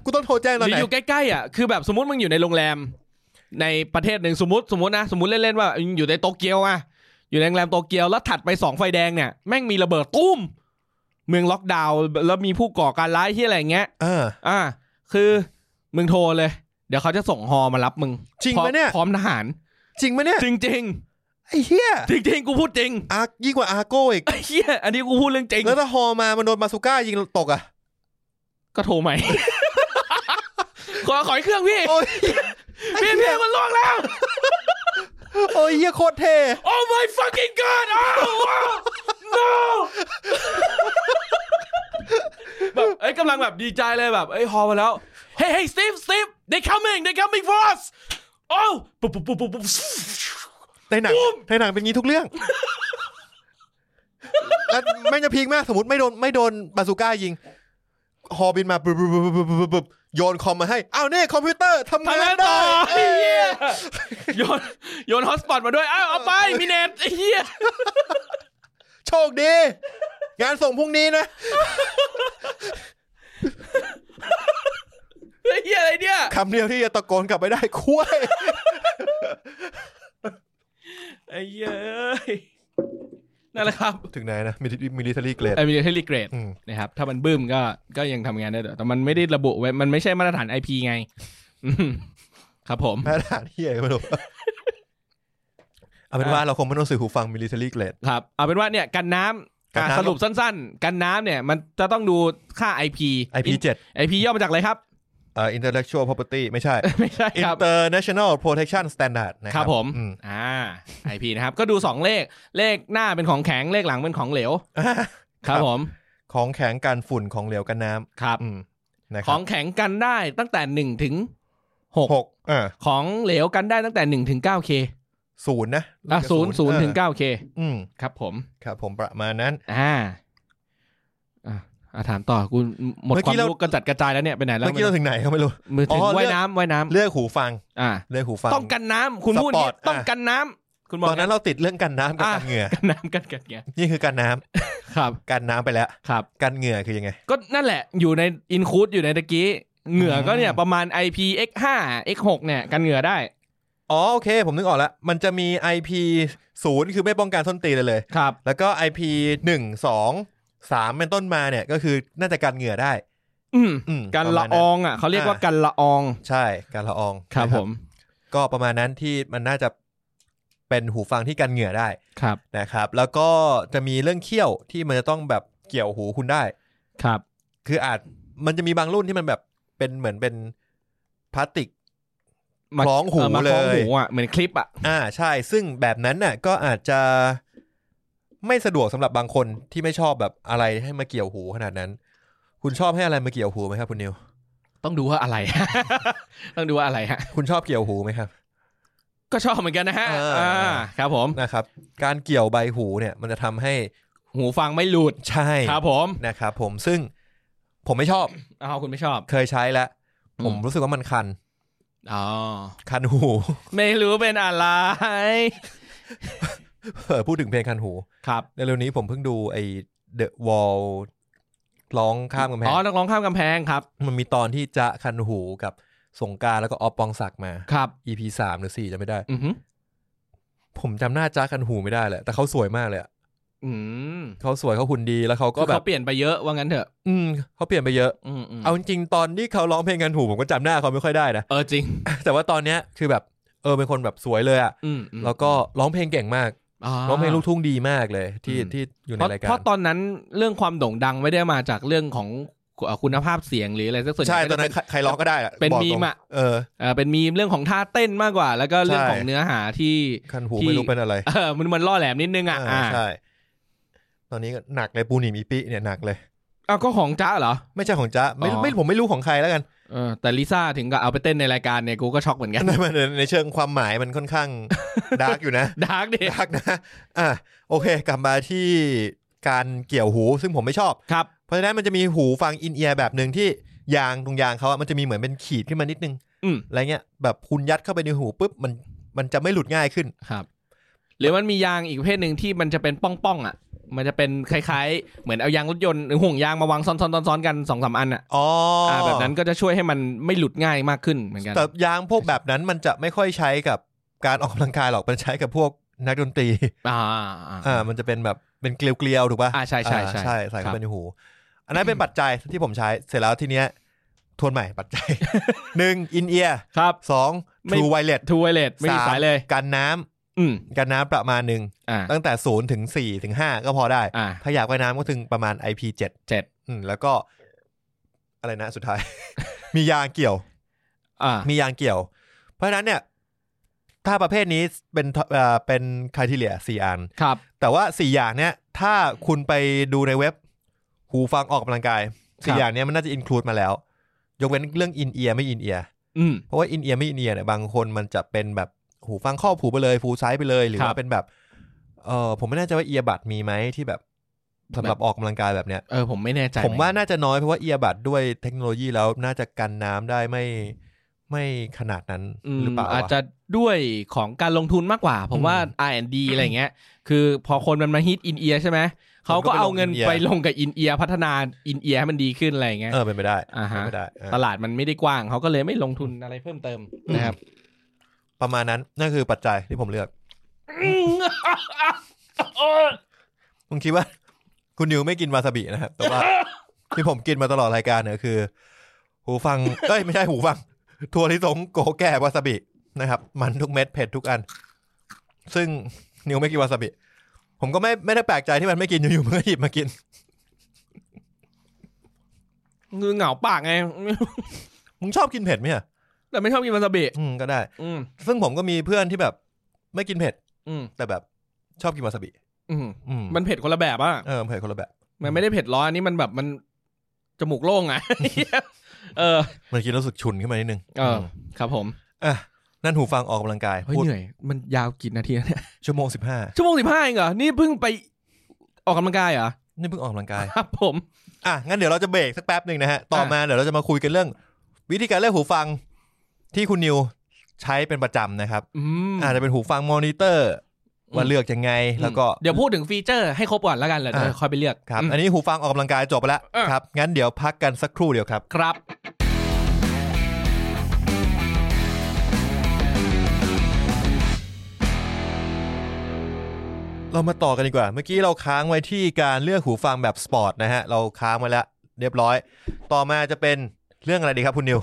Speaker 1: กูต้องโทรแจ้ง
Speaker 2: ห
Speaker 1: ตอน
Speaker 2: รือ
Speaker 1: ไหน
Speaker 2: อยู่ใกล้ๆอ่ะคือแบบสมมติมึงอยู่ในโรงแรม ในประเทศหนึ่งสมมติสมมตินะสมมติเล่นๆว่าอยู่ในโตเกียวอ่ะอยู่ในโรงแรมโตเกียวแล้วถัดไปสองไฟแดงเนี่ยแม่งมีระเบิดตุ้ม เมืองล็อกดาวน์แล้วมีผู้ก่อการร้ายที่อะไรอย่างเงี้ย
Speaker 1: เออ
Speaker 2: อ่า คือมึงโทรเลย เดี๋ยวเขาจะส่งฮอมารับมึง
Speaker 1: จริง
Speaker 2: พอ
Speaker 1: ไหมเนี่ย
Speaker 2: พร้อมทหาร
Speaker 1: จริงไหมเนี่ย
Speaker 2: จริงจริง
Speaker 1: ไอ้เหี้ย
Speaker 2: จริงจริงๆกูพูดจริง
Speaker 1: อาร์คยิ่งกว่าอาร์โก้อีก
Speaker 2: ไอ้เหี้ยอันนี้กูพูดเรื่องจริง
Speaker 1: แล้วถ้าฮอมามันโดนมาซูก้ายิงตกอ่ะ
Speaker 2: ก็โทรใหม่ ขอขออีกเครื่องพี่
Speaker 1: โอ้ย
Speaker 2: พี่พี่มันล่วงแล้ว
Speaker 1: โอ้ยเหี้ยโคตรเท่
Speaker 2: Oh my fucking god อ้าวอ้าว no แบบเอ้ยกำลังแบบดีใจเลยแบบเอ้ยฮอมาแล้ว Hey hey Steve Steve they coming they coming for us oh ปุ๊บปุ๊บปุ๊บปุ๊บปุ๊บ
Speaker 1: ในหนังในหนังเป็นงี้ทุกเรื่อง แล้วไม่งจะพีคมากสมมติไม่โดนไม่โดนบาซูก้ายิง ฮอบินมาปุ๊บปุ๊บปุ๊บปุ๊บปุ๊บปุ๊บโยนคอมมาให้ อ้าวนี่คอมพิวเตอร์ทำงา
Speaker 2: ทำงาน นต่
Speaker 1: ได้
Speaker 2: อ
Speaker 1: เอ้
Speaker 2: ไอ้เหี้ย
Speaker 1: ย
Speaker 2: โยนโยนฮอตสปอตมาด้วย อ้าว เอาไป มีเน็ตไอ้เหี้ย
Speaker 1: โชคดี งานส่งพรุ่งนี้นะ
Speaker 2: ไอ้เหี้ยอะไรเนี่ย
Speaker 1: คำเดียวที่จะตะโกนกลับไปได้ คุ้ย
Speaker 2: ไอ้เหี้ยเอ้ยนั่นแหละครับ
Speaker 1: ถึงไหนนะมิลิเทอรี่เกรด
Speaker 2: ไอ้มีเทลิเกรด
Speaker 1: อืม
Speaker 2: นะครับ ถ้ามันบึ้มก็ ก็ยังทำงานได้แต่แต่มันไม่ได้ระบุไว้ มันไม่ใช่มาตรฐาน IP ไง อืมครับผม
Speaker 1: มาตรฐานที่ใหญ่ไม่รู้ เอาเป็นว่าเราคงไม่ต้องซื้อหูฟังมิลิเทอรี่เกรด
Speaker 2: ครับ เอาเป็นว่าเนี่ยกันน้ำ
Speaker 1: กัน
Speaker 2: อ่ะ
Speaker 1: น้ำ
Speaker 2: สรุปสั้นๆ กันน้ำเนี่ย มันจะต้องดูค่า IP
Speaker 1: IP7
Speaker 2: IP ย่อมาจากอะไรครับ
Speaker 1: เอ่อ intellectual property ไม่ใช่
Speaker 2: ไม่ใช่ครับ
Speaker 1: international protection standard นะ
Speaker 2: ค
Speaker 1: ครั
Speaker 2: รั
Speaker 1: บบ
Speaker 2: ผม
Speaker 1: อืม
Speaker 2: อ่า IP นะครับ ก็ดูสองเลข เลขหน้าเป็นของแข็ง เลขหลังเป็นของเหลว ครับผม
Speaker 1: ของแข็งกันฝุ่นของเหลวกันน้
Speaker 2: ครับ
Speaker 1: ำอืมนะค
Speaker 2: ข
Speaker 1: รั
Speaker 2: อบ งแข็งกันได้ตั้งแต่หนึ่งถึงหก
Speaker 1: หกเออ
Speaker 2: ของเหลวกันได้ตั้งแต่หนึ่งถึงเก้าเค
Speaker 1: ศูนย์นะ
Speaker 2: อ่ะศูนย์ศูนย์ถึง
Speaker 1: เออ
Speaker 2: เก้าเค
Speaker 1: อืม
Speaker 2: ครับผม
Speaker 1: ครับ ผมประมาณนั้น
Speaker 2: อ่า อ่ะอ่ะถามต่อกูหมด
Speaker 1: เมื่อ
Speaker 2: ควา
Speaker 1: กี้
Speaker 2: ม
Speaker 1: เรารู้
Speaker 2: รู้กระจัดกระจายแล้วเนี่ยไปไหนแล้ว
Speaker 1: เมื่อกี้เราถึงไหนก็ไม่รู้
Speaker 2: มือถืออ
Speaker 1: อ
Speaker 2: ว่า
Speaker 1: เรื่
Speaker 2: ย
Speaker 1: อง
Speaker 2: น้ำว่ายน้ำ
Speaker 1: เลือกหูฟัง
Speaker 2: อ่า
Speaker 1: เลือกหูฟัง
Speaker 2: ต้องกันน้ำคุณพูดอย่าง
Speaker 1: สปอร์
Speaker 2: นี้
Speaker 1: ต
Speaker 2: ต้อง
Speaker 1: อ่ะ
Speaker 2: กันน้ำคุณบอ
Speaker 1: ต
Speaker 2: ก
Speaker 1: อนนั้นเราติดเรื่องกันน้ำกับกันเหงื่อ
Speaker 2: กันน้ำกันกันเงี้ย
Speaker 1: นี่คือกันน้ำ
Speaker 2: ครับ
Speaker 1: กันน้ำไปแล้ว
Speaker 2: ครับ
Speaker 1: กันเหงื่อคือยังไง
Speaker 2: ก็นั่นแหละอยู่ในอินคูดอยู่ในตะกี้ เหงื่อก็เนี่ย
Speaker 1: อืม
Speaker 2: ประมาณ IPX5 X6 เนี่ย กันเหงื่อได้
Speaker 1: อ๋อโอเค ผมนึกออกแล้ว มันจะมี IP ศูนย์คือไม่ป้องกันส้นตีนเลยเลย
Speaker 2: ครับ
Speaker 1: แล้วก็ IP หนึ่งสองสามเป็นต้นมาเนี่ยก็คือน่าจะกันเหงื่อได้
Speaker 2: อืม
Speaker 1: อืม
Speaker 2: กัน
Speaker 1: ปร
Speaker 2: ละ
Speaker 1: มาณ
Speaker 2: อ
Speaker 1: นั้น
Speaker 2: องอ่ะเขาเรียกว่า
Speaker 1: อ่า
Speaker 2: กันละออง
Speaker 1: ใช่การละออง
Speaker 2: ครับ
Speaker 1: นะ
Speaker 2: ผม
Speaker 1: ก็ประมาณนั้นที่มันน่าจะเป็นหูฟังที่กันเหงื่อได้
Speaker 2: ครับ
Speaker 1: นะครับ แล้วก็จะมีเรื่องเขี้ยวที่มันจะต้องแบบเกี่ยวหูคุณได้
Speaker 2: ครับ
Speaker 1: คืออาจมันจะมีบางรุ่นที่มันแบบเป็นเหมือนเป็นพลาสติก
Speaker 2: มา
Speaker 1: คล้องหู
Speaker 2: เมาคล้อง
Speaker 1: เลย
Speaker 2: หูอ่ะเหมือนคลิปอ่ะ
Speaker 1: อ่าใช่ ซึ่งแบบนั้นน่ะก็อาจจะไม่สะดวกสำหรับบางคนที่ไม่ชอบแบบอะไรให้มาเกี่ยวหูขนาดนั้น คุณชอบให้อะไรมาเกี่ยวหูไหมครับ คุณนิว
Speaker 2: ต้องดูว่าอะไร ต้องดูว่าอะไรฮะ
Speaker 1: คุณชอบเกี่ยวหูไหมครับ
Speaker 2: ก็ชอบเหมือนกันนะฮะ
Speaker 1: เอออ่
Speaker 2: อ่าครับผม
Speaker 1: นะครับ การเกี่ยวใบหูเนี่ย มันจะทำให้
Speaker 2: หูฟังไม่หลุด
Speaker 1: ใช่
Speaker 2: ครับผม
Speaker 1: นะครับผมซึ่งผมไม่ชอบ
Speaker 2: อ้าวคุณไม่ชอบ
Speaker 1: เคยใช้แล้ว
Speaker 2: อืม
Speaker 1: ผมรู้สึกว่ามันคัน
Speaker 2: อ๋อ
Speaker 1: คันหู
Speaker 2: ไม่รู้เป็นอะไร
Speaker 1: เผลอพูดถึงเพลงคันหู
Speaker 2: ครับ
Speaker 1: ในเร็วๆนี้ผมเพิ่งดูไอ้ The Wall ร้องข้ามกำแพง
Speaker 2: อ๋อนักร้องข้ามกำแพงครับ
Speaker 1: มันมีตอนที่จะคันหูกับสงกรารแล้วก็ออฟปองศักดิ์มา
Speaker 2: ครับ
Speaker 1: EP สามหรือสี่จะไม่ได้
Speaker 2: อือหือ
Speaker 1: ผมจำหน้าจ้าคันหูไม่ได้แหละแต่เขาสวยมากเลยอะ
Speaker 2: อืม
Speaker 1: เขาสวยเขาหุ่นดีแล้วเขา
Speaker 2: ก็
Speaker 1: ก็
Speaker 2: แบ
Speaker 1: แบบ บ
Speaker 2: เปลี่ยนไปเยอะว่างั้นเถอะ
Speaker 1: อืมเขาเปลี่ยนไปเยอะ
Speaker 2: อืมอืม
Speaker 1: เอาจริงๆตอนที่เขาร้องเพลงคันหูผมก็จำหน้าเขาไม่ค่อยได้นะ
Speaker 2: เออจริง
Speaker 1: แต่ว่าตอนเนี้ยคือแบบเออเป็นคนแบบสวยเลยอะ
Speaker 2: อืมอืม
Speaker 1: แล้วก็ร้องเพลงเก่งมาก
Speaker 2: า
Speaker 1: ร้องเพลงลูกทุ่งดีมากเลย ที่
Speaker 2: อืม
Speaker 1: ที่อยู่
Speaker 2: เพ
Speaker 1: ใน
Speaker 2: ราะ
Speaker 1: รายการ
Speaker 2: เพราะตอนนั้นเรื่องความโด่งดังไม่ได้มาจากเรื่องของเอ่อคุณภาพเสียงหรืออะไรสักส่วน
Speaker 1: ใช่
Speaker 2: ญ่
Speaker 1: ตอนนั้น
Speaker 2: เป็
Speaker 1: ใครใครร้องก็ได้อะ
Speaker 2: เป็น
Speaker 1: บกต
Speaker 2: มี
Speaker 1: รง
Speaker 2: มอะ
Speaker 1: เออ
Speaker 2: เอ่อเป็นมีมเรื่องของท่าเต้นมากกว่า แล้วก็เรื่อง
Speaker 1: ใช่
Speaker 2: ของเนื้อหาที่
Speaker 1: คันหู
Speaker 2: ที่
Speaker 1: ไม่รู้เป็นอะไร
Speaker 2: เออมันมันล่อแหลมนิดนึงอ่ะ
Speaker 1: อ่า
Speaker 2: อ่า
Speaker 1: ใช่ ตอนนี้ก็หนักเลยปูหนีบอีปิเนี่ยหนักเลย
Speaker 2: เอาก็ของจ้าเหรอ
Speaker 1: ไม่ใช่ของจ๊ะไม่
Speaker 2: อ๋อ
Speaker 1: ไม่ผมไม่รู้ของใครแล้วกัน
Speaker 2: เออแต่ลิซ่าถึงกับเอาไปเต้นในรายการเนี่ยกูก็ช็อกเหมือนกัน
Speaker 1: ในในเชิงความหมายมันค่อนข้าง ดาร์กอยู่นะ
Speaker 2: ดาร์กดิ
Speaker 1: ดาร์กนะอ่ะโอเค กลับมาที่การเกี่ยวหูซึ่งผมไม่ชอบ
Speaker 2: ครับ
Speaker 1: เพราะฉะนั้นมันจะมีหูฟังอินเอียร์แบบหนึ่งที่ยางตรงยางเขาอะมันจะมีเหมือนเป็นขีดขึ้นมานิดนึง
Speaker 2: อืม
Speaker 1: อะไรเงี้ยแบบคุณยัดเข้าไปในหูปุ๊บมันมันจะไม่หลุดง่ายขึ้น
Speaker 2: ครับ หรือมันมียางอีกประเภทหนึ่งที่มันจะเป็นป้องป้องๆอ่ะ มันจะเป็นคล้ายๆ เหมือนเอายางรถยนต์หรือห่วงยางมาวางซ้อนๆซ้อนๆกันสองสามอันอ่ะ
Speaker 1: อ๋ออ่
Speaker 2: าแบบนั้นก็จะช่วยให้มันไม่หลุดง่ายมากขึ้นเหมือนกัน
Speaker 1: แต่ยางพวกแบบนั้นมันจะไม่ค่อยใช้กับการออกกำลังกายหรอกมันใช้กับพวกนักดนตรี
Speaker 2: อ่า
Speaker 1: อ่า
Speaker 2: อ่า
Speaker 1: มันจะเป็นแบบเป็นเกลียวๆถูกปะ
Speaker 2: อ่าใช่ใช่ใช่
Speaker 1: อ่าใช่ใส่เข้า
Speaker 2: ครั
Speaker 1: ไป
Speaker 2: บ
Speaker 1: ในหู อันนั้นเป็นปัจจัย ที่ผมใช้ เสร็จแล้วทีเนี้ยทวนใหม่ปัจจัย หนึ่งอินเอียร์
Speaker 2: ครับ
Speaker 1: สอง
Speaker 2: ไม่
Speaker 1: ทูไวเลส
Speaker 2: ทูไวเลตไม่มีสายเลย
Speaker 1: กันน้ำ
Speaker 2: อืม
Speaker 1: กันน้ำประมาณหนึ่ง
Speaker 2: อ่า
Speaker 1: ตั้งแต่ศูนย์ถึงสี่ถึงห้าก็พอได้
Speaker 2: อ่า
Speaker 1: ถ้าอยากว่ายน้ำก็ถึงประมาณ IP เจ็ด
Speaker 2: เจ็ด
Speaker 1: อืมแล้วก็อะไรนะสุดท้าย มียางเกี่ยว
Speaker 2: อ่า
Speaker 1: มียางเกี่ยว เพราะฉะนั้นเนี่ย ถ้าประเภทนี้เป็นเอ่อเป็นคาทีเลียสี่อัน
Speaker 2: ครับ
Speaker 1: แต่ว่าสี่อย่างเนี้ยถ้าคุณไปดูในเว็บ หูฟังออกกำลังกาย
Speaker 2: ครั
Speaker 1: สี่
Speaker 2: บ
Speaker 1: อย่างเนี้ยมันน่าจะอินคลูดมาแล้ว ยกเว้นเรื่องอินเอียร์ไม่อินเอียร์
Speaker 2: อืม
Speaker 1: เพราะว่าอินเอียร์ไม่อินเอียร์เนี่ยบางคนมันจะเป็นแบบหูฟังครอบหูไปเลยฟูซ้ายไปเลย หรือ
Speaker 2: ครั
Speaker 1: ว่า
Speaker 2: บ
Speaker 1: เป็นแบบเออผมไม่แน่ใจว่าเอียร์บัตมีไหมที่แบบสำหรับ
Speaker 2: แบบ
Speaker 1: ออกกำลังกายแบบเนี้ย
Speaker 2: เออผมไม่แน่ใจ
Speaker 1: ผมว่าน่าจะน้อยเพราะว่าเอียร์บัตด้วยเทคโนโลยีแล้วน่าจะกันน้ำได้ไม่ไม่ขนาดนั้น
Speaker 2: ม
Speaker 1: หรือเปล่า
Speaker 2: อาจ
Speaker 1: วะ
Speaker 2: จะด้วยของการลงทุนมากกว่า ผมว่า
Speaker 1: อืม
Speaker 2: R&D อะไรอย่างเงี้ย คือพอคนมันมาฮิตอินเอียใช่ไหม เขาก็เอาเงินไปลงกับอินเอียพัฒนาอินเอียให้มันดีขึ้นอะไรอย่างเงี้ย
Speaker 1: เออเป็นไปได้
Speaker 2: อ่าฮะ
Speaker 1: เป็นไปได้อ่า
Speaker 2: ตลาดมันไม่ได้กว้าง เขาก็เลยไม่ลงทุนอะไรเพิ่มเติมนะครับ
Speaker 1: ประมาณนั้นนั่นคือปัจจัยที่ผมเลือก ผมคิดว่า คุณนิวไม่กินวาซาบินะครับ แต่ว่า ที่ผมกินมาตลอดรายการเนี่ยคือ หูฟัง เอ้ยไม่ใช่หูฟัง ทัวริสงโกแก่วาซาบินะครับ มันทุกเม็ดเผ็ดทุกอัน ซึ่งนิวไม่กินวาซาบิ ผมก็ไม่ไม่ได้แปลกใจที่มันไม่กินอยู่ๆมันก็หยิบมากิน
Speaker 2: คือเหงาปากไง
Speaker 1: มึงชอบกินเผ็ดไหมอ่ะ
Speaker 2: แต่ไม่ชอบกินวาซาบิ
Speaker 1: อืมก็ได้
Speaker 2: อืม
Speaker 1: ซึ่งผมก็มีเพื่อนที่แบบ ไม่กินเผ็ด
Speaker 2: อืม
Speaker 1: แต่แบบชอบกินวาซาบิ
Speaker 2: อืม
Speaker 1: อืม
Speaker 2: มันเผ็ดคนละแบบอ่ะ
Speaker 1: เออเผ็ดคนละแบบ
Speaker 2: มันไม่ได้เผ็ดร้อนอันนี้มันแบบมันจมูกโล่งอ่ะ เออ
Speaker 1: มันกินแล้วรู้สึกฉุนขึ้นมานิดนึง
Speaker 2: เออ ครับผม
Speaker 1: อ่ะนั่นหูฟังออกกำลังกาย
Speaker 2: เฮ้ย
Speaker 1: พูด
Speaker 2: เหนื่อย มันยาวกี่นาทีแล้วเนี่ย
Speaker 1: ชั่วโมงสิบห้า
Speaker 2: ชั่วโมงสิบห้าเองเหรอ นี่เพิ่งไปออกกำลังกายเหรอ
Speaker 1: นี่เพิ่งออกกำลังกาย
Speaker 2: ครับผม
Speaker 1: อ่ะ งั้นเดี๋ยวเราจะเบรกสักแป๊บหนึ่งนะฮะ ต่อมาเดี๋ยวเราจะมาคุยกันเรื่อง วิธีการเลือกหูฟังที่คุณนิวใช้เป็นประจำนะครับ
Speaker 2: อืม
Speaker 1: อาจจะเป็นหูฟังมอนิเตอร์
Speaker 2: อืม
Speaker 1: ว่าเลือกยังไงแล้วก็
Speaker 2: เดี๋ยวพูดถึงฟีเจอร์ให้ครบก่อนแล้วกันเลย
Speaker 1: อ่ะ
Speaker 2: เดี๋ยวค่อยไปเลือก
Speaker 1: ครับ
Speaker 2: อืม
Speaker 1: อันนี้หูฟังออกกำลังกายจบไปแล้ว
Speaker 2: เออ
Speaker 1: ครับ งั้นเดี๋ยวพักกันสักครู่เดียวครับ
Speaker 2: ครับ
Speaker 1: ส เรามาต่อกันดีกว่า เมื่อกี้เราค้างไว้ที่การเลือกหูฟังแบบสปอร์ตนะฮะ เราค้างไว้แล้วเรียบร้อย ต่อมาจะเป็นเรื่องอะไรดีครับคุณนิว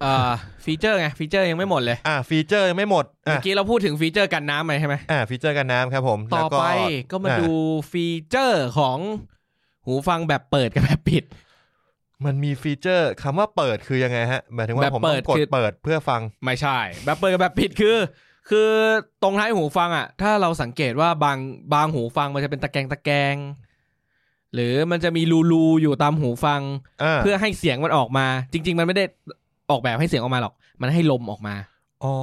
Speaker 2: เอ่อฟีเจอร์ไงฟีเจอร์ยังไม่หมดเลย
Speaker 1: อ่าฟีเจอร์ยังไม่หมด อ่ะ
Speaker 2: เมื่อกี้เราพูดถึงฟีเจอร์กันน้ำไปใช่ไหม
Speaker 1: อ่าฟีเจอร์กันน้ำครับผม
Speaker 2: ต่อ
Speaker 1: แล้วก็
Speaker 2: ไปก็มา
Speaker 1: อ่า
Speaker 2: ดูฟีเจอร์ของหูฟังแบบเปิดกับแบบปิด
Speaker 1: มันมีฟีเจอร์คำว่าเปิดคือยังไงฮะหมายถึง
Speaker 2: แบ
Speaker 1: ว่า
Speaker 2: บ
Speaker 1: ผม
Speaker 2: เปิ
Speaker 1: ต้องกด
Speaker 2: ดคือ
Speaker 1: เปิดเพื่อฟัง
Speaker 2: ไม่ใช่ แบบเปิดกับแบบปิดคือ คือตรงท้ายหูฟังอ่ะ ถ้าเราสังเกตว่าบางบางหูฟังมันจะเป็นตะแกรงตะแกรงหรือมันจะมีรูรูๆอยู่ตามหูฟัง
Speaker 1: อ่า
Speaker 2: เพื่อให้เสียงมันออกมา จริง ๆ มันไม่ได้ออกแบบให้เสียงออกมาหรอก มันให้ลมออกมา
Speaker 1: อ๋อ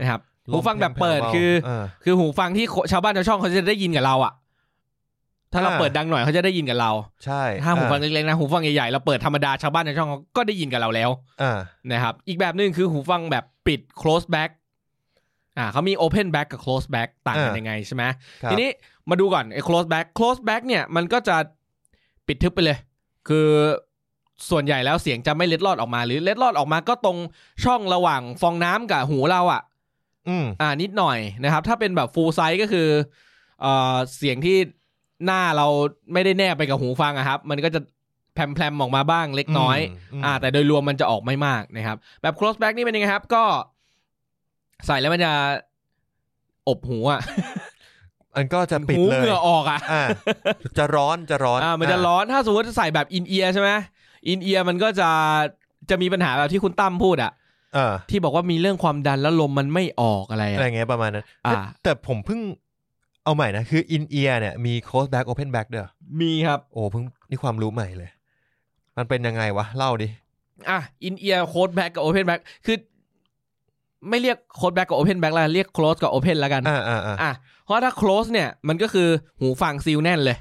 Speaker 2: นะครับ
Speaker 1: ลม
Speaker 2: หูฟังแบบเปิด
Speaker 1: ผ่วๆ
Speaker 2: คือ
Speaker 1: า
Speaker 2: คือหูฟังที่ชาวบ้านชาวช่องเขาจะได้ยินกับเราอ่ะ ถ้าเรา
Speaker 1: อ่า
Speaker 2: เปิดดังหน่อยเขาจะได้ยินกับเรา
Speaker 1: ใช่
Speaker 2: ถ้าหูฟัง
Speaker 1: อ่
Speaker 2: เล็กๆนะหูฟังใหญ่ๆเราเปิดธรรมดาชาวบ้านชาวช่องเขาก็ได้ยินกับเราแล้ว
Speaker 1: อ่า
Speaker 2: นะครับ อีกแบบหนึ่งคือหูฟังแบบปิด close back อ่าเขามี open back กับ close back ต่างกันยังไงใช่ไหม
Speaker 1: ครับ
Speaker 2: ทีนี้มาดูก่อนไอ้ close back close back เนี่ยมันก็จะปิดทึบไปเลย คือส่วนใหญ่แล้วเสียงจะไม่เล็ดลอดออกมา หรือเล็ดลอดออกมาก็ตรงช่องระหว่างฟองน้ำกับหูเราอ่ะ
Speaker 1: อืม
Speaker 2: อ่านิดหน่อยนะครับ ถ้าเป็นแบบ full size ก็คือเอ่อเสียงที่หน้าเราไม่ได้แนบไปกับหูฟังอะครับ มันก็จะแพรมๆออกมาบ้างเล็กน้อย
Speaker 1: ม
Speaker 2: อ่า แต่โดยรวมมันจะออกไม่มากนะครับ แบบ close back นี่เป็นยังไงครับ ก็ใส่แล้วมันจะอบหูอะ
Speaker 1: อันก็จะปิด
Speaker 2: หู
Speaker 1: เล
Speaker 2: เห
Speaker 1: ย
Speaker 2: งื่อออกอะ
Speaker 1: อ่าจะร้อนจะร้อน
Speaker 2: อ่า มันจะร้อนถ้าสมมติใส่แบบอินเอียร์ใช่ไหมอินเอียร์มันก็จะจะมีปัญหาแบบที่คุณตั้มพูดอะ
Speaker 1: อ่า
Speaker 2: ที่บอกว่ามีเรื่องความดันแล้วลมมันไม่ออกอะไร
Speaker 1: อะ
Speaker 2: อะ
Speaker 1: ไรเงี้ยประมาณนั้น
Speaker 2: อ่า
Speaker 1: แต่ผมเพิ่งเอาใหม่นะ คืออินเอียร์เนี่ยมีโคสแบ็กโอเพนแบ็กเด้อ
Speaker 2: มีครับ
Speaker 1: โอ้เพิ่งนี่ความรู้ใหม่เลย มันเป็นยังไงวะ เล่าดิ
Speaker 2: อ่ะอินเอียร์โค้ดแบ็กกับโอเพนแบ็กคือ ไม่เรียกโค้ดแบ็กกับโอเพนแบ็กแล้วกันเรียกโคลสกับโอเพนแล้วกัน
Speaker 1: อ่าอ่าอ่า
Speaker 2: อ่ะเพราะถ้าโคลสเนี่ยมันก็คือหูฟังซีลแน่นเลย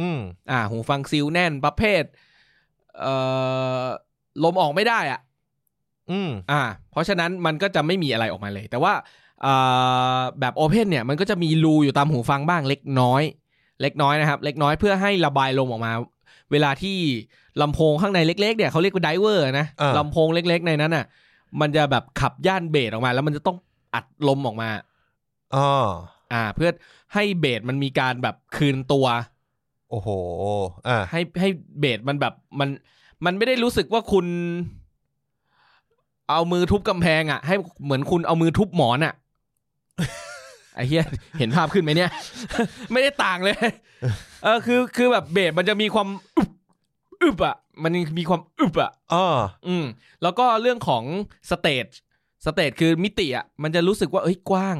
Speaker 1: อืม
Speaker 2: อ่ะหูฟังซีลแน่นประเภทเอ่อลมออกไม่ได้อ่ะ
Speaker 1: อืม
Speaker 2: อ่ะเพราะฉะนั้นมันก็จะไม่มีอะไรออกมาเลย แต่ว่าอ่าแบบโอเพนเนี่ยมันก็จะมีรูอยู่ตามหูฟังบ้างเล็กน้อย เล็กน้อยนะครับ เล็กน้อยเพื่อให้ระบายลมออกมา เวลาที่ลำโพงข้างในเล็ก ๆ เนี่ยเขาเรียกว่าไดเวอร์นะ
Speaker 1: า
Speaker 2: ลำโพงเล็ก ๆ ในนั้นน่ะ มันจะแบบขับย่านเบสออกมา แล้วมันจะต้องอัดลมออกมา
Speaker 1: อ๋อ
Speaker 2: อ่า เพื่อให้เบสมันมีการแบบคืนตัว
Speaker 1: โอ้โห อ่า
Speaker 2: ให้ให้เบสมันแบบมันมันไม่ได้รู้สึกว่าคุณ เอามือทุบกำแพงอ่ะ ให้เหมือนคุณเอามือทุบหมอนอ่ะ ไอ้เหี้ยเห็นภาพขึ้นไหมเนี่ย ไม่ได้ต่างเลย เออคือคือแบบเบสมันจะมีความอึบอึบอ่ะ มันมีความอึบอ่ะ
Speaker 1: อ๋อ
Speaker 2: อืมแล้วก็เรื่องของสเตจสเตจคือมิติอ่ะมันจะรู้สึกว่าเอ้ยกว้าง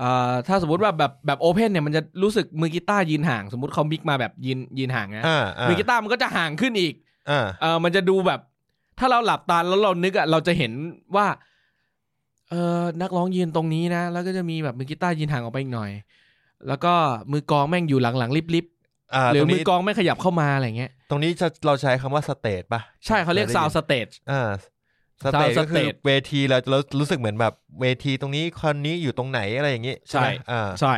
Speaker 2: อ่าถ้าสมมติว่าแบบแบบโอเพนเนี่ยมันจะรู้สึกมือกีตาร์ยืนห่าง สมมติเขามิกมาแบบยืนยืนห่างนะ
Speaker 1: อ่า
Speaker 2: มือกีตาร์มันก็จะห่างขึ้นอีก
Speaker 1: อ่า
Speaker 2: เออมันจะดูแบบ ถ้าเราหลับตาแล้วเรานึกอ่ะเราจะเห็นว่าเออนักร้องยืนตรงนี้นะ แล้วก็จะมีแบบมือกีตาร์ยืนห่างออกไปอีกหน่อย แล้วก็มือกลองแม่งอยู่หลังๆลิบ
Speaker 1: อ่า
Speaker 2: ๆหรื
Speaker 1: ต
Speaker 2: อ
Speaker 1: รง
Speaker 2: มือ
Speaker 1: นี้
Speaker 2: กลองไม่ขยับเข้ามาอะไรเงี้ย
Speaker 1: ตรงนี้จะเราใช้คำว่าสเตจปะ
Speaker 2: ใช่เขาเรียกซาวสเตจ
Speaker 1: อ่าส
Speaker 2: sound
Speaker 1: เตจก็คือ
Speaker 2: stage
Speaker 1: เวทีเราจะรู้สึกเหมือนแบบเวทีตรงนี้คนนี้อยู่ตรงไหนอะไรอย่างงี้ใช่ไหมอ่า
Speaker 2: ใช่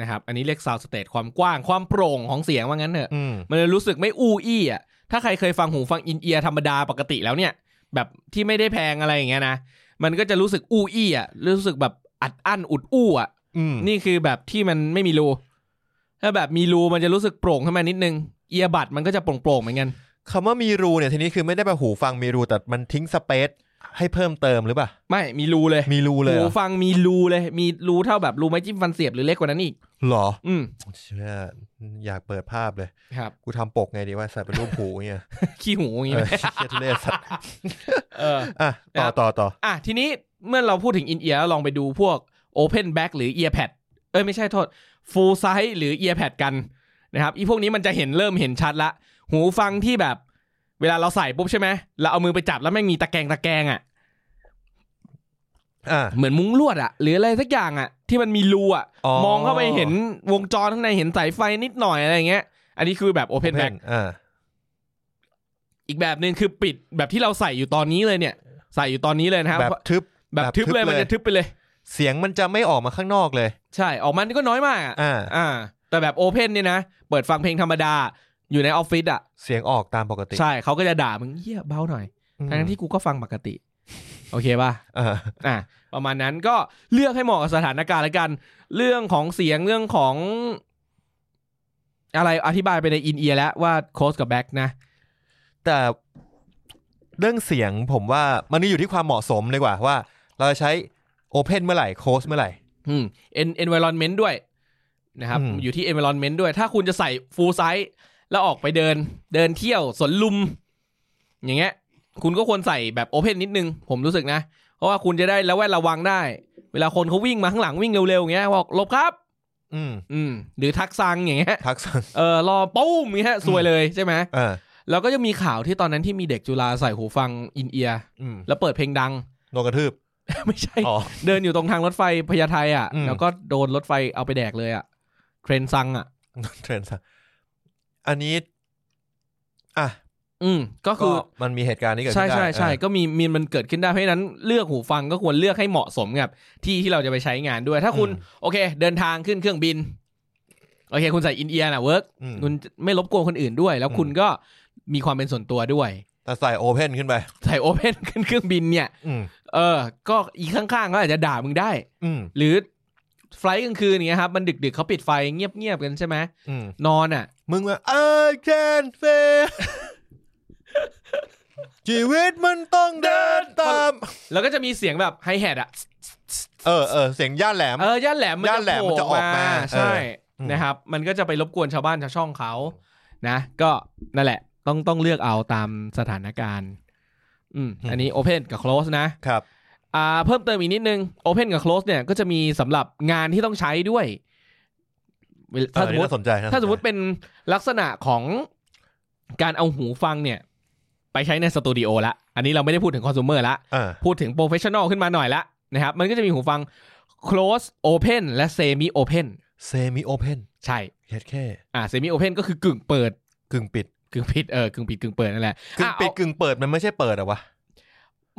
Speaker 2: นะครับ อันนี้เรียกซาวสเตจความกว้างความโปร่งของเสียงว่างั้นเถอะ
Speaker 1: อืม
Speaker 2: มันเลยรู้สึกไม่อู้อี้อ่ะ ถ้าใครเคยฟังหูฟังอินเอียร์ธรรมดาปกติแล้วเนี่ย แบบที่ไม่ได้แพงอะไรอย่างเงี้ยนะ มันก็จะรู้สึกอู้อี้อ่ะ รู้สึกแบบอัดอั้นอุดอู้อ่ะ
Speaker 1: อืม
Speaker 2: นี่คือแบบที่มันไม่มีรู ถ้าแบบมีรูมันจะรู้สึกโปร่งขึ้นมานิดนึง เอียบัดมันก็จะโปร่งๆเหมือนกัน
Speaker 1: คำว่ามีรูเนี่ยทีนี้คือไม่ได้ไปหูฟังมีรูแต่มันทิ้งสเปซให้เพิ่มเติมหรือเปล่า
Speaker 2: ไม่มีรูเลย
Speaker 1: มีรูเลยเหร
Speaker 2: หู
Speaker 1: อ
Speaker 2: ฟังมีรูเลย มีรูเท่าแบบรูไม้จิ้มฟันเสียบหรือเล็กกว่านั้นอีก
Speaker 1: หรอ
Speaker 2: อืม
Speaker 1: เชื่ออยากเปิดภาพเลย
Speaker 2: ครับ
Speaker 1: กูทำปกไงดีว่าใส่เป็นรูปหูเงี้ย
Speaker 2: ขี้หูอย่าง
Speaker 1: เอ
Speaker 2: งี้ไห
Speaker 1: อ
Speaker 2: ม
Speaker 1: เชี่ยทุเรศสัตว์
Speaker 2: เออ
Speaker 1: อ่ะต่อต่อต่อ
Speaker 2: อ่ะทีนี้เมื่อเราพูดถึงอินเอียร์ลองไปดูพวก Open Back หรือ Earpad เอ้ยไม่ใช่โทษ Full Size หรือ Earpad กันนะครับอีพวกนี้มันจะเห็นเริ่มเห็นชัดละ หูฟังที่แบบ เวลาเราใส่ปุ๊บใช่ไหมเราเอามือไปจับแล้วไม่งมีตะแกรงตะแกรงอะ่ะ
Speaker 1: อ่ะ
Speaker 2: เหมือนมุ้งลวดอะ่ะหรืออะไรสักอย่างอะ่ะที่มันมีรูอะ่ะมองเข้าไปเห็นวงจรข้างในเห็นสายไฟนิดหน่อยอะไรอย่างเงี้ย อันนี้คือแบบ
Speaker 1: เพ
Speaker 2: Open
Speaker 1: นแบ็
Speaker 2: Back
Speaker 1: อ่า
Speaker 2: อีกแบบหนึ่งคือปิดแบบที่เราใส่อยู่ตอนนี้เลยเนี่ย ใส่อยู่ตอนนี้เลยนะครับ
Speaker 1: แบบทึบ
Speaker 2: แบบทึบเลย
Speaker 1: แบบทึบเลย
Speaker 2: มันจะทึบไปเลย
Speaker 1: เสียงมันจะไม่ออกมาข้างนอกเลย
Speaker 2: ใช่ออกมานี่ก็น้อยมากอะ
Speaker 1: อ่า
Speaker 2: อ่าแต่แบบโอเพนเนี่ยนะ เปิดฟังเพลงธรรมดา อยู่ในออฟฟิศอ่ะ
Speaker 1: เสียงออกตามปกติ
Speaker 2: ใช่เขาก็จะด่ามึงเยี่ยเบาหน่อย
Speaker 1: อืม
Speaker 2: ทั้งที่กูก็ฟังปกติ โอเคป่ะ
Speaker 1: เออ
Speaker 2: อ่ะประมาณนั้นก็เลือกให้เหมาะกับสถานการณ์ละกัน เรื่องของเสียงเรื่องของ อะไรอธิบายไปในอินเอียแล้วว่าโคสกับแบ็กนะ
Speaker 1: แต่เรื่องเสียงผมว่ามันนี่อยู่ที่ความเหมาะสมดีกว่าว่า เราจะใช้โอเพนเมื่อไหร่โคสเมื่อไหร่
Speaker 2: อืม en- environment ด้วยนะครับ
Speaker 1: อืม
Speaker 2: อยู่ที่ environment ด้วย ถ้าคุณจะใส่ full size แล้วออกไปเดิน เดินเที่ยวสวนลุม อย่างเงี้ย คุณก็ควรใส่แบบ open นิดนึง ผมรู้สึกนะ เพราะว่าคุณจะได้ระแวดระวังได้ เวลาคนเขาวิ่งมาข้างหลังวิ่งเร็วๆอย่างเงี้ยบอกหลบครับ
Speaker 1: อืม
Speaker 2: อืม หรือทักซังอย่างเงี้ย
Speaker 1: ทักษ ะ
Speaker 2: เออรอปุ้มอย่างเงี้ยสวยเลยใช่ไหม
Speaker 1: เออ
Speaker 2: แล้วก็ยังมีข่าวที่ตอนนั้นที่มีเด็กจุฬาใส่หูฟังอินเอียร์
Speaker 1: อืม
Speaker 2: แล้วเปิดเพลงดั ง
Speaker 1: โดนกระทืบ
Speaker 2: ไม่ใช่
Speaker 1: อ๋อ
Speaker 2: เดินอยู่ตรงทางรถไฟพญาไทอ่ะ
Speaker 1: อืม
Speaker 2: แล้วก็โดนรถไฟเอาไปแดกเลยอ่ะ เทรนซังอ่ะ
Speaker 1: เทรนซะอันนี้ อ่ะ
Speaker 2: อืมก็
Speaker 1: ก็
Speaker 2: คือ
Speaker 1: มันมีเหตุการณ์นี้เกิด
Speaker 2: ใช่
Speaker 1: ขึ้นได้
Speaker 2: ใช่ใช่
Speaker 1: เออ
Speaker 2: ก็มีมีมันเกิดขึ้นได้เพราะฉะนั้นเลือกหูฟังก็ควรเลือกให้เหมาะสมกับที่ที่เราจะไปใช้งานด้วย ถ้าคุณ
Speaker 1: อืม
Speaker 2: โอเค เดินทางขึ้นเครื่องบิน โอเค คุณใส่อินเอียร์นะเวิร์ก
Speaker 1: อืม
Speaker 2: คุณไม่รบกวนคนอื่นด้วย แล้ว
Speaker 1: อืม
Speaker 2: คุณก็มีความเป็นส่วนตัวด้วย
Speaker 1: แต่ใส่โอเพนขึ้นไป
Speaker 2: ใส่โอเพนขึ้นเครื่องบินเนี่ย
Speaker 1: อืม
Speaker 2: เออ ก็อีกข้างๆก็อาจจะด่ามึงได้
Speaker 1: อืม
Speaker 2: หรือไฟล์กลางคืนอย่างเงี้ยครับมันดึกๆเขาปิดไฟเงียบๆกันใช่ไหม
Speaker 1: อืม
Speaker 2: นอนอ่ะ
Speaker 1: มึงว่า I can fail ชีวิตมันต้องเดินตาม
Speaker 2: แล้วก็จะมีเสียงแบบไฮแฮทอ่ะ
Speaker 1: เออเออเสียงย่านแหลม
Speaker 2: เออย่านแหลมมัน
Speaker 1: ย่านแหลมมันจะ
Speaker 2: โผ
Speaker 1: ออกมาเอ
Speaker 2: ใช่
Speaker 1: ออืม
Speaker 2: นะครับ มันก็จะไปรบกวนชาวบ้านชาวช่องเขานะ ก็นั่นแหละ ต้องต้องเลือกเอาตามสถานการณ์ อืมอันนี้โอเพนกับ Close นะ
Speaker 1: ครับ
Speaker 2: อ่าเพิ่มเติมอีกนิดนึง Open กับ Close เนี่ยก็จะมีสำหรับงานที่ต้องใช้ด้วยเวลา
Speaker 1: ถ้าส
Speaker 2: ถ้าส
Speaker 1: ม
Speaker 2: ม
Speaker 1: ม
Speaker 2: ม
Speaker 1: ติน่า
Speaker 2: ติ
Speaker 1: สนใจน่สนใจ
Speaker 2: ถ้าสมมติเป็นลักษณะของการเอาหูฟังเนี่ย ไปใช้ในสตูดิโอละ อันนี้เราไม่ได้พูดถึงคอน sumer ละ
Speaker 1: อ่า
Speaker 2: พูดถึงโปรเฟชชั่นอลขึ้นมาหน่อยละนะครับ มันก็จะมีหูฟัง close open และ semi open
Speaker 1: เซมิโอเพน
Speaker 2: ใช่
Speaker 1: เฮ็ดแค่
Speaker 2: อ่า semi open ก็คือกึ่งเปิด
Speaker 1: กึ่งปิด
Speaker 2: กึ่งปิด เออ กึ่งปิดกึ่งเปิดนั่นแหละ
Speaker 1: กึ่ง
Speaker 2: อ่ะ
Speaker 1: ปิด
Speaker 2: เอา
Speaker 1: กึ่งเปิดมันไม่ใช่เปิดอะวะ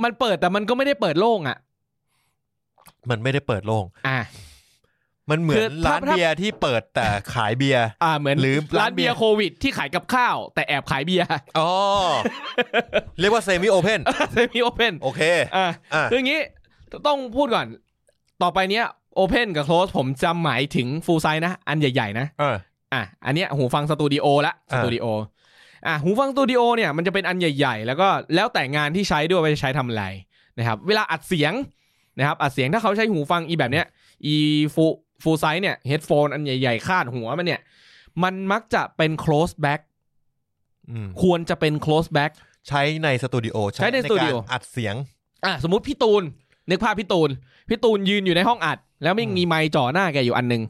Speaker 2: มันเปิดแต่มันก็ไม่ได้เปิดโล่งอ่ะ
Speaker 1: มันไม่ได้เปิดโล่ง
Speaker 2: อ่า
Speaker 1: มันเหมือ
Speaker 2: คือน ถ้า
Speaker 1: ร้าน
Speaker 2: ถ้า
Speaker 1: เบียร์ที่เปิดแต่ขายเบียร์
Speaker 2: อ่า เหมือน
Speaker 1: หรือร้า
Speaker 2: ร้าน น
Speaker 1: เบี
Speaker 2: เบี
Speaker 1: ย
Speaker 2: ย
Speaker 1: ร์
Speaker 2: ร์โควิดที่ขายกับข้าว แต่แอบขายเบียร์
Speaker 1: อ๋อ เรียกว่าเซมิโอเพ น
Speaker 2: semi open
Speaker 1: โอเค
Speaker 2: อ่า
Speaker 1: อ่า
Speaker 2: คืออย่างนี้ต้องพูดก่อน ต่อไปเนี้ย Open กับ Close ผมจะหมายถึง Full Size นะ อันใหญ่ ๆ นะ
Speaker 1: เออ
Speaker 2: อ่ะ อันเนี้ยหูฟังสตูดิโอละส
Speaker 1: อ่า
Speaker 2: ตูดิโอ อ่ะ หูฟังสตูดิโอเนี่ยมันจะเป็นอันใหญ่ ๆ แล้วก็แล้วแต่งานที่ใช้ด้วยว่าจะใช้ทำอะไรนะครับ เวลาอัดเสียงนะครับ อัดเสียงถ้าเขาใช้หูฟังอีแบบเนี้ยอีฟูฟูไซส์เนี่ยเฮดโฟนอันใหญ่ ๆ คาดหัวมันเนี่ย มันมักจะเป็น close back
Speaker 1: อืม
Speaker 2: ควรจะเป็น close back
Speaker 1: ใช้ในสตูดิโอ
Speaker 2: ใช้ในสตูดิโอ
Speaker 1: การอัดเสียง
Speaker 2: อ่ะสมมติพี่ตูน นึกภาพพี่ตูน พี่ตูนยืนอยู่ในห้องอัด แล้วไม่
Speaker 1: อืม
Speaker 2: มีไมค์จ่อหน้าแกอยู่อันหนึง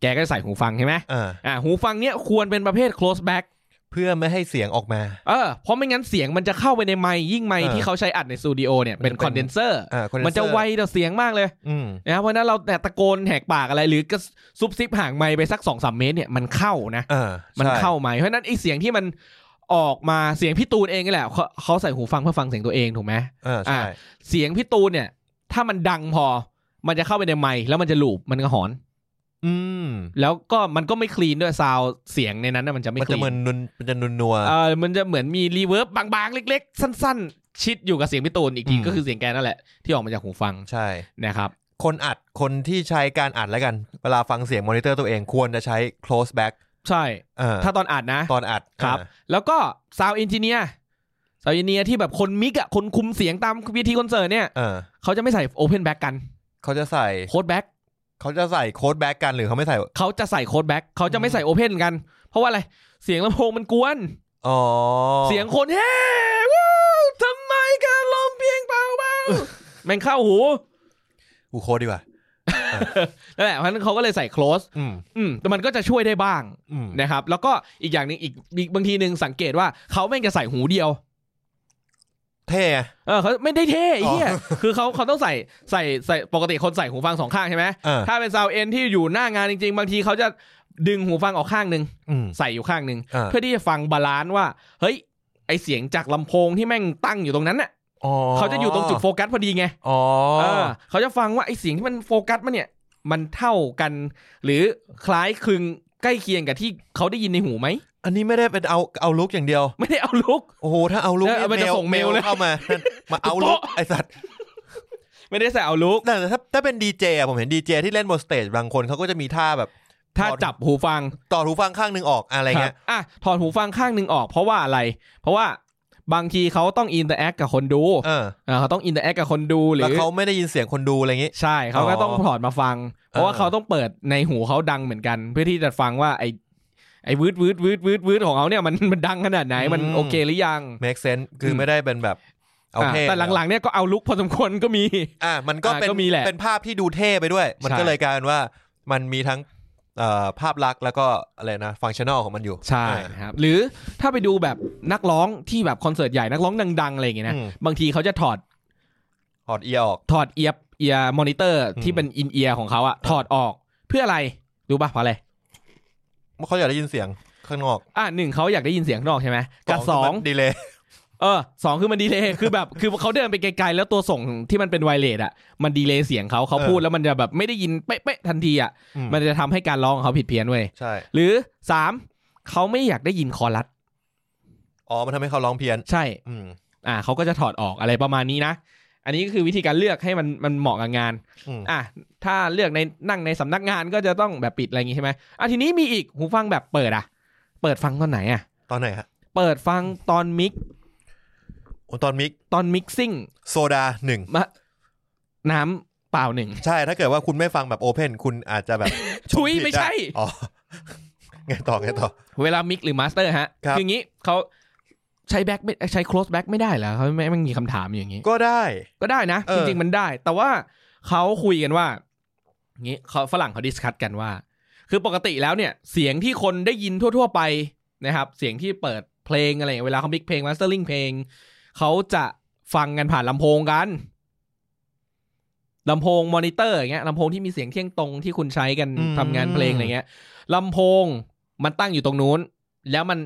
Speaker 2: แกก็ใส่หูฟังใช่ไหม
Speaker 1: อ่า
Speaker 2: อ่ะหูฟังเนี้ยควรเป็นประเภท close back
Speaker 1: เพื่อไม่ให้เสียงออกมา
Speaker 2: เออเพราะไม่งั้นเสียงมันจะเข้าไปในไมค์ยิ่งไมค์
Speaker 1: เออ
Speaker 2: ที่เขาใช้อัดในสตูดิโอเนี่ย
Speaker 1: มั
Speaker 2: เป็น น
Speaker 1: จะเป็น
Speaker 2: คอนเดนเซอร์
Speaker 1: อ่า condenser
Speaker 2: มันจะไวต่อเสียงมากเลย
Speaker 1: อืม
Speaker 2: นะครับเพราะฉะนั้นเราแต่ตะโกนแหกปากอะไร หรือกระซุบซิบห่างไมค์ไปสักสองสามเมตรเนี่ยมันเข้านะ
Speaker 1: อ่ามั
Speaker 2: มันเข้าไมค์เพราะฉะนั้นไอเสียงที่มันออกมาเสียงพี่ตูนเองนี่แหละเขาเขาใส่หูฟังเพื่อฟังเสียงตัวเองถูกไหม
Speaker 1: อ่าใช่
Speaker 2: อ่ะ เสียงพี่ตูนเนี่ย ถ้ามันดังพอ มันจะเข้าไปในไมค์แล้วมันจะลูบมันก็หอน
Speaker 1: อืม
Speaker 2: แล้วก็มันก็ไม่คลีนด้วยซาวเสียงในนั้นนะมันจะไม่
Speaker 1: มัน
Speaker 2: คลี
Speaker 1: จะเหมือน
Speaker 2: น
Speaker 1: นุนมันจะนุนนัว
Speaker 2: เออมันจะเหมือนมีรีเวิร์บบางๆ เล็ก ๆ สั้น ๆ ชิดอยู่กับเสียงพี่ตูนอีกที
Speaker 1: อืม
Speaker 2: ก็คือเสียงแกนั่นแหละ ที่ออกมาจากหูฟัง
Speaker 1: ใช่
Speaker 2: นะครับ
Speaker 1: คนอัดคนที่ใช้การอัดแล้วกัน เวลาฟังเสียงมอนิเตอร์ตัวเองควรจะใช้ close back
Speaker 2: ใช่
Speaker 1: อ่า
Speaker 2: ถ้าตอนอัดนะ
Speaker 1: ตอนอัด
Speaker 2: ครับ
Speaker 1: อ่า
Speaker 2: แล้วก็ซาวเอนจิเนียร์ซาวเอนจิเนียร์ที่แบบคนมิกอะคนคุมเสียงตามเวทีคอนเสิร์ตเนี่ย
Speaker 1: อ่า
Speaker 2: เขาจะไม่ใส่โอเพนแบ็กกัน
Speaker 1: เขาจะใส่
Speaker 2: โค้ดแบ็ก
Speaker 1: เขาจะใส่โค้ดแบ็กกันหรือเขาไม่ใส่
Speaker 2: เขาจะใส่โค้ดแบ็กเขาจะไม่ใส่โอเพนกัน เพราะว่าอะไรเสียงลำโพงมันกวน
Speaker 1: อ๋อ
Speaker 2: เสียงคนเฮ้วู้ทำไมการลมเพียงเบาเบาแม่งเข้าหู
Speaker 1: กูโค้ดดีกว่า
Speaker 2: นั่นแหละเพราะฉะนั้นเขาก็เลยใส่ close
Speaker 1: อืม
Speaker 2: อืมแต่มันก็จะช่วยได้บ้าง
Speaker 1: อืม
Speaker 2: นะครับ แล้วก็อีกอย่างหนึงอีกอีกบางทีหนึ่งสังเกตว่าเขาแม่งจะใส่หูเดียว
Speaker 1: เท่อะ
Speaker 2: เออเขาไม่ได้เท่ไอ้เหี้ย
Speaker 1: อ๋อ
Speaker 2: คือเขาเขาต้องใส่ใส่ใส่ปกติคนใส่หูฟังสองข้างใช่ไหม
Speaker 1: อ่า
Speaker 2: ถ้าเป็นซาวเอ็นที่อยู่หน้างานจริง ๆ บางทีเขาจะดึงหูฟังออกข้างหนึ่ง
Speaker 1: อืม
Speaker 2: ใส่อยู่ข้างหนึ่ง
Speaker 1: อ่า
Speaker 2: เพื่อที่จะฟังบาลานซ์ว่าเฮ้ยไอเสียงจากลำโพงที่แม่งตั้งอยู่ตรงนั้นน่ะ
Speaker 1: อ๋อ
Speaker 2: เขาจะอยู่ตรงจุดโฟกัสพอดีไง
Speaker 1: อ๋อ
Speaker 2: เออเขาจะฟังว่าไอเสียงที่มันโฟกัสมันเนี่ย มันเท่ากัน หรือคล้ายคลึงใกล้เคียงกับที่เขาได้ยินในหูไหม
Speaker 1: อันนี้ไม่ได้เป็นเอาเอาลุกอย่างเดียว
Speaker 2: ไม่ได้เอาลุก
Speaker 1: โอ้โหถ้าเอาลุก
Speaker 2: เนี่ยมันจะส่งเมลเลย
Speaker 1: เข้ามานั่นมาเอาลุกไอสัตว์
Speaker 2: ไม่ได้ใส่เอาลุก
Speaker 1: แต่ถ้าถ้าเป็นดีเจอะผมเห็นดีเจที่เล่นบนสเตจบางคนเขาก็จะมีท่าแบบ
Speaker 2: ถ้าจับหูฟัง
Speaker 1: ต่อหูฟังข้างหนึงออกอะไรเงี้ย
Speaker 2: คบอ่ะถอดหูฟังข้างหนึ่งออกเพราะว่าอะไร เพราะว่าบางทีเขาต้องอินเตอร์แอคกับคนดู
Speaker 1: เออ
Speaker 2: เออเขาต้องอินเตอร์แอคกับคนดูหรื
Speaker 1: แล้ว
Speaker 2: อ
Speaker 1: เขาไม่ได้ยินเสียงคนดูอะไรอย่างงี้
Speaker 2: ใช่เขาก็
Speaker 1: อ๋อ
Speaker 2: ต้องถอดมาฟัง เพราะว่า
Speaker 1: เออ
Speaker 2: เขาต้องเปิดในหูเขาดังเหมือนกัน เพื่อที่จะฟังว่าไอไอวืดวืดวืดวืดวืดของเขาเนี่ยมันมันดังขนาดไหนมันโอเคหรือยัง
Speaker 1: make sense คืออ
Speaker 2: ม
Speaker 1: ไม่ได้เป็นแบบเอา
Speaker 2: อ่ะ
Speaker 1: เท่
Speaker 2: แต่หลังๆเนี่ยก็เอาลุกพอสมควรก็มี
Speaker 1: อ่ะมันก็
Speaker 2: อ่ะ
Speaker 1: เป็น
Speaker 2: ก็มีแหละ
Speaker 1: เป็นภาพที่ดูเท่ไปด้วย มัน
Speaker 2: ใช่
Speaker 1: ก็เลยกลายเป็นว่ามันมีทั้งเอ่อภาพลักษณ์แล้วก็อะไรนะฟังชั่นอลของมันอยู่
Speaker 2: ใช่
Speaker 1: อ่ะ
Speaker 2: ครับหรือถ้าไปดูแบบนักร้องที่แบบคอนเสิร์ตใหญ่นักร้องดังๆอะไรอย่างเงี้ยนะ
Speaker 1: อืม
Speaker 2: บางทีเขาจะถอด
Speaker 1: ถอดเอียออก
Speaker 2: ถอดเอียบเอียมอนิเตอร์
Speaker 1: อืม
Speaker 2: ที่เป็นอินเอียของเขาอะถอดออกเพื่ออะไรรู้ป่ะเพราะอะไร
Speaker 1: เขาอยากได้ยินเสียงข้างนอก
Speaker 2: อ่ะหนึ่งเขาอยากได้ยินเสียงข้างนอกใช่ไหมกับสอง
Speaker 1: ดีเลย
Speaker 2: เออสองคือมันดีเลย์ คือแบบคือเขาเดินไปไกลๆแล้วตัวส่งที่มันเป็นไวเลสอ่ะมันดีเลย์เสียงเขาเขา
Speaker 1: เออ
Speaker 2: พูดแล้วมันจะแบบไม่ได้ยินเป๊ะๆทันทีอ่ะมันจะทำให้การร้องของเขาผิดเพี้ยนเว้ย
Speaker 1: ใช่
Speaker 2: หรือสามเขาไม่อยากได้ยินคอรัส
Speaker 1: อ๋อมันทำให้เขาร้องเพี้ยน
Speaker 2: ใช่
Speaker 1: อืม
Speaker 2: อ่าเขาก็จะถอดออกอะไรประมาณนี้นะ อันนี้ก็คือวิธีการเลือกให้มันมันเหมาะกับงาน
Speaker 1: อืม
Speaker 2: อ่ะถ้าเลือกในนั่งในสำนักงานก็จะต้องแบบปิดอะไรอย่างงี้ใช่ไหมอ่ะทีนี้มีอีกหูฟังแบบเปิดอ่ะ เปิดฟังตอนไหนอ่ะ
Speaker 1: ตอนไหนฮะ
Speaker 2: เปิดฟังตอนมิก
Speaker 1: โอ้ตอนมิก
Speaker 2: ตอนมิกซิ่ง
Speaker 1: โซดาหนึ่ง
Speaker 2: มาน้ำเปล่าหนึ่ง
Speaker 1: ใช่ถ้าเกิดว่าคุณไม่ฟังแบบโอเพนคุณอาจจะแบบ
Speaker 2: ชุย
Speaker 1: ผิด
Speaker 2: ไม่ใช่
Speaker 1: ได้อ๋อ ไงต่อไงต่อ
Speaker 2: เวลามิกหรือมาสเตอร์ฮะ
Speaker 1: ครับ
Speaker 2: ออย่างนี้เขาใช้แบ็คไม่ใช้ close back ไม่ได้เหรอเขาไม่ไม่มีคำถามอย่างนี้
Speaker 1: ก็ได้
Speaker 2: ก็ได้นะ
Speaker 1: เออ
Speaker 2: จริง ๆ มันได้ แต่ว่าเขาคุยกันว่าอย่างนี้เขาฝรั่งเขาดิสคัตกันว่า คือปกติแล้วเนี่ย เสียงที่คนได้ยินทั่ว ๆ ไปนะครับ เสียงที่เปิดเพลงอะไรอย่างเงี้ยเวลาเขามิกเพลงมาสเตอร์ลิงเพลงเขาจะฟังกันผ่านลำโพงกันลำโพงมอนิเตอร์อย่างเงี้ยลำโพงที่มีเสียงเที่ยงตรงที่คุณใช้กัน
Speaker 1: อืม
Speaker 2: ทำงานเพลงอะไรเงี้ยลำโพงมันตั้งอยู่ตรงนู้น แล้วมัน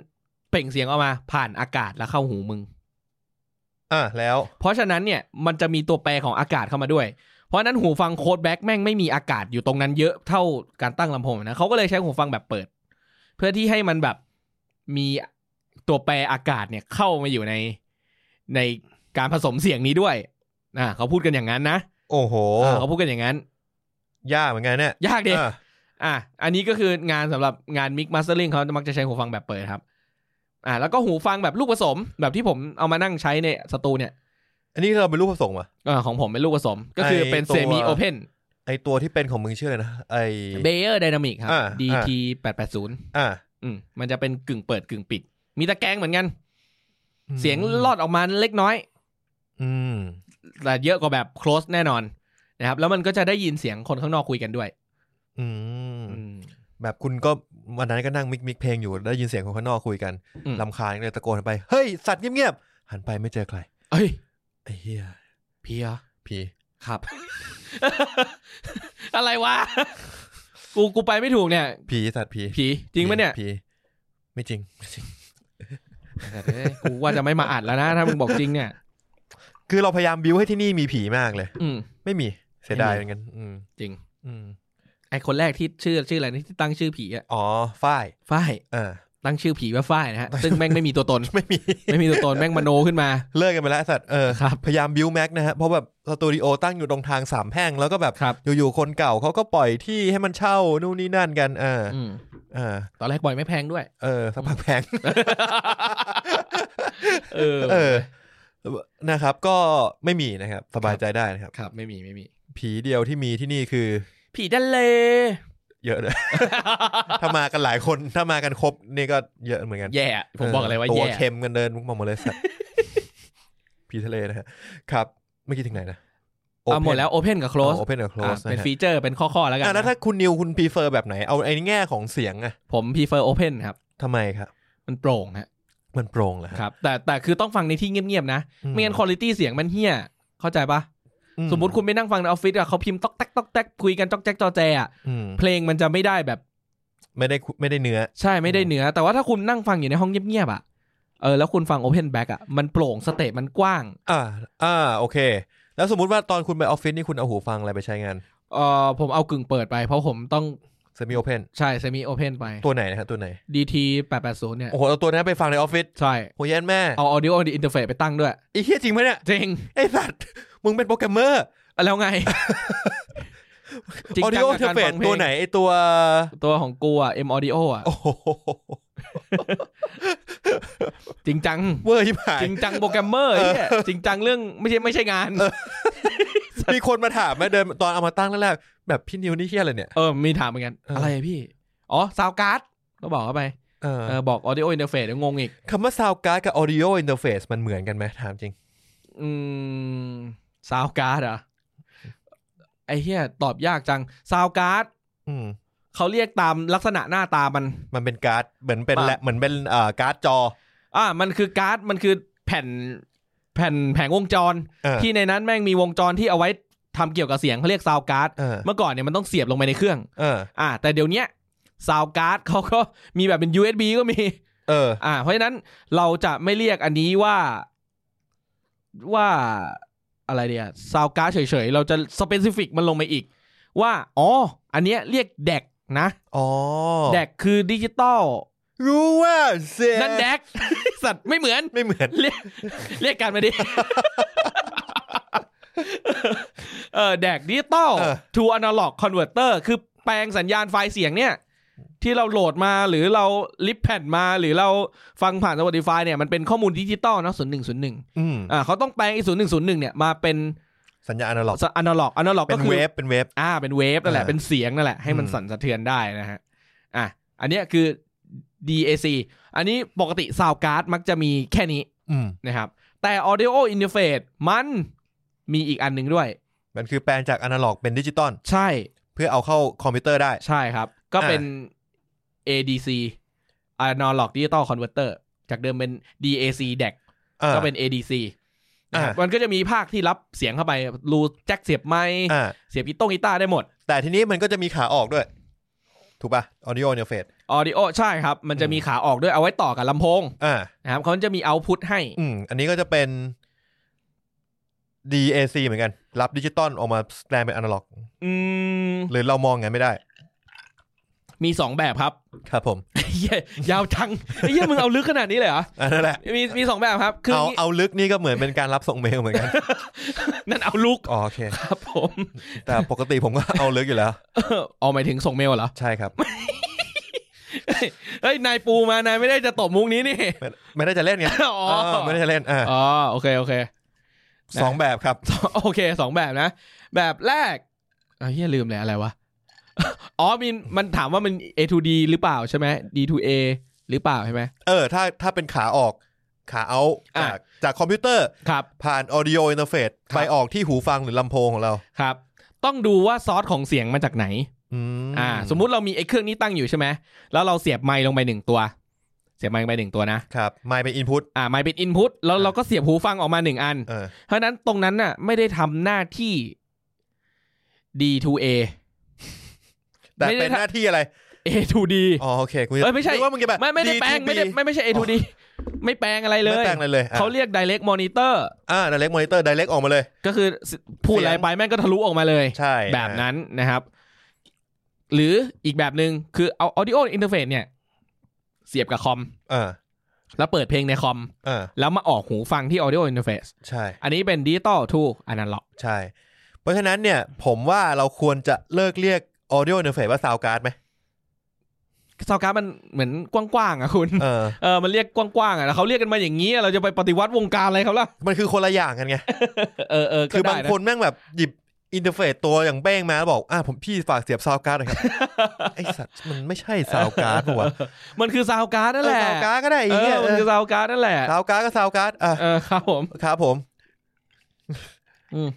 Speaker 2: เปล่งเสียงออกมาผ่านอากาศแล้วเข้าหูมึง
Speaker 1: อ่ะแล้ว
Speaker 2: เพราะฉะนั้นเนี่ยมันจะมีตัวแปรของอากาศเข้ามาด้วย เพราะฉะนั้นหูฟังโค้ดแบ็กแม่งไม่มีอากาศอยู่ตรงนั้นเยอะเท่าการตั้งลำโพงนะเขาก็เลยใช้หูฟังแบบเปิด เพื่อที่ให้มันแบบมีตัวแปรอากาศเนี่ยเข้ามาอยู่ในในการผสมเสียงนี้ด้วยอ่าเขาพูดกันอย่างนั้นนะ
Speaker 1: โอ้โห
Speaker 2: อ่าเขาพูดกันอย่างนั้น
Speaker 1: ยากเหมือนกันเนี่ย
Speaker 2: ยากเด็
Speaker 1: อ่ะ
Speaker 2: อ่ะ อันนี้ก็คืองานสำหรับงานมิกมาสเตอร์ลิงเขามักจะใช้หูฟังแบบเปิดครับ อ่ะแล้วก็หูฟังแบบลูกผสม แบบที่ผมเอามานั่งใช้ในสตูเนี่ย
Speaker 1: อันนี้เราเป็นรูปผสมอ่ะ
Speaker 2: เออของผมเป็นลูกผสม ก็คือเป็น
Speaker 1: ไอ้ตัว
Speaker 2: เซมิโอเพน
Speaker 1: ไอตัวที่เป็นของมึงชื่ออะไรนะไอ
Speaker 2: เบเยอร์ไดนามิกครับ
Speaker 1: อ่า
Speaker 2: DT แปดแปดศูนย์
Speaker 1: อ่ะ
Speaker 2: อืมมันจะเป็นกึ่งเปิดกึ่งปิด มีตะแกรงเหมือนกัน
Speaker 1: อืม
Speaker 2: เสียงลอดออกมาเล็กน้อย
Speaker 1: อืม
Speaker 2: แต่เยอะกว่าแบบ close แน่นอนนะครับ แล้วมันก็จะได้ยินเสียงคนข้างนอกคุยกันด้วย
Speaker 1: อืม
Speaker 2: อืม
Speaker 1: แบบคุณก็วันนั้นก็นั่งมิกมิกเพลงอยู่ได้ยินเสียงคนข้างนอกคุยกัน
Speaker 2: อืม
Speaker 1: ลำคาญก็เลยตะโกนไป เฮ้ย สัตว์เงียบๆหันไปไม่เจอใคร
Speaker 2: เอ้ย
Speaker 1: ไอ้เหี้ย
Speaker 2: เพีย
Speaker 1: ผี
Speaker 2: ครับ อะไรวะ กูกูไปไม่ถูกเนี่ย
Speaker 1: ผีสัตว์ผี
Speaker 2: ผีจริงปะเนี่ย
Speaker 1: ผีไม่จริงไม่จริง
Speaker 2: เอ้ยกูว่าจะไม่มาอัดแล้วนะ ถ้ามึงบอกจริงเนี่ย
Speaker 1: คือเราพยายามบิวให้ที่นี่มีผีมากเลย
Speaker 2: อืม
Speaker 1: ไม่มีเสียดายเห
Speaker 2: ไม่มี
Speaker 1: มือนกัน อืม
Speaker 2: จริง
Speaker 1: อืม
Speaker 2: ไอคนแรกที่ชื่อชื่ออะไรนะที่ตั้งชื่อผีอะ
Speaker 1: อ๋อฝ้าย
Speaker 2: ฝ้าย
Speaker 1: เอ อ
Speaker 2: ตั้งชื่อผีว่าฝ้ายนะฮะซึ่งแม่งไม่มีตัวตน
Speaker 1: ไม่มี
Speaker 2: ไม่มีตัวตนแม่งมโนขึ้นมา
Speaker 1: เลิกกันไปแล้วไอ้สัตว์เออ
Speaker 2: ครับ
Speaker 1: พยายามบิวแม็กนะฮะเพราะแบบสตูดิโอตั้งอยู่ตรงทางสามแพร่งแล้วก็แบบ
Speaker 2: ครับ
Speaker 1: อยู่ๆคนเก่าเขาก็ปล่อยที่ให้มันเช่านู่นนี่นั่นกันเออ
Speaker 2: อืม
Speaker 1: เออ
Speaker 2: ตอนแรกปล่อยไม่แพงด้วย
Speaker 1: เออสักพักแพง
Speaker 2: เออ
Speaker 1: เออนะครับ ก็ไม่มีนะครับ สบายใจได้นะครับ
Speaker 2: ครับไม่มีไม่มี
Speaker 1: ผีเดียวที่มีที่นี่คือ
Speaker 2: ผีทะเล
Speaker 1: เยอะเลย ถ้ามากันหลายคนถ้ามากันครบนี่ก็เยอะเหมือนกัน
Speaker 2: แย่ ผมบอกเลยว่า
Speaker 1: ตัว
Speaker 2: แย่
Speaker 1: เค็มกันเดินมุกมาหมดเลย สัตว์ ผีทะเลนะฮะครับเมื่อกี้ถึงไหนนะ
Speaker 2: เอาหมดแล้วโอเพนกับโคลส
Speaker 1: โอเพนกับโคลส
Speaker 2: เป็น
Speaker 1: นะฮะ
Speaker 2: ฟีเจอร์เป็นข้อ ๆ แล้วกัน
Speaker 1: อ่ะแล้วถ้าคุณนิวคุณพรีเฟอร์แบบไหน เอาไอ้แง่ของเสียงอะ
Speaker 2: ผมพีเฟอร์โอเพนครับ
Speaker 1: ทำไมครับ
Speaker 2: มันโปร่งฮะ
Speaker 1: มันโปร่งเหรอฮะ
Speaker 2: ครับ แต่แต่คือต้องฟังในที่เงียบ ๆ นะ
Speaker 1: อื
Speaker 2: ไม่งั้นคุณ i t y เสียงมันเฮี้ย เข้าใจปะ
Speaker 1: อื
Speaker 2: สมมติคุณไปนั่งฟังในออฟฟิศอะเขาพิมพ์ต๊อกแต๊กต๊อกแต๊กคุยกันจ๊อกแจ๊กจอแจอะ
Speaker 1: อืม
Speaker 2: เพลงมันจะไม่ได้แบบ
Speaker 1: ไม่ได้คุไม่ได้เนื้อ
Speaker 2: ใช่ไม่ได้เหนือ แต่ว่าถ้าคุณนั่งฟังอยู่ในห้องเงียบๆอ่ะเออแล้วคุณฟัง Open Back อ่ะมันโปร่งสเตจมันกว้าง
Speaker 1: อ่า อ่า โอเค แล้วสมมติว่าตอนคุณไปออฟฟิศนี่คุณเอาหูฟังอะไรไปใช้งาน
Speaker 2: เออผมเอากึ่งเปิดไป เพราะผมต้อง
Speaker 1: เซมิโอเพน
Speaker 2: ใช่เซมิโอเพนไป
Speaker 1: ตัวไหนนะฮะตัวไหน
Speaker 2: DT 880เนี่ย
Speaker 1: โอ้โหเอาตัวนั้นไปฟังในออฟฟิศ
Speaker 2: ใช่
Speaker 1: โหแย่นแม่
Speaker 2: เอา audio on the interface ไปตั้งด้วย
Speaker 1: ไอ้เหี้ยจริงไหมเนี่ย
Speaker 2: จริง
Speaker 1: ไอ้สัตว์มึงเป็นโปรแกรมเมอร์
Speaker 2: แล้ว ไง จริง
Speaker 1: ออดิ
Speaker 2: จัง
Speaker 1: โอ
Speaker 2: กับ
Speaker 1: เทอ
Speaker 2: การ
Speaker 1: ร์เฟ
Speaker 2: ฟั
Speaker 1: ต
Speaker 2: งเพล
Speaker 1: ตัว
Speaker 2: ง
Speaker 1: ไหนไอตัว
Speaker 2: ตัวของกูอ่ะ M Audio อ่ะ
Speaker 1: โอ้โห
Speaker 2: จริงจัง
Speaker 1: เวอร์ที่ผ่าน
Speaker 2: จริงจังโปรแกรมเมอร์ไอ้เนี่ยจริงจังเรื่องไม่ใช่ไม่ใช่งาน
Speaker 1: เออ มีคนมาถามไหมเดินตอนเอามาตั้งแรกๆแบบพี่นิวนี่เฮียอะไรเนี่ย
Speaker 2: เออ มีถามเหมือนกัน
Speaker 1: เอออ
Speaker 2: อะไรอะพี่ อ๋อซาวการ์ดก็บอกเข้าไป
Speaker 1: เออ
Speaker 2: เออบอก audio interface เดี๋ยวงงอีก
Speaker 1: คำว่า sound card กับ audio interface มันเหมือนกันไหมถามจริง
Speaker 2: อืมซาวการ์ดเหรอไอ้เหี้ยตอบยากจังซาวการ์ด
Speaker 1: อืม
Speaker 2: เขาเรียกตามลักษณะหน้าตามัน
Speaker 1: มันเป็นการ์ดเหมือนเป็น
Speaker 2: มา
Speaker 1: แหละเหมือนเป็นเอ่อการ์ดจอ
Speaker 2: อ่ามันคือการ์ดมันคือแผ่นแผ่นแผงวงจร
Speaker 1: เออ
Speaker 2: ที่ในนั้นแม่งมีวงจรที่เอาไว้ทำเกี่ยวกับเสียงเขาเรียกซาวการ์ด
Speaker 1: เออ
Speaker 2: เมื่อก่อนเนี่ยมันต้องเสียบลงไปในเครื่อง
Speaker 1: เออ
Speaker 2: อ่า แต่เดี๋ยวเนี้ยซาวการ์ดเขาก็มีแบบเป็น USB ก็มี
Speaker 1: เออ
Speaker 2: อ่า เพราะฉะนั้นเราจะไม่เรียกอันนี้ว่าว่าอะไรเดียซาวการ์ดเฉยๆ เราจะสเปซิฟิกมันลงไปอีก ว่า อ๋อ อันเนี้ยเรียกแดกนะ
Speaker 1: อ๋อ
Speaker 2: แดกคือดิจิตอล
Speaker 1: รู้ว่าเสีย
Speaker 2: นั่นแดก สัตว์ไม่เหมือน
Speaker 1: ไม่เหมือน
Speaker 2: เรียกเรียกกันมาดิ เออแดกดิจิตอล
Speaker 1: เออ
Speaker 2: to analog converter คือแปลงสัญญาณไฟล์เสียงเนี่ย ที่เราโหลดมาหรือเราลิปแผ่นมาหรือเราฟังผ่าน Spotify เนี่ย มันเป็นข้อมูลดิจิตอลเนาะศูนย์หนึ่งศูนย์หนึ่ง
Speaker 1: อืม
Speaker 2: อ่าเขาต้องแปลงไอ้ศูนย์หนึ่งศูนย์หนึ่งเนี่ย มาเป็น
Speaker 1: สัญญาอนาล็อก
Speaker 2: อนาล็อกอนาล็อก
Speaker 1: เป็
Speaker 2: ก็
Speaker 1: น
Speaker 2: คื
Speaker 1: เว
Speaker 2: อ
Speaker 1: ฟเป็นเวฟ
Speaker 2: อ่าเป็นเวฟนั่นแหละ
Speaker 1: อ่า
Speaker 2: เป็นเสียงนั่นแหละ ให้มัน
Speaker 1: อืม
Speaker 2: สั่นสะเทือนได้นะฮะอ่ะอันเนี้ยคือ DAC อันนี้ปกติซาวการ์ดมักจะมีแค่นี้
Speaker 1: อืม
Speaker 2: นะครับ แต่ audio interface มันมีอีกอันหนึ่งด้วย
Speaker 1: มันคือแปลงจากอนาล็อกเป็นดิจิตอล
Speaker 2: ใช่
Speaker 1: เพื่อเอาเข้าคอมพิวเตอร์ได้
Speaker 2: ใช่ครับ ก็เป็น ADC analog digital converter จากเดิมเป็น DAC DAC
Speaker 1: อ่า
Speaker 2: ก็เป็น ADC นะครับ
Speaker 1: อ่ามั
Speaker 2: มันก็จะมีภาคที่รับเสียงเข้าไป รูแจ็คเสียบไม้
Speaker 1: อ่า
Speaker 2: เสียบกีต้งกีตาร์ได้หมด
Speaker 1: แต่ทีนี้มันก็จะมีขาออกด้วย ถูกป่ะ audio interface
Speaker 2: audio ใช่ครับ มันจะมีขาออกด้วยเอาไว้ต่อกับลำโพง
Speaker 1: อ่า
Speaker 2: นะครับเขาจะมี output ให้
Speaker 1: อืม อันนี้ก็จะเป็น DAC เหมือนกัน รับดิจิตอลออกมาแปลงเป็นอนาล็อก
Speaker 2: อืม
Speaker 1: หรือเรามองไงไม่ได้
Speaker 2: มี 2 แบบ ครับ
Speaker 1: ครับผม
Speaker 2: เหี้ยยาวจังไอ้เหี้ยมึงเอาลึกขนาดนี้เลยเหรอ
Speaker 1: อันนั้นแหละ
Speaker 2: มีมีสองแบบครับ คือ
Speaker 1: เอา
Speaker 2: งี้
Speaker 1: เอาลึกนี่ก็เหมือนเป็นการรับส่งเมลเหมือนกัน
Speaker 2: นั่นเอาลุก
Speaker 1: อ๋อโอเค
Speaker 2: ครับผม
Speaker 1: แต่ปกติผมก็เอาลึกอยู่แล้ว
Speaker 2: เอาหมายถึงส่งเมลเหรอ
Speaker 1: ใช่ครับ
Speaker 2: เฮ้ย นายปูมานายไม่ได้จะตบมุกนี้นี่
Speaker 1: ไม่ไม่ได้จะเล่นไง
Speaker 2: อ๋อ
Speaker 1: เออไม่ได้จะเล่นอ่า
Speaker 2: อ๋อโอเค โอเค
Speaker 1: สองแบบครับ
Speaker 2: โอเคสองแบบนะ แบบแรกอ้าวเฮียลืมเลยอะไรว ะ อ๋อมีมันถามว่ามัน A to D หรือเปล่าใช่ไหม D to A หรือเปล่าใช่ไหม
Speaker 1: เออ ถ้าถ้าเป็นขาออก ขาเอา
Speaker 2: อ่ะ
Speaker 1: จากจากคอมพิวเตอร์
Speaker 2: ครับ
Speaker 1: ผ่าน audio interface
Speaker 2: ครับ
Speaker 1: ไปออกที่หูฟังหรือลำโพงของเรา
Speaker 2: ครับ ต้องดูว่าซอสของเสียงมาจากไหน
Speaker 1: อืม
Speaker 2: อ่า สมมุติเรามีไอ้เครื่องนี้ตั้งอยู่ใช่ไหม แล้วเราเสียบไมค์ลงไปหนึ่งตัว เสียบไมค์ลงไปหนึ่งตัวนะ
Speaker 1: ครับไมค์เป็น input
Speaker 2: อ่าไมค์เป็นอินพุตแล้วเราก็เสียบหูฟังออกมาหนึ่งอัน
Speaker 1: เออ
Speaker 2: เพราะฉะนั้นตรงนั้นน่ะ ไม่ได้ทำหน้าที่ D2A
Speaker 1: แต่
Speaker 2: ไม่ได้
Speaker 1: เป็น
Speaker 2: ทำ
Speaker 1: หน้าที่อะไร
Speaker 2: A2D
Speaker 1: อ๋อโอเคกู
Speaker 2: เอ้ยไม่ใช่
Speaker 1: นึกว่ามึงจะแบบ
Speaker 2: ไม่ไม่ได้แปลงไม่ได้ไม่ไม่ใช่ A2D ไม่แปลงอะไรเล
Speaker 1: ไม่
Speaker 2: ย
Speaker 1: แปลงอะไรเลยอ่ะ
Speaker 2: เขาเรียก direct monitor
Speaker 1: อ่า direct monitor direct ออกมาเลย
Speaker 2: ก็คือพูดอะไรไปแม่งก็ทะลุออกมาเลย
Speaker 1: ใช่
Speaker 2: แบบ
Speaker 1: อ่ะ
Speaker 2: นั้นนะครับ หรืออีกแบบหนึ่งคือเอา audio interface เนี่ย เสียบกับคอม
Speaker 1: อ่า
Speaker 2: แล้วเปิดเพลงในคอม
Speaker 1: อ่า
Speaker 2: แล้วมาออกหูฟังที่ audio interface
Speaker 1: ใช่
Speaker 2: อันนี้เป็น digital to analog
Speaker 1: ใช่ เพราะฉะนั้นเนี่ย ผมว่าเราควรจะเลิกเรียก audio interface ว่า sound card ไหม
Speaker 2: ซาวการ์ดมันเหมือนกว้างๆอ่ะคุณ
Speaker 1: เออ
Speaker 2: เออ มันเรียกกว้างๆอ่ะแล้วเขาเรียกกันมาอย่างนี้อ่ะเราจะไปปฏิวัติวงการอะไรเขาล่ะ
Speaker 1: มันคือคนละอย่างกันไง
Speaker 2: เออเออก็
Speaker 1: คือ
Speaker 2: ได้
Speaker 1: บาง
Speaker 2: นะ
Speaker 1: คนแม่งแบบหยิบอินเทอร์เฟซตัวอย่างแป้งมาแล้วบอก อ่าผมพี่ฝากเสียบซาวการ์ดหน่อยครับ ไอสัตว์มันไม่ใช่ซาวการ์ดปะวะ
Speaker 2: มันคือซาวการ์ดนั่นแหละ
Speaker 1: ซาวการ์ดก็ได้ไอ้
Speaker 2: เอ
Speaker 1: เหี้
Speaker 2: อย มันคือซาวการ์ดนั่นแหละ
Speaker 1: ซาวการ์ดก็ซาวการ์ดอ่ะ
Speaker 2: เออครับผม
Speaker 1: ครับผม
Speaker 2: อืม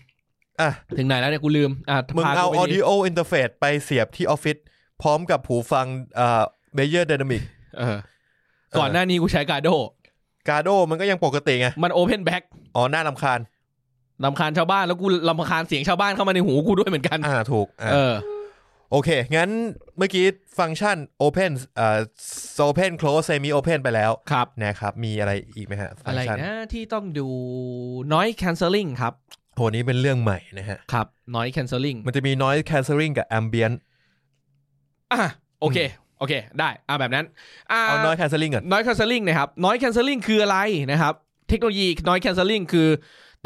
Speaker 1: อ่ะ
Speaker 2: ถึงไหนแล้วเนี่ยกูลืม อ่ะ
Speaker 1: มึง
Speaker 2: พ
Speaker 1: เอา
Speaker 2: กูไป
Speaker 1: audio interface ไปเสียบที่ออฟฟิศพร้อมกับหูฟังเอ่อ Beyer Dynamic
Speaker 2: เออ ก่อนหน้านี้กูใช้การ์โด
Speaker 1: กาโดมันก็ยังปกติไง
Speaker 2: มันโอเพนแบ็ก
Speaker 1: อ๋อหน้าลำคาญ
Speaker 2: ลำคาญชาวบ้านแล้วกูลำคาญเสียงชาวบ้านเข้ามาในหูกูด้วยเหมือนกัน
Speaker 1: อ่าถูกอ่า
Speaker 2: เออ
Speaker 1: โอเค งั้นเมื่อกี้ฟังก์ชัน open เอ่อ open close semi open ไปแล้ว
Speaker 2: ครับ
Speaker 1: นะครับ มีอะไรอีกไหมฮะฟั
Speaker 2: อะ
Speaker 1: ง
Speaker 2: ไร
Speaker 1: ก์ชัน
Speaker 2: นะที่ต้องดู noise cancelling ครับ
Speaker 1: โหนี้เป็นเรื่องใหม่นะฮะ
Speaker 2: ครับ noise cancelling
Speaker 1: มันจะมี noise cancelling กับ ambient
Speaker 2: อ่ะโอเค โอเค ได้ อ่ะแบบนั้น อ่า
Speaker 1: เอา noise cancelling ก่อน
Speaker 2: noise cancelling นะครับ noise cancelling คืออะไรนะครับ เทคโนโลยี noise cancelling คือ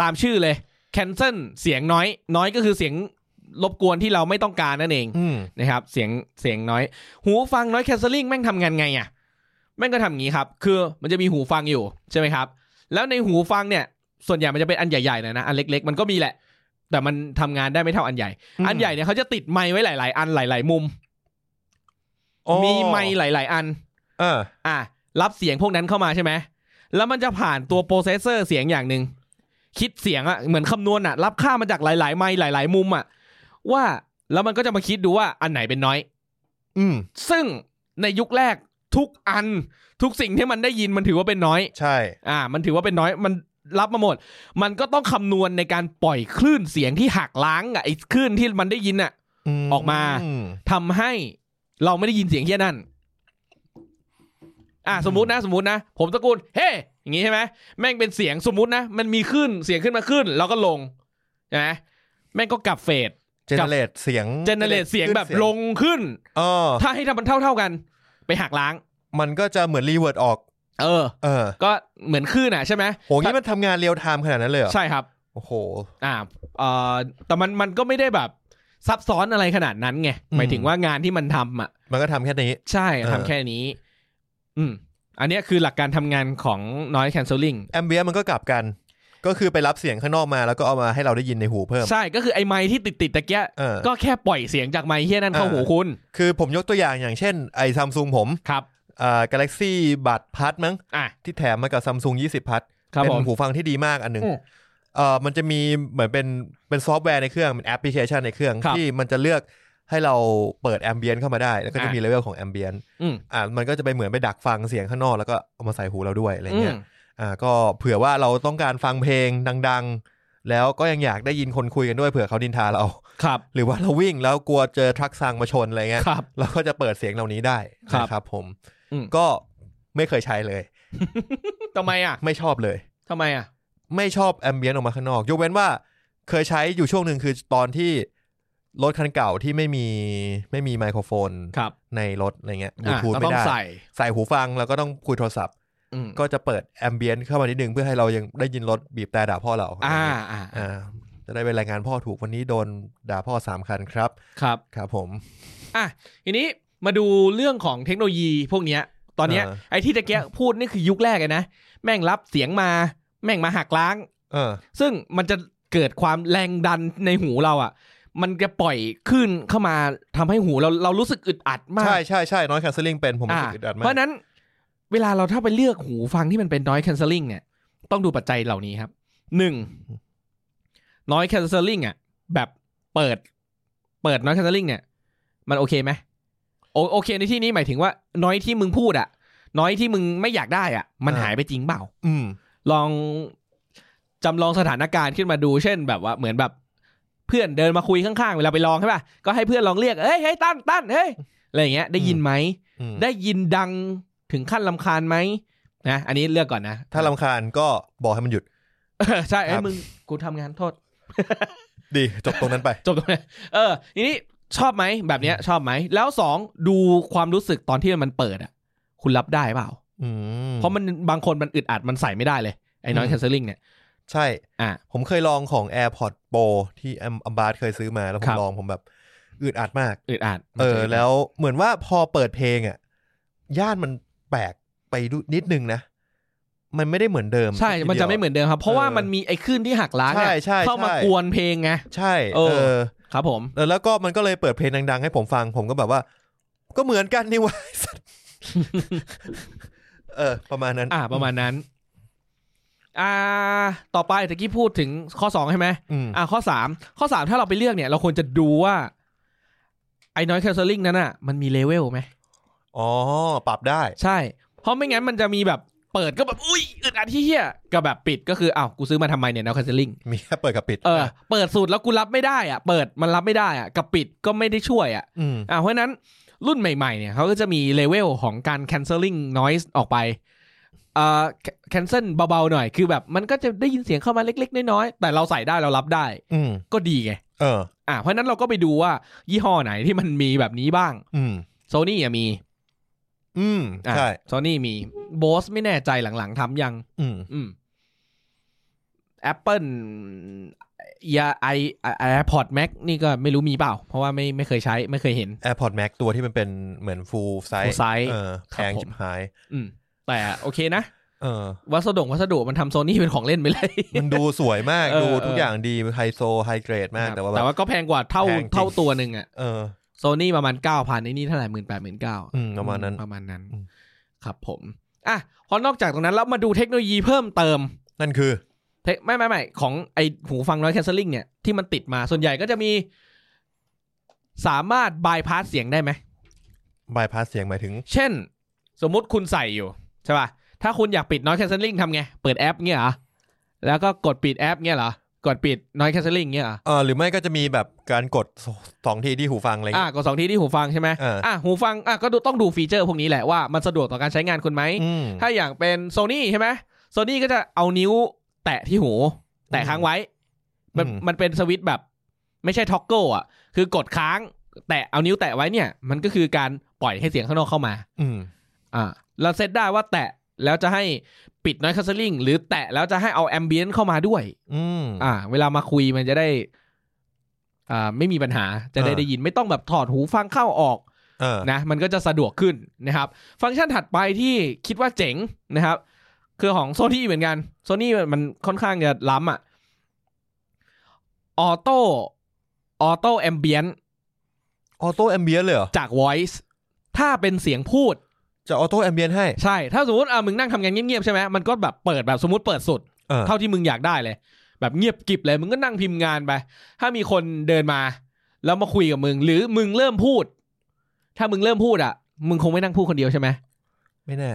Speaker 2: ตามชื่อเลย cancel เสียงน้อย น้อยก็คือเสียงรบกวนที่เราไม่ต้องการนั่นเอง
Speaker 1: อืม
Speaker 2: นะครับ เสียงเสียงน้อย หูฟังน้อย canceling แม่งทำงานไงอะแม่งก็ทำอย่างนี้ครับ คือมันจะมีหูฟังอยู่ใช่ไหมครับ แล้วในหูฟังเนี่ย ส่วนใหญ่มันจะเป็นอันใหญ่ๆหน่อยนะอันเล็ก ๆ มันก็มีแหละ แต่มันทำงานได้ไม่เท่าอันใหญ่ อันใหญ่เนี่ยเขาจะติดไม้ไว้หลาย ๆ อันหลาย ๆ มุม
Speaker 1: โอ้
Speaker 2: มีไม้หลาย ๆ อัน
Speaker 1: เออ
Speaker 2: อ่ะรับเสียงพวกนั้นเข้ามาใช่ไหม แล้วมันจะผ่านตัวโปรเซสเซอร์เสียงอย่างหนึ่งคิดเสียงอะเหมือนคำนวณอะรับค่ามาจากหลาย ๆ ไมค์หลาย ๆ มุมอะว่าแล้วมันก็จะมาคิดดูว่าอันไหนเป็นน้อย
Speaker 1: อืม
Speaker 2: ซึ่งในยุคแรกทุกอันทุกสิ่งที่มันได้ยินมันถือว่าเป็นน้อย
Speaker 1: ใช่
Speaker 2: อ่า มันถือว่าเป็นน้อยมันรับมาหมด มันก็ต้องคำนวณในการปล่อยคลื่นเสียงที่หักล้างอะไอ้คลื่นที่มันได้ยินอะ ออกมา ทำให้เราไม่ได้ยินเสียงเฮี้ยนั่น อ่ะ
Speaker 1: อืม
Speaker 2: สมมตินะสมมตินะ ผมตะโกูลเฮ้ อย่างงี้ใช่ไหมแม่งเป็นเสียงสมมตินะ มันมีขึ้นเสียงขึ้นมาขึ้น แล้วก็ลงใช่ไหมแม่งก็กลับเฟด
Speaker 1: เจเนเรตเสียง
Speaker 2: เจเนเรตเสียงแบบลงขึ้น
Speaker 1: เออ
Speaker 2: ถ้าให้ทำมันเท่าเท่าๆกัน ไปหักล้าง
Speaker 1: มันก็จะเหมือนรีเวิร์ดออก
Speaker 2: เออ
Speaker 1: เออ
Speaker 2: ก็เหมือนขึ้นอ่ะใช่ไหม
Speaker 1: โหงี้มันทำงานเรียลไทม์ขนาดนั้นเลยเหรอ
Speaker 2: ใช่ครับ
Speaker 1: โอ้โห
Speaker 2: อ่าเอ่อแต่มันมันก็ไม่ได้แบบซับซ้อนอะไรขนาดนั้นไงหมายถึงว่างานที่มันทำอ่ะ
Speaker 1: มันก็ทำแค่นี้
Speaker 2: ใช่
Speaker 1: เออ
Speaker 2: ทำแค่นี้ อืม อันเนี้ยคือหลักการทำงานของ noise cancelling
Speaker 1: แอมเบียมันก็กลับกัน ก็คือไปรับเสียงข้างนอกมาแล้วก็เอามาให้เราได้ยินในหูเพิ่ม
Speaker 2: ใช่ก็คือไอ้ไม้ที่ติดติดๆตะเกีย
Speaker 1: เออ
Speaker 2: ก็แค่ปล่อยเสียงจากไม้เฮี้ยนั่นเข้า
Speaker 1: เออ
Speaker 2: หูคุณ
Speaker 1: คือผมยกตัวอย่างอย่างเช่นไอ้ซัมซุงผม
Speaker 2: ครับ
Speaker 1: อ่ากาแล็กซี่บัตพัดมั้ง
Speaker 2: อ่ะ
Speaker 1: ที่แถมมากับซัมซุง20 พัด
Speaker 2: ครับ
Speaker 1: เป็
Speaker 2: ผม
Speaker 1: นหูฟังที่ดีมากอันหนึ่ง
Speaker 2: อืม
Speaker 1: เออมันจะมีเหมือนเป็นเป็นซอฟต์แวร์ในเครื่อง เป็นแอปพลิเคชันในเครื่อง
Speaker 2: ครับ
Speaker 1: ที่มันจะเลือกให้เราเปิดแอมเบียนเข้ามาได้ แล้วก็จะ
Speaker 2: อ่ะ
Speaker 1: มีเลเวลของแอมเบียน
Speaker 2: อืม
Speaker 1: อ่ามันก็จะไปเหมือนไปดักฟังเสียงข้างนอกแล้วก็เอามาใส่หูเราด้วยอะไร
Speaker 2: อื
Speaker 1: เงี้
Speaker 2: ม
Speaker 1: ยอ่าก็เผื่อว่าเราต้องการฟังเพลงดัง ๆ แล้วก็ยังอยากได้ยินคนคุยกันด้วยเผื่อเขาดินทา เรา
Speaker 2: ครับ
Speaker 1: หรือว่าเราวิ่งแล้วกลัวเจอทรัคซังมาชนอะไรเงี้ย
Speaker 2: ครับ
Speaker 1: เราก็จะเปิดเสียงเหล่านี้ได้
Speaker 2: ครับ
Speaker 1: นะครับผม
Speaker 2: อืม
Speaker 1: ก็ไม่เคยใช้เลย
Speaker 2: ทำไมอ่ะ
Speaker 1: ไม่ชอบเลย
Speaker 2: ทำไมอ่ะ
Speaker 1: ไม่ชอบแอมเบียนต์ออกมาข้างนอก ยกเว้นว่าเคยใช้อยู่ช่วงหนึ่งคือตอนที่รถคันเก่าที่ไม่มีไม่มีไมโครโฟน
Speaker 2: ครับ
Speaker 1: ในรถอะไรเงี้ยบลู
Speaker 2: อ่ะ
Speaker 1: ทูธ
Speaker 2: เรา
Speaker 1: ไม่
Speaker 2: ต้อง
Speaker 1: ได้
Speaker 2: ใส่
Speaker 1: ใส่หูฟังแล้วก็ต้องคุยโทรศัพท์
Speaker 2: อืม
Speaker 1: ก็จะเปิดแอมเบียนต์เข้ามานิดนึงเพื่อให้เรายังได้ยินรถบีบแต่ด่าพ่อเรา
Speaker 2: อ่าอ่า
Speaker 1: อ่าจะได้เป็นรายงานพ่อถูกวันนี้โดนด่าพ่อสามคันครับ
Speaker 2: ครับ
Speaker 1: ครับผม
Speaker 2: อ่ะทีนี้มาดูเรื่องของเทคโนโลยีพวกเนี้ย ตอนเนี้ย
Speaker 1: เออ
Speaker 2: ไอ้ที่ตะเกียพูดนี่คือยุคแรกเลยนะแม่งรับเสียงมา แม่งมาหักล้าง
Speaker 1: เออ
Speaker 2: ซึ่งมันจะเกิดความแรงดันในหูเราอ่ะ มันจะปล่อยขึ้นเข้ามาทำให้หูเราเรารู้สึกอึดอัดมาก
Speaker 1: ใช่ใช่ใช่น้อยคันเซลิงเป็นผมรู้
Speaker 2: อ่า
Speaker 1: สึกอึดอัดมา
Speaker 2: เพ
Speaker 1: ก
Speaker 2: ราะฉะนั้น เวลาเราถ้าไปเลือกหูฟังที่มันเป็น noise cancelling เนี่ย ต้องดูปัจจัยเหล่านี้ครับหนึ่ง noise cancelling อ่ะ แบบเปิด เปิด noise cancelling เนี่ย มันโอเคไหมโอโอเคในที่นี้หมายถึงว่า น้อยที่มึงพูดอ่ะ น้อยที่มึงไม่อยากได้อ่ะ มัน
Speaker 1: อ่า
Speaker 2: หายไปจริงเปล่า
Speaker 1: อืม
Speaker 2: ลองจำลองสถานการณ์ขึ้นมาดู เช่นแบบว่าเหมือนแบบ เพื่อนเดินมาคุยข้างๆเวลาไปลองใช่ป่ะก็ให้เพื่อนลองเรียกเอ้ยเฮ้ยตั้นตั้นเฮ้ยอะไรอย่างเงี้ยได้ยินไหม
Speaker 1: อืม
Speaker 2: ได้ยินดังถึงขั้นลำคาญไหมนะอันนี้เลือกก่อนนะ
Speaker 1: ถ้าลำคาญก็บอกให้มันหยุด
Speaker 2: เออ ใช่ไอ้
Speaker 1: ครั
Speaker 2: ย
Speaker 1: บ
Speaker 2: มึงกูทำงานโทษ
Speaker 1: ดีจบตรงนั้นไป
Speaker 2: จบตรงนี้เออทีนี้ชอบไหมแบบเนี้ยชอบไหม แล้วสองดูความรู้สึกตอนที่มันเปิดอ่ะ คุณรับได้เปล่า
Speaker 1: อืม
Speaker 2: เพราะมันบางคนมันอึดอัดมันใส่ไม่ได้เลยไอ้น้อยแคนเซลลิ่งเนี่ย
Speaker 1: ใช่
Speaker 2: อ่ะ
Speaker 1: ผมเคยลองของ AirPods Pro ที่อัมบาร์เคยซื้อมาแล้วผ
Speaker 2: ครั
Speaker 1: ม
Speaker 2: บ
Speaker 1: ลองผมแบบอึดอัดมาก
Speaker 2: อึดอัด
Speaker 1: เออ แล้วเหมือนว่าพอเปิดเพลงอ่ะ ย่านมันแปลกไปดูนิดนึงนะ มันไม่ได้เหมือนเดิม
Speaker 2: ใช่
Speaker 1: ทีดียว
Speaker 2: มันจะไม่เหมือนเดิมครับ เพราะว่า
Speaker 1: เออ
Speaker 2: มันมีไอ้คลื่นที่หักล้างเนี่ย
Speaker 1: ใช่ใช่
Speaker 2: เข้ามา
Speaker 1: ใช่
Speaker 2: กวนเพลงไง
Speaker 1: ใช่
Speaker 2: เอ
Speaker 1: เอ
Speaker 2: อ
Speaker 1: อ
Speaker 2: ครับผม
Speaker 1: เออ แล้วก็มันก็เลยเปิดเพลงดัง ๆ ให้ผมฟัง ผมก็แบบว่า ก็เหมือนกันนี่วะ สัตว์ เออ ประมาณนั้น
Speaker 2: อ่าประมาณนั้น อ่า ต่อไปตะกี้พูดถึงข้อสองใช่ไหม
Speaker 1: อืม
Speaker 2: อ่าข้อสามข้อสามถ้าเราไปเลือกเนี่ย เราควรจะดูว่า ไอ้น้อยแคลเซอริงนั้นอ่ะมันมีเลเวลไหม
Speaker 1: อ๋อ ปรับได้
Speaker 2: ใช่ เพราะไม่งั้นมันจะมีแบบเปิดก็แบบ อุ้ยอึดอัดที่เฮี้ยกับแบบปิดก็คืออ้าวกูซื้อมาทำไมเนี่ยน้อยแคลเซอริง
Speaker 1: มีแค่เปิดกับปิด
Speaker 2: เออเปิดสูตรแล้วกูรับไม่ได้อ่ะ เปิดมันรับไม่ได้อ่ะกับปิดก็ไม่ได้ช่วยอ่ะ
Speaker 1: อืม
Speaker 2: อ่าเพราะฉะนั้นรุ่นใหม่ๆเนี่ยเขาก็จะมีเลเวลของการ canceling noise ออกไปอ่า cancel เบาๆหน่อย คือแบบมันก็จะได้ยินเสียงเข้ามาเล็กๆ น้อยๆ แต่เราใส่ได้เรารับได้
Speaker 1: อืม
Speaker 2: ก็ดีไง
Speaker 1: เออ
Speaker 2: อ่าเพราะฉะนั้นเราก็ไปดูว่ายี่ห้อไหนที่มันมีแบบนี้บ้าง
Speaker 1: อืม
Speaker 2: โซนี่ะมี
Speaker 1: อืม
Speaker 2: อ่า
Speaker 1: ใช่
Speaker 2: โซนี่มีโบสไม่แน่ใจหลังๆทำยัง
Speaker 1: อืม
Speaker 2: อืม Apple ยาไอไอพอดแม็กนี่ก็ไม่รู้มีเปล่า เพราะว่าไม่ไม่เคยใช้ไม่เคยเห็น
Speaker 1: AirPod Max ตัวที่มันเป็นเหมือน full size
Speaker 2: Full size
Speaker 1: เออ
Speaker 2: ค
Speaker 1: แพ
Speaker 2: รับ
Speaker 1: ง
Speaker 2: ผม
Speaker 1: ชิบหาย
Speaker 2: อืม แต่โอเคนะ
Speaker 1: เออ
Speaker 2: วัสดุวัสดุมันทำโซนี่เป็นของเล่นไปเลย
Speaker 1: มันดูสวยมาก
Speaker 2: เออ
Speaker 1: ดูทุก
Speaker 2: เออ
Speaker 1: อ
Speaker 2: อ
Speaker 1: ย่างดีไฮโซไฮเกรดมากแต่ว่าแบ
Speaker 2: แต่
Speaker 1: บ
Speaker 2: ว่าก็แพงกว่าเท่า
Speaker 1: แพงจริง
Speaker 2: เท่าตัวหนึ่งอะ
Speaker 1: เออ
Speaker 2: โซนี่ประมาณเก้าพันไอ้นี่เท่าไหร่หมื่นแปดหมื่นเก้า
Speaker 1: อืมประมาณนั้น
Speaker 2: ประมาณนั้น
Speaker 1: อืม
Speaker 2: ครับผมอ่ะพอนอกจากตรงนั้นแล้วมาดูเทคโนโลยีเพิ่มเติม
Speaker 1: นั่นคือ
Speaker 2: เทคไม่ไม่ไม่ของไอหูฟังน้อยแค n เซ l ลิงเนี่ยที่มันติดมาส่วนใหญ่ก็จะมี สามารถบายพาสเสียงได้ไหม
Speaker 1: บายพาสเสียงหมายถึง
Speaker 2: เช่น สมมุติคุณใส่อยู่ ใช่ป่ะ ถ้าคุณอยากปิดน้อยแค n เซ l ลิงทำไง เปิดแอปเงี้ยเหรอ แล้วก็กดปิดแอปเงี้ยเหรอ กดปิดน้อยแค n เซ l ลิงเงี้ยเหรอ
Speaker 1: เออหรือไม่ก็จะมีแบบการกดสสองทีที่หูฟังอะไรอย่าง
Speaker 2: อ่ะ
Speaker 1: เงี้ย
Speaker 2: กดสองทีที่หูฟังใช่ไหม
Speaker 1: เอออ่
Speaker 2: อ่ะหูฟังอ่ะก็ดูต้องดูฟีเจอร์พวกนี้แหละว่ามันสะดวกต่อการใช้งานคุณไหม
Speaker 1: อืม
Speaker 2: ถ้าอย่างเป็นโซนี่ใช่ไหมโซนี่ก็จะเอานิ้วแตะที่หู แตะค้างไว้ มัน
Speaker 1: อืม
Speaker 2: มันเป็นสวิตช์แบบ ไม่ใช่ท็อกเกิลอ่ะ คือกดค้าง แตะเอานิ้วแตะไว้เนี่ย มันก็คือการปล่อยให้เสียงข้างนอกเข้ามา
Speaker 1: อืม
Speaker 2: อ่าเราเซตได้ว่าแตะแล้วจะให้ปิดน้อยคัสเซลิงหรือแตะแล้วจะให้เอาแอมเบียนเข้ามาด้วย
Speaker 1: อืม
Speaker 2: อ่า เวลามาคุยมันจะได้ อ่า ไม่มีปัญหาจะได้
Speaker 1: เออ
Speaker 2: ได้ยินไม่ต้องแบบถอดหูฟังเข้าออก
Speaker 1: เออ
Speaker 2: นะมันก็จะสะดวกขึ้นนะครับ ฟังก์ชันถัดไปที่คิดว่าเจ๋งนะครับ คือของโซนี่เหมือนกันโซนี่มันค่อนข้างจะล้ำอะออโต้ออโต้แอมเบียน
Speaker 1: ออโต้แอมเบียนเลยเหรอ
Speaker 2: จาก Voice ถ้าเป็นเสียงพูด
Speaker 1: จะออโต้แอมเบียนให้
Speaker 2: ใช่ ถ้าสมมติอ่ะมึงนั่งทำงานเงียบๆใช่ไหมมันก็แบบเปิดแบบสมมติเปิดสุด
Speaker 1: เออ
Speaker 2: เท่าที่มึงอยากได้เลย แบบเงียบกริบเลย มึงก็นั่งพิมพ์งานไป ถ้ามีคนเดินมา แล้วมาคุยกับมึง หรือมึงเริ่มพูด ถ้ามึงเริ่มพูดอ่ะ มึงคงไม่นั่งพูดคนเดียวใช่ไหม
Speaker 1: ไม่แน่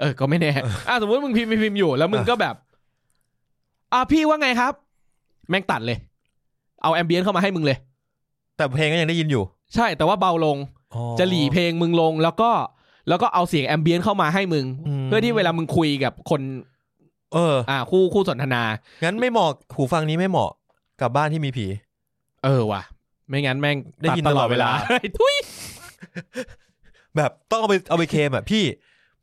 Speaker 2: เออ ก็ไม่แน่ อ่ะสมมติมึงพิมพ์พิมพ์พิมพ์อยู่ แล้วมึงก็แบบ อ่ะพี่ว่าไงครับ แม่งตัดเลย เอาแอมเบียนเข้ามาให้มึงเลย
Speaker 1: แต่เพลงก็ยังได้ยินอยู่
Speaker 2: ใช่ แต่ว่าเบาลง
Speaker 1: อ๋อ
Speaker 2: จะหลีเพลงมึงลง แล้วก็ แล้วก็เอาเสียงแอมเบียนเข้ามาให้มึง
Speaker 1: อืม
Speaker 2: เพื่อที่เวลามึงคุยกับคน
Speaker 1: เออ
Speaker 2: อ่า คู่คู่สนทนา
Speaker 1: งั้นไม่เหมาะหูฟังนี้ไม่เหมาะกับบ้านที่มีผี
Speaker 2: เออว่ะ ไม่งั้นแม่ง
Speaker 1: ได้ยินตลอดเวลา
Speaker 2: ทุย
Speaker 1: แบบต้องเอาไปเอาไปเคลมอะพี่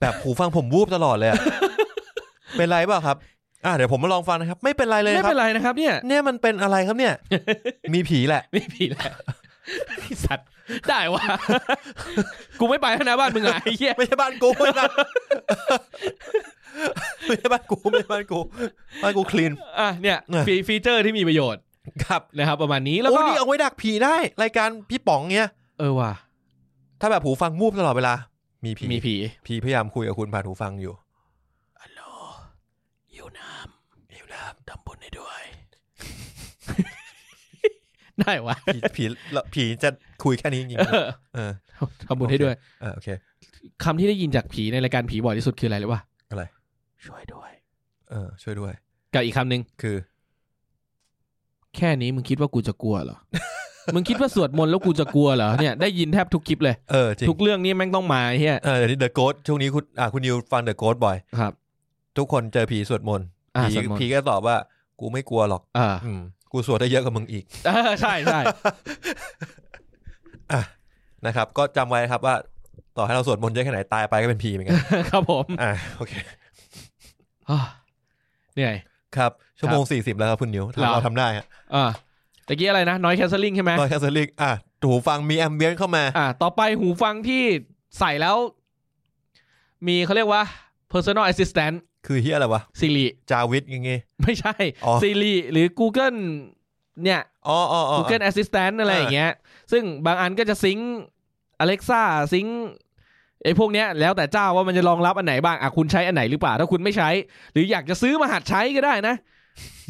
Speaker 1: แบบหูฟังผมวูบตลอดเลยอะ เป็นไรเปล่าครับ อ่ะเดี๋ยวผมมาลองฟังนะครับ ไม่เป็นไรเลย
Speaker 2: ไม่
Speaker 1: ครั
Speaker 2: เป็
Speaker 1: บ
Speaker 2: นไรนะครับ เนี่ย
Speaker 1: เนี่ยมันเป็นอะไรครับ เนี่ย มีผีแหละ
Speaker 2: ไม่ผิดแหละไอ้สัตว์ ได้ ว่ะ กูไม่ไปแล้วนะบ้านมึงอ่ะไอ้เหี้ย
Speaker 1: ไม่ใช่บ้านกูไม่ใช่บ้าน ไม่ใช่บ้านกูไม่ใช่บ้านกูบ้านกูคลีน
Speaker 2: อ่ะเนี่ย
Speaker 1: เออ
Speaker 2: ฟีฟีเจอร์ที่มีประโยชน์
Speaker 1: ครับ
Speaker 2: นะครับ ประมาณนี้แล้ว
Speaker 1: โอ้
Speaker 2: ก็
Speaker 1: นี่เอาไว้ดักผีได้ รายการพี่ป๋องเนี้ย
Speaker 2: เออว่ะ
Speaker 1: ถ้าแบบหูฟังมูบตลอดเวลา มีผี
Speaker 2: มีผี
Speaker 1: ผีพยายามคุยกับคุณผ่านหูฟัง อยู่
Speaker 2: หิวน้ำหิวน้ำทำบุญให้ด้วย ได้วะ
Speaker 1: ผีผีแล้วผีจะคุยแค่นี้จริง
Speaker 2: เอ
Speaker 1: ๆ
Speaker 2: อ
Speaker 1: เออ
Speaker 2: ทำบุญให้ด้วย
Speaker 1: เออโอเค
Speaker 2: คำที่ได้ยินจากผีในรายการผีบ่อยที่สุดคืออะไรหรือวะ
Speaker 1: อะไร
Speaker 2: ช่วยด้วย
Speaker 1: เออช่วยด้วย
Speaker 2: กับอีกคำหนึ่ง
Speaker 1: คือ
Speaker 2: แค่นี้มึงคิดว่ากูจะกลัว เหรอ มึงคิดว่าสวดมนต์แล้วกูจะกลัวเหรอเนี่ยได้ยินแทบทุกคลิปเลย
Speaker 1: เออจริง
Speaker 2: ทุกเรื่องนี่แม่งต้องมาไอ้เฮีย
Speaker 1: เออเดี๋ยวนี้เดอะโกดช่วงนี้คุณอ่ะคุณนิวฟังเดอะโกดบ่อย
Speaker 2: ครับ
Speaker 1: ทุกคนเจอผีสวดมนต์
Speaker 2: อ่า
Speaker 1: ผี
Speaker 2: สวดมน
Speaker 1: ผี
Speaker 2: ต์
Speaker 1: ก็ตอบว่า กูไม่กลัวหรอก
Speaker 2: อ่า
Speaker 1: อืมกูสวดได้เยอะกว่ามึงอีก
Speaker 2: เออใช่ใช่
Speaker 1: นะครับก็จำไว้นะครับว่าต่อให้เราสวดมนต์เยอะแค่ไหนตายไปก็เป็นผีเหมือน กัน
Speaker 2: ครับผม
Speaker 1: อ่าโอเค
Speaker 2: อ่าเหนื่อย
Speaker 1: ครับชั่วโมงสี่สิบแล้วครับคุณนิว
Speaker 2: เหรอ
Speaker 1: เราทำได้ฮะ
Speaker 2: อ่าตะกี้อะไรนะ น้อยแคสเซลลิงใช่ไหม
Speaker 1: ตอนแคสเซอริกอ่ะหูฟังมีแอมเบียนเข้ามา
Speaker 2: อ่า ต่อไปหูฟังที่ใส่แล้ว มีเขาเรียกว่า personal assistant
Speaker 1: คือเฮียอะไรวะ
Speaker 2: Siri
Speaker 1: จาวิทยังไง
Speaker 2: ไม่ใช่
Speaker 1: อ๋อ
Speaker 2: Siri หรือ Google เนี่ย
Speaker 1: อ๋ออ๋ออ๋อ
Speaker 2: Google Assistant อะไรอย่างเงี้ย ซึ่งบางอันก็จะซิง Alexa ซิงไอ้พวกเนี้ยแล้วแต่เจ้าว่ามันจะรองรับอันไหนบ้างอ่ะคุณใช้อันไหนหรือเปล่า ถ้าคุณไม่ใช้ หรืออยากจะซื้อมาหัดใช้ก็ได้นะ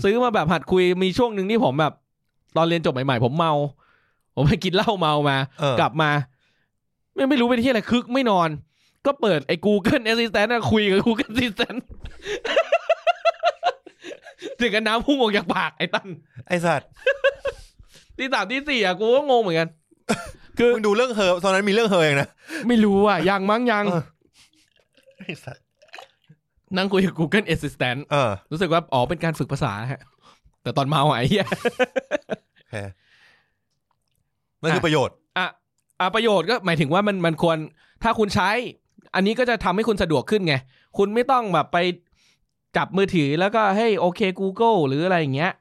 Speaker 2: ซื้อมาแบบหัดคุยมีช่วงหนึ่งที่ผมแบบ ตอนเรียนจบใหม่ๆ ผมเมา ผมไปกินเหล้าเมามา
Speaker 1: เออก
Speaker 2: ลับมา ไม่ไม่รู้เป็นที่อะไรคึกไม่นอน ก็เปิดไอ้ Google Assistant นะคุยกับ Google Assistant ถึงกันน้ำพุ่งออกจากปากไอ้ตั้น
Speaker 1: ไอสัตว์
Speaker 2: ตีสามตีสี่อ่ะกูก็งงเหมือนกัน คือ
Speaker 1: มึงดูเรื่องเฮอตอนนั้นมีเรื่องเฮออย่างนะ
Speaker 2: ไม่รู้อ่ะ ยังมั้งยัง
Speaker 1: เออ ไอสัตว์
Speaker 2: นั่งคุยกับ Google Assistant
Speaker 1: เออ
Speaker 2: รู้สึกว่า อ๋อ เป็นการฝึกภาษาฮะ แต่ตอนเมาอ่ะไอ้เหี้ย
Speaker 1: โอเคมันคือประโยชน์
Speaker 2: อ่ะอ่ะประโยชน์ก็หมายถึงว่ามันมันควรถ้าคุณใช้ อันนี้ก็จะทำให้คุณสะดวกขึ้นไง คุณไม่ต้องแบบไป จับมือถือแล้วก็เฮ้ยโอเค Google หรืออะไรอย่างเงี้ย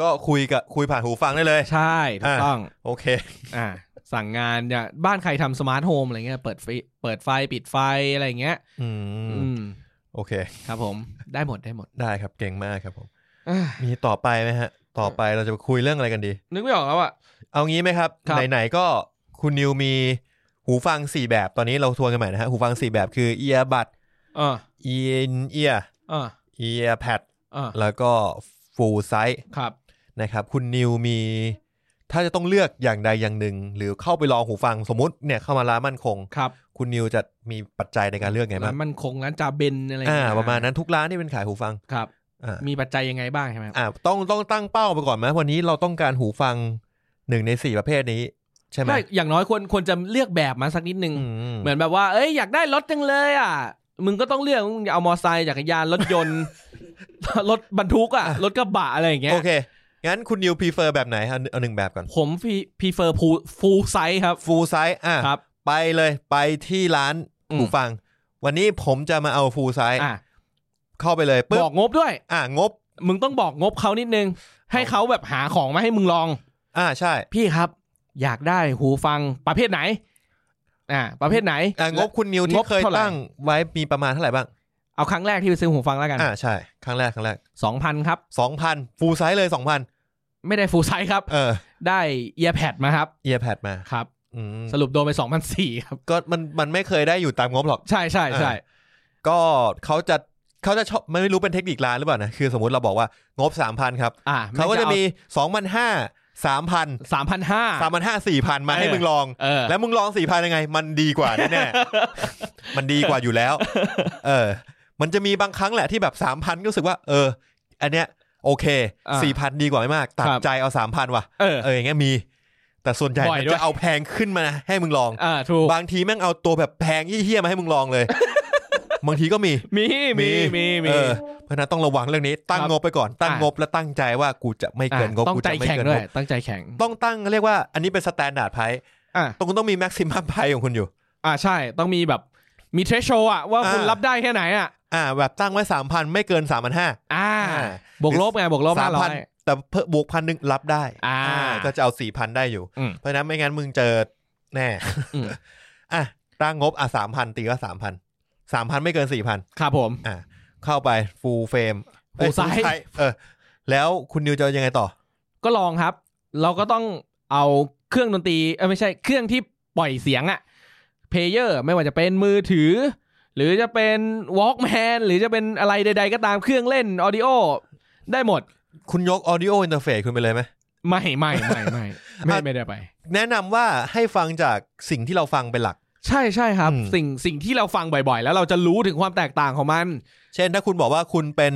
Speaker 1: ก็คุยกับคุยผ่านหูฟังได้เลย
Speaker 2: ใช่ถูกต้อง
Speaker 1: โอเค
Speaker 2: อ่าสั่งงานเนี่ยบ้านใครทำสมาร์ทโฮมอะไรเงี้ยเปิดไฟเปิดไฟปิดไฟอะไรอย่างเงี้ย
Speaker 1: อืม
Speaker 2: อืม
Speaker 1: โอเค
Speaker 2: ครับผม ได้หมดได้หมด
Speaker 1: ได้ครับเก่งมากครับผม
Speaker 2: อ่ะ
Speaker 1: มีต่อไปไหมฮะ ต่อไปเราจะไปคุยเรื่องอะไรกันดี
Speaker 2: นึกไม่ออกแล้วอ่ะ
Speaker 1: เอางี้ไหมครับ
Speaker 2: ครับ
Speaker 1: ไหนๆก็คุณนิวมีหูฟัง 4 แบบตอนนี้เราทวนกันใหม่นะฮะ หูฟัง 4 แบบคือ earbud
Speaker 2: เออ
Speaker 1: in ear
Speaker 2: เออ
Speaker 1: earpad
Speaker 2: เออ
Speaker 1: แล้วก็ full size
Speaker 2: ครับ
Speaker 1: นะครับคุณนิวมี ถ้าจะต้องเลือกอย่างใดอย่างหนึ่ง หรือเข้าไปลองหูฟังสมมติเนี่ยเข้ามาร้านมั่นคง
Speaker 2: ครับ
Speaker 1: คุณนิวจะมีปัจจัยในการเลือกไง
Speaker 2: ร้า
Speaker 1: บ้าน ง
Speaker 2: มันคงร้านจาเบนอะไร
Speaker 1: อ่า
Speaker 2: เงี้ย
Speaker 1: ประมาณนั้นทุกร้านที่เป็นขายหูฟัง
Speaker 2: ครับ
Speaker 1: อ่า
Speaker 2: มีปัจจัยยังไงบ้างใช่ไหมครับ
Speaker 1: อ่าต้องต้องตั้งเป้าไปก่อนไหมวันนี้เราต้องการหูฟังหนึ่งในสี่ประเภทนี้ ใช่ไหม
Speaker 2: ไม่อย่างน้อยควรควรจะเลือกแบบมาสักนิดนึง
Speaker 1: อืม
Speaker 2: เหมือนแบบว่า เอ้ย อยากได้รถจังเลยอ่ะ มึงก็ต้องเลือกมึงเอามอไซค์จักรยาน รถยนต์ รถบรรทุกอ่ะ รถกระบะอะไรอย่างเงี้ย
Speaker 1: โอเค งั้นคุณนิวพ r e เฟอร์แบบไหนเอาเอาหนึ่งแบบก่อน
Speaker 2: ผมพีเฟอร์ฟูฟูไซส์ครับ
Speaker 1: ฟูลไซส์อ่ะ
Speaker 2: ครับ
Speaker 1: ไปเลยไปที่ร้าน
Speaker 2: อืม
Speaker 1: หูฟัง วันนี้ผมจะมาเอาฟูลไซส์
Speaker 2: อ่ะ
Speaker 1: เข้าไปเลยปึ๊
Speaker 2: บบ อกงบด้วย
Speaker 1: อ่ะงบ
Speaker 2: มึงต้องบอกงบเขานิดนึง ให้เขาแบบหาของมาให้มึงลอง
Speaker 1: อ่ะใช่
Speaker 2: พี่ครับ อยากได้หูฟังประเภทไหน อ่า ประเภทไหน
Speaker 1: อ่ะงบคุณนิวที่เคย
Speaker 2: เท่าไหร่
Speaker 1: ตั้งไว้มีประมาณเท่าไหร่บ้าง
Speaker 2: เอาครั้งแรกที่ไปซื้อหูฟังแล้วกัน
Speaker 1: อ่ะใช่ครั้งแรกครั้งแรก
Speaker 2: สองพันครับ
Speaker 1: สองพันฟูลไซส์เลยสองพัน
Speaker 2: ไม่ได้ฟูไซส์ครับ
Speaker 1: เออ
Speaker 2: ได้เอียแพดมาครับ
Speaker 1: เอียแพดมา
Speaker 2: ครับ
Speaker 1: อืม
Speaker 2: สรุปโดนไปสองพันสี่ครับ
Speaker 1: ก็มันมันไม่เคยได้อยู่ตามงบหรอก
Speaker 2: ใช่ใช่ใช่
Speaker 1: ก็เขาจะเขาจะชอบไม่รู้เป็นเทคนิคร้านหรือเปล่านะ คือสมมติเราบอกว่างบสามพันครับ
Speaker 2: อ่า
Speaker 1: เขาก็จะมีสองพันห้าสามพัน
Speaker 2: สามพันห้า
Speaker 1: สามพันห้าสี่พันมาให้
Speaker 2: เออ
Speaker 1: มึงลอง
Speaker 2: เออ
Speaker 1: แล้วมึงลองสี่พันยังไง มันดีกว่าแน่ ๆ มันดีกว่าอยู่แล้ว เออ มันจะมีบางครั้งแหละที่แบบสามพันก็รู้สึกว่า เออ อันเนี้ยโอเคสี่พันดีกว่าไม่มาก ตัดใจเอาสามพันว่ะ
Speaker 2: เออ
Speaker 1: เอออย่างเงี้ยมี แต่ส่วนใหญ่
Speaker 2: บ่อย
Speaker 1: มัน
Speaker 2: ด้วย
Speaker 1: จะเอาแพงขึ้นมานะให้มึงลอง
Speaker 2: อ่าถูก
Speaker 1: บางทีแม่งเอาตัวแบบแพงเหี้ยๆมาให้มึงลองเลย บางทีก็มี
Speaker 2: มีมีมีมี
Speaker 1: เออเพราะฉะนั้นต้องระวังเรื่องนี้ตั้ง
Speaker 2: ครับ
Speaker 1: งบไปก่อนตั้ง
Speaker 2: อ่ะ
Speaker 1: งบและตั้งใจว่ากูจะไม่เกินงบ
Speaker 2: อ่ะต้อ
Speaker 1: กู
Speaker 2: งใจ
Speaker 1: จะไม่
Speaker 2: แข็ง
Speaker 1: เกิน
Speaker 2: ด้
Speaker 1: ง
Speaker 2: วย
Speaker 1: บ
Speaker 2: ตั้งใจแข็ง
Speaker 1: ต้องตั้งเรียกว่าอันนี้เป็นสแตนดาร์ดไพ
Speaker 2: อ่า
Speaker 1: ตรงคุณต้องมีแม็กซิมัมไพของคุณอยู่
Speaker 2: อ่าใช่ ต้องมีแบบ มีเทรชโชอ่ะ ว่า
Speaker 1: อ่า
Speaker 2: คุณรับได้แค่ไหนอ่ะ
Speaker 1: อ่า แบบตั้งไว้สามพันไม่เกินสามพันห้า
Speaker 2: อ่า
Speaker 1: อ่า
Speaker 2: บวกลบไง บวกลบ
Speaker 1: สา
Speaker 2: ห้าม ร้อ
Speaker 1: พั
Speaker 2: ย
Speaker 1: แต่เพิ่มบวกพันหนึ่งรับได้
Speaker 2: อ่า
Speaker 1: ก็จะเอาสี่พันได้อยู่
Speaker 2: อืม
Speaker 1: เพราะฉะนั้นไม่งั้นมึงเจอแน่
Speaker 2: อืม
Speaker 1: อ่ะตั้งงบอ่ะสามพันตีว่าสามพันสามพันไม่เกินสี่พัน
Speaker 2: ครับผม
Speaker 1: อ่ะเข้าไปฟูลเฟรม
Speaker 2: Full size
Speaker 1: เออ แล้วคุณนิวจะยังไงต่อ
Speaker 2: ก็ลองครับ เราก็ต้องเอาเครื่องดนตรี เอยไม่ใช่ เครื่องที่ปล่อยเสียงอะเพลเยอร์ ไม่ว่าจะเป็นมือถือ หรือจะเป็นวอล์กแมน หรือจะเป็นอะไรใด ๆ ก็ตาม เครื่องเล่น ออดิโอ ได้หมด
Speaker 1: คุณยก audio interface คุณไปเลยไหม
Speaker 2: ไม่ไม่ไม่ ไม่ไม่ไม่ได้ไป
Speaker 1: แนะนำว่าให้ฟังจากสิ่งที่เราฟังเป็นหลัก
Speaker 2: ใช่ใช่ครับ
Speaker 1: อืม
Speaker 2: สิ่งสิ่งที่เราฟังบ่อยๆ แล้วเราจะรู้ถึงความแตกต่างของมัน
Speaker 1: เช่นถ้าคุณบอกว่าคุณเป็น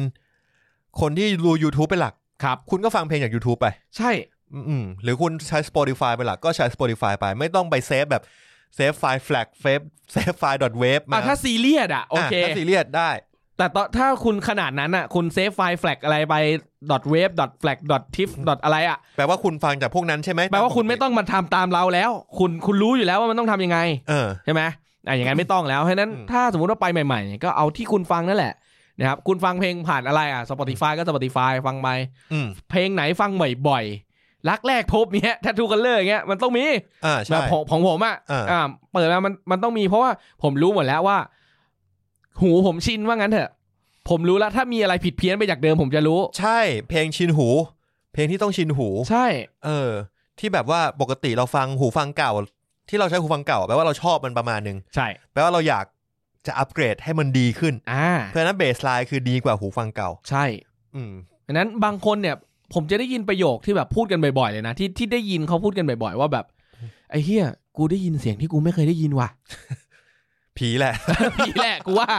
Speaker 1: คนที่ดู YouTube เป็นหลัก
Speaker 2: ครับ
Speaker 1: คุณก็ฟังเพลงจาก YouTube ไป
Speaker 2: ใช่
Speaker 1: อืมอืมหรือคุณใช้ Spotify เป็นหลักก็ใช้ Spotify ไป ไม่ต้องไปเซฟแบบเซฟไฟล์ flag เซฟเซฟไฟล์ .wave มา
Speaker 2: อ่ะถ้าซีเรียสอ่ะโอเค
Speaker 1: ะถ้าซีเรียสได้
Speaker 2: แต่ตอนถ้าคุณขนาดนั้นอ่ะ คุณเซฟไฟล์แฟลกอะไรไป .wave .flag .tif อะไรอ่ะ
Speaker 1: แปลว่าคุณฟังจากพวกนั้นใช่ไหม
Speaker 2: แปลว่าคุณไม่ต้องมาทำตามเราแล้ว คุณคุณรู้อยู่แล้วว่ามันต้องทำยังไง
Speaker 1: เออ
Speaker 2: ใช่ไหมอ่ะอย่างนั้นไม่ต้องแล้วเพราะฉะนั้น
Speaker 1: อืม
Speaker 2: ถ้าสมมติว่าไปใหม่ๆเนี่ยก็เอาที่คุณฟังนั่นแหละนะครับคุณฟังเพลงผ่านอะไรอ่ะ Spotify ก็ Spotify ฟังไป
Speaker 1: อืม
Speaker 2: เพลงไหนฟังบ่อยๆรักแรกพบเนี้ยแททูกันเลยเงี้ยมันต้องมี
Speaker 1: อ่า
Speaker 2: แบ
Speaker 1: ใช่
Speaker 2: บของของผมอ่ะ
Speaker 1: เอออ่
Speaker 2: ่าเปิดมามันมันต้องมีเพราะว่าผมรู้หมดแล้วว่า หูผมชินว่างั้นเถอะ ผมรู้แล้วถ้ามีอะไรผิดเพี้ยนไปจากเดิมผมจะรู้
Speaker 1: ใช่ เพลงชินหู เพลงที่ต้องชินหู
Speaker 2: ใช่
Speaker 1: เออ ที่แบบว่าปกติเราฟังหูฟังเก่า ที่เราใช้หูฟังเก่าแปลว่าเราชอบมันประมาณหนึง
Speaker 2: ใช่
Speaker 1: แปลว่าเราอยากจะอัปเกรดให้มันดีขึ้น
Speaker 2: อ่า
Speaker 1: เพราะฉะนั้นเบสไลน์คือดีกว่าหูฟังเก่า
Speaker 2: ใช่
Speaker 1: อืม
Speaker 2: ดังนั้นบางคนเนี่ย ผมจะได้ยินประโยคที่แบบพูดกันบ่อยๆเลยนะที่ที่ได้ยินเขาพูดกันบ่อยๆว่าแบบ ไอ้เฮียกูได้ยินเสียงที่กูไม่เคยได้ยินว่ะ
Speaker 1: ผีแหละ
Speaker 2: ผีแหละกูว่า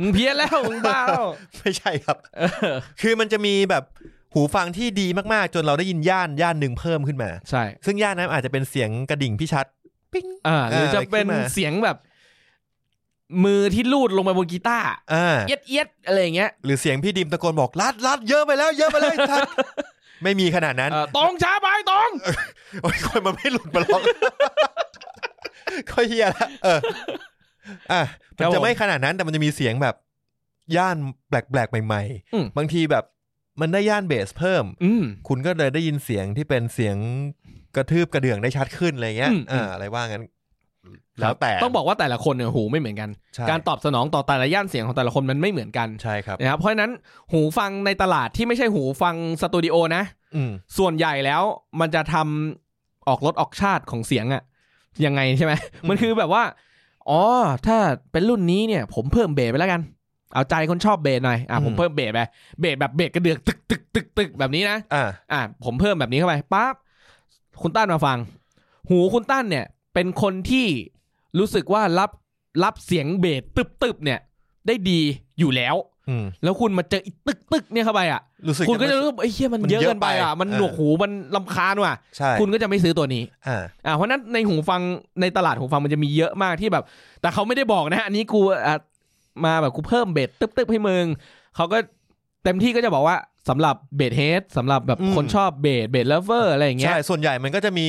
Speaker 2: มึงเพี้ยนแล้วมึงบ้าแล้ว
Speaker 1: ไม่ใช่ครับ
Speaker 2: เออ
Speaker 1: คือมันจะมีแบบหูฟังที่ดีมากๆ จนเราได้ยินย่านย่านหนึ่งเพิ่มขึ้นมา
Speaker 2: ใช่
Speaker 1: ซึ่งย่านนั้นอาจจะเป็นเสียงกระดิ่งพี่ชัด ปิ๊ง
Speaker 2: อ่าหรือจะเป็น
Speaker 1: เออขึ้นมา
Speaker 2: เสียงแบบ มือที่ลูดลงไปบนกีตาร์
Speaker 1: อ่า
Speaker 2: เอียดเอียดๆอะไรอย่างเงี้ย
Speaker 1: หรือเสียงพี่ดิมตะโกนบอกลัดลัดเยอะไปแล้ว เยอะ ไปแล้วไอ้ชัด ไม่มีขนาดนั้น
Speaker 2: เออตรงช้าไปตรง
Speaker 1: โอ้ยคนมันไม่หลุดมาล็อก ก็เฮียละเออ อ่ะ
Speaker 2: ครั
Speaker 1: มั
Speaker 2: บ
Speaker 1: น
Speaker 2: ผม
Speaker 1: จะไม่ขนาดนั้นแต่มันจะมีเสียงแบบ ย่านแปลกๆใหม่
Speaker 2: อืม
Speaker 1: ๆ บางทีแบบมันได้ย่านเบสเพิ่ม
Speaker 2: อืม
Speaker 1: คุณก็เลยได้ยินเสียงที่เป็นเสียงกระทืบกระเดื่องได้ชัดขึ้นอะไรเงี้ย
Speaker 2: อืม
Speaker 1: อ่าอะไรว่างั้น แล้วแต่
Speaker 2: ต้องบอกว่าแต่ละคนเนี่ยหูไม่เหมือนกัน
Speaker 1: ใช่
Speaker 2: การตอบสนองต่อแต่ละย่านเสียงของแต่ละคนมันไม่เหมือนกัน
Speaker 1: ใช่ครับ
Speaker 2: นะครับเพราะฉะนั้นหูฟังในตลาดที่ไม่ใช่หูฟังสตูดิโอนะ
Speaker 1: อืม
Speaker 2: ส่วนใหญ่แล้วมันจะทำออกรสออกชาติของเสียงอะยังไงใช่ไหม
Speaker 1: ม
Speaker 2: มันคือแบบว่า อ๋อ ถ้าเป็นรุ่นนี้เนี่ย ผมเพิ่มเบสไปแล้วกัน เอาใจคนชอบเบสหน่อยอ่ะผมเพิ่มเบสไปเบสแบบเบสกระเดือกตึกตึกตึกตึกแบบนี้นะ
Speaker 1: อ่า
Speaker 2: อ่ะผมเพิ่มแบบนี้เข้าไปปั๊บคุณตั้นมาฟัง หูคุณตั้นเนี่ย เป็นคนที่รู้สึกว่ารับรับเสียงเบสตึบตึบๆเนี่ย ได้ดีอยู่แล้ว
Speaker 1: อืม
Speaker 2: แล้วคุณมาเจออีตึกตึกๆเนี่ยเข้าไปอ่ะ
Speaker 1: รู้สึก
Speaker 2: คุณก็จะรู้สึกไอ้ยเหี้ยมัน
Speaker 1: มัน
Speaker 2: เยอะ
Speaker 1: เยอะ
Speaker 2: เกินไปอ่ะ
Speaker 1: ไป
Speaker 2: มัน
Speaker 1: เออ
Speaker 2: หนวกหูมันลำคาญว่ะ
Speaker 1: ใช่
Speaker 2: คุณก็จะไม่ซื้อตัวนี้
Speaker 1: อ่า
Speaker 2: อ่าเพราะฉะนั้นในหูฟังในตลาดหูฟังมันจะมีเยอะมากที่แบบ แต่เขาไม่ได้บอกนะ อันนี้กูอ่ะมาแบบกูเพิ่มเบสตึ๊บตึ๊บให้มึงเขาก็เต็มที่ก็จะบอกว่าสำหรับเบสเฮดสำหรับแบบ
Speaker 1: อืม
Speaker 2: คนชอบเบสเบสเลฟเวอร์อะไรอย่างเงี้
Speaker 1: ใช่
Speaker 2: ย
Speaker 1: ส่วนใหญ่มันก็จะมี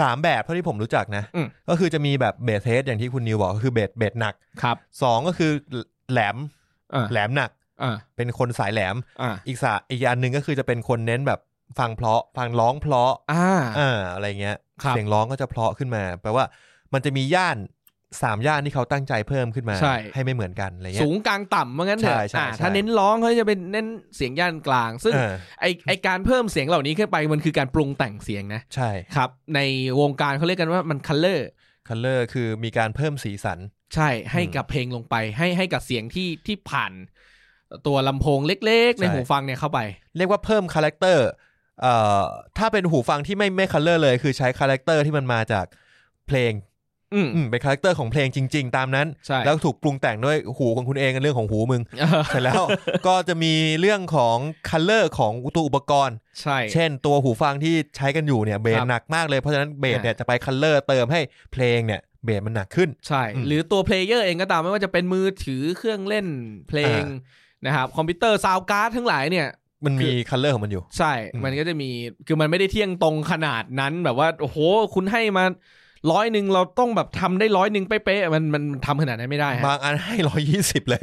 Speaker 1: สามแบบเท่าที่ผมรู้จักนะ
Speaker 2: อืม
Speaker 1: ก็คือจะมีแบบเบสเทสอย่างที่คุณนิวบอกก็คือเบสเบสหนัก
Speaker 2: ครับ
Speaker 1: สองก็คือแหลม
Speaker 2: อ่า
Speaker 1: แหลมหนัก
Speaker 2: อ่า
Speaker 1: เป็นคนสายแหลม
Speaker 2: อ่า
Speaker 1: อีกสาอีกอันหนึ่งก็คือจะเป็นคนเน้นแบบฟังเพลาะฟังร้องเพลาะ
Speaker 2: อ่า
Speaker 1: อ่าอะไรเงี้ย
Speaker 2: ครับ
Speaker 1: เสียงร้องก็จะเพลาะขึ้นมา แปลว่ามันจะมีย่านสามย่านที่เขาตั้งใจเพิ่มขึ้นมา
Speaker 2: ใช่
Speaker 1: ไม่เหมือนกันอะไรเงี้
Speaker 2: สู
Speaker 1: ย
Speaker 2: งกลางต่ำว่างั้นเถ
Speaker 1: ใช่
Speaker 2: อะ
Speaker 1: ใช่
Speaker 2: อ่า
Speaker 1: ใช่
Speaker 2: ถ้าเน้นร้องเขาจะเป็นเน้นเสียงย่านกลาง ซึ่ง
Speaker 1: เออ
Speaker 2: ไอไอการเพิ่มเสียงเหล่านี้ขึ้นไปมันคือการปรุงแต่งเสียงนะ
Speaker 1: ใช่
Speaker 2: ครับในวงการเขาเรียกกันว่ามันคัลเลอร์
Speaker 1: คัลเลอร์คือมีการเพิ่มสีสัน
Speaker 2: ใช่ให้กับเพลงลงไป ให้ให้กับเสียงที่ที่ผ่าน ตัวลำโพงเล็กๆ ใน
Speaker 1: ใช่
Speaker 2: หูฟังเนี่ยเข้าไป
Speaker 1: เรียกว่าเพิ่มคาแรคเตอร์เอ่อถ้าเป็นหูฟังที่ไม่ไม่คัลเลอร์เลยคือใช้คาแรคเตอร์ที่มันมาจากเพลง
Speaker 2: อืม
Speaker 1: อืมเป็นคาแรคเตอร์ของเพลงจริง ๆ ตามนั้น
Speaker 2: ใช่
Speaker 1: แล้วถูกปรุงแต่งด้วยหูของคุณเองเรื่องของหูมึง
Speaker 2: เออ
Speaker 1: เสร็จแล้ว ก็จะมีเรื่องของคัลเลอร์ของตัวอุปกรณ์
Speaker 2: ใช่
Speaker 1: เช่นตัวหูฟังที่ใช้กันอยู่เนี่ยเบส
Speaker 2: ครับ
Speaker 1: หนักมากเลยเพราะฉะนั้นเบส
Speaker 2: อ่า
Speaker 1: เนี่ยจะไปคัลเลอร์เติมให้เพลงเนี่ยเบสมันหนักขึ้น
Speaker 2: ใช่
Speaker 1: อืม
Speaker 2: หรือตัวเพลเยอร์เองก็ตามไม่ว่าจะเป็นมือถือเครื่องเล่นเพล
Speaker 1: อ
Speaker 2: ง
Speaker 1: ่
Speaker 2: นะครับคอมพิวเตอร์ซาวการ์ดทั้งหลายเนี่ย
Speaker 1: มัน
Speaker 2: คื
Speaker 1: มี
Speaker 2: อ
Speaker 1: คัลเลอร์ของมันอยู่
Speaker 2: ใช่
Speaker 1: อืม
Speaker 2: มันก็จะมีคือมันไม่ได้เที่ยงตรงขนาดนั้นแบบว่าโอ้โหคุณให้มาร้อยหนึ่งเราต้องแบบทำได้ร้อยหนึ่งเป๊ะๆมันมันทำขนาดนั้นไม่ได้ฮะ
Speaker 1: บางอันให้ร้อยยี่สิบเลย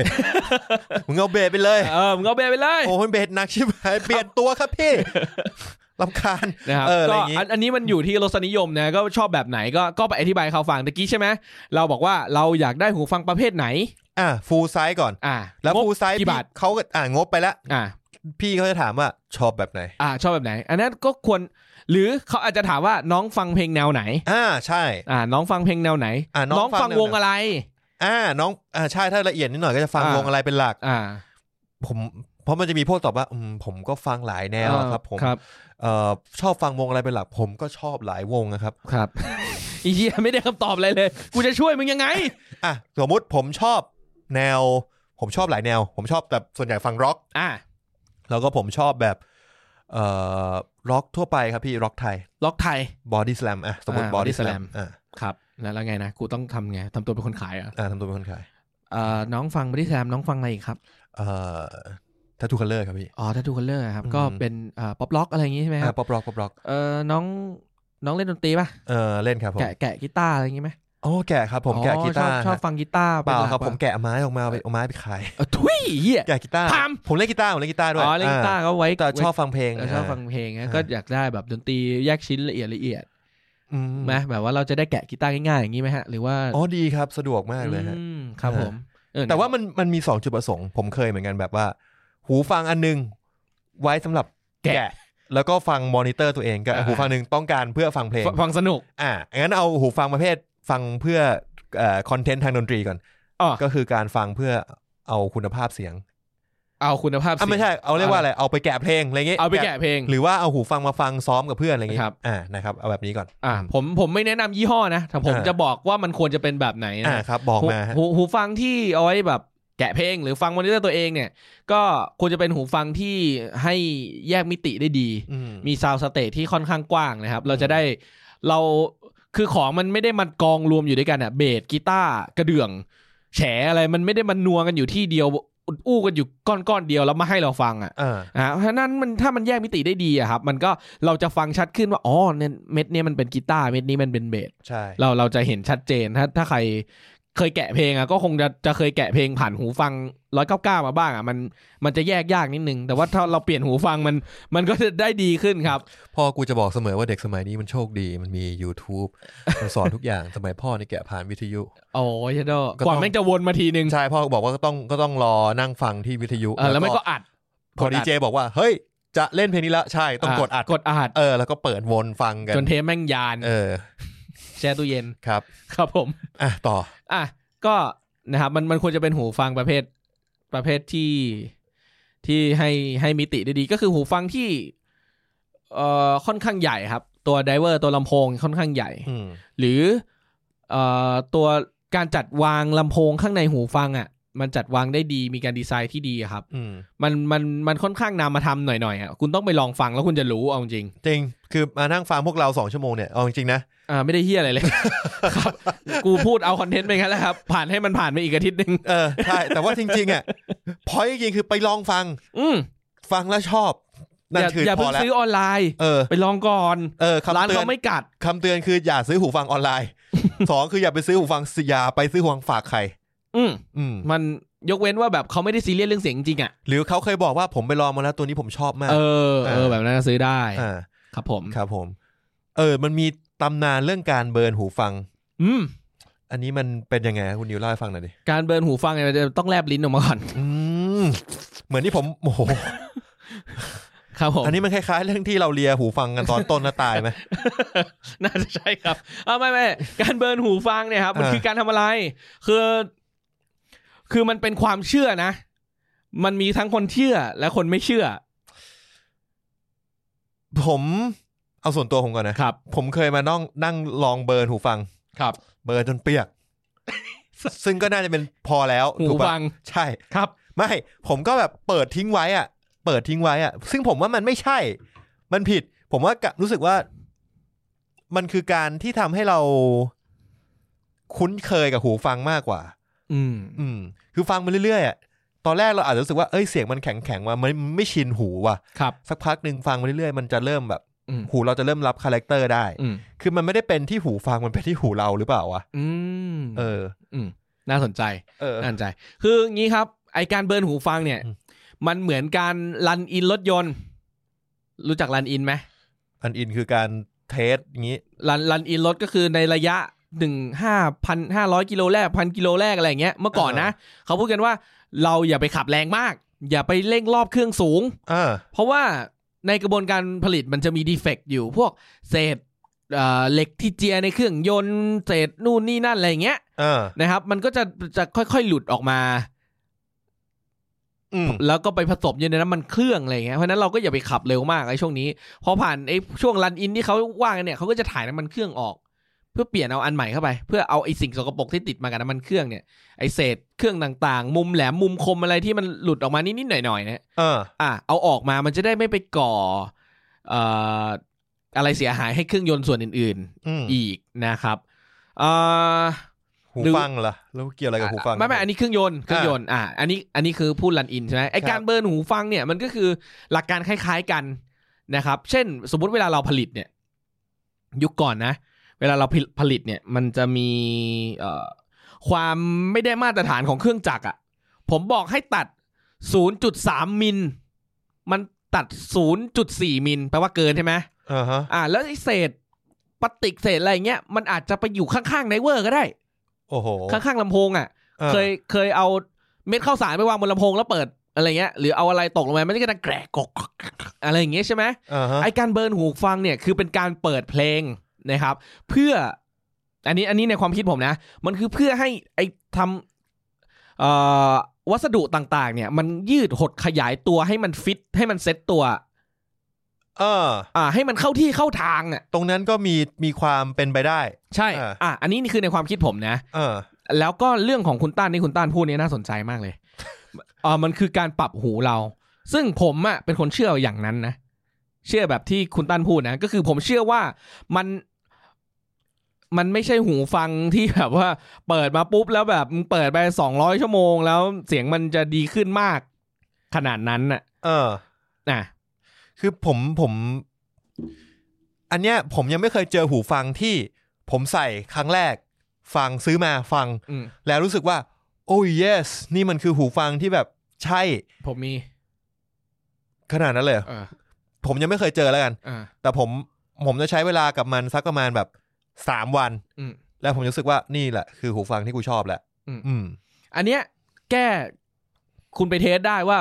Speaker 1: มึงเอาเบสไปเลย
Speaker 2: เออมึงเอาเบรไปเลย
Speaker 1: โอ้ยเบสหนักชิบหายเปลี่ยนตัวครับพี่ลำคาญ
Speaker 2: นะครับ
Speaker 1: เอออะไร
Speaker 2: ก็
Speaker 1: อย่างงี้
Speaker 2: อันอันนี้มันอยู่ที่รสนิยมนะก็ชอบแบบไหนก็ก็ไปอธิบายให้เขาฟังตะกี้ใช่ไหมเราบอกว่าเราอยากได้หูฟังประเภทไหน
Speaker 1: อ่ะฟูลไซส์ก่อน
Speaker 2: อ่า
Speaker 1: แล้ว
Speaker 2: งบ
Speaker 1: ฟูลไซส์
Speaker 2: กี่บาท
Speaker 1: เขาก็อ่างบไปแล้ว
Speaker 2: อ่า
Speaker 1: พี่เขาจะถามว่าชอบแบบไหน
Speaker 2: อ่าชอบแบบไหน อันนั้นก็ควร หรือเขาอาจจะถามว่าน้องฟังเพลงแนวไหน
Speaker 1: อ่าใช่
Speaker 2: อ่า น้องฟังเพลงแนวไหน
Speaker 1: อ่าน้องฟั
Speaker 2: ฟั
Speaker 1: ง
Speaker 2: ง
Speaker 1: แนวไหน
Speaker 2: วงอะไร
Speaker 1: อ่าน้องอ่าใช่ถ้าละเอียดนิดหน่อยก็จะฟัง
Speaker 2: อ่า
Speaker 1: วงอะไรเป็นหลัก
Speaker 2: อ่า
Speaker 1: ผมเพราะมันจะมีพวกตอบว่าอืมผมก็ฟังหลายแนวอะครับ ผม
Speaker 2: ครับ
Speaker 1: เอ่อชอบฟังวงอะไรเป็นหลัก ผมก็ชอบหลายวงนะครับ
Speaker 2: ครับ อีเหี้ยไม่ได้คำตอบอะไรเลย กูจะช่วยมึงยังไง
Speaker 1: อ่ะสมมติผมชอบแนว ผมชอบหลายแนว ผมชอบแต่ส่วนใหญ่ฟังร็อก
Speaker 2: อ่า
Speaker 1: แล้วก็ผมชอบแบบเอ่อร็อกทั่วไปครับพี่ร็อกไทย
Speaker 2: ล็อกไทย
Speaker 1: บอดี้สแลมอ่ะสมมติ
Speaker 2: อ่า
Speaker 1: บอ
Speaker 2: Body
Speaker 1: ดี้สแลม
Speaker 2: Slam
Speaker 1: อ่ะ
Speaker 2: ครับแล้วแล้วไงนะกูต้องทำไงทำตัวเป็นคนขายเหรอ่ะ
Speaker 1: อ่ะทำตัวเป็นคนขาย
Speaker 2: อ่าน้องฟังบริษัทน้องฟังอะไรอีกครับ
Speaker 1: เอ่อทัตูคัลเลอร์ครับพี่
Speaker 2: อ๋อถ้าดูคัลเลอร์ครับ
Speaker 1: อืม
Speaker 2: ก็เป็นอ่าป๊อปล็อกอะไรอย่างงี้ใช่ไหมค
Speaker 1: อ่ะ
Speaker 2: รับ
Speaker 1: ป๊อปร็อกป๊อปร็อก
Speaker 2: เออน้องน้องเล่นดนตรีป่ะ
Speaker 1: เออเล่นครับผม
Speaker 2: แกะแกะกีตาร์อะไรอย่างงี้ไหม
Speaker 1: โอ้แกะครับผมแกะ
Speaker 2: อ๋อ
Speaker 1: กีตา
Speaker 2: ช
Speaker 1: ร์
Speaker 2: อบชอบฟังกีตาร์
Speaker 1: เปล่าครับ
Speaker 2: นห
Speaker 1: ผม
Speaker 2: ว่ะ
Speaker 1: แกะไม้ออกมาเอาไปเอาไม้ไปขาย
Speaker 2: เออทุยเหี้ย
Speaker 1: แกะกีตาร์
Speaker 2: ทำ
Speaker 1: ผมเล่นกีตาร์ผมเล่นกีตาร์ด้วย
Speaker 2: อ๋อเล่นกีตาร์ก็ไว้
Speaker 1: อ่าแต่ชอบฟังเพลง
Speaker 2: เออชอบฟังเพลงนะก็อยากได้แบบดนตรีแยกชิ้นละเอียดละเอียด
Speaker 1: อืม
Speaker 2: ไหมแบบว่าเราจะได้แกะกีตาร์ง่ายๆอย่างงี้ไหมฮะหรือว่า
Speaker 1: อ๋อดีครับสะดวกมากเลยฮะ
Speaker 2: อืมครับ
Speaker 1: อ่า
Speaker 2: ผมเออ
Speaker 1: แต่ว่ามันมันมีสองจุดประสงค์ ผมเคยเหมือนกันแบบว่า หูฟังอันนึง ไว้สำหรับแกะ แล้วก็ฟังมอนิเตอร์ตัวเองกับหูฟังหนึ่งต้องการเพื่อฟังเพลง
Speaker 2: ฟังฟังสนุก
Speaker 1: อ่ะงั้นเอาหูฟังประเภทฟังเพื่อคอนเทนต์ทางดนตรีก่อน
Speaker 2: อ๋อ
Speaker 1: ก็คือการฟังเพื่อเอาคุณภาพเสียง
Speaker 2: เอาคุณภาพเสี
Speaker 1: อ่ะ
Speaker 2: ยง
Speaker 1: ไม่ใช่เอาเรียกว่าอะไรเอาไปแกะเพลงอะไรเงี้ย
Speaker 2: เอาไปแกะเพลง
Speaker 1: หรือว่าเอาหูฟังมาฟังซ้อมกับเพื่อนอะไรเงี้ย
Speaker 2: ครับ
Speaker 1: อ่านะครับเอาแบบนี้ก่อน
Speaker 2: อ่าผมผมไม่แนะนำยี่ห้อนะแต่ผม
Speaker 1: อ่า
Speaker 2: จะบอกว่ามันควรจะเป็นแบบไหน
Speaker 1: อ่า
Speaker 2: นะ
Speaker 1: ครับบอกมาฮะ
Speaker 2: หูหูหูฟังที่เอาไว้แบบแกะเพลงหรือฟังมอนิเตอร์ตัวเองเนี่ย ก็ควรจะเป็นหูฟังที่ให้แยกมิติได้ดี
Speaker 1: อืม
Speaker 2: มีซาวสเตทที่ค่อนข้างกว้างนะครับ เราจะได้เราคือของมันไม่ได้มันกองรวมอยู่ด้วยกันอะเบสกีตาร์กระเดื่อง แฉอะไรมันไม่ได้มันนัวกันอยู่ที่เดียวอุดอู้กันอยู่ก้อนก้อนๆเดียวแล้วมาให้เราฟังอะ
Speaker 1: อ่า
Speaker 2: อ่าเพราะฉะนั้นมันถ้ามันแยกมิติได้ดีอะครับ มันก็เราจะฟังชัดขึ้นว่าอ๋อเนี่ยเม็ดเนี่ยมันเป็นกีตาร์เม็ดนี้มันเป็นเบส
Speaker 1: ใช่
Speaker 2: เราเราจะเห็นชัดเจนถ้าถ้าใคร เคยแกะเพลงอ่ะก็คงจะจะเคยแกะเพลงผ่านหูฟังร้อยเก้าเก้ามาบ้างอ่ะมันมันจะแยกยากนิดนึง แต่ว่าถ้าเราเปลี่ยนหูฟังมันมันก็จะได้ดีขึ้นครับ
Speaker 1: พ่อกูจะบอกเสมอว่าเด็กสมัยนี้มันโชคดีมันมี YouTube มันสอนทุกอย่าง สมัยพ่อนี่แกะผ่านวิทยุ
Speaker 2: โอ้ยเชด
Speaker 1: ก็ต้อง
Speaker 2: กว่าแม่งจะวนมาทีนึง
Speaker 1: ใช่พ่อก็บอกว่าก็ต้องก็ต้องรอนั่งฟังที่วิทยุ
Speaker 2: เออแล้วมันก็อัด
Speaker 1: พอดีเจบอกว่า เฮ้ย จะเล่นเพลงนี้ละใช่ต้องกดอัด
Speaker 2: กดอัด
Speaker 1: เออแล้วก็เปิดวนฟังกัน
Speaker 2: จนเทปแม่งยาน
Speaker 1: เออ
Speaker 2: แช่ตู้เย็น
Speaker 1: ครับ
Speaker 2: ครับผม
Speaker 1: อ่ะต่อ
Speaker 2: อ่ะก็นะครับมันมันควรจะเป็นหูฟังประเภทประเภทที่ที่ให้ให้มิติได้ดีก็คือหูฟังที่เอ่อค่อนข้างใหญ่ครับ ตัวไดเวอร์ตัวลำโพงค่อนข้างใหญ่
Speaker 1: อืม
Speaker 2: หรือเอ่อตัวการจัดวางลำโพงข้างในหูฟังอ่ะมันจัดวางได้ดีมีการดีไซน์ที่ดีอะครับ
Speaker 1: อืม
Speaker 2: มันมันมันค่อนข้างนำมาทำหน่อยๆอ่ะคุณต้องไปลองฟังแล้วคุณจะรู้เอาจริง
Speaker 1: จริงคือมานั่งฟังพวกเราสองชั่วโมงเนี่ยเอาจริงๆนะ
Speaker 2: อ่าไม่ได้เฮียอะไร เลย ครับ กูพูดเอาคอนเทนต์ไปงั้นแหละครับ ผ่านให้มันผ่านไปอีกอาทิตย์หนึ่ง
Speaker 1: เออใช่แต่ว่าจริงๆอ่ะพอยจริงๆคือไปลองฟัง
Speaker 2: อืม
Speaker 1: ฟังแล้วชอบนั่น
Speaker 2: อย่า
Speaker 1: คือ
Speaker 2: อย่า
Speaker 1: พ
Speaker 2: เพิ่
Speaker 1: องแล้ว
Speaker 2: ซื้อออนไลน์
Speaker 1: เออ
Speaker 2: ไปลองก่อน
Speaker 1: เออคำ
Speaker 2: ร้าน
Speaker 1: เตือ
Speaker 2: เขา
Speaker 1: น
Speaker 2: ไม่กัด
Speaker 1: คำเตือนคืออย่าซื้อหูฟังออนไลน์ สองคืออย่าไปซื้อหูฟังสยาไปซื้อหูฟังฝากใคร
Speaker 2: อืม
Speaker 1: อืม
Speaker 2: มันยกเว้นว่าแบบเขาไม่ได้ซีเรียสเรื่องเสียงจริงๆอ่ะ
Speaker 1: หรือเขาเคยบอกว่าผมไปลองมาแล้วตัวนี้ผมชอบมาก
Speaker 2: เออเอ
Speaker 1: เอ
Speaker 2: อ
Speaker 1: อ
Speaker 2: แบบนั้นก็ซื้อได้
Speaker 1: อ่า
Speaker 2: ครับผม
Speaker 1: ครับผม เออ มันมีตำนานเรื่องการเบิร์นหูฟัง
Speaker 2: อืม
Speaker 1: อันนี้มันเป็นยังไงฮะคุณนิวเล่าให้ฟังหน่อยดิ
Speaker 2: การเบิร์นหูฟังเนี่ยมันจะต้องแลบลิ้นออกมาก่อน
Speaker 1: อืมเหมือนที่ผมโอ้โห
Speaker 2: ครับผม
Speaker 1: อันนี้มันคล้ายๆ เรื่องที่เราเลียหูฟังกันตอนต้นนะตายไหม
Speaker 2: น่าจะใช่ครับเอาไม่ไม่การเบิร์นหูฟังเนี่ยครับ มัน
Speaker 1: อ่า
Speaker 2: คือการทำอะไร คือ คือมันเป็นความเชื่อนะ มันมีทั้งคนเชื่อและคนไม่เชื่อ
Speaker 1: ผมเอาส่วนตัวผมก่อนนะ
Speaker 2: ครับ
Speaker 1: ผมเคยมานั่งนั่งลองเบิร์นหูฟัง
Speaker 2: ครับ
Speaker 1: เบิร์นจนเปียก ซึ่งก็น่าจะเป็นพอแล้ว
Speaker 2: หู
Speaker 1: ถูกปะ
Speaker 2: ฟัง
Speaker 1: ใช่
Speaker 2: ครับ
Speaker 1: ไม่ผมก็แบบเปิดทิ้งไว้อะเปิดทิ้งไว้อะซึ่งผมว่ามันไม่ใช่ มันผิด ผมว่ากะรู้สึกว่า มันคือการที่ทำให้เรา คุ้นเคยกับหูฟังมากกว่า
Speaker 2: อืม
Speaker 1: อืม คือฟังมาเรื่อยๆอะตอนแรกเราอาจจะรู้สึกว่าเอ้ยเสียงมันแข็งแข็งๆว่ะมันมันไม่ชินหูว่ะ
Speaker 2: ครับ
Speaker 1: สักพักหนึ่งฟังมาเรื่อยๆมันจะเริ่มแบบ
Speaker 2: อืม
Speaker 1: หูเราจะเริ่มรับคาแรคเตอร์ได้
Speaker 2: อืม
Speaker 1: คือมันไม่ได้เป็นที่หูฟังมันเป็นที่หูเราหรือเปล่าวะ
Speaker 2: อืม
Speaker 1: เออ
Speaker 2: น่าสนใจ
Speaker 1: เออ
Speaker 2: น่าสนใจ คืองี้ครับ ไอการเบิร์นหูฟังเนี่ย
Speaker 1: อืม
Speaker 2: มันเหมือนการรันอินรถยนต์ รู้จักรันอินไหม
Speaker 1: อันอินคือการเทสอย่างนี้
Speaker 2: รันรันอินรถก็คือในระยะหนึ่งห้าพันห้าร้อยกิโลแรกพันกิโลแรกอะไรอย่างเงี้ย เมื่อก่อนนะ เขาพูดกันว่าเราอย่าไปขับแรงมาก อย่าไปเร่งรอบเครื่องสูง
Speaker 1: อ่า
Speaker 2: เพราะว่าในกระบวนการผลิตมันจะมีดีเฟกต์อยู่ พวกเศษเอ่อเหล็กที่เจียในเครื่องยนต์เศษนู่นนี่นั่นอะไรอย่างเงี้ย
Speaker 1: อ่า
Speaker 2: นะครับ มันก็จะจะค่อยๆหลุดออกมา
Speaker 1: อืม
Speaker 2: แล้วก็ไปผสมอยู่ในน้ำมันเครื่องอะไรอย่างเงี้ยเพราะฉะนั้นเราก็อย่าไปขับเร็วมากไอ้ช่วงนี้พอผ่านไอ้ช่วงรันอินที่เขาว่ากันเนี่ยเขาก็จะถ่ายน้ำมันเครื่องออก เพื่อเปลี่ยนเอาอันใหม่เข้าไป เพื่อเอาไอ้สิ่งสกปรกที่ติดมากับน้ำมันเครื่องเนี่ยไอ้เศษเครื่องต่างๆ มุมแหลมมุมคมอะไรที่มันหลุดออกมานิดๆหน่อยๆเนี่ย
Speaker 1: อ่า
Speaker 2: อ่ะเอาออกมามันจะได้ไม่ไปก่อเอ่ออะไรเสียหายให้เครื่องยนต์ส่วนอื่น
Speaker 1: อืม
Speaker 2: ๆ อีกนะครับอ่า
Speaker 1: หู
Speaker 2: หรือ
Speaker 1: ฟังเหรอแล้วเกี่ยวอะไรกับหูฟัง
Speaker 2: อ่ะไม่ไม่อันนี้เครื่องยนต์เครื่องยนต์อ่ะอันนี้อันนี้คือพูดรันอินใช่ไหมไอ
Speaker 1: ครับ
Speaker 2: การเบิร์นหูฟังเนี่ยมันก็คือหลักการคล้ายๆกันนะครับ เช่น สมมติเวลาเราผลิตเนี่ย ยุคก่อนนะ เวลาเราผลิตผลิตเนี่ย มันจะมีเอ่อความไม่ได้มาตรฐานของเครื่องจักรอ่ะผมบอกให้ตัด 0.3 มิล มันตัด 0.4 มิลแปลว่าเกินใช่ไหม
Speaker 1: อ่าฮะ
Speaker 2: อ่า แล้วไอเศษปฏิกเศษอะไรอย่างเงี้ยมันอาจจะไปอยู่ข้างๆไดเวอร์ก็ได้
Speaker 1: โอ้โห
Speaker 2: ข้างๆลำโพงอ่ะ
Speaker 1: ออ
Speaker 2: เคยเคยเอาเม็ดข้าวสารไปวางบนลำโพงแล้วเปิดอะไรเงี้ยหรือเอาอะไรตกลงมามันก็จะแกรกกกอะไรอย่างเงี้ยใช่ไหม
Speaker 1: อ่าฮะ
Speaker 2: ไอการเบิร์นหูฟังเนี่ยคือเป็นการเปิดเพลงนะครับ เพื่ออันนี้อันนี้ในความคิดผมนะ มันคือเพื่อให้ไอทำเอ่อวัสดุต่างๆ เนี่ย มันยืดหดขยายตัวให้มันฟิตให้มันเซ็ตตัว
Speaker 1: เออ
Speaker 2: อ่าให้มันเข้าที่เข้าทางอ่ะ
Speaker 1: ตรงนั้นก็มีมีความเป็นไปได้
Speaker 2: ใช่
Speaker 1: อ่า
Speaker 2: อ่ะอันนี้นี่คือในความคิดผมนะ
Speaker 1: เออ
Speaker 2: แล้วก็เรื่องของคุณต้านนี่คุณต้านพูดเนี่ยน่าสนใจม ากเลย เอ่อมันคือการปรับหูเรา ซึ่งผมอ่ะเป็นคนเชื่ออย่างนั้นนะ เชื่อแบบที่คุณต้านพูดนะ ก็คือผมเชื่อว่ามัน มันไม่ใช่หูฟังที่แบบว่า เปิดมาปุ๊บแล้วแบบมึงเปิดไปสองร้อยชั่วโมง แล้วเสียงมันจะดีขึ้นมาก ขนาดนั้นน่ะ
Speaker 1: เออ
Speaker 2: อ่ะ
Speaker 1: คือผมผม อันเนี้ยผมยังไม่เคยเจอหูฟังที่ผมใส่ครั้งแรก ฟังซื้อมาฟัง
Speaker 2: อืม
Speaker 1: แล้วรู้สึกว่า โอ้ย yes นี่มันคือหูฟังที่แบบใช่
Speaker 2: ผมมี
Speaker 1: ขนาดนั้นเลยเหรอ
Speaker 2: เอ อ
Speaker 1: ผมยังไม่เคยเจอแล้วกัน
Speaker 2: เออ
Speaker 1: แต่ผมผมจะใช้เวลากับมันสักประมาณแบบสามวัน
Speaker 2: อืม
Speaker 1: แล้วผมรู้สึกว่านี่แหละคือหูฟังที่กูชอบแหละ
Speaker 2: อืม
Speaker 1: อืม
Speaker 2: อันเนี้ยแก้คุณไปเทสได้ว่า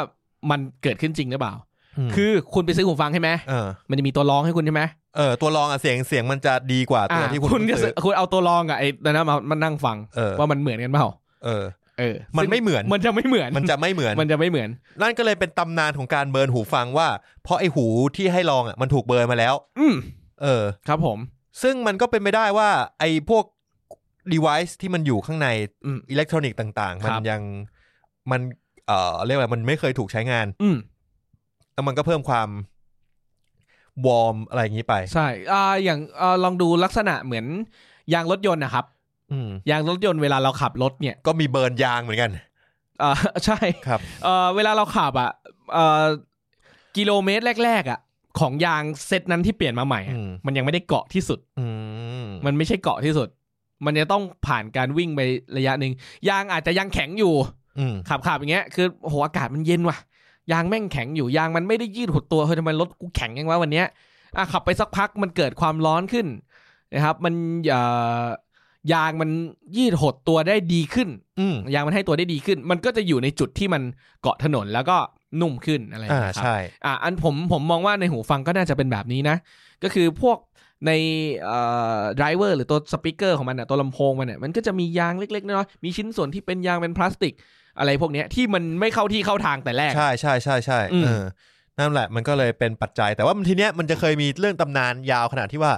Speaker 2: มันเกิดขึ้นจริงหรือเปล่า
Speaker 1: คื
Speaker 2: คือ อคุณไปซื้อหูฟังใช่ไหม
Speaker 1: เออ
Speaker 2: มันจะมีตัวรองให้คุณใช่ไหม
Speaker 1: เออตัวรองอะเสียงเสียงมันจะดีกว่าตัว
Speaker 2: อ่า
Speaker 1: ที่คุณ
Speaker 2: คุณก็
Speaker 1: ซื้อ
Speaker 2: คุณเอาตัวรองกับไอ้นั่นนะมามานั่งฟัง
Speaker 1: เออ
Speaker 2: ว่ามันเหมือนกันเปล่า
Speaker 1: เออ
Speaker 2: เออ
Speaker 1: มัน
Speaker 2: ซึ่ง
Speaker 1: ไม่เหมือน
Speaker 2: มันจะไม่เหมือน
Speaker 1: มันจะไม่เหมือน
Speaker 2: มันจะไม่เหมือน
Speaker 1: นั่นก็เลยเป็นตำนานของการเบิร์นหูฟังว่า เพราะไอหูที่ให้ลองอ่ะมันถูกเบิร์นมาแล้ว
Speaker 2: อืม
Speaker 1: เออ
Speaker 2: ครับผม
Speaker 1: ซึ่งมันก็เป็นไปได้ว่า ไอพวก device ที่มันอยู่ข้างใน
Speaker 2: อืม
Speaker 1: อิเล็กทรอนิกส์ต่าง ๆ
Speaker 2: ค
Speaker 1: มั
Speaker 2: รั
Speaker 1: น
Speaker 2: บ
Speaker 1: ยังมันเอ่อเรียกว่ามันไม่เคยถูกใช้งาน
Speaker 2: อืม
Speaker 1: แล้วมันก็เพิ่มความวอร์มอะไรอย่างนี้ไป
Speaker 2: ใช่อ่าอย่างอ่าลองดูลักษณะเหมือนยางรถยนต์นะครับ
Speaker 1: อืม
Speaker 2: ยางรถยนต์เวลาเราขับรถเนี่ย
Speaker 1: ก็มีเบิร์นยางเหมือนกัน
Speaker 2: อ่า ใช่
Speaker 1: ครับ
Speaker 2: เอ่อเวลาเราขับอ่ะเอ่อกิโลเมตรแรก ๆ อ่ะ ของยางเซตนั้นที่เปลี่ยนมาใหม่อะ
Speaker 1: อืม
Speaker 2: มันยังไม่ได้เกาะที่สุด
Speaker 1: อืม
Speaker 2: มันไม่ใช่เกาะที่สุด มันจะต้องผ่านการวิ่งไประยะหนึ่งยางอาจจะยังแข็งอยู่
Speaker 1: อืม
Speaker 2: ขับขับอย่างเงี้ยคือโอ้โหอากาศมันเย็นว่ะยางแม่งแข็งอยู่ยางมันไม่ได้ยืดหดตัวเฮ้ยทำไมรถกูแข็งยังวะวันเนี้ยอ่ะขับไปสักพักมันเกิดความร้อนขึ้นนะครับ มันเอ่อยางมันยืดหดตัวได้ดีขึ้น
Speaker 1: อืม
Speaker 2: ยางมันให้ตัวได้ดีขึ้น มันก็จะอยู่ในจุดที่มันเกาะถนนแล้วก็นุ่มขึ้นอะไรอย่าง
Speaker 1: อ่า
Speaker 2: เงี้ยครับ
Speaker 1: ใช่
Speaker 2: อ่าอันผมผมมองว่าในหูฟังก็น่าจะเป็นแบบนี้นะ ก็คือพวกในเอ่อ driver หรือตัวสปีกเกอร์ของมันอ่ะตัวลำโพงมันเนี่ยมันก็จะมียางเล็กๆน้อยๆมีชิ้นส่วนที่เป็นยางเป็นพลาสติก อะไรพวกเนี้ยที่มันไม่เข้าที่เข้าทางแต่แรก
Speaker 1: ใช่ใช่ใช่ใช่
Speaker 2: อืม
Speaker 1: เออนั่นแหละมันก็เลยเป็นปัจจัย แต่ว่ามันทีเนี้ยมันจะเคยมีเรื่องตำนานยาวขนาดที่ว่า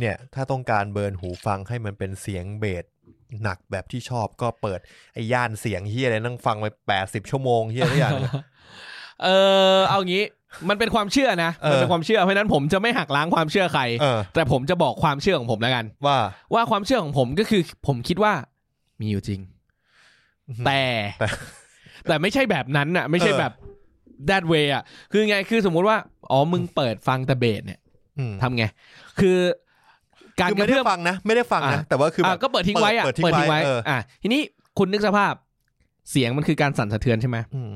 Speaker 1: เนี่ยถ้าต้องการเบิร์นหูฟังให้มันเป็นเสียงเบสหนักแบบที่ชอบก็เปิดไอ้ย่านเสียงเฮียอะไรนั่งฟังไปแปดสิบชั่วโมงเฮียทุกอย่าง
Speaker 2: เออเอางี้มันเป็นความเชื่อนะ
Speaker 1: เออ
Speaker 2: มันเป็นความเชื่อเพราะฉะนั้นผมจะไม่หักล้างความเชื่อใคร
Speaker 1: เออ
Speaker 2: แต่ผมจะบอกความเชื่อของผมแล้วกัน
Speaker 1: ว่า
Speaker 2: ว่าความเชื่อของผมก็คือผมคิดว่ามีอยู่จริง
Speaker 1: อือหือ
Speaker 2: แต่
Speaker 1: แต่
Speaker 2: แต่ไม่ใช่แบบนั้นน่ะ ไม่ใช่
Speaker 1: เออ
Speaker 2: แบบ that way อ่ะ คือไงคือสมมุติว่า อ๋อมึงเปิดฟังแต่เบสเนี่ย
Speaker 1: อืม
Speaker 2: ทำไง คือการ
Speaker 1: คือ
Speaker 2: ระ
Speaker 1: ไม่ได้
Speaker 2: เพื่อม
Speaker 1: ฟังนะ ไม่ได้ฟังนะ
Speaker 2: อ่ะ
Speaker 1: แต่ว่าคือแบ
Speaker 2: อ่ะ
Speaker 1: บ
Speaker 2: ก็เปิดทิ้งไว้อ่ะ
Speaker 1: เปิดทิ้งไว้เอออ่
Speaker 2: อ่ะทีนี้คุณนึกสภาพ เสียงมันคือการสั่นสะเทือนใช่ไหม
Speaker 1: อืม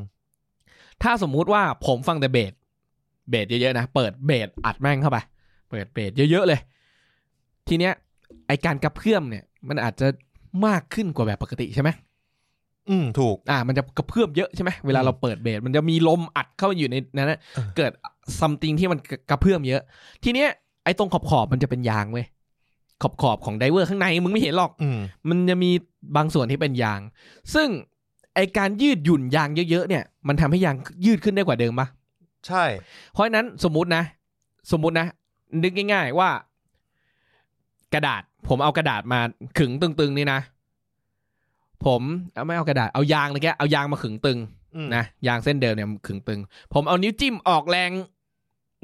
Speaker 2: ถ้าสมมุติว่าผมฟังแต่เบสเบสเยอะๆนะเปิดเบสอัดแม่งเข้าไปเปิดเบสเยอะๆเลย ทีเนี้ย ไอการกระเพื่อมเนี่ย มันอาจจะมากขึ้นกว่าแบบปกติใช่ไหม
Speaker 1: อืมถูก
Speaker 2: อ่ามันจะกระเพื่อมเยอะใช่ไหมเวลาเราเปิดเบสมันจะมีลมอัดเข้าไปอยู่ในนั้นนะ
Speaker 1: เออ
Speaker 2: เกิด something ที่มันกระเพื่อมเยอะ ทีเนี้ยไอ้ตรงขอบขอบๆมันจะเป็นยางเว้ยขอบขอบๆของไดเวอร์ข้างในมึงไม่เห็นหรอก
Speaker 1: อืม
Speaker 2: มันจะมีบางส่วนที่เป็นยาง ซึ่งไอการยืดหยุ่นยางเยอะๆเนี่ย มันทำให้ยางยืดขึ้นได้กว่าเดิมปะ
Speaker 1: ใช่
Speaker 2: เพราะฉะนั้นสมมุตินะ สมมุตินะ นึกง่าย ๆว่า กระดาษ ผมเอากระดาษมาขึงตึงๆนี่นะ ผมเอาไม่เอากระดาษเอายางเลยแกเอายางมาขึงตึง
Speaker 1: อืม
Speaker 2: นะยางเส้นเดิมเนี่ยขึงตึง ผมเอานิ้วจิ้มออกแรง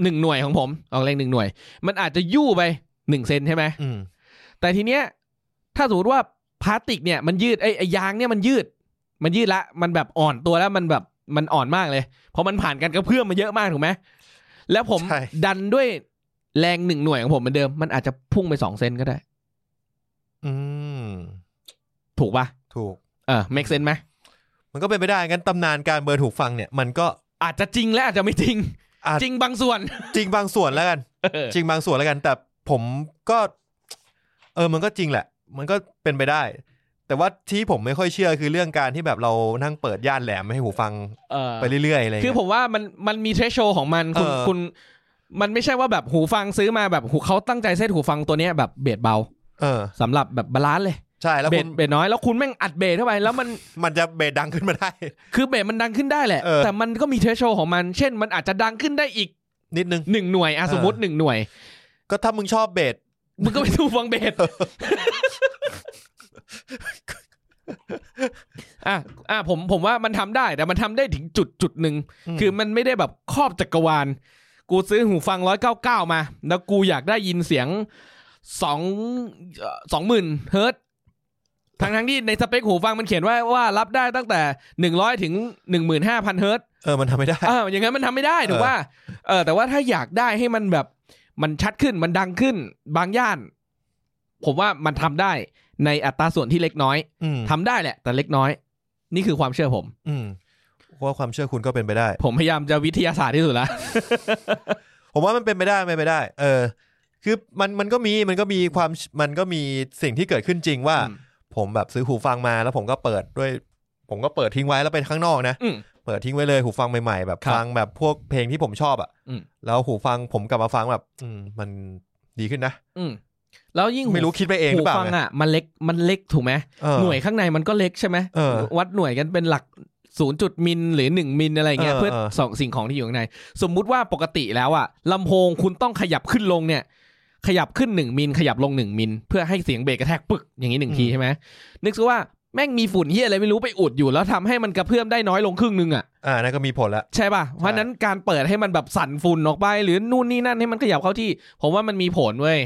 Speaker 2: หนึ่งหน่วยของผม ออกแรงหนึ่งหน่วย มันอาจจะยู่ไปหนึ่งเซนใช่ไหม
Speaker 1: อืม
Speaker 2: แต่ทีเนี้ยถ้าสมมติว่าพลาสติกเนี่ยมันยืดไอ้ไอ้ยางเนี่ยมันยืด มันยืดละ มันแบบอ่อนตัวแล้วมันแบบมันอ่อนมากเลย เพราะมันผ่านการกระเพื่อมมาเยอะมากถูกไหมแล้วผม
Speaker 1: ใช่
Speaker 2: ดันด้วยแรงหนึ่งหน่วยของผมเหมือนเดิม มันอาจจะพุ่งไปสองเซนก็ได้
Speaker 1: อืม
Speaker 2: ถูกปะ
Speaker 1: ถูก
Speaker 2: เออ make sense ไหม
Speaker 1: มันก็เป็นไปได้งั้นตำนานการเบิร์นหูฟังเนี่ย มันก็
Speaker 2: อาจจะจริงและอาจจะไม่จริง
Speaker 1: อาจ
Speaker 2: จริงบางส่วน
Speaker 1: จริงบางส่วนแล้วกัน
Speaker 2: เออ
Speaker 1: จริงบางส่วนแล้วกันแต่ผมก็ เออมันก็จริงแหละ มันก็เป็นไปได้ แต่ว่าที่ผมไม่ค่อยเชื่อคือเรื่องการที่แบบเรานั่งเปิดย่านแหลมให้หูฟัง
Speaker 2: เออ
Speaker 1: ไปเรื่อยๆอะไร
Speaker 2: คือ
Speaker 1: เงี้ย
Speaker 2: ผมว่ามันมันมีเทรชโชของมันคุณ
Speaker 1: เออ
Speaker 2: คุณมันไม่ใช่ว่าแบบหูฟังซื้อมาแบบหูเขาตั้งใจเซตหูฟังตัวเนี้ยแบบเบสเบา
Speaker 1: เออ
Speaker 2: สำหรับแบบบาลานซ์เลย
Speaker 1: ใช่แล้ว
Speaker 2: เบ
Speaker 1: คุ
Speaker 2: ส
Speaker 1: ณ
Speaker 2: เบสน้อยแล้วคุณแม่งอัดเบสเข้าไปแล้วมัน
Speaker 1: มันจะเบสดังขึ้นมาได้
Speaker 2: คือเบสมันดังขึ้นได้แหละ
Speaker 1: เออ
Speaker 2: แต่มันก็มีเทรชโชของมัน เช่น มันอาจจะดังขึ้นได้อีก
Speaker 1: นิดนึง
Speaker 2: หนึ่งหน่วยอ่ะ
Speaker 1: เออ
Speaker 2: สมมติหนึ่งหน่วย
Speaker 1: ก็ถ้ามึงชอบเบส
Speaker 2: มึงก็ไปสู้ฟังเบส อ่ะอ่ะผมผมว่ามันทำได้แต่มันทำได้ถึงจุดจุดหนึ่ง คือมันไม่ได้แบบครอบจักรวาล กูซื้อหูฟังร้อยเก้าเก้ามา แล้วกูอยากได้ยินเสียงสองสองหมื่นเฮิร์ตซ์ทั้งทั้งๆที่ในสเปคหูฟังมันเขียนว่าว่ารับได้ตั้งแต่หนึ่งร้อยถึงหนึ่งหมื่นห้าพันเฮิร์ตซ์
Speaker 1: เออมันทำไม่ได้
Speaker 2: อ่าอย่างนั้นมันทำไม่ได้ถูกว่าเออแต่ว่าถ้าอยากได้ให้มันแบบมันชัดขึ้นมันดังขึ้นบางย่าน ผมว่ามันทำได้ ในอัตราส่วนที่เล็กน้อย
Speaker 1: อืม
Speaker 2: ทำได้แหละ แต่เล็กน้อย นี่คือความเชื่อผม
Speaker 1: อืมเพราะว่าความเชื่อคุณก็เป็นไปได้
Speaker 2: ผมพยายามจะวิทยาศาสตร์ที่สุดละ
Speaker 1: ผมว่ามันเป็นไปได้ไม่ไปได้ เออ คือมันมันก็มีมันก็มีความมันก็มีสิ่งที่เกิดขึ้นจริงว่า ผมแบบซื้อหูฟังมาแล้วผมก็เปิดด้วย ผมก็เปิดทิ้งไว้แล้วไปข้างนอกนะ
Speaker 2: อืม
Speaker 1: เปิดทิ้งไว้เลยหูฟังใหม่ๆ แบบ
Speaker 2: ครับ
Speaker 1: ฟังแบบพวกเพลงที่ผมชอบอะ
Speaker 2: อืม
Speaker 1: แล้วหูฟังผมกลับมาฟังแบบ อืม มันดีขึ้นนะ
Speaker 2: อืมแล้วยิ่ง
Speaker 1: ไม่รู้คิดไปเองห
Speaker 2: หู
Speaker 1: รือเปล่า
Speaker 2: ฟัง
Speaker 1: ไง
Speaker 2: อ่ะมันเล็กมันเล็กถูกไหม
Speaker 1: เออ
Speaker 2: หน่วยข้างในมันก็เล็กใช่ไหม
Speaker 1: เออ
Speaker 2: วัดหน่วยกันเป็นหลักศูนย์จุดมิลหรือหนึ่งมิลอะไรเงี้ย
Speaker 1: เออ
Speaker 2: เพื่อ
Speaker 1: เออ
Speaker 2: สองสิ่งของที่อยู่ข้างใน สมมุติว่าปกติแล้วอะลำโพงคุณต้องขยับขึ้นลงเนี่ย ขยับขึ้นหนึ่งมิลขยับลงหนึ่งมิลเพื่อให้เสียงเบรกกระแทกปึกอย่างนี้หนึ่งทีใช่ไหมนึกซะว่าแม่งมีฝุ่นเฮียอะไรไม่รู้ไปอุดอยู่แล้วทำให้มันกระเพื่อมได้น้อยลงครึ่งหนึงอะ
Speaker 1: อ่านั่นก็มีผลละ
Speaker 2: ใช่ป่ะเพราะฉะนั้นการเปิดให้มันแบบสั่นฝุ่นออกไป หรือนู่นนี่นั่นให้มันขยับเข้าที่ ผมว่ามันมีผลเว้ย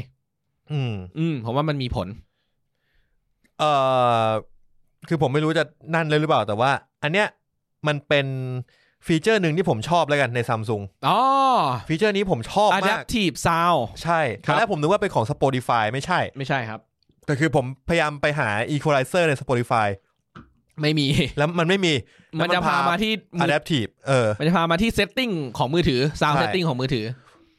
Speaker 1: อืม
Speaker 2: อืมผมว่ามันมีผล
Speaker 1: เอ่อคือผมไม่รู้จะนั่นเลยหรือเปล่า แต่ว่า อันเนี้ยมันเป็นฟีเจอร์หนึ่งที่ผมชอบแล้วกันในซัมซุง
Speaker 2: อ๋อ
Speaker 1: ฟีเจอร์นี้ผมชอบมาก
Speaker 2: adaptive sound
Speaker 1: ใช่
Speaker 2: ค
Speaker 1: ตอบ
Speaker 2: รั
Speaker 1: นแรกผมนึกว่าเป็นของ Spotify ไม่ใช่
Speaker 2: ไม่ใช่ครับ
Speaker 1: แต่คือผมพยายามไปหา Equalizer ใน Spotify
Speaker 2: ไม่มี
Speaker 1: แล้วมันไม่มี แล้ว
Speaker 2: มันจะพามาที่มือ
Speaker 1: Adaptive เออ
Speaker 2: มันจะพามาที่เซตติ้งของมือถือ ซาว
Speaker 1: ใช่
Speaker 2: เซตติ้งของมือถือ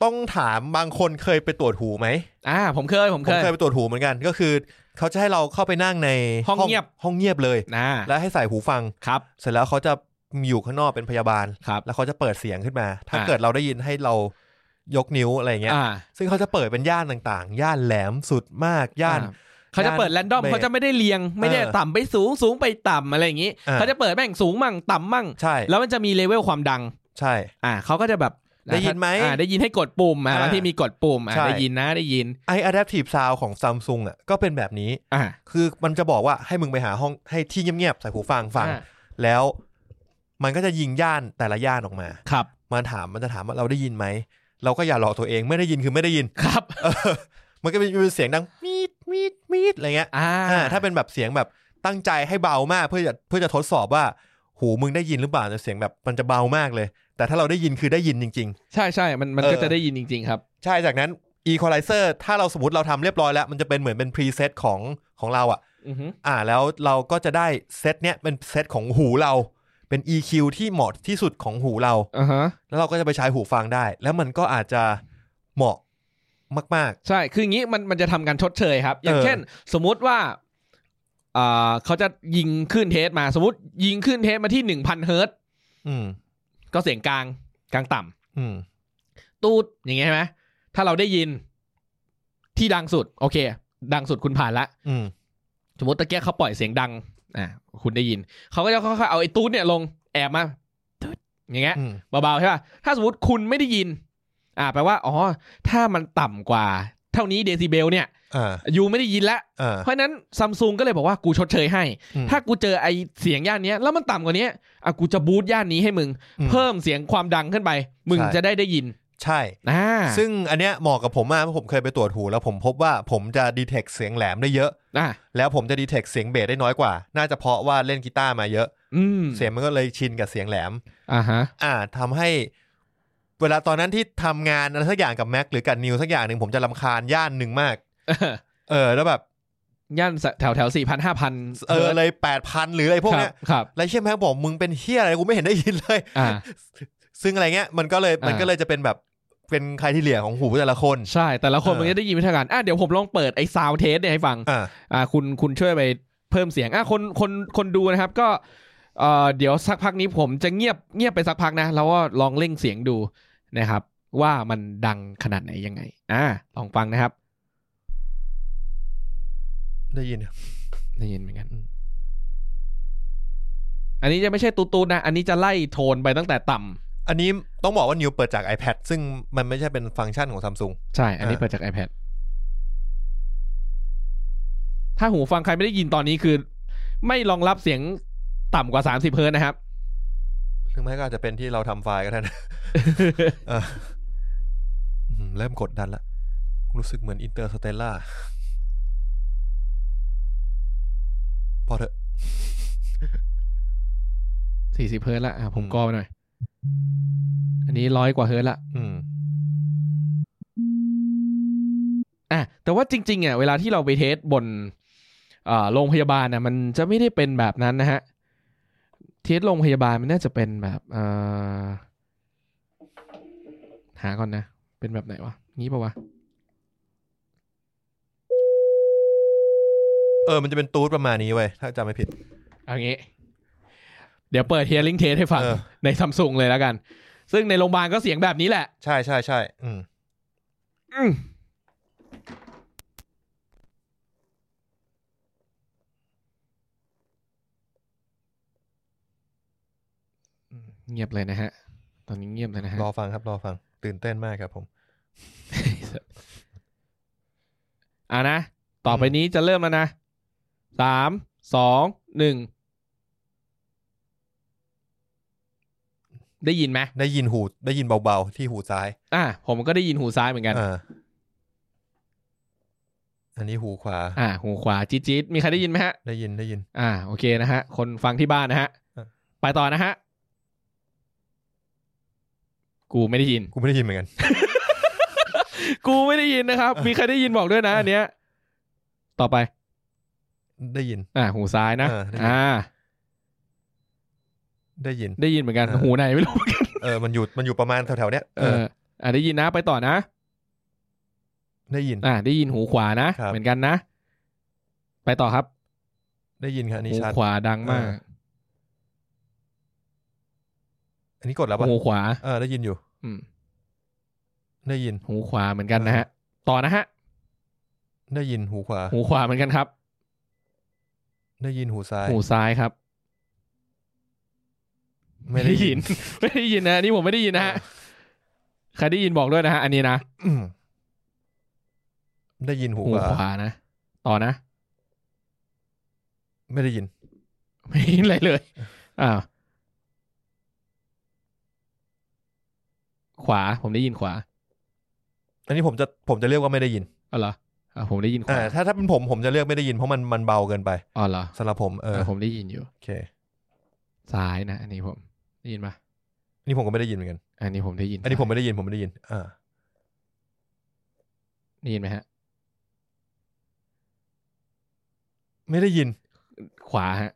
Speaker 1: ต้องถามบางคนเคยไปตรวจหูไหม
Speaker 2: อ่า ผมเคย ผม
Speaker 1: ผ
Speaker 2: เค
Speaker 1: ม
Speaker 2: ย
Speaker 1: เคยไปตรวจหูเหมือนกัน ก็คือเขาจะให้เราเข้าไปนั่งใน
Speaker 2: ห้องเงียบ
Speaker 1: ห้องเงียบเลย
Speaker 2: นะ
Speaker 1: แล้วให้ใส่หูฟัง
Speaker 2: ครับ
Speaker 1: เสร็จแล้วเขาจะอยู่ข้างนอกเป็นพยาบาล
Speaker 2: ครับ
Speaker 1: แล้วเขาจะเปิดเสียงขึ้นมา ถ้า
Speaker 2: อ่า
Speaker 1: เกิดเราได้ยินให้เรายกนิ้วอะไรเงี้ย
Speaker 2: อ่า
Speaker 1: ซึ่งเขาจะเปิดเป็นย่านต่างๆ ย่านแหลมสุดมาก ย่าน
Speaker 2: อ่เขาจะเปิดแรนดอม
Speaker 1: เบรก
Speaker 2: เขาจะไม่ได้เรียง ไม่ได้
Speaker 1: เออ
Speaker 2: ต่ำไปสูง สูงไปต่ำอะไรอย่างนี้
Speaker 1: อ่า
Speaker 2: เขาจะเปิดแม่งสูงมั่งต่ำมั่ง
Speaker 1: ใช่
Speaker 2: แล้วมันจะมีเลเวลความดัง
Speaker 1: ใช่
Speaker 2: อ่า เขาก็จะแบบ
Speaker 1: ได้ยินไหม
Speaker 2: อ่า ได้ยินให้กดปุ่ม อ่า
Speaker 1: อ่า
Speaker 2: บางที่มีกดปุ่ม อ่า
Speaker 1: ใช่
Speaker 2: ได้ยินนะ ได้ยิน
Speaker 1: ไอ Adaptive Sound ของ Samsung อ่ะก็เป็นแบบนี้
Speaker 2: อ่า
Speaker 1: คือมันจะบอกว่าให้มึงไปหาห้องให้ที่เงียบๆ ใส่หูฟังฟัง
Speaker 2: อ่า
Speaker 1: แล้วมันก็จะยิงย่านแต่ละย่านออกมา
Speaker 2: ครับ
Speaker 1: มันถามมันจะถามว่าเราได้ยินไหม เราก็อย่าหลอกตัวเองไม่ได้ยินคือไม่ได้ยิน
Speaker 2: ครับ
Speaker 1: เออมันก็เป็นเสียงดังมีดมีดมีดอะไรเงี้ย
Speaker 2: อ่า
Speaker 1: อ่าถ้าเป็นแบบเสียงแบบตั้งใจให้เบามากเพื่อจะเพื่อจะทดสอบว่า หูมึงได้ยินหรือเปล่าแต่เสียงแบบมันจะเบามากเลย แต่ถ้าเราได้ยินคือได้ยินจริง
Speaker 2: ใช่ใช่มัน มันก็
Speaker 1: เออ
Speaker 2: จะได้ยินจริง ๆ ครับ
Speaker 1: ๆ ใช่จากนั้น Equalizer ถ้าเราสมมติเราทำเรียบร้อยแล้ว มันจะเป็นเหมือนเป็น preset ของของเราอ่ะ
Speaker 2: อือฮึ
Speaker 1: อ่าแล้วเราก็จะได้เซตเนี้ยเป็นเซตของหูเรา เป็น EQ ที่เหมาะที่สุดของหูเรา
Speaker 2: อ่าฮะ
Speaker 1: แล้วเราก็จะไปใช้หูฟังได้ แล้วมันก็อาจจะเหมาะมาก
Speaker 2: ใช่ คืออย่างนี้มันมันจะทำการชดเชยครับ อย่าง
Speaker 1: เออ
Speaker 2: เช่น สมมุติว่าอ่าเขาจะยิงขึ้นเทสมา สมมติยิงขึ้นเทสมาที่หนึ่งพันเฮิร์ตซ์
Speaker 1: ๆ อืม
Speaker 2: ก็เสียงกลางกลางต่ำ
Speaker 1: อืม
Speaker 2: ตูดอย่างเงี้ยใช่ไหมถ้าเราได้ยินที่ดังสุด โอเค ดังสุดคุณผ่านละ
Speaker 1: อืม
Speaker 2: สมมติตะเกียกเขาปล่อยเสียงดัง อ่าคุณได้ยิน เขาก็จะค่อยๆเอาไอ้ตูดเนี่ยลงแอบมาตูดอย่างเงี้ย
Speaker 1: อืม
Speaker 2: เบาๆใช่ป่ะ ถ้าสมมติคุณไม่ได้ยิน อ่าแปลว่า อ๋อ ถ้ามันต่ำกว่า เท่านี้เดซิเบลเนี่ย
Speaker 1: อ่า
Speaker 2: ยูไม่ได้ยินละ
Speaker 1: อ่า
Speaker 2: เพราะฉะนั้นซัมซุงก็เลยบอกว่ากูชดเชยให้
Speaker 1: อืม
Speaker 2: ถ้ากูเจอไอเสียงย่านเนี้ย แล้วมันต่ำกว่าเนี้ยอ่ะกูจะบูทย่านนี้ให้มึง
Speaker 1: อืม
Speaker 2: เพิ่มเสียงความดังขึ้นไป มึง
Speaker 1: ใช่
Speaker 2: จะได้ได้ยิน
Speaker 1: ใช่
Speaker 2: อ่า
Speaker 1: ซึ่งอันเนี้ยเหมาะกับผมมากเพราะผมเคยไปตรวจหูแล้วผมพบว่าผมจะดีเทคเสียงแหลมได้เยอะ
Speaker 2: อ่า
Speaker 1: แล้วผมจะดีเทคเสียงเบสได้น้อยกว่า น่าจะเพราะว่าเล่นกีตาร์มาเยอะ
Speaker 2: อืม
Speaker 1: เสียงมันก็เลยชินกับเสียงแหลม
Speaker 2: อ่าฮะ
Speaker 1: อ่าทำให้ เวลาตอนนั้นที่ทำงานอะไรสักอย่างกับแม็กหรือกับนิวสักอย่างหนึ่งผมจะลำคาญย่านหนึ่งมาก เออ แล้วแบบ
Speaker 2: ย่านแถวแถวสี่พันห้าพัน
Speaker 1: เออเลยแปดพันหรืออะไรพวกเนี้ย
Speaker 2: ครับ
Speaker 1: แล้วเชี่ยแม็กบอกมึงเป็นเฮียอะไรกูไม่เห็นได้ยินเลย
Speaker 2: อ่า
Speaker 1: ซึ่งอะไรเงี้ยมันก็เลยมันก็เลยจะเป็นแบบเป็นใครที่เหลี่ยของหูแต่ละคน
Speaker 2: ใช่ แต่ละคนมันก็ได้ยินไม่เท่ากันอ่ะเดี๋ยวผมลองเปิดไอ้ซาวเทสเนี่ยให้ฟัง
Speaker 1: อ่า
Speaker 2: อ่าคุณคุณช่วยไปเพิ่มเสียงอ่ะคนคนคนดูนะครับก็เอ่อเดี๋ยวสักพักนี้ผมจะเงียบเงียบไปสักพักนะ แล้วก็ลองเร่งเสียงดูนะครับ ว่ามันดังขนาดไหนยังไง อ่าลองฟังนะครับ
Speaker 1: ได้ยิน
Speaker 2: ได้ยินเหมือนกัน
Speaker 1: อืม
Speaker 2: อันนี้จะไม่ใช่ตูตูนะ อันนี้จะไล่โทนไปตั้งแต่ต่ำ
Speaker 1: อันนี้ต้องบอกว่านิวเปิดจาก iPad ซึ่งมันไม่ใช่เป็นฟังก์ชันของ Samsung
Speaker 2: ใช่ อันนี้เปิดจาก iPad ถ้าหูฟังใครไม่ได้ยินตอนนี้คือ ไม่รองรับเสียงต่ำกว่า30เฮิร์ตซ์นะครับ
Speaker 1: ถึงแม้ก็อาจจะเป็นที่เราทำไฟล์ก็ได้นะ เอออืมเริ่มกดดันละ รู้สึกเหมือนอินเตอร์สเตลล่าพอเถอะ
Speaker 2: สี่สิบเฮิร์ตซ์ละอ่ะผม
Speaker 1: อืม
Speaker 2: กอไปหน่อย อันนี้ร้อยกว่าเฮิร์ตซ์ละ
Speaker 1: อืม
Speaker 2: อ่ะแต่ว่าจริงๆอ่ะเวลาที่เราไปเทสบน เ อ่าโรงพยาบาลนะมันจะไม่ได้เป็นแบบนั้นนะฮะเทสโรงพยาบาลมันน่าจะเป็นแบบเอ่อหาก่อนนะ เป็นแบบไหนวะงี้ปะวะ
Speaker 1: เออ มันจะเป็นตูดประมาณนี้เว้ยถ้าจำไม่ผิด
Speaker 2: เอางี้ เดี๋ยวเปิด hearing test ให้ฟัง
Speaker 1: เออ
Speaker 2: ในซัมซุงเลยแล้วกัน ซึ่งในโรงพยาบาลก็เสียงแบบนี้แหละ
Speaker 1: ใช่ใช่ใช่อืม
Speaker 2: อืมเงียบเลยนะฮะ ตอนนี้เงียบเลยนะฮะ
Speaker 1: รอฟังครับรอฟัง ตื่นเต้นมากครับผม
Speaker 2: อ่านะ ต่อไปนี้จะเริ่มแล้วนะสาม สอง หนึ่ง ได้ยินไหม
Speaker 1: ได้ยินหูได้ยินเบาๆ ที่หูซ้าย
Speaker 2: อ่ะผมก็ได้ยินหูซ้ายเหมือนกัน
Speaker 1: อ่าอันนี้หูขวา
Speaker 2: อ่า หูขวาจี๊ดจี๊ดมีใครได้ยินไหมฮะ
Speaker 1: ได้ยินได้ยิน
Speaker 2: อ่า โอเคนะฮะ คนฟังที่บ้านนะฮะ
Speaker 1: เออ
Speaker 2: ไปต่อนะฮะ กูไม่ได้ยิน
Speaker 1: กูไม่ได้ยินเหมือนกัน
Speaker 2: กูไม่ได้ยินนะครับ มีใครได้ยินบอกด้วยนะอันเนี้ย ต่อไป
Speaker 1: ได้ยิน
Speaker 2: อ่า หูซ้ายนะ
Speaker 1: เออได้ยิน
Speaker 2: อ่า
Speaker 1: ได้ยิน
Speaker 2: ได้ยินเหมือนกัน
Speaker 1: เออ
Speaker 2: หูไหนไม่รู้เหมือนกัน
Speaker 1: เออมันอยู่มันอยู่ประมาณแถวๆเนี้ย
Speaker 2: เออ อ่าได้ยินนะ ไปต่อนะ
Speaker 1: ได้ยิน
Speaker 2: อ่า ได้ยินหูขวานะ
Speaker 1: ครับ
Speaker 2: เหมือนกันนะ ไปต่อครับ
Speaker 1: ได้ยินครับอันนี้
Speaker 2: หู
Speaker 1: ชัด
Speaker 2: ขวาดังมาก
Speaker 1: เอ อันนี้กดแล้วปะ
Speaker 2: หูขวา
Speaker 1: เออได้ยินอยู่
Speaker 2: อืม
Speaker 1: ได้ยิน
Speaker 2: หูขวาเหมือนกันนะฮะ ต่อนะฮะ
Speaker 1: ได้ยินหูขวา
Speaker 2: หูขวาเหมือนกันครับ
Speaker 1: ได้ยินหูซ้าย
Speaker 2: หูซ้ายครับ
Speaker 1: ไม่ได้ยิน
Speaker 2: ไม่ได้ยิน นะนี่ผมไม่ได้ยินนะฮะ
Speaker 1: เออ
Speaker 2: ใครได้ยินบอกด้วยนะฮะอันนี้นะ
Speaker 1: อืมได้ยินหู
Speaker 2: หู
Speaker 1: ขวา
Speaker 2: ขวานะต่อนะ
Speaker 1: ไม่ได้ยิน
Speaker 2: ไม่ได้ยินอะไรเลยอ่าวขวาผมได้ยินขวา
Speaker 1: อันนี้ผมจะผมจะเรียกว่าไม่ได้ยิน
Speaker 2: อ๋อเหรออ่าผมได้ยินข
Speaker 1: อ่าว
Speaker 2: า
Speaker 1: ถ้าถ้าเป็นผมผมจะเรียกไม่ได้ยินเพราะมันมันเบาเกินไป
Speaker 2: อ๋อเหรอ
Speaker 1: สำหรับผมเออ
Speaker 2: อ่าผมได้ยินอยู่
Speaker 1: โอเค
Speaker 2: ซ้ายนะอันนี้ผมได้ยินปะ
Speaker 1: อันนี้ผมก็ไม่ได้ยินเหมือนกัน
Speaker 2: อันนี้ผมได้ยิน
Speaker 1: อันนี้ผ
Speaker 2: ซ้าย
Speaker 1: มไม่ได้ยินผมไม่ได้ยิน อ่า
Speaker 2: ได้ยินไหมฮะ
Speaker 1: ไม่ได้ยิน
Speaker 2: ขวาฮะ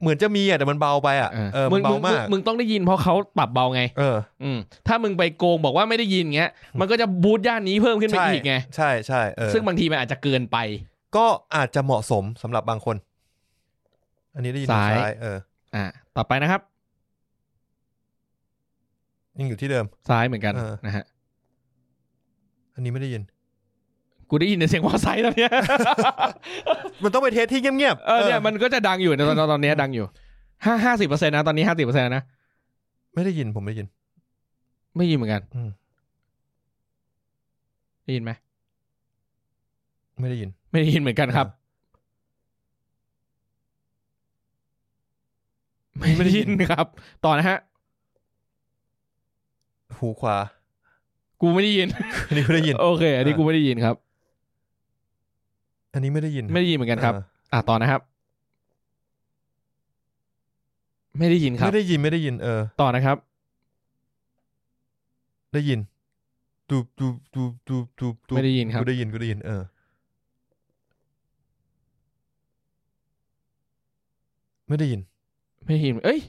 Speaker 1: เหมือนจะมีอ่ะแต่มันเบาไปอ่ะ
Speaker 2: อ่า
Speaker 1: เออมันเบามาก
Speaker 2: มึงต้องได้ยินเพราะเขาปรับเบาไง
Speaker 1: เออ
Speaker 2: อืมถ้ามึงไปโกงบอกว่าไม่ได้ยินเงี้ย มันก็จะบูทย่านนี้เพิ่มขึ้นไป
Speaker 1: ใช่
Speaker 2: อีกไง
Speaker 1: ใช่ใช่เออ
Speaker 2: ซึ่งบางทีมันอาจจะเกินไป
Speaker 1: ก็อาจจะเหมาะสมสำหรับบางคน อันนี้ได้ยินทง
Speaker 2: ซ้าย
Speaker 1: ซ้ายเออ
Speaker 2: อ่า ต่อไปนะครับ
Speaker 1: ยังอยู่ที่เดิม
Speaker 2: ซ้ายเหมือนกัน
Speaker 1: เออ
Speaker 2: นะฮะ
Speaker 1: อันนี้ไม่ได้ยิน
Speaker 2: กูได้ยินแต่เสียงมอไซค์ตอนเนี้ย
Speaker 1: มันต้องไปเทสที่เงียบๆ
Speaker 2: เออเนี่ย
Speaker 1: ออ
Speaker 2: มันก็จะดังอยู่นะตอนตอนตอนเนี้ยดังอยู่ห้าห้าสิบเปอร์เซ็นต์นะตอนนี้ห้าสิบเปอร์เซ็นต์นะ
Speaker 1: ไม่ได้ยินผมไม่ได้ยิน
Speaker 2: ไม่ยินเหมือนกัน
Speaker 1: อืม
Speaker 2: ได้ยินไหม
Speaker 1: ไม่ได้ยิน
Speaker 2: ไม่ได้ยินเหมือนกันครับ ไม่ได้ยินครับ ต่อนะฮะ
Speaker 1: หูขวา
Speaker 2: กูไม่ได้ยิน
Speaker 1: อันนี้ไม่ได้ยิน
Speaker 2: โอเค อันนี้
Speaker 1: เออ
Speaker 2: กูไม่ได้ยินครับ
Speaker 1: อันนี้ไม่ได้ยิน
Speaker 2: ไม่ได้ยินเหมือนกันครับ
Speaker 1: เออ
Speaker 2: อ่ะต่อนะครับ ไม่ได้ยินครับ
Speaker 1: ไม่ได้ยินไม่ได้ยิน เออ
Speaker 2: ต่อนะครับ
Speaker 1: ได้ยินตูบตูบตูบตูบตูบตู
Speaker 2: ไม่ได้ยินครับ
Speaker 1: กูได้ยินกูได้ยินเออ ไม่ได้ยิน
Speaker 2: ไม่ได้ยิน เอ้ย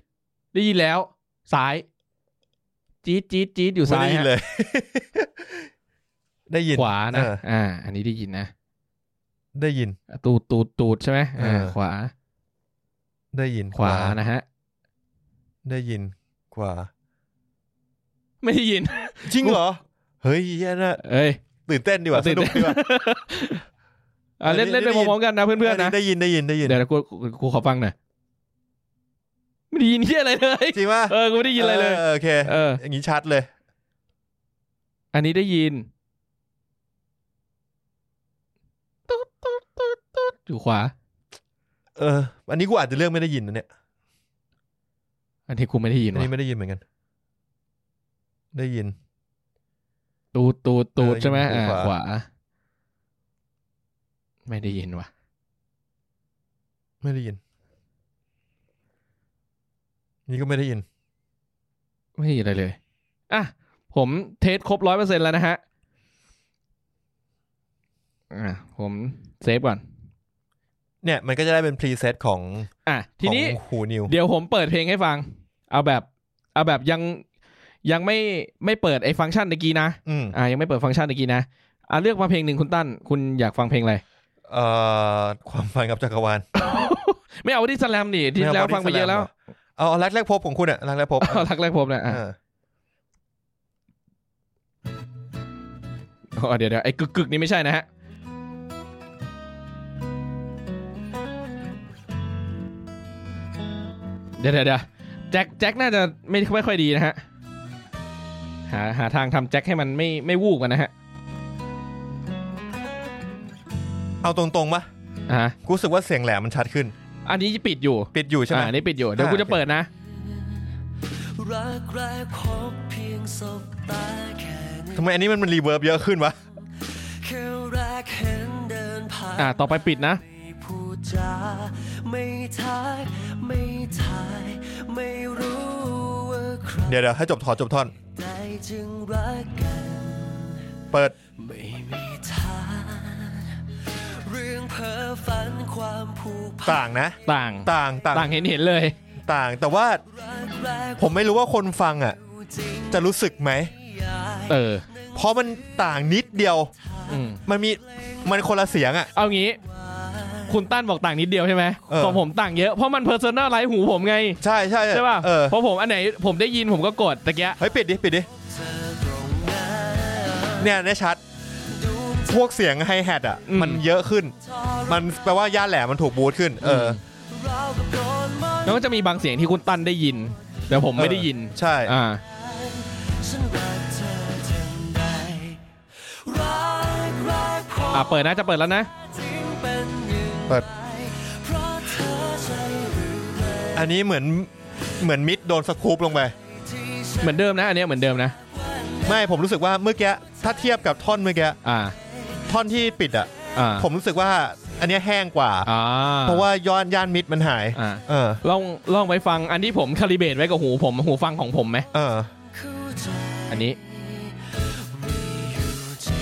Speaker 2: ได้ยินแล้ว ซ้าย จี๊ดจี๊ดจี๊ดอยู่
Speaker 1: ไม่
Speaker 2: ซ้าย
Speaker 1: ได้ยิน
Speaker 2: ฮะ
Speaker 1: เลย ได้ยิน
Speaker 2: ขวานะ
Speaker 1: เออ
Speaker 2: อ่า อันนี้ได้ยินนะ
Speaker 1: ได้ยิน
Speaker 2: ตูดตูดตูดใช่ไหมอ่า
Speaker 1: เออ
Speaker 2: ขวา
Speaker 1: ได้ยิน
Speaker 2: ขวา นะฮะ
Speaker 1: ได้ยิน ขวา
Speaker 2: ไม่ได้ยิน
Speaker 1: จริงเหรอ เฮ้ยเหี้ยน่ะ
Speaker 2: เอ้ย
Speaker 1: ตื่นเต้นดีกว่าส
Speaker 2: ตื่น
Speaker 1: นุก
Speaker 2: เต้น
Speaker 1: ดีกว่า
Speaker 2: อ่ะเล่น
Speaker 1: อันนี้
Speaker 2: เล่นไป
Speaker 1: ได้ยิน
Speaker 2: พร้อมๆกันนะเพื่อนๆนะ
Speaker 1: ได้ยินได้ยินได้ยิน
Speaker 2: เดี๋ยวนะกูกูกูขอฟังหน่อย ไม่ได้ยินเฮียอะไรเลย
Speaker 1: จริงป่ะ
Speaker 2: เออ กูไม่ได้ยินอะไรเลย
Speaker 1: ออโอเค
Speaker 2: เออ
Speaker 1: อย่างนี้ชัดเลย
Speaker 2: อันนี้ได้ยินตุ๊ดตุ๊ดตุ๊ดตุ๊ดอยู่ขวา
Speaker 1: เออ อันนี้กูอาจจะเลือกไม่ได้ยินนะเนี่ย
Speaker 2: อันนี้กูไม่ได้ยิน
Speaker 1: อัน
Speaker 2: ว่ะ
Speaker 1: นี้ไม่ได้ยินเหมือนกัน ได้ยิน
Speaker 2: ตูดตูดตูด
Speaker 1: เออ
Speaker 2: ใช่ไหม
Speaker 1: อยู่ข
Speaker 2: อ่า
Speaker 1: วา
Speaker 2: ขวา ไม่ได้ยินว่ะ
Speaker 1: ไม่ได้ยิน นี่ก็ไม่ได้ยิน
Speaker 2: ไม่ได้ยินอะไรเลย อ่ะ ผมเทสครบร้อยเปอร์เซ็นแล้วนะฮะ อ่ะ ผมเซฟก่อน
Speaker 1: เนี่ยมันก็จะได้เป็นพรีเซตของ
Speaker 2: อ่ะทีนี้
Speaker 1: หูนิว
Speaker 2: เดี๋ยวผมเปิดเพลงให้ฟัง เอาแบบ เอาแบบยังยังไม่ไม่เปิดไอ้ฟังก์ชันตะกี้นะ
Speaker 1: อืม
Speaker 2: อ่ายังไม่เปิดฟังก์ชันตะกี้นะ อ่าเลือกมาเพลงหนึ่งคุณตั้น คุณอยากฟังเพลงอะไร
Speaker 1: เอ่อความฝันกับจักรวาล
Speaker 2: ไม่เอาที่สแลมดิที่
Speaker 1: ม่
Speaker 2: แล้ว
Speaker 1: อา Body
Speaker 2: ฟังไปเยอะ
Speaker 1: Slam
Speaker 2: แล้ว
Speaker 1: หรเอารักแรกพบของคุณอะรักแรกพบ
Speaker 2: เอา รักแรกพบนะอ่ะ
Speaker 1: เออ
Speaker 2: อ๋อเดี๋ยวเดี๋ยวไอ้กึกกึกนี่ไม่ใช่นะฮะ เดี๋ยวเดี๋ยวเดี๋ยวแจ็คแจ็คน่าจะไม่ไม่ค่อยดีนะฮะ หาหาทางทำแจ็คให้มันไม่ไม่วูบกันนะฮะ
Speaker 1: เอาตรงๆปะ
Speaker 2: อ่า
Speaker 1: กูรู้สึกว่าเสียงแหลมมันชัดขึ้น
Speaker 2: อันนี้ปิดอยู่
Speaker 1: ปิดอยู่ใช่ไหม
Speaker 2: อ่านี่ปิดอยู่ เดี๋ยว
Speaker 1: อ่า
Speaker 2: กูจะ
Speaker 1: โอเค
Speaker 2: เปิดนะ
Speaker 3: รักแรกพบเพียงสบตาแค่นี้
Speaker 1: ทำไมอันนี้มันมันรีเวิร์บเยอะขึ้นวะ
Speaker 3: แค่แรกเห็นเดินผ่าน
Speaker 2: อ่า ต่อไปปิดนะ
Speaker 3: ไม่พูดจาไม่ทักไม่ทาย ไม่รู้ว่าใคร
Speaker 1: เดี๋ยวเดี๋ยวให้จบถอดจบท่อน
Speaker 3: ใดจึงรักกัน
Speaker 1: เปิด
Speaker 3: ไม่มีทางเรื่องเพ้อฝันความผูกพัน
Speaker 1: ต่างนะ
Speaker 2: ต่าง
Speaker 1: ต่างต่าง
Speaker 2: ต่างเห็นเห็นเลย
Speaker 1: ต่าง แต่ว่า
Speaker 3: รักแรก
Speaker 1: ผมไม่รู้ว่าคนฟังอ่ะ
Speaker 3: รู้จริง
Speaker 1: จะรู้สึกไหม
Speaker 3: ยาย
Speaker 2: เออ
Speaker 1: เพราะมันต่างนิดเดียว
Speaker 2: อืม
Speaker 1: มันมีมันคนละเสียงอ่ะ
Speaker 2: เอางี้ คุณตั้นบอกต่างนิดเดียวใช่ไหม
Speaker 1: เออ
Speaker 2: ของผมต่างเยอะ เพราะมันเพอร์ซ a น l ลไลท์หูผมไง
Speaker 1: ใช่ใช่
Speaker 2: ใช่ป่ะ
Speaker 1: เออ
Speaker 2: เพราะผมอันไหนผมได้ยินผมก็กดตะเกียะ
Speaker 1: เฮ้ยปิดดิปิดดิ
Speaker 3: เธอตรงนั้น
Speaker 1: เนี่ยเนี่ยชัด
Speaker 3: ดวง
Speaker 1: พวกเสียงไฮแฮทอ่ะ มันเยอะขึ้น
Speaker 3: ทร
Speaker 1: มันแปลว่าย่านแหลมมันถูกบูทขึ้น เออ
Speaker 3: เรากับโดนมัน
Speaker 2: แล้วก็จะมีบางเสียงที่คุณตั้นได้ยิน แต่ผมไม่ได้ยิน
Speaker 1: ใช่
Speaker 2: อ่า
Speaker 3: ฉันรักเธอถึงใดรักรักพอ
Speaker 2: อ่าเปิดนะ จะเปิดแล้วนะ
Speaker 3: จริงเป็นอย่าง
Speaker 1: เปิด
Speaker 3: ไรเพราะเธอใช่หรือไม่
Speaker 1: อันนี้เหมือนเหมือนมิดโดนสคูปลงไป
Speaker 3: ที่ฉั
Speaker 2: เห
Speaker 3: น
Speaker 2: มือนเดิมนะ อันเนี้ยเหมือนเดิมนะ
Speaker 1: ไม่ผมรู้สึกว่าเมื่อกี้ถ้าเทียบกับท่อนเมื่อกี้
Speaker 2: อ่า
Speaker 1: ท่อนที่ปิดอ่ะ
Speaker 2: อ่า
Speaker 1: ผมรู้สึกว่าอันเนี้ยแห้งกว่า
Speaker 2: อ่า
Speaker 1: เพราะว่าย้อนย่านมิดมันหาย
Speaker 2: อ่า
Speaker 1: เออ
Speaker 2: ลองลองไปฟังอันที่ผมคาลิเบตไว้กับหูผมหูฟังของผมไหม
Speaker 1: เออ
Speaker 3: เข้าใจ
Speaker 2: อันนี้
Speaker 3: มีอยู่จริ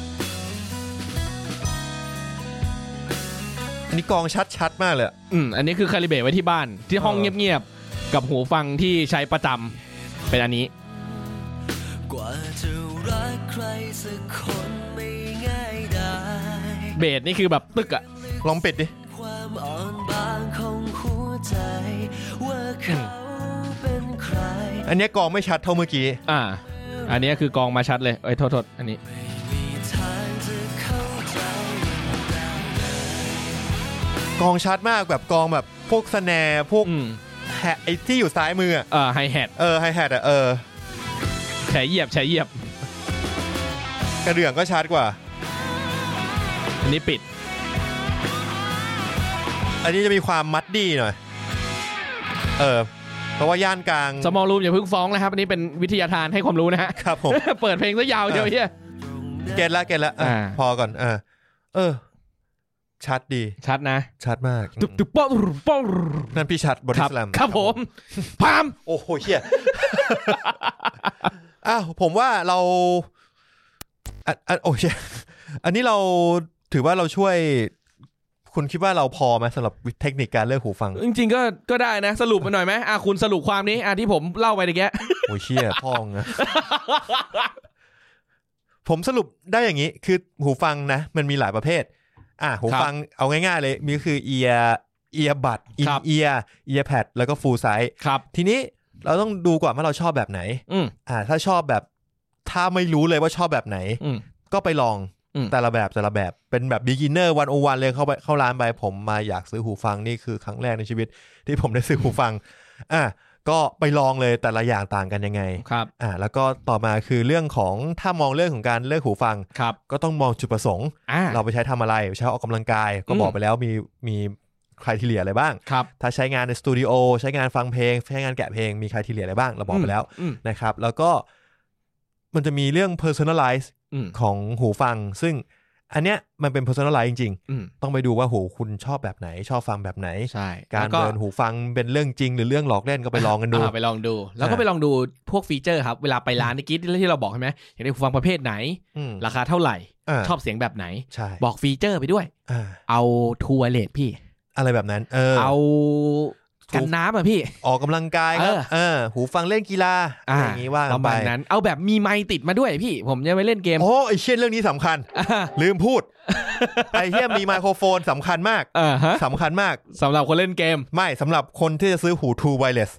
Speaker 3: ง
Speaker 1: อันนี้กองชัดชัดๆมากเลยอะ
Speaker 2: อืม อันนี้คือคาลิเบตไว้ที่บ้านที่ห้อง
Speaker 1: เออ
Speaker 2: เงียบๆ กับหูฟังที่ใช้ประจำเป็นอันนี้
Speaker 3: กว่าจะรักใครสักคนไม่ง่ายได้
Speaker 2: เบสนี่คือแบบตึกอะ
Speaker 1: ลองปิดดิ
Speaker 3: ความอ่อนบางของหัวใจ ว่าเขาเป็นใคร
Speaker 1: อันเนี้ยกองไม่ชัดเท่าเมื่อกี้
Speaker 2: อ่า อันนี้คือกองมาชัดเลยเอ้ยโทษโทษอันนี้
Speaker 3: มีทางจะเข้าใจ
Speaker 1: กองชัดมากแบบกองแบบพวกสแนร์พวก
Speaker 2: อืม
Speaker 1: แฮะไอที่อยู่ซ้ายมืออะ
Speaker 2: เอ่อไฮแฮท
Speaker 1: เออไฮแฮทอะเออ
Speaker 2: แฉเหยียบแฉเหยียบ
Speaker 1: กระเดื่องก็ชัดกว่า
Speaker 2: อันนี้ปิด
Speaker 1: อันนี้จะมีความมัดดี้หน่อย เออ เพราะว่าย่านกลาง
Speaker 2: สมอลรูมอย่าเพิ่งฟ้องนะครับ อันนี้เป็นวิทยาทานให้ความรู้นะฮะ
Speaker 1: ครับผม
Speaker 2: เปิดเพลงซะยาวเดียวเฮีย
Speaker 1: เก็ตละเก็ตละอ่ะ
Speaker 2: อ่า
Speaker 1: พอก่อน เออ เออ ชัดดี
Speaker 2: ชัดนะ
Speaker 1: ชัดมาก
Speaker 2: ตุ๊บตุ๊บป๊อปป๊อป
Speaker 1: นั่นพี่ชัดบอ
Speaker 2: ค
Speaker 1: ดี้
Speaker 2: รับ
Speaker 1: สแลม
Speaker 2: ครับผมพาม
Speaker 1: โอ้โหเฮีย อ้าวผมว่าเราอันอันโอ้เหี้ย อันนี้เราถือว่าเราช่วย คุณคิดว่าเราพอไหมสำหรับเทคนิคการเลือกหูฟัง
Speaker 2: จริงๆก็ก็ได้นะ สรุปมาหน่อยไหมอ่ะคุณสรุปความนี้อ่ะที่ผมเล่าไปตะเกียะ
Speaker 1: โอ้ยเชี่ยพ่อมึงนะ ผมสรุปได้อย่างนี้ คือหูฟังนะ มันมีหลายประเภท อ่ะหูฟังเอาง่ายๆเลย มีก็คือเอียเอียบัดอินเอียเอียแพดแล้วก็ฟูลไซส์
Speaker 2: ครับ
Speaker 1: ทีนี้เราต้องดูก่อนว่าเราชอบแบบไหน
Speaker 2: อืม
Speaker 1: อ่า ถ้าชอบแบบถ้าไม่รู้เลยว่าชอบแบบไหน
Speaker 2: อืม
Speaker 1: ก็ไปลอง
Speaker 2: อืม
Speaker 1: แต่ละแบบแต่ละแบบเป็นแบบ beginner วันโอวันเลยเข้าไปเข้าร้านไปผมมาอยากซื้อหูฟังนี่คือครั้งแรกในชีวิต ที่ผมได้ซื้อหูฟัง อ่ะก็ไปลองเลยแต่ละอย่างต่างกันยังไง
Speaker 2: ครับ
Speaker 1: อ่าแล้วก็ต่อมาคือเรื่องของถ้ามองเรื่องของการเลือกหูฟัง
Speaker 2: ครับ
Speaker 1: ก็ต้องมองจุดประสงค์
Speaker 2: อ่า
Speaker 1: เราไปใช้ทำอะไรใช้ออกกำลังกาย ก็
Speaker 2: อืม
Speaker 1: บอกไปแล้วมีมีคุณทีเลียอะไรบ้าง
Speaker 2: ครับ
Speaker 1: ถ้าใช้งานในสตูดิโอใช้งานฟังเพลง ใช้งานแกะเพลงมีคุณทีเลียอะไรบ้างเราบอกไปแล้ว
Speaker 2: อืม
Speaker 1: นะครับแล้วก็มันจะมีเรื่อง personalize
Speaker 2: อืม
Speaker 1: ของหูฟัง ซึ่ง อันเนี้ยมันเป็น personalize จริง
Speaker 2: อืม
Speaker 1: ๆ ต้องไปดูว่าหูคุณชอบแบบไหน ชอบฟังแบบไหน
Speaker 2: ใช่
Speaker 1: การ
Speaker 2: แล้ว
Speaker 1: เดินหูฟังเป็นเรื่องจริงหรือเรื่องหลอกเล่นก็ไปลองกันดู
Speaker 2: าไปลองดู แล้วก็
Speaker 1: อ่า
Speaker 2: ไปลองดูพวกฟีเจอร์ครับ เวลาไปร้านเมื่อกี้ที่เราบอกใช่ไหมอยากได้หูฟังประเภทไหน
Speaker 1: อืม
Speaker 2: ราคาเท่าไหร่
Speaker 1: า
Speaker 2: ชอบเสียงแบบไหน
Speaker 1: ใช่
Speaker 2: บอกฟีเจอร์ไปด้วย
Speaker 1: อ่า
Speaker 2: เอาทัวร์เลทพี่
Speaker 1: อะไรแบบนั้น เออ
Speaker 2: เอา
Speaker 1: ถูก
Speaker 2: กันน้ำอ่ะพี่
Speaker 1: ออกกำลังกายครับ
Speaker 2: เออ
Speaker 1: เออ หูฟังเล่นกีฬาอะไรอย่างงี้ว่า
Speaker 2: ป
Speaker 1: กัน
Speaker 2: ระ
Speaker 1: ไป
Speaker 2: มาณนั้น เอาแบบมีไมค์ติดมาด้วยพี่ ผมจะไปเล่นเกม
Speaker 1: โอ้ไอเชี่ยเรื่องนี้สำ คัญ ลืมพูด ไอเชี่ยมีไมโครโฟนสำคัญมาก
Speaker 2: เออฮะ
Speaker 1: สำคัญมาก
Speaker 2: สำหรับคนเล่นเกม
Speaker 1: ไม่สำหรับคนที่จะซื้อหู True Wireless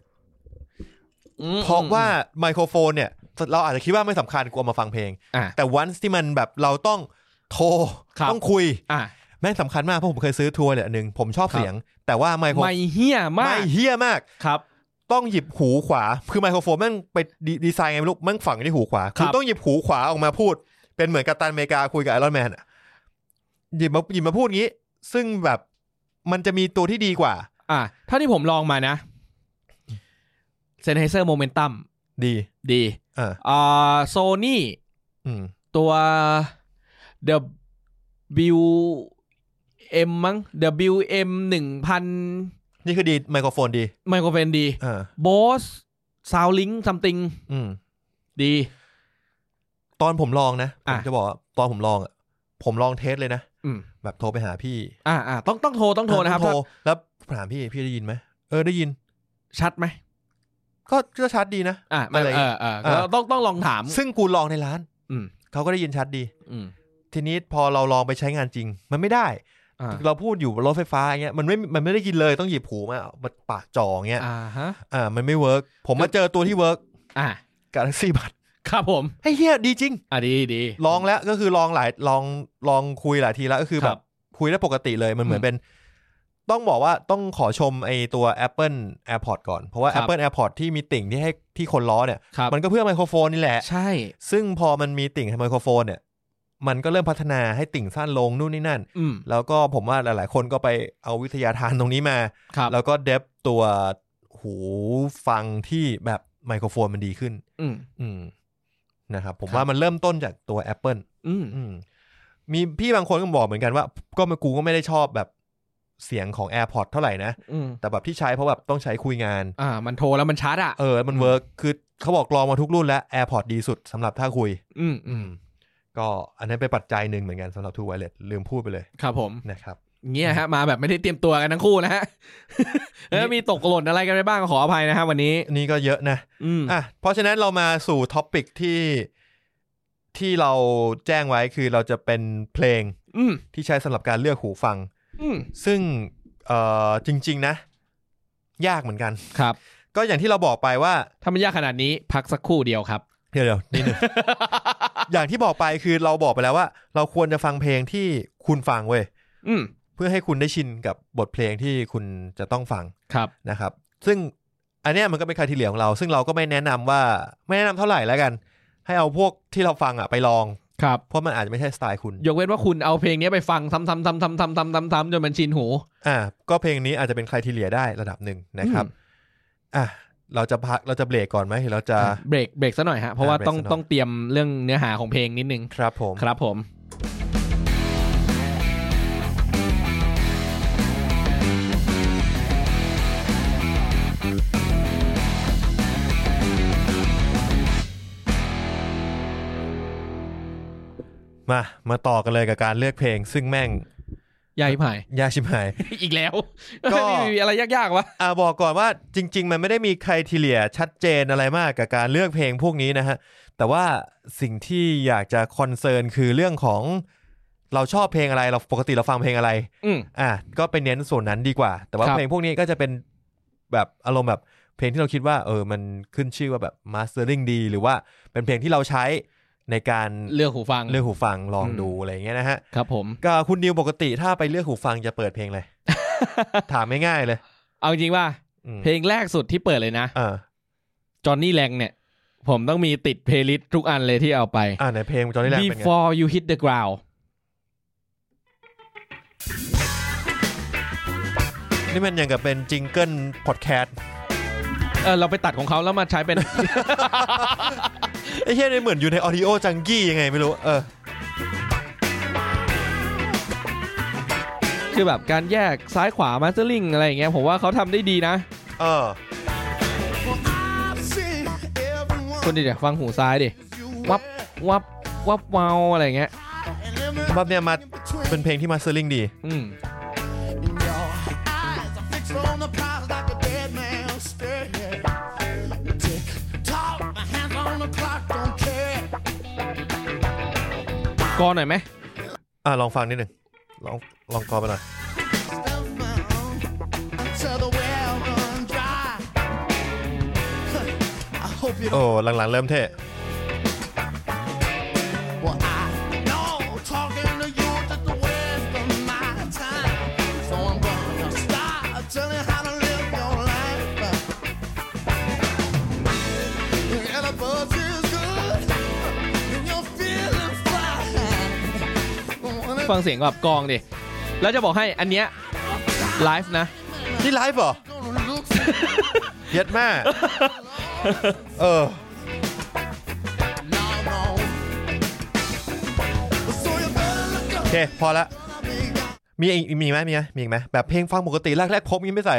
Speaker 2: อืม
Speaker 1: เพราะว่าไมโครโฟนเนี่ย เราอาจจะคิดว่าไม่สำคัญกลัวมาฟังเพลง
Speaker 2: อ่ะ
Speaker 1: แต่วันที่มันแบบเราต้องโทร
Speaker 2: ครับ
Speaker 1: ต้องคุย
Speaker 2: อ่ะ
Speaker 1: แม่งสำคัญมากเพราะผมเคยซื้อทัวร์เลยอันหนึ่งผมชอบ
Speaker 2: ครับ
Speaker 1: เสียง แต่ว่าไมโคร
Speaker 2: ไม่เฮี้ยมาก
Speaker 1: เฮี้ยมาก
Speaker 2: ครับ
Speaker 1: ต้องหยิบหูขวา คือไมโครโฟนแม่งไปดีดีไซน์ไงไม่รู้แม่งฝังอยู่ที่หูขวา
Speaker 2: ครั
Speaker 1: คื
Speaker 2: บ
Speaker 1: อต้องหยิบหูขวาออกมาพูด เป็นเหมือนกัปตันอเมริกาคุยกับไอรอนแมนอะหยิบมาหยิบมาพูดงี้ ซึ่งแบบมันจะมีตัวที่ดีกว่า
Speaker 2: อ่ะเท่าที่ผมลองมานะเซนไฮเซอร์โมเมนตัม
Speaker 1: ดี
Speaker 2: ดี
Speaker 1: อ่า
Speaker 2: อ่าโซนี่
Speaker 1: อืม
Speaker 2: ตัว W M มั้ง W M หนึ่งพัน
Speaker 1: นี่คือดีไมโครโฟนดี
Speaker 2: ไมโครเฟนดี
Speaker 1: อ่า
Speaker 2: บอสซาวลิงซัมติง
Speaker 1: อืม
Speaker 2: ดี
Speaker 1: ตอนผมลองนะผ
Speaker 2: อ่ะ
Speaker 1: มจะบอกว่าตอนผมลองอะผมลองเทสเลยนะ
Speaker 2: อืม
Speaker 1: แบบโทรไปหาพี่
Speaker 2: อ่าอ่าต้องต้องโทรต้องโทรนะครับ
Speaker 1: โทร
Speaker 2: ถ้า
Speaker 1: แล้วถามพี่พี่ได้ยินไหมเออได้ยิน
Speaker 2: ชัดไหม
Speaker 1: ก็ก็ชัดดีนะ
Speaker 2: อ่าไม่
Speaker 1: อะไร
Speaker 2: เออเออ
Speaker 1: อ่ะ
Speaker 2: แล้วต้องต้องลองถาม
Speaker 1: ซึ่งกูลองในร้าน
Speaker 2: อืม
Speaker 1: เขาก็ได้ยินชัดดี
Speaker 2: อืม
Speaker 1: ทีนี้พอเราลองไปใช้งานจริง มันไม่ได้
Speaker 2: อ่า
Speaker 1: เราพูดอยู่รถไฟฟ้าอย่างเงี้ยมันไม่มันไม่ได้ยินเลยต้องหยิบหูมามาปากจ่ออย่างเงี้ย
Speaker 2: อ่าฮะ
Speaker 1: อ่ามันไม่เวิร์กผมมาเจอตัวที่เวิร์ก
Speaker 2: อ่า
Speaker 1: กาแล็กซี่บัต
Speaker 2: ครับผม
Speaker 1: ไอ้เฮียดีจริง
Speaker 2: อ่าดีดี
Speaker 1: ลองแล้วก็คือลองหลายลองลองคุยหลายทีแล้วก็คือ
Speaker 2: ค
Speaker 1: แบ
Speaker 2: รับบ
Speaker 1: คุยได้ปกติเลยมันเหมือนเป็น ต้องบอกว่าต้องขอชมไอตัว Apple AirPod ก่อน เพราะว่า
Speaker 2: ครับ
Speaker 1: Apple AirPod ที่มีติ่งที่ให้ที่คนล้อเนี่ย
Speaker 2: ครับ
Speaker 1: มันก็เพื่อไมโครโฟนนี่แหละ
Speaker 2: ใช่
Speaker 1: ซึ่งพอมันมีติ่งให้ไมโครโฟนเนี่ย มันก็เริ่มพัฒนาให้ติ่งสั้นลงนู่นนี่นั่น
Speaker 2: อืม
Speaker 1: แล้วก็ผมว่าหลาย ๆ คนก็ไปเอาวิทยาทานตรงนี้มา
Speaker 2: ครับ
Speaker 1: แล้วก็เดฟตัวหูฟังที่แบบไมโครโฟนมันดีขึ้น
Speaker 2: อืม
Speaker 1: อืมนะครับผม
Speaker 2: ครับ
Speaker 1: ว่ามันเริ่มต้นจากตัว Apple
Speaker 2: อืม
Speaker 1: อืมมีพี่บางคนก็บอกเหมือนกันว่า ก็มากูก็ไม่ได้ชอบแบบเสียงของ AirPod เท่าไหร่นะ
Speaker 2: อืม
Speaker 1: แต่แบบที่ใช้เพราะแบบต้องใช้คุยงาน
Speaker 2: อ่า มันโทรแล้วมันชัดอ่ะ
Speaker 1: เออมันเวิร์กคือเขาบอกลองมาทุกรุ่นแล้ว AirPod ดีสุดสำหรับถ้าคุย
Speaker 2: อืมอื
Speaker 1: อื
Speaker 2: ม
Speaker 1: ม ก็อันนั้นเป็นปัจจัยหนึ่งเหมือนกันสำหรับ True Wireless ลืมพูดไปเลย
Speaker 2: ครับผม
Speaker 1: นะครับ
Speaker 2: เงี้ยฮะมาแบบไม่ได้เตรียมตัวกันทั้งคู่นะฮ ะ เออมีตกหล่นอะไรกันไปบ้างก็ขออภัยนะฮะวันนี้
Speaker 1: นี่ก็เยอะนะ
Speaker 2: อืม
Speaker 1: อ่ะเพราะฉะนั้นเรามาสู่ท็อปิกที่ที่เราแจ้งไว้คือเราจะเป็นเพลง
Speaker 2: อืม
Speaker 1: ที่ใช้สำหรับการเลือกหูฟัง
Speaker 2: อืม
Speaker 1: ซึ่งเอ่อจริง ๆ นะ ยากเหมือนกัน
Speaker 2: ครับ
Speaker 1: ก็อย่างที่เราบอกไปว่า
Speaker 2: ถ้ามันยากขนาดนี้พักสักครู่เดียวครับ
Speaker 1: เดี๋ยวเดี๋ยวนิดนึง อย่างที่บอกไปคือเราบอกไปแล้วว่า เราควรจะฟังเพลงที่คุณฟังเว้ย
Speaker 2: อืม
Speaker 1: เพื่อให้คุณได้ชินกับบทเพลงที่คุณจะต้องฟัง
Speaker 2: ครับ
Speaker 1: นะครับ ซึ่งอันเนี้ยมันก็เป็นคาทีเลียของเรา ซึ่งเราก็ไม่แนะนำว่าไม่แนะนำเท่าไหร่แล้วกัน ให้เอาพวกที่เราฟังอะไปลอง
Speaker 2: ครับ
Speaker 1: เพราะมันอาจจะไม่ใช่สไตล์คุณ
Speaker 2: ยกเว้นว่าคุณเอาเพลงนี้ไปฟังซ้ำๆๆๆๆๆๆๆจนมันชินหู
Speaker 1: อ่าก็เพลงนี้อาจจะเป็นคาทีเลียได้ระดับหนึ่งนะครับอ่ะเราจะพักเราจะเบรกก่อนไหมหรือเราจะ
Speaker 2: เบรกเบรกซะหน่อยฮะเพราะว่า
Speaker 1: อ่าเบรก
Speaker 2: ต้อง
Speaker 1: ซะหน่อย
Speaker 2: ต้องเตรียมเรื่องเนื้อหาของเพลงนิดนึง
Speaker 1: ครับผม
Speaker 2: ครับผม
Speaker 1: มา มาต่อกันเลยกับการเลือกเพลง ซึ่งแม่ง
Speaker 2: ยายผ่าย
Speaker 1: ยากชิบหาย
Speaker 2: อีกแล้ว
Speaker 1: ก็
Speaker 2: มีอะไรยากๆวะ
Speaker 1: อ่าบอกก่อนว่าจริง ๆ มันไม่ได้มีใครทีเลียชัดเจนอะไรมากกับการเลือกเพลงพวกนี้นะฮะ แต่ว่าสิ่งที่อยากจะคอนเซิร์นคือเรื่องของเราชอบเพลงอะไรเราปกติเราฟังเพลงอะไร
Speaker 2: อืม
Speaker 1: อ่ะก็ไปเน้นส่วนนั้นดีกว่า แต่ว่า
Speaker 2: ครับ
Speaker 1: เพลงพวกนี้ก็จะเป็นแบบอารมณ์แบบเพลงที่เราคิดว่า เออมันขึ้นชื่อว่าแบบมาสเตอร์ลิงดี หรือว่าเป็นเพลงที่เราใช้ในการ
Speaker 2: เลือกหูฟัง
Speaker 1: เลือกหูฟังลองดูอะไรอย่างเงี้ยนะฮะ
Speaker 2: ครับผม
Speaker 1: ก็คุณนิวปกติถ้าไปเลือกหูฟังจะเปิดเพลงเลย ถามง่ายๆเลย
Speaker 2: เอาจริงว่า
Speaker 1: อืม
Speaker 2: เพลงแรกสุดที่เปิดเลยนะ
Speaker 1: อ่า
Speaker 2: จอห์นนี่แรงเนี่ย ผมต้องมีติดเพลย์ลิสต์ทุกอันเลยที่เอาไป
Speaker 1: อ่าไหนเพลงจอห์นนี่แลนเป็นไง
Speaker 2: Before you hit the ground
Speaker 1: นี่มันอย่างกับเป็นจิงเกิลพอดแคสต์
Speaker 2: เออเราไปตัดของเขาแล้วมาใช้เป็น
Speaker 1: ไอ้เช่นเหมือนอยู่ในออดิโอจังกี้ยังไงไม่รู้ เออ
Speaker 2: คือแบบการแยกซ้ายขวามาสเตอร์ลิงอะไรอย่างเงี้ยผมว่าเขาทำได้ดีนะ
Speaker 1: เออ
Speaker 2: คุณดิเดี๋ยวฟังหูซ้ายดิ วับ วับ วับเมาอะไรอย่างเงี้ย
Speaker 1: บับเนี่ยมาเป็นเพลงที่มาสเตอร์ลิงดี
Speaker 2: อืม กอหน่อยไหม
Speaker 1: อ่ะลองฟังนิดหนึ่งลองลองกอไปหน่อย โอ้ หลังๆเริ่มเท่
Speaker 3: Well, I know talking to you just a waste of my time. So I'm gonna start telling you how to live your life. And the buzz is good, and you're feeling fine. When it
Speaker 2: ฟังเสียงแบบกองดิ แล้วจะบอกให้อันเนี้ยไลฟ์นะ
Speaker 1: นี่ไลฟ์เหรอ
Speaker 3: gonna look
Speaker 1: เย็ดแม่ เออ
Speaker 3: no, no. So you better look
Speaker 1: โอ
Speaker 3: up,
Speaker 1: เค พอละ
Speaker 3: baby.
Speaker 1: มีอีกมีไหมมีไหมมีอีกไหมแบบเพลงฟังปกติแรกแรกๆพบงี้ไม่ใส่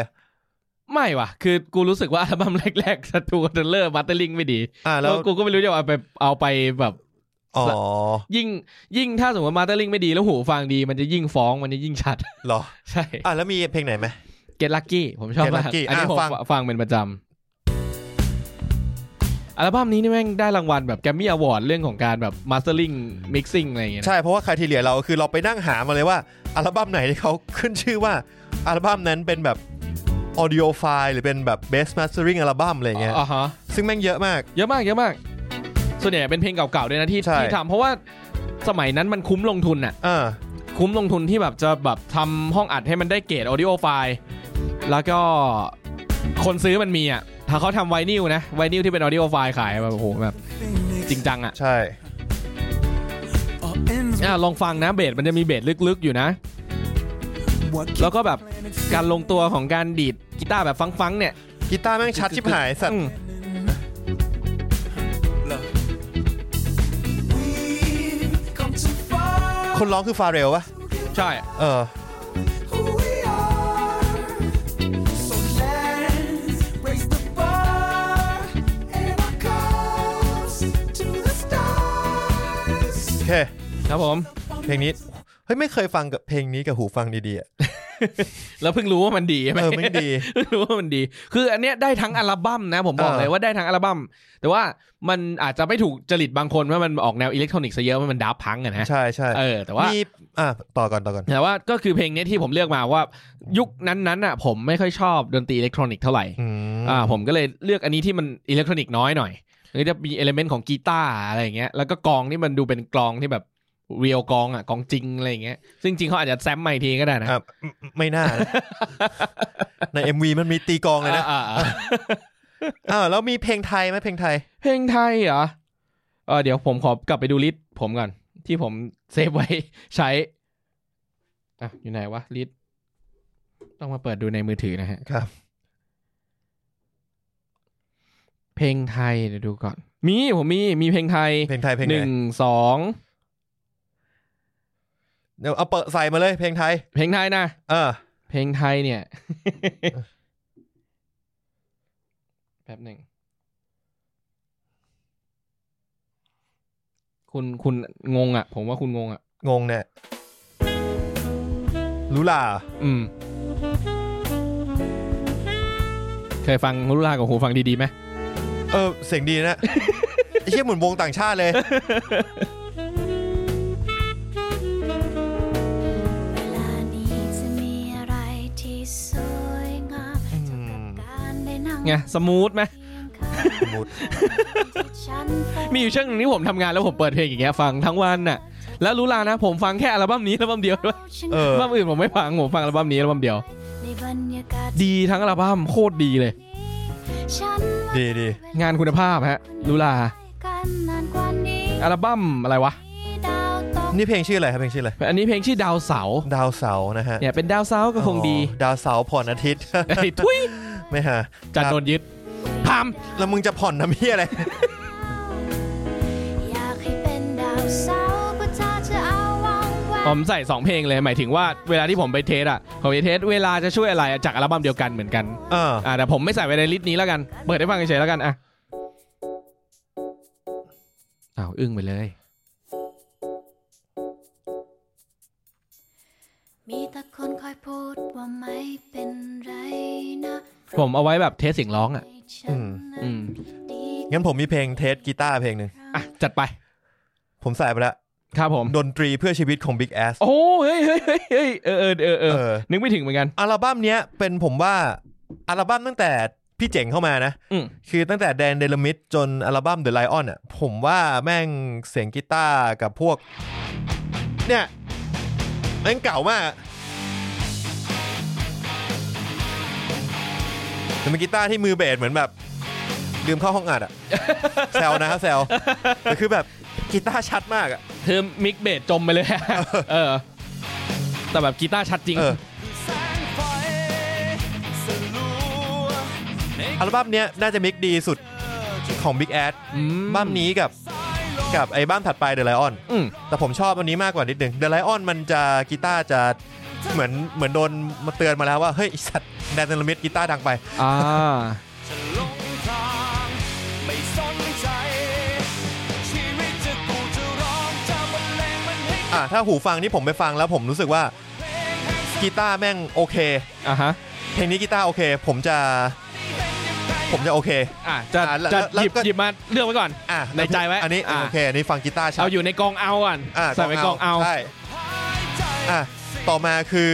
Speaker 2: ไม่ว่ะ คือกูรู้สึกว่าอัลบั้มแรกๆสตูเดลเลอร์บัตเตอร์ลิงไม่ดี
Speaker 1: อ่าแล้
Speaker 2: แล้ว วกูก็ไม่รู้จะเอาไปเอาไปแบบ
Speaker 1: อ๋อ
Speaker 2: ยิ่งยิ่งถ้าสมมติมาเตอร์ลิงไม่ดีแล้วหูฟังดีมันจะยิ่งฟ้องมันจะยิ่งชัด
Speaker 1: เหรอ
Speaker 2: ใช่
Speaker 1: อ่ะแล้วมีเพลงไหนไหม
Speaker 2: เก t ตลักกี้ผมชอบ
Speaker 1: Get
Speaker 2: มาก
Speaker 1: Lucky
Speaker 2: อันนี้
Speaker 1: อ่ะ
Speaker 2: ผม
Speaker 1: ฟัง
Speaker 2: ฟังเป็นประจำอัลบั้มนี้นี่แม่งได้รางวัลแบบแกมมี่อวอร์ดเรื่องของการแบบมาสเตอร์ลิงมิกซิ่งอะไรอย่างเงี้ยนะ
Speaker 1: ใช่ เพราะว่าคาทีเลียเราคือเราไปนั่งหามาเลยว่า อัลบั้มไหนที่เขาขึ้นชื่อว่า อัลบั้มนั้นเป็นแบบออดิโอไฟล์หรือเป็นแบบ best mastering อัลบั้มอะไรอย่างเงี้ย
Speaker 2: อ๋อฮะ
Speaker 1: ซึ่งแม่งเยอะมาก
Speaker 2: เยอะมากเยอะมาก ส่วนใหญ่เป็นเพลงเก่าๆด้วยนะที่
Speaker 1: ใช่
Speaker 2: ที่ทำเพราะว่าสมัยนั้นมันคุ้มลงทุนอะ
Speaker 1: อ่า
Speaker 2: คุ้มลงทุนที่แบบจะแบบทำห้องอัดให้มันได้เกรดออดิโอไฟล์แล้วก็คนซื้อมันมีอะถ้าเขาทำไวนิลนะไวนิลที่เป็นออดิโอไฟล์ขายแบบโอ้โหแบบ จริงจังอะ
Speaker 1: ใช่
Speaker 2: อ่ะลองฟังนะเบสมันจะมีเบสลึกๆอยู่นะ แล้วก็แบบการลงตัวของการดีดกีตาร์แบบฟังๆเนี่ย
Speaker 1: กีตาร์แม่งชัดชิบหายสัต
Speaker 2: อื
Speaker 1: ว์
Speaker 2: ม
Speaker 1: คนร้องคือฟาเรลวะ
Speaker 2: ใช่
Speaker 1: เออ โอเค
Speaker 2: ครับผม
Speaker 1: เพลงนี้ เฮ้ย ไม่เคยฟังกับเพลงนี้กับหูฟังดีๆอะ
Speaker 2: แล้วเพิ่งรู้ว่ามันดีใช่ไหม
Speaker 1: เออไม่งดี
Speaker 2: เพิ่งรู้ว่ามันดี คืออันเนี้ยได้ทั้งอัลบั้มนะ ผมบอก
Speaker 1: เออ
Speaker 2: เลยว่าได้ทั้งอัลบั้มแต่ว่ามันอาจจะไม่ถูกจริตบางคนว่ามันออกแนวอิเล็กทรอนิกส์ซะเยอะว่ามันดับพังอะนะ
Speaker 1: ใช่ใช่
Speaker 2: เออแต่ว่า
Speaker 1: มีอ่ะต่อก่อนต่อก่อน
Speaker 2: แต่ว่าก็คือเพลงเนี้ยที่ผมเลือกมาว่ายุคนั้นๆอ่ะผมไม่ค่อยชอบดนตรีอิเล็กทรอนิกส์เท่าไหร่
Speaker 1: อืม
Speaker 2: อ่าผมก็เลยเลือกอันนี้ที่มันอิเล็กทรอนิกส์น้อยหน่อยหรือจะมีเอลเมนต์ของกีตาร์อะไรอย่างเงี้ยแล้วก็กลองนี่มันดูเป็นกลองที่แบบเรียลกลองอ่ะกลองจริงอะไรอย่างเงี้ยซึ่งจริงเขาอาจจะแซมใหม่ทีก็ได้นะ
Speaker 1: อ่ะไม่ไม่น่า นะ ใน MV มันมีตีกลองเลยนะ
Speaker 2: อ่าอ่าอ่า
Speaker 1: อ้าวแล้วมีเพลงไทยไหมเพลงไทย
Speaker 2: เพลงไทยเหรอเออเดี๋ยวผมขอกลับไปดูลิสต์ผมก่อน ที่ผมเซฟไว้ใช้อ่ะอยู่ไหนวะลิสต์ต้องมาเปิดดูในมือถือนะฮะ
Speaker 1: ครับ
Speaker 2: เพลงไทยเดี๋ยวดูก่อน มีผมมีมีเพลงไทย
Speaker 1: เพลงไทยเพลง
Speaker 2: ห
Speaker 1: ไหน
Speaker 2: นึ่งสอง
Speaker 1: เดี๋ยวเอาเปิดใส่มาเลยเพลงไทย
Speaker 2: เพลงไทยนะ
Speaker 1: เออ
Speaker 2: เพลงไทยเนี่ย แป๊บหนึ่ง คุณคุณงงอ่ะ ผมว่าคุณงงอ่ะ
Speaker 1: งงเนี่ยรู้ล่ะ
Speaker 2: อืม เคยฟังรุลากับหูฟังดีๆไหม
Speaker 1: เออ เสียงดีนะ ไอ้เชี่ยเหมือนวงต่างชาติเลย
Speaker 4: เวลานี้จะมีอะไรที่สวยงามเท่ากับการได้นั่ง
Speaker 2: ไงสมูทไหม
Speaker 4: เคียงข้าง
Speaker 1: สมูท
Speaker 4: ที่ฉันเฝ้า
Speaker 2: มีอยู่ช่วงหนึงที่ผมทำงานแล้วผมเปิดเพลงอย่างเงี้ยฟังทั้งวันน่ะ แล้วรุลานะ ผมฟังแค่อัลบั้มนี้อัลบั้มเดียวด้วย
Speaker 1: เออ
Speaker 2: อัลบั้มอื่นผมไม่ฟังผมฟังอัลบั้มนี้อัลบั้มเดียว
Speaker 4: ในบรรยากาศ
Speaker 2: ดีทั้งอัลบั้มโคตรดีเลย
Speaker 4: ฉันว่า
Speaker 1: ดีดี
Speaker 2: งานคุณภาพฮะรุลา
Speaker 4: กันนานกว่านี้
Speaker 2: อัลบั้มอะไรวะ
Speaker 4: ดาวตก
Speaker 1: นี่เพลงชื่ออะไรครับเพลงชื่ออะไร
Speaker 2: อันนี้เพลงชื่อดาวเสาร์
Speaker 1: ดาวเสาร์นะฮะ
Speaker 2: เนี่ยเป็นดาวเสาร์ก็คงดี
Speaker 1: อ๋อดาวเสาร์ผ่อนอาทิตย์
Speaker 2: ไอ้ทุย
Speaker 1: ไม่ฮะ
Speaker 2: จันโดนยึดพาม
Speaker 1: แล้วมึงจะผ่อนน้ำเพี้ยอะไร
Speaker 4: อยากให้เป็นดาวเสาร์ก็เธอจะเอาวางไว้
Speaker 2: ผมใส่ 2 เพลงเลยหมายถึงว่าเวลาที่ผมไปเทสอ่ะผมไปเทสเวลาจะช่วยอะไรอะจากอัลบั้มเดียวกันเหมือนกัน
Speaker 1: เออ
Speaker 2: อ่าแต่ผมไม่ใส่ไว้ในลิสต์นี้แล้วกัน เปิดให้ฟังเฉยๆแล้วกันอ่ะอ้าวอึ้งไปเลย
Speaker 4: มีแต่คนคอยพูดว่าไม่เป็นไรนะ
Speaker 2: ผมเอาไว้แบบเทสเสียงร้องอ่ะ
Speaker 4: ให้ฉัน
Speaker 2: อืม
Speaker 4: ดี
Speaker 1: งั้นผมมีเพลงเทสกีตาร์เพลงหนึ่ง
Speaker 2: อ่ะจัดไป
Speaker 1: ผมใส่ไปละ
Speaker 2: ครับผม
Speaker 1: ดนตรีเพื่อชีวิตของ Big Ass
Speaker 2: โอ้เฮ้ยเฮ้ยเฮ้ยเฮ้ยเออเออเออเออ
Speaker 1: เออ
Speaker 2: นึกไม่ถึงเหมือนกัน
Speaker 1: อัลบั้มเนี้ยเป็นผมว่าอัลบั้มตั้งแต่พี่เจ๋งเข้ามานะ
Speaker 2: อืม
Speaker 1: คือตั้งแต่แดนเดลมิดจนอัลบั้ม The Lion อ่ะผมว่าแม่งเสียงกีตาร์กับพวก เนี่ยแม่งเก่ามากอะแต่เป็นกีตาร์ที่มือเบสเหมือนแบบลืมเข้าห้องอัดอ่ะ แซวนะครับแซวแต่คือแบบกีตาร์ชัดมากอ่ะ
Speaker 2: คือมิกเบสจมไปเลย อะเออ แต่แบบกีตาร์ชัดจริง
Speaker 1: เออ อัลบั้มเนี้ยน่าจะมิกดีสุดของ Big Ass
Speaker 2: ม
Speaker 1: บั้มนี้กับกับไอ้บั้มถัดไป The Lion
Speaker 2: อืม
Speaker 1: แต่ผมชอบอันนี้มากกว่านิดนึง The Lion มันจะกีตาร์จะเหมือนเหมือนโดนมาเตือนมาแล้วว่า เฮ้ยไอ้สัตว์แดนเดลมิดกีตาร์ดังไป
Speaker 2: อ่า
Speaker 5: ฉันหลงทางไม่สนใจ ชีวิตจะกูจะร้องจะบรรเลงมันให้
Speaker 1: อ่ะถ้าหูฟังนี่ผมไปฟังแล้วผมรู้สึกว่ากีตาร์แม่งโอเค
Speaker 2: อ่ะฮะ
Speaker 1: เพลงนี้กีตาร์โอเค ผมจะผมจะโอเค
Speaker 2: อ่ะจะ
Speaker 1: อ่ะแล้ว
Speaker 2: จะ
Speaker 1: แล้ว
Speaker 2: หยิบ
Speaker 1: ก็
Speaker 2: หยิบมาเลือกไว้ก่อน
Speaker 1: อ่ะ
Speaker 2: ในใจไว้
Speaker 1: อันนี้
Speaker 2: อ่ะ
Speaker 1: โอเคอันนี้ฟังกีตาร์ชัด
Speaker 2: เอาอยู่ในกองเอาก่อน
Speaker 1: อ่ะ
Speaker 2: ใส่ไว้กองเอา
Speaker 1: ใช่อ่ะต่อมาคือ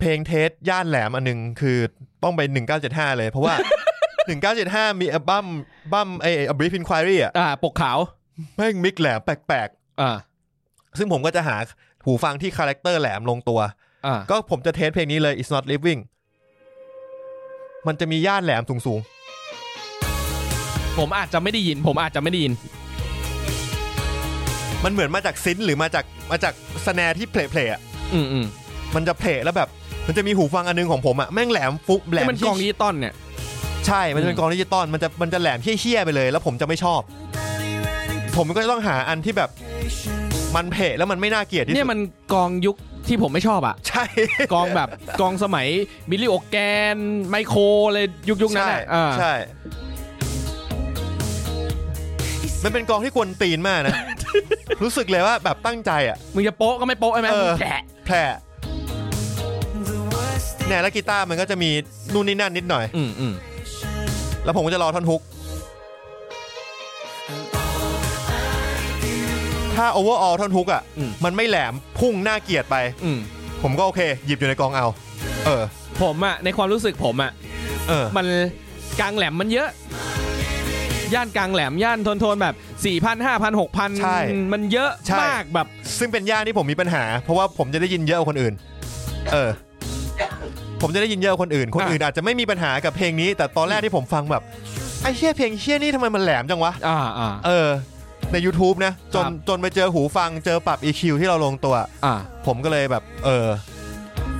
Speaker 1: เพลงเทสย่านแหลมอันหนึงคือต้องไป 1975 เลยเพ ราะว่า 1975 มีอัลบั้มบั้มไอ้ A Brief Inquiry อ่ะ
Speaker 2: อ่าปกขาว
Speaker 1: แม่งมิกแหลมแปลก
Speaker 2: อ่า
Speaker 1: ๆ ซึ่งผมก็จะหาหูฟังที่คาแรคเตอร์แหลมลงตัว
Speaker 2: อ่า
Speaker 1: ก็ผมจะเทสเพลงนี้เลย It's Not Living มันจะมีย่านแหลมสูง
Speaker 2: ผมอาจจะไม่ได้ยิน ผมอาจจะไม่ได้ยิน
Speaker 1: ๆ มันเหมือนมาจากซินหรือมาจากมาจากสแนร์ที่เพลย์ๆอ่ะ
Speaker 2: อืมอืม
Speaker 1: มันจะเพลย์แล้วแบบ มันจะมีหูฟังอันนึงของผมอ่ะ แม่งแหลมฟุกแหล
Speaker 2: ที่
Speaker 1: ม
Speaker 2: มันกองดิจิตอลเนี่ย
Speaker 1: ใช่ มันจะเป็นกองดิจิตอลมันจะมันจะแหลมเหี้ยๆไปเลย แล้วผมจะไม่ชอบ ผมก็จะต้องหาอันที่แบบ มันเพลย์แล้วมันไม่น่าเกลียดที่
Speaker 2: เนี่
Speaker 1: สุ
Speaker 2: ยมั
Speaker 1: ด
Speaker 2: นกองยุคที่ผมไม่ชอบอ่ะ
Speaker 1: ใช่
Speaker 2: กองแบบกองสมัยบิลลี่โอแกน ไมโครเลยยุคยุคนั้น
Speaker 1: ใช่
Speaker 2: อ่ะอ่า
Speaker 1: ใช่ มันเป็นกองที่กวนตีนมากนะ รู้สึกเลยว่าแบบตั้งใจอ่ะ
Speaker 2: มึงจะโป๊ะก็ไม่โป๊ะใช่ไหม
Speaker 1: เออ
Speaker 2: มึงแฉะ
Speaker 1: แผลเนี่ยแล้วกีตาร์มันก็จะมีนู่นนี่นั่นนิดหน่อย
Speaker 2: อืมอืม
Speaker 1: แล้วผมก็จะรอท่อนฮุก ถ้าโอเวอร์ออท่อนฮุกอ่ะ มันไม่แหลมพุ่งหน้าเกลียดไป
Speaker 2: อืม
Speaker 1: ผมก็โอเค หยิบอยู่ในกองเอา เออ
Speaker 2: ผมอ่ะในความรู้สึกผมอ่ะ
Speaker 1: เออ
Speaker 2: มันกลางแหลมมันเยอะ ย่านกลางแหลมย่านโทนๆแบบ 4,000 5,000
Speaker 1: ใช่
Speaker 2: 6,000 มันเยอะ
Speaker 1: ใช่
Speaker 2: มากแบบ
Speaker 1: ซึ่งเป็นย่านที่ผมมีปัญหา เพราะว่าผมจะได้ยินเยอะกว่าคนอื่น เออ ผมจะได้ยินเยอะกว่าคนอื่น คน
Speaker 2: อ่ะ
Speaker 1: อื่นอาจจะไม่มีปัญหากับเพลงนี้ แต่ตอนแรกที่ผมฟังแบบไอ้เชี่ยเพลงเชี่ยนี่ทำไมมันแหลมจังวะ
Speaker 2: อ่าอ่า
Speaker 1: เออ ใน YouTube นะ จน
Speaker 2: ครับ
Speaker 1: จนไปเจอหูฟังเจอปรับ EQ ที่เราลงตัว
Speaker 2: อ่า
Speaker 1: ผมก็เลยแบบ เออ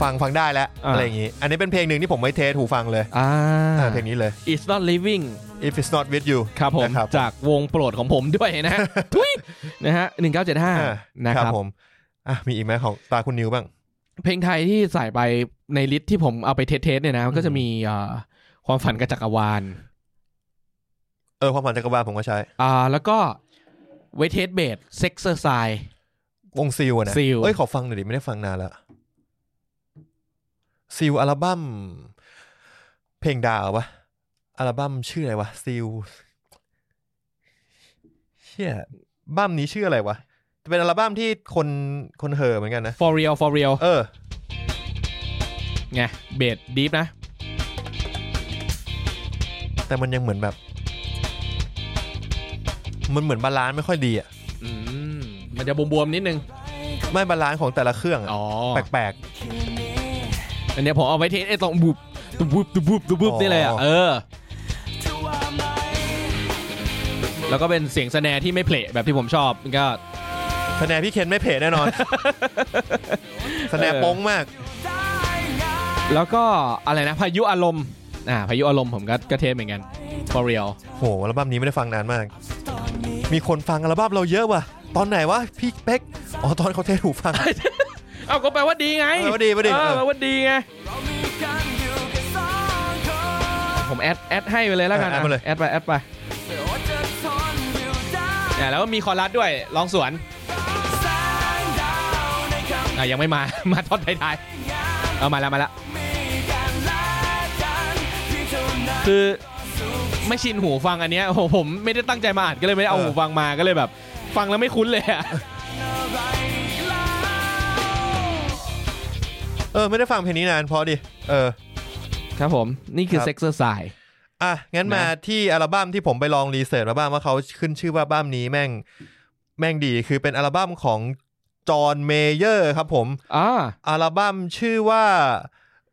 Speaker 1: ฟังฟังได้แล้ว
Speaker 2: อ่ะ
Speaker 1: อะไรอย่างงี้ อันนี้เป็นเพลงหนึ่งที่ผมไม่เทสหูฟังเลย
Speaker 2: อ่า
Speaker 1: อ่ะเพลงนี้เลย
Speaker 2: It's not living
Speaker 1: If it's not with you
Speaker 2: ครับผม
Speaker 1: นะครับ
Speaker 2: จากวงโปรดของผมด้วยนะ ฮะ ทุยนะฮะ
Speaker 1: อ่ะ
Speaker 2: 1975 นะค
Speaker 1: ค
Speaker 2: รั
Speaker 1: รั
Speaker 2: บบ
Speaker 1: ผมอ่ะมีอีกไหมของตาคุณนิวบ้าง
Speaker 2: เพลงไทยที่ใส่ไปในลิสต์ที่ผมเอาไปเทสๆเนี่ยนะมันก็จะมีเอ่อความฝันกับจักรวาล
Speaker 1: เออความฝันจักรวาลผมก็ใช้
Speaker 2: อ่าแล้วก็เวทเทสเบดเซ็กเซอร์ไซ
Speaker 1: วงซิลอะนะ
Speaker 2: Seal
Speaker 1: เอ้ย ขอฟังหน่อยดิ ไม่ได้ฟังนานแล้วซิลอัลบั้ม เพลงดาวปะอัลบั้มชื่ออะไรวะซิลเชี่ยบั้มนี้ชื่ออะไรวะจะเป็นอัลบั้มที่คนคนเห่อเหมือนกันนะ
Speaker 2: for real for real
Speaker 1: เออ
Speaker 2: ไงเบดดีฟนะ
Speaker 1: แต่มันยังเหมือนแบบ มันเหมือนบาลานซ์ไม่ค่อยดีอะ
Speaker 2: อืมมันจะบวมๆนิดนึง
Speaker 1: ไม่บาลานซ์ของแต่ละเครื่องอะ
Speaker 2: อ๋อ
Speaker 1: แปลก
Speaker 2: อันเนี้ยผมเอาไว้เทสไอ้ตรงบุบตุบบุบตุบบุบตุบบุบ
Speaker 1: อ๋อ
Speaker 2: นี่เลยอ่ะ เออ แล้วก็เป็นเสียงสแนร์ที่ไม่เพลงแบบที่ผมชอบมันก็
Speaker 1: ๆคะแนนพี่เคนไม่เพจแน่น อนคะแนน
Speaker 2: เออ
Speaker 1: โป้งมาก
Speaker 2: แล้วก็อะไรนะ พายุอารมณ์ อ่า พายุอารมณ์ผมก็ก็เทสเหมือนกัน for real
Speaker 1: โหอัลบั้มนี้ไม่ได้ฟังนานมาก มีคนฟังอัลบั้มเราเยอะว่ะ ตอนไหนวะพี่เป๊กอ๋อตอนเขาเทสหูฟัง
Speaker 2: เอาก็แปลว่าดีไง
Speaker 1: เออว่าดีว่าดี
Speaker 2: เออแปลว่าดีไง
Speaker 3: เรามีกันอยู่แค่สองคน
Speaker 2: ผมแอดแอดให้ไปเลยแล้วกัน
Speaker 1: เออแอดมาเลย
Speaker 2: แอดไปแอดไป
Speaker 3: แต่ว่าจะทนอยู่ได้
Speaker 2: เนี่ยแล้วก็มีคอรัสด้วยลองสวน
Speaker 3: แสงดาวในค่
Speaker 2: อ่ะยังไม่มา มาทอดท้ายๆเอามาแล้วมาแล้ว
Speaker 3: ำมีกันและกันเพียงเท่านั้น
Speaker 2: คือไม่ชินหูฟังอันเนี้ยโอ้โหผมไม่ได้ตั้งใจมาอ่านก็เลยไม่ได้เอา
Speaker 1: เออ
Speaker 2: หูฟังมาก็เลยแบบ ฟังแล้วไม่คุ้นเลยอะ
Speaker 1: เออไม่ได้ฟังเพลงนี้นานพอดิเออ
Speaker 2: ครับผมนี่คือ
Speaker 1: ครับ
Speaker 2: เซ็กซ์เซอร์ไซ
Speaker 1: อ่ะงั้นมา
Speaker 2: นะ
Speaker 1: ที่อัลบั้มที่ผมไปลองรีเสิร์ชมาบ้างว่าเขาขึ้นชื่อว่าอัลบั้มนี้แม่งแม่งดีคือเป็นอัลบั้มของจอห์นเมเยอร์ครับผม
Speaker 2: อ่า
Speaker 1: อัลบั้มชื่อว่า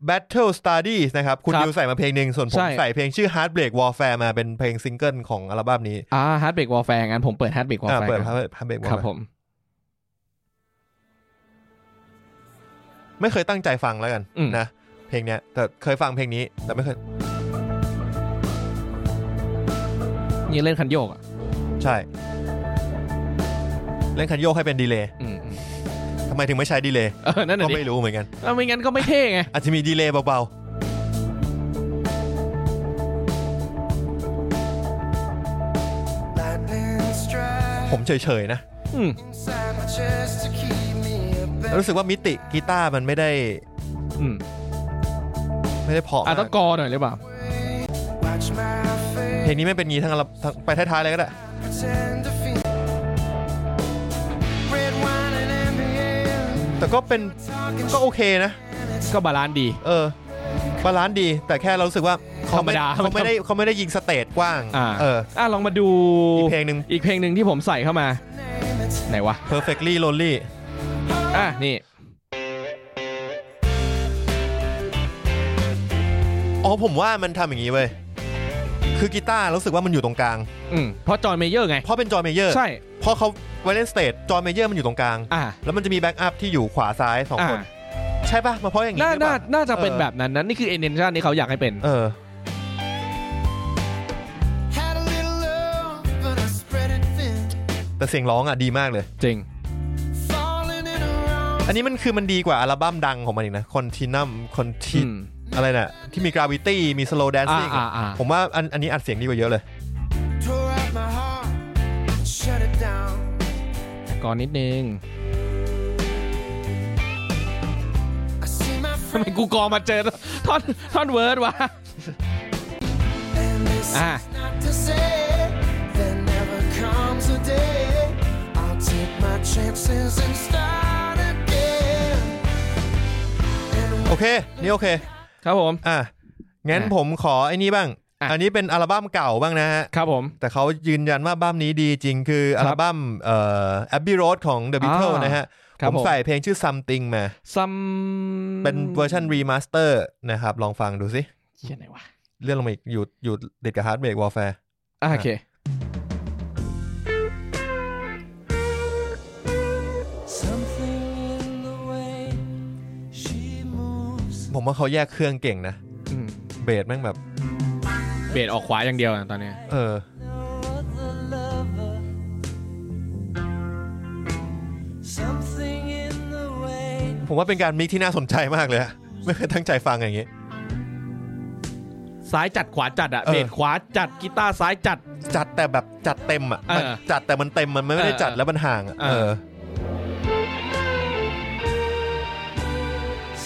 Speaker 1: Battle Studies นะครับ คุณ
Speaker 2: ครับ
Speaker 1: ดิวใส่มาเพลงหนึ่งส่วนผม
Speaker 2: ใช่
Speaker 1: ใส่เพลงชื่อ Heartbreak Warfare มาเป็นเพลงซิงเกิลของอัลบั้มนี้
Speaker 2: อ่าฮาร์ดเบรกวอลแฟร์งั้นผมเปิดฮาร์ดเบรกวอล
Speaker 1: อ่า
Speaker 2: แฟร์
Speaker 1: เปิด Heartbreak
Speaker 2: ครับ
Speaker 1: Warfare
Speaker 2: ผม
Speaker 1: ไม่เคยตั้งใจฟังแล้วกันนะ เพลงเนี้ยแต่เคยฟังเพลงนี้ แต่ไม่เคย
Speaker 2: ยังเล่นคันโยกอ่ะ
Speaker 1: ใช่ เล่นคันโยกให้เป็นดีเลย์
Speaker 2: อืม
Speaker 1: ทำไมถึงไม่ใช้ดีเลย์
Speaker 2: เออนั่น
Speaker 1: ก็
Speaker 2: น่ะดิ
Speaker 1: ไม่รู้เหมือนกัน
Speaker 2: เอาไม่งั้นก็ไม่เท่ไง
Speaker 1: อาจจะมีดีเลย์เบาๆ ผมเฉยๆนะ
Speaker 2: อืม
Speaker 1: รู้สึกว่ามิติกีตาร์มันไม่ได้
Speaker 2: อืม
Speaker 1: ไม่ได้เพราะ
Speaker 2: อ่ะ
Speaker 1: มาก
Speaker 2: ต้องกอหน่อยหรือเปล่า
Speaker 1: เพลงนี้ไม่เป็นงี้ทั้งอัลบทั้งไปท้ายๆเลยก็ได้ แต่ก็เป็นก็โอเคนะ
Speaker 2: ก็บาลานซ์ดี
Speaker 1: เออบาลานซ์ดี แต่แค่เรารู้สึกว่าเขาไม่
Speaker 2: ธรรมดา
Speaker 1: เขาไม่ได้เขาไม่ได้ยิงสเตจกว้าง
Speaker 2: อ่า
Speaker 1: เออ
Speaker 2: อ่ะลองมาดู
Speaker 1: อีกเพลงหนึ่ง
Speaker 2: อีกเพลงหนึ่งที่ผมใส่เข้ามา ไหนวะ
Speaker 1: perfectly lonely
Speaker 2: อ่ะนี่
Speaker 1: อ๋อผมว่ามันทำอย่างนี้เว้ย คือกีตาร์รู้สึกว่ามันอยู่ตรงกลาง
Speaker 2: อืมเพราะจอห์นเมเยอร์ไง
Speaker 1: เพราะเป็นจอห์นเมเยอร์
Speaker 2: ใช่
Speaker 1: เพราะเขาไวเลนสเตจจอห์นเมเยอร์มันอยู่ตรงกลาง
Speaker 2: อ่ะ
Speaker 1: แล้วมันจะมีแบ็กอัพที่อยู่ขวาซ้ายสอง
Speaker 2: อ่ะ
Speaker 1: คน ใช่ปะมาเพราะอย่างนี้
Speaker 2: น่า
Speaker 1: หรือเป
Speaker 2: น่า
Speaker 1: ล่า
Speaker 2: น่าจะเป็นแบบนั้นนะนี่คือเอเนนชั่นที่เขาอยากให้เป็น
Speaker 1: เออ
Speaker 6: Had a little love, but I spread it thin.
Speaker 1: แต่เสียงร้องอ่ะดีมากเลย
Speaker 2: จริง
Speaker 6: Falling in a wrong
Speaker 1: อันนี้มันคือมันดีกว่าอัลบั้มดังของมันอีกนะคอนทินัมคอนทิ
Speaker 2: อืม
Speaker 1: อะไรน่ะ ที่มีกราวิตี้มีสโลว์แดนซิ่ง
Speaker 2: อ่าอ่าอ่า
Speaker 1: ผมว่าอันอันนี้อัดเสียงดีกว่าเยอะเลย
Speaker 6: tore out my heart, shut it down.
Speaker 2: ก่อนนิดนึง
Speaker 6: I see my
Speaker 2: ทำไม
Speaker 6: friend
Speaker 2: กูกอมาเจอท่อนท่อนเวิร์ดวะ
Speaker 6: and this
Speaker 2: Ah.
Speaker 6: is not to say there never comes a day. I'll take my chances and start again. And
Speaker 1: โอเค นี่โอเค
Speaker 2: ครับผม
Speaker 1: อ่ะงั้น
Speaker 2: อ่ะ
Speaker 1: ผมขอไอ้นี่บ้าง
Speaker 2: อ่ะ
Speaker 1: อันนี้เป็นอัลบั้มเก่าบ้างนะฮะ
Speaker 2: ครับผม
Speaker 1: แต่เขายืนยันว่าอัลบั้มนี้ดีจริงคืออัลบั้มเอ่อ Abbey Road ของ The Beatles
Speaker 2: อ่าน
Speaker 1: นะฮะ
Speaker 2: ครับ
Speaker 1: ผม
Speaker 2: ผม
Speaker 1: ใส่เพลงชื่อ Something มา
Speaker 2: ซัม
Speaker 1: เป็นเวอร์ชันรีมาสเตอร์นะครับ ลองฟังดูสิ
Speaker 2: เหี้ยไหนวะ
Speaker 1: เลื่อนลงมาอีกอยู่อยู่ติดกับ Heartbreak Warfare
Speaker 2: อ่ะโอเค
Speaker 3: Something in the way she moves.
Speaker 1: ผมว่าเขาแยกเครื่องเก่งนะ
Speaker 2: อืม
Speaker 1: เบสแม่งแบบ
Speaker 2: เบสออกขวาอย่างเดียวนะตอนเนี้ย
Speaker 1: เออ
Speaker 3: Other lover. Something in the way
Speaker 1: ผมว่าเป็นการมิกที่น่าสนใจมากเลยอะไม่เคยตั้งใจฟังอย่างนี้
Speaker 2: ซ้ายจัดขวาจัดอะ
Speaker 1: เออ
Speaker 2: เบสขวาจัดกีตาร์ซ้ายจัด
Speaker 1: จัดแต่แบบจัดเต็มอ่ะ
Speaker 2: เออ
Speaker 1: มันจัดแต่มันเต็มมันไม่ได้
Speaker 2: เออ
Speaker 1: จัดแล้วมันห่างอะ
Speaker 2: เออ
Speaker 1: เออ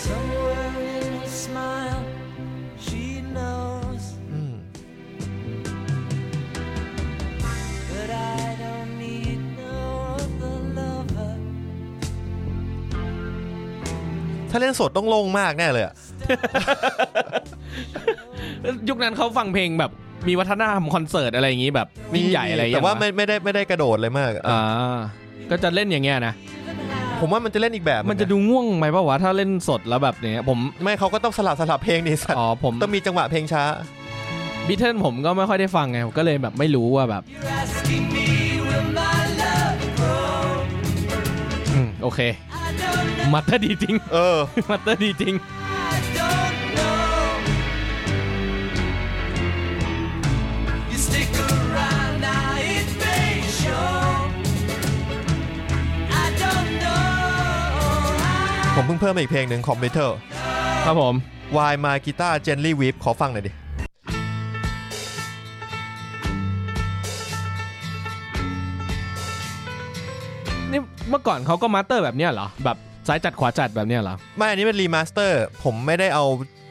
Speaker 3: somewhere in her smile. She knows
Speaker 1: อืม
Speaker 3: that I don't need no other lover.
Speaker 1: ถ้าเล่นสดต้องโล่งมากแน่เลยอะ
Speaker 2: ยุคนั้นเขาฟังเพลงแบบมีวัฒนธรรมคอนเสิร์ตอะไรอย่างงี้แบบยิ่งใหญ่อะไรอย่าง
Speaker 1: แต่
Speaker 2: เงี้ย
Speaker 1: ว่าไม่ไม่ได้ไม่ได้กระโดดเลยมากอะ
Speaker 2: อ่าก็จะเล่นอย่างเงี้ยนะ
Speaker 1: ผมว่ามันจะเล่นอีกแบบ
Speaker 2: มันจะดูง่วงไหมปะวะถ้าเล่นสดแล้วแบบเนี้ยผม
Speaker 1: ไม่เขาก็ต้องสลับสลับเพลงนี่สัตว์
Speaker 2: อ๋อผม
Speaker 1: ต้องมีจังหวะเพลงช้า
Speaker 2: บิทเทิลผมก็ไม่ค่อยได้ฟังไงผมก็เลยแบบไม่รู้ว่าแบบ
Speaker 3: You're asking me will my love grow?
Speaker 2: อืมโอเค
Speaker 3: I don't know.
Speaker 2: มัตเตอร์ดีจริง
Speaker 1: เออ
Speaker 2: มัตเตอร์ดีจริง
Speaker 3: I don't know. You stick around, I it may show.
Speaker 1: ผมเพิ่งเพิ่มมาอีกเพลงหนึ่งของ Metal
Speaker 2: ครับผม
Speaker 1: Why My Guitar Gently Weep ขอฟังหน่อยดิ
Speaker 2: นี่เมื่อก่อนเขาก็มาสเตอร์แบบเนี้ยเหรอ แบบซ้ายจัดขวาจัดแบบเนี้ยเหรอ
Speaker 1: ไม่ อันนี้เป็นรีมาสเตอร์ ผมไม่ได้เอา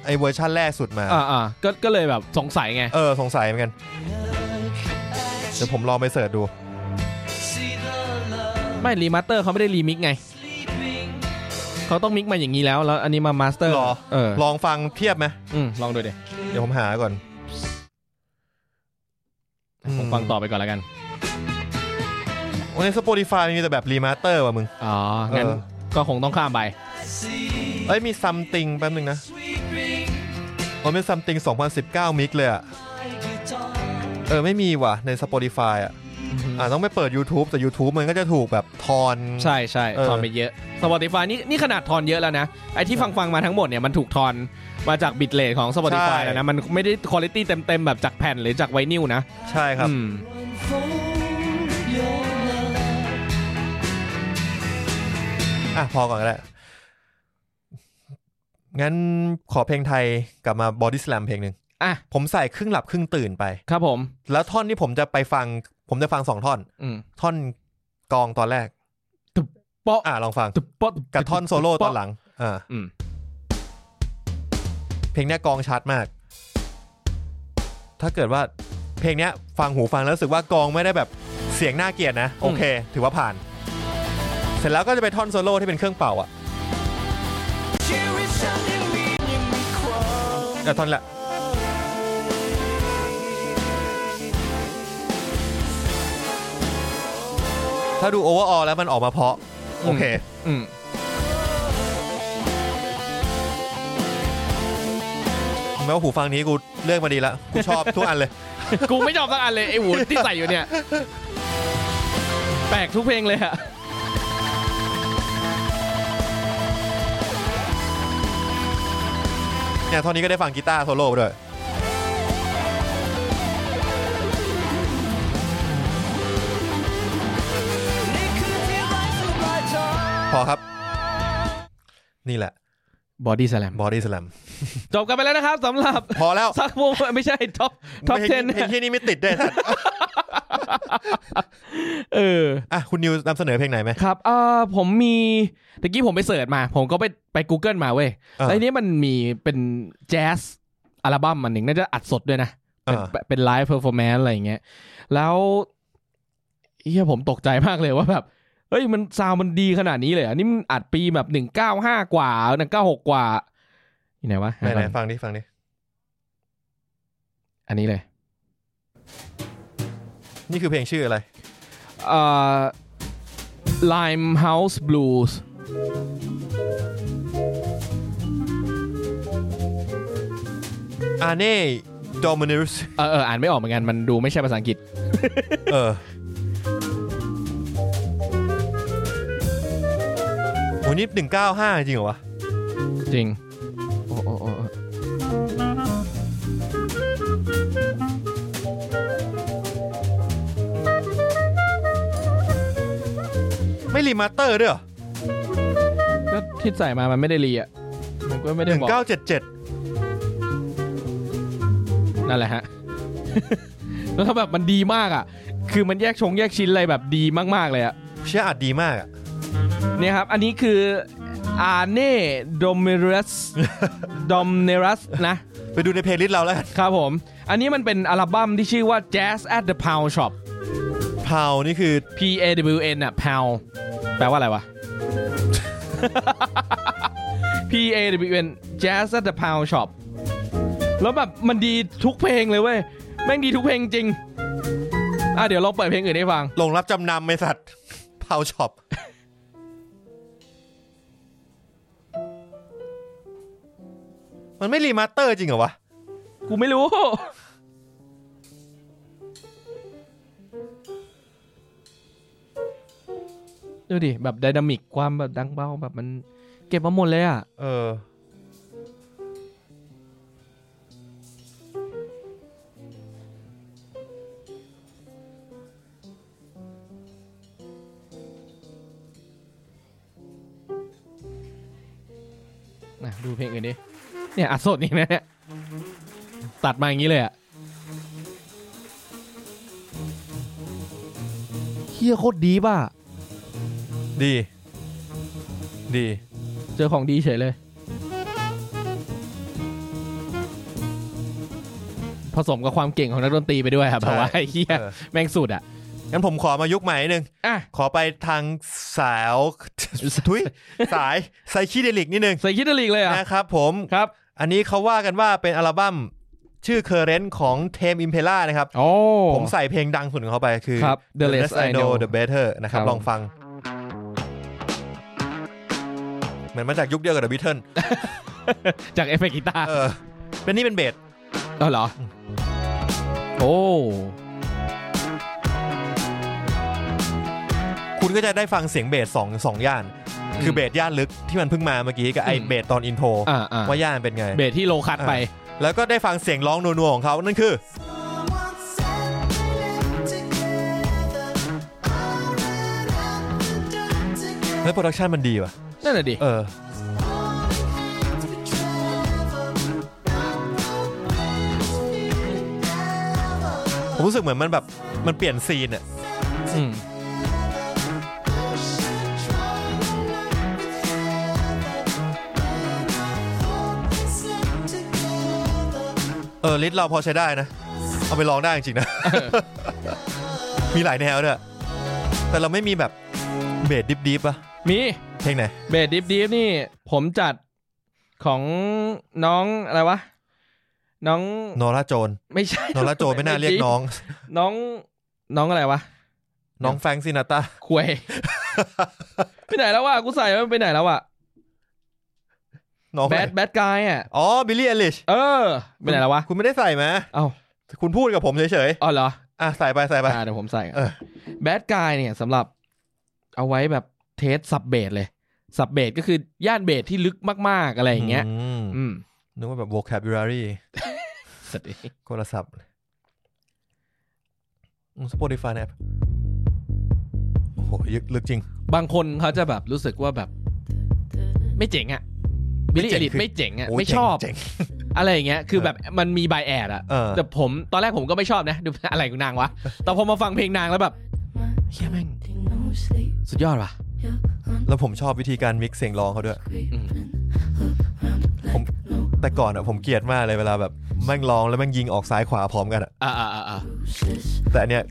Speaker 1: ไอ้เวอร์ชันแรกสุดมา
Speaker 2: อ่าอ่าก็ก็เลยแบบสงสัยไง
Speaker 1: เออ สงสัยเหมือนกัน เดี๋ยวผมลองไปเสิร์ชดู
Speaker 2: ไม่รีมาสเตอร์เขาไม่ได้รีมิกซ์ไง เขาต้องมิกซ์มาอย่างนี้แล้ว แล้วอันนี้มามาสเตอร์
Speaker 1: หรอ
Speaker 2: เออ
Speaker 1: ลองฟังเทียบไหม
Speaker 2: อืมลองดูดิ
Speaker 1: เดี๋ยวผมหาก่อน
Speaker 2: ผมฟังต่อไปก่อนแล้วกัน
Speaker 1: วันนี้ Spotify มันมีแต่แบบรีมาสเตอร์ว่ะมึง
Speaker 2: อ๋อ งั้น
Speaker 1: เออ
Speaker 2: ก็คงต้องข้ามไป
Speaker 1: เอ้ย มี something แป๊บนึงนะมันเป็น something 2019 มิกเลยอะเออ ไม่มีว่ะใน Spotify อะอ่าต้องไปเปิด YouTube แต่ YouTube มันก็จะถูกแบบทอน
Speaker 2: ใช่ใช่
Speaker 1: เออ
Speaker 2: ถอนไปเยอะ Spotify นี่นี่ขนาดถอนเยอะแล้วนะ ไอที่ฟังฟังๆมาทั้งหมดเนี่ยมันถูกถอนมาจากบิตเลทของ Spotify แล้วนะ มันไม่ได้คุณภาพเต็มๆแบบจากแผ่นหรือจากไวนิลนะ
Speaker 1: ใช่ครับ
Speaker 2: อืม
Speaker 1: อ่ะ พอก่อนก็ได้ งั้นขอเพลงไทยกลับมาบอดี้ส a ลมเพลงหนึ่ง
Speaker 2: อ่ะ
Speaker 1: ผมใส่ครึ่งหลับครึ่งตื่นไป
Speaker 2: ครับผม
Speaker 1: แล้วท่อนที่ผมจะไปฟัง ผมจะฟังสองท่อน
Speaker 2: อืม
Speaker 1: ท่อนกองตอนแรก
Speaker 2: โปะ
Speaker 1: อ่ะ ลองฟัง
Speaker 2: ตึบโปะ
Speaker 1: กับท่อนโซโล่ตอนหลัง อ่า
Speaker 2: อืม
Speaker 1: เพลงเนี้ยกองชัดมาก ถ้าเกิดว่าเพลงเนี้ยฟังหูฟังแล้วรู้สึกว่ากองไม่ได้แบบเสียงน่าเกลียดนะ โอเค ถือว่าผ่าน เสร็จแล้วก็จะไปท่อนโซโล่ที่เป็นเครื่องเป่าอ่ะกับท่อนละ ถ้าดูโอเวอร์ออแล้วมันออกมาเพราะ โอเค
Speaker 2: อืม
Speaker 1: แม้ว่าหูฟังนี้กูเลือกมาดีละกูชอบทุกอันเลย
Speaker 2: กูไม่ชอบสักอันเลยไอ้หูที่ใส่อยู่เนี่ย แปลกทุกเพลงเลยอะ
Speaker 1: เนี่ยท่อนนี้ก็ได้ฟังกีตาร์โซโล่ไปด้วย พอครับ นี่แหละ
Speaker 2: บอดี้สแลม
Speaker 1: บอดี้ส a ลม
Speaker 2: จบกันไปแล้วนะครับสำ หรับ
Speaker 1: พอแล้ว
Speaker 2: ซักวงไม่ใช่ท็อปท็อป
Speaker 1: เพลง
Speaker 2: เทน
Speaker 1: เพลงที่นี่ ไม่ติดได้วยนะ
Speaker 2: เออ
Speaker 1: อ่ะ คุณนิวนำเสนอเพลงไหนไหม
Speaker 2: ครับเอ่อผมมีตะกี้ผมไปเสิร์ชมา ผมก็ไปไป Google มาเว้ย
Speaker 1: อ่า
Speaker 2: แล้วทีนี้มันมีเป็นแจ๊สอัลบั้มมันหนึ่งน่าจะอัดสดด้วยนะ เป็น
Speaker 1: อ่า
Speaker 2: เป็นไลฟ์เพอร์ฟอร์แมนซ์อะไรอย่างเงี้ย แล้วเฮียผมตกใจมากเลยว่าแบบ เฮ้ยมันซาวด์มันดีขนาดนี้เลยเหรอ่ะนี่มันอัดปีแบบหนึ่งเก้าห้ากว่าหนึ่งเก้าหกกว่าอยู่ไหนวะหา
Speaker 1: ไหนไห
Speaker 2: ก่
Speaker 1: น
Speaker 2: อน
Speaker 1: ฟังดิฟังดิ
Speaker 2: อันนี้เลย
Speaker 1: นี่คือเพลงชื่ออะไร
Speaker 2: เอ่อ Limehouse Blues
Speaker 1: อาเน่ดอมินิส
Speaker 2: เออเอออ่านไม่ออกเหมือนกันมันดูไม่ใช่ภาษาอังกฤษ
Speaker 1: เออโหนี่หนึ่งเก้าห้าจริงเหรอวะ
Speaker 2: จริง โอ้โอ้โอ้โอ้
Speaker 1: ไม่รีมาสเตอร์ด้วยเหรอ
Speaker 2: ก็ที่ใส่มามันไม่ได้รีอ่ะ มันก็
Speaker 1: ห
Speaker 2: ไม่ได้
Speaker 1: นึ่ง
Speaker 2: บอก
Speaker 1: เก้าเจ็ดเจ็ด
Speaker 2: นั่นแหละฮะ แล้วถ้าแบบมันดีมากอ่ะ คือมันแยกชงแยกชิ้นอะไรแบบดีมากๆเลยอ่ะ
Speaker 1: เชื่ออัดดีมากอะ
Speaker 2: เนี่ยครับ อันนี้คืออาเน่ดอมเนรั สดอมเนรัสนะ
Speaker 1: ไปดูในเพลย์ลิสต์เราแล้วกัน
Speaker 2: ครับผม อันนี้มันเป็นอัลบั้มที่ชื่อว่า Jazz at the Pound Shop
Speaker 1: เพานี่คือ
Speaker 2: P A W N อ่ะ pound แปลว่าอะไรวะ P A W N Jazz at the pound shop แล้วแบบมันดีทุกเพลงเลยเว้ย แม่งดีทุกเพลงจริง อ่ะเดี๋ยวลองเปิดเพลงอื่นให้ฟัง
Speaker 1: หลงรับจำนำไอสัตว์เพาช็อปมันไม่รีมาสเตอร์จริงเหรอวะ
Speaker 2: กูไม่รู้ ดูดิ แบบไดนามิกความแบบดังเบาแบบมันเก็บมาหมดเลยอ่ะ
Speaker 1: เออ
Speaker 7: เ
Speaker 2: อ่ะดูเพลงอื่นดิเนี่ยอัดสดนี่นะเนี่ยตัดมาอย่างนี้เลยอ่ะเฮียโคตรดีป่ะ
Speaker 1: ดี ดี
Speaker 2: เจอของดีเฉยเลย ผสมกับความเก่งของนักดนตรีไปด้วยครับ
Speaker 1: ใช่
Speaker 2: แบบว่าไอ้เฮีย
Speaker 1: เออ
Speaker 2: แม่งสุดอ่ะ
Speaker 1: งั้นผมขอมายุคใหม่นิดนึง
Speaker 2: อ่ะ
Speaker 1: ขอไปทางสาว ทุยสายไซคิเดลิกนิดนึง
Speaker 2: ใส่คิดลีกเลยอ่ะ
Speaker 1: นะครับผม
Speaker 2: ครับ
Speaker 1: อันนี้เขาว่ากันว่าเป็นอัลบั้มชื่อเคอร์เรนต์ของเทมอิมเพล่านะครับ
Speaker 2: โอ้
Speaker 1: ผมใส่เพลงดังสุดของเขาไปคือ
Speaker 2: ครับ The Less I Know
Speaker 1: The Better นะครับ
Speaker 2: ครับ
Speaker 1: ลองฟัง เหมือนมาจากยุคเดียวกับ The Beatles
Speaker 2: จากเอฟเฟกต์กีตาร์
Speaker 1: เออ เป็นนี่เป็นเบส
Speaker 2: เอาเหรอ โอ้
Speaker 1: คุณก็จะได้ฟังเสียงเบสสองสองย่าน คือ
Speaker 2: ม
Speaker 1: เบสย่านลึกที่มันเพิ่งมาเมื่อกี้กับไอ
Speaker 2: อืม
Speaker 1: เบสตอนอินโทร
Speaker 2: อ่าอ่า
Speaker 1: ว่าย่านเป็นไง
Speaker 2: เบสที่โลคัดไป
Speaker 1: แล้วก็ได้ฟังเสียงร้องนัวๆของเขา นั่นคือ
Speaker 3: Someone said we live together. All that I could do together.
Speaker 1: เฮ้ยโปรดักชันมันดีว่ะ
Speaker 2: นั่นน่ะดิ
Speaker 1: เออ ผมรู้สึกเหมือนมันแบบ มันเปลี่ยนซีนอะ
Speaker 2: อืม
Speaker 1: เออลิทเราพอใช้ได้นะ เอาไปลองได้จริงๆนะ มีหลายแนวด้วยแต่เราไม่มีแบบเบสดิบๆปะ
Speaker 2: มี
Speaker 1: เพลงไหน
Speaker 2: เบสดิฟดิฟนี่ ผมจัดของน้องอะไรวะ น้อง
Speaker 1: โนราโจน
Speaker 2: ไม่ใช่
Speaker 1: โนราโจนไม่น่าเรียกน้อง
Speaker 2: น้อง น้องอะไรวะ
Speaker 1: น้องแฟรงค์ซินาตรา
Speaker 2: ควย ไปไหนแล้ววะกูใส่มันไปไหนแล้ววะ
Speaker 1: น้อง
Speaker 2: แบดแบดกายอ่ะ
Speaker 1: อ๋อบิลลี่เอลิช
Speaker 2: เออ ไปไหนแล้ววะ
Speaker 1: คุณไม่ได้ใส่มา
Speaker 2: เอ้า
Speaker 1: คุณพูดกับผมเฉย
Speaker 2: อ๋อเหรอ
Speaker 1: ๆ อ่ะ ใส่ไปใส่ไป
Speaker 2: อ่าเดี๋ยวผมใส่
Speaker 1: เออ
Speaker 2: แบดกายเนี่ยสำหรับเอาไว้แบบเทสสับเบสเลย สับเบสก็คือย่านเบสที่ลึกมากๆอะไรอย่างเงี้ย
Speaker 1: ม
Speaker 2: อืม
Speaker 1: นึกว่าแบบ vocabulary
Speaker 2: สวัสดี
Speaker 1: โทรศัพท์สปอติฟายแอปโอ้โหลึกลึกจริง
Speaker 2: บางคนเขาจะแบบรู้สึกว่าแบบ ไม่เจ๋งอ่ะ
Speaker 1: ไม่
Speaker 2: บิลลี่
Speaker 1: เจ๋ง
Speaker 2: ลิต
Speaker 1: คือ
Speaker 2: ไม่เจ๋งอ่ะ
Speaker 1: โย
Speaker 2: ไม่ชอบ
Speaker 1: เจ๋ง
Speaker 2: อะไรอย่างเงี้ยคือแบบมันมีบายแอดอะ
Speaker 1: เออ
Speaker 2: แต่ผมตอนแรกผมก็ไม่ชอบนะดู อะไรของนางวะ แต่พอมาฟังเพลงนางแล้วแบบเฮียแม่งสุดยอดว่ะ
Speaker 1: ๆแล้วผมชอบวิธีการมิกซ์เสียงร้องเขาด้วย ผมแต่ก่อนอะผมเกลียดมากเลยเวลาแบบแม่งร้องแล้วแม่งยิงออกซ้ายขวาพร้อมกันอะ
Speaker 2: อ่าอ่าอ่าอ่า
Speaker 1: แต่อันเนี้ย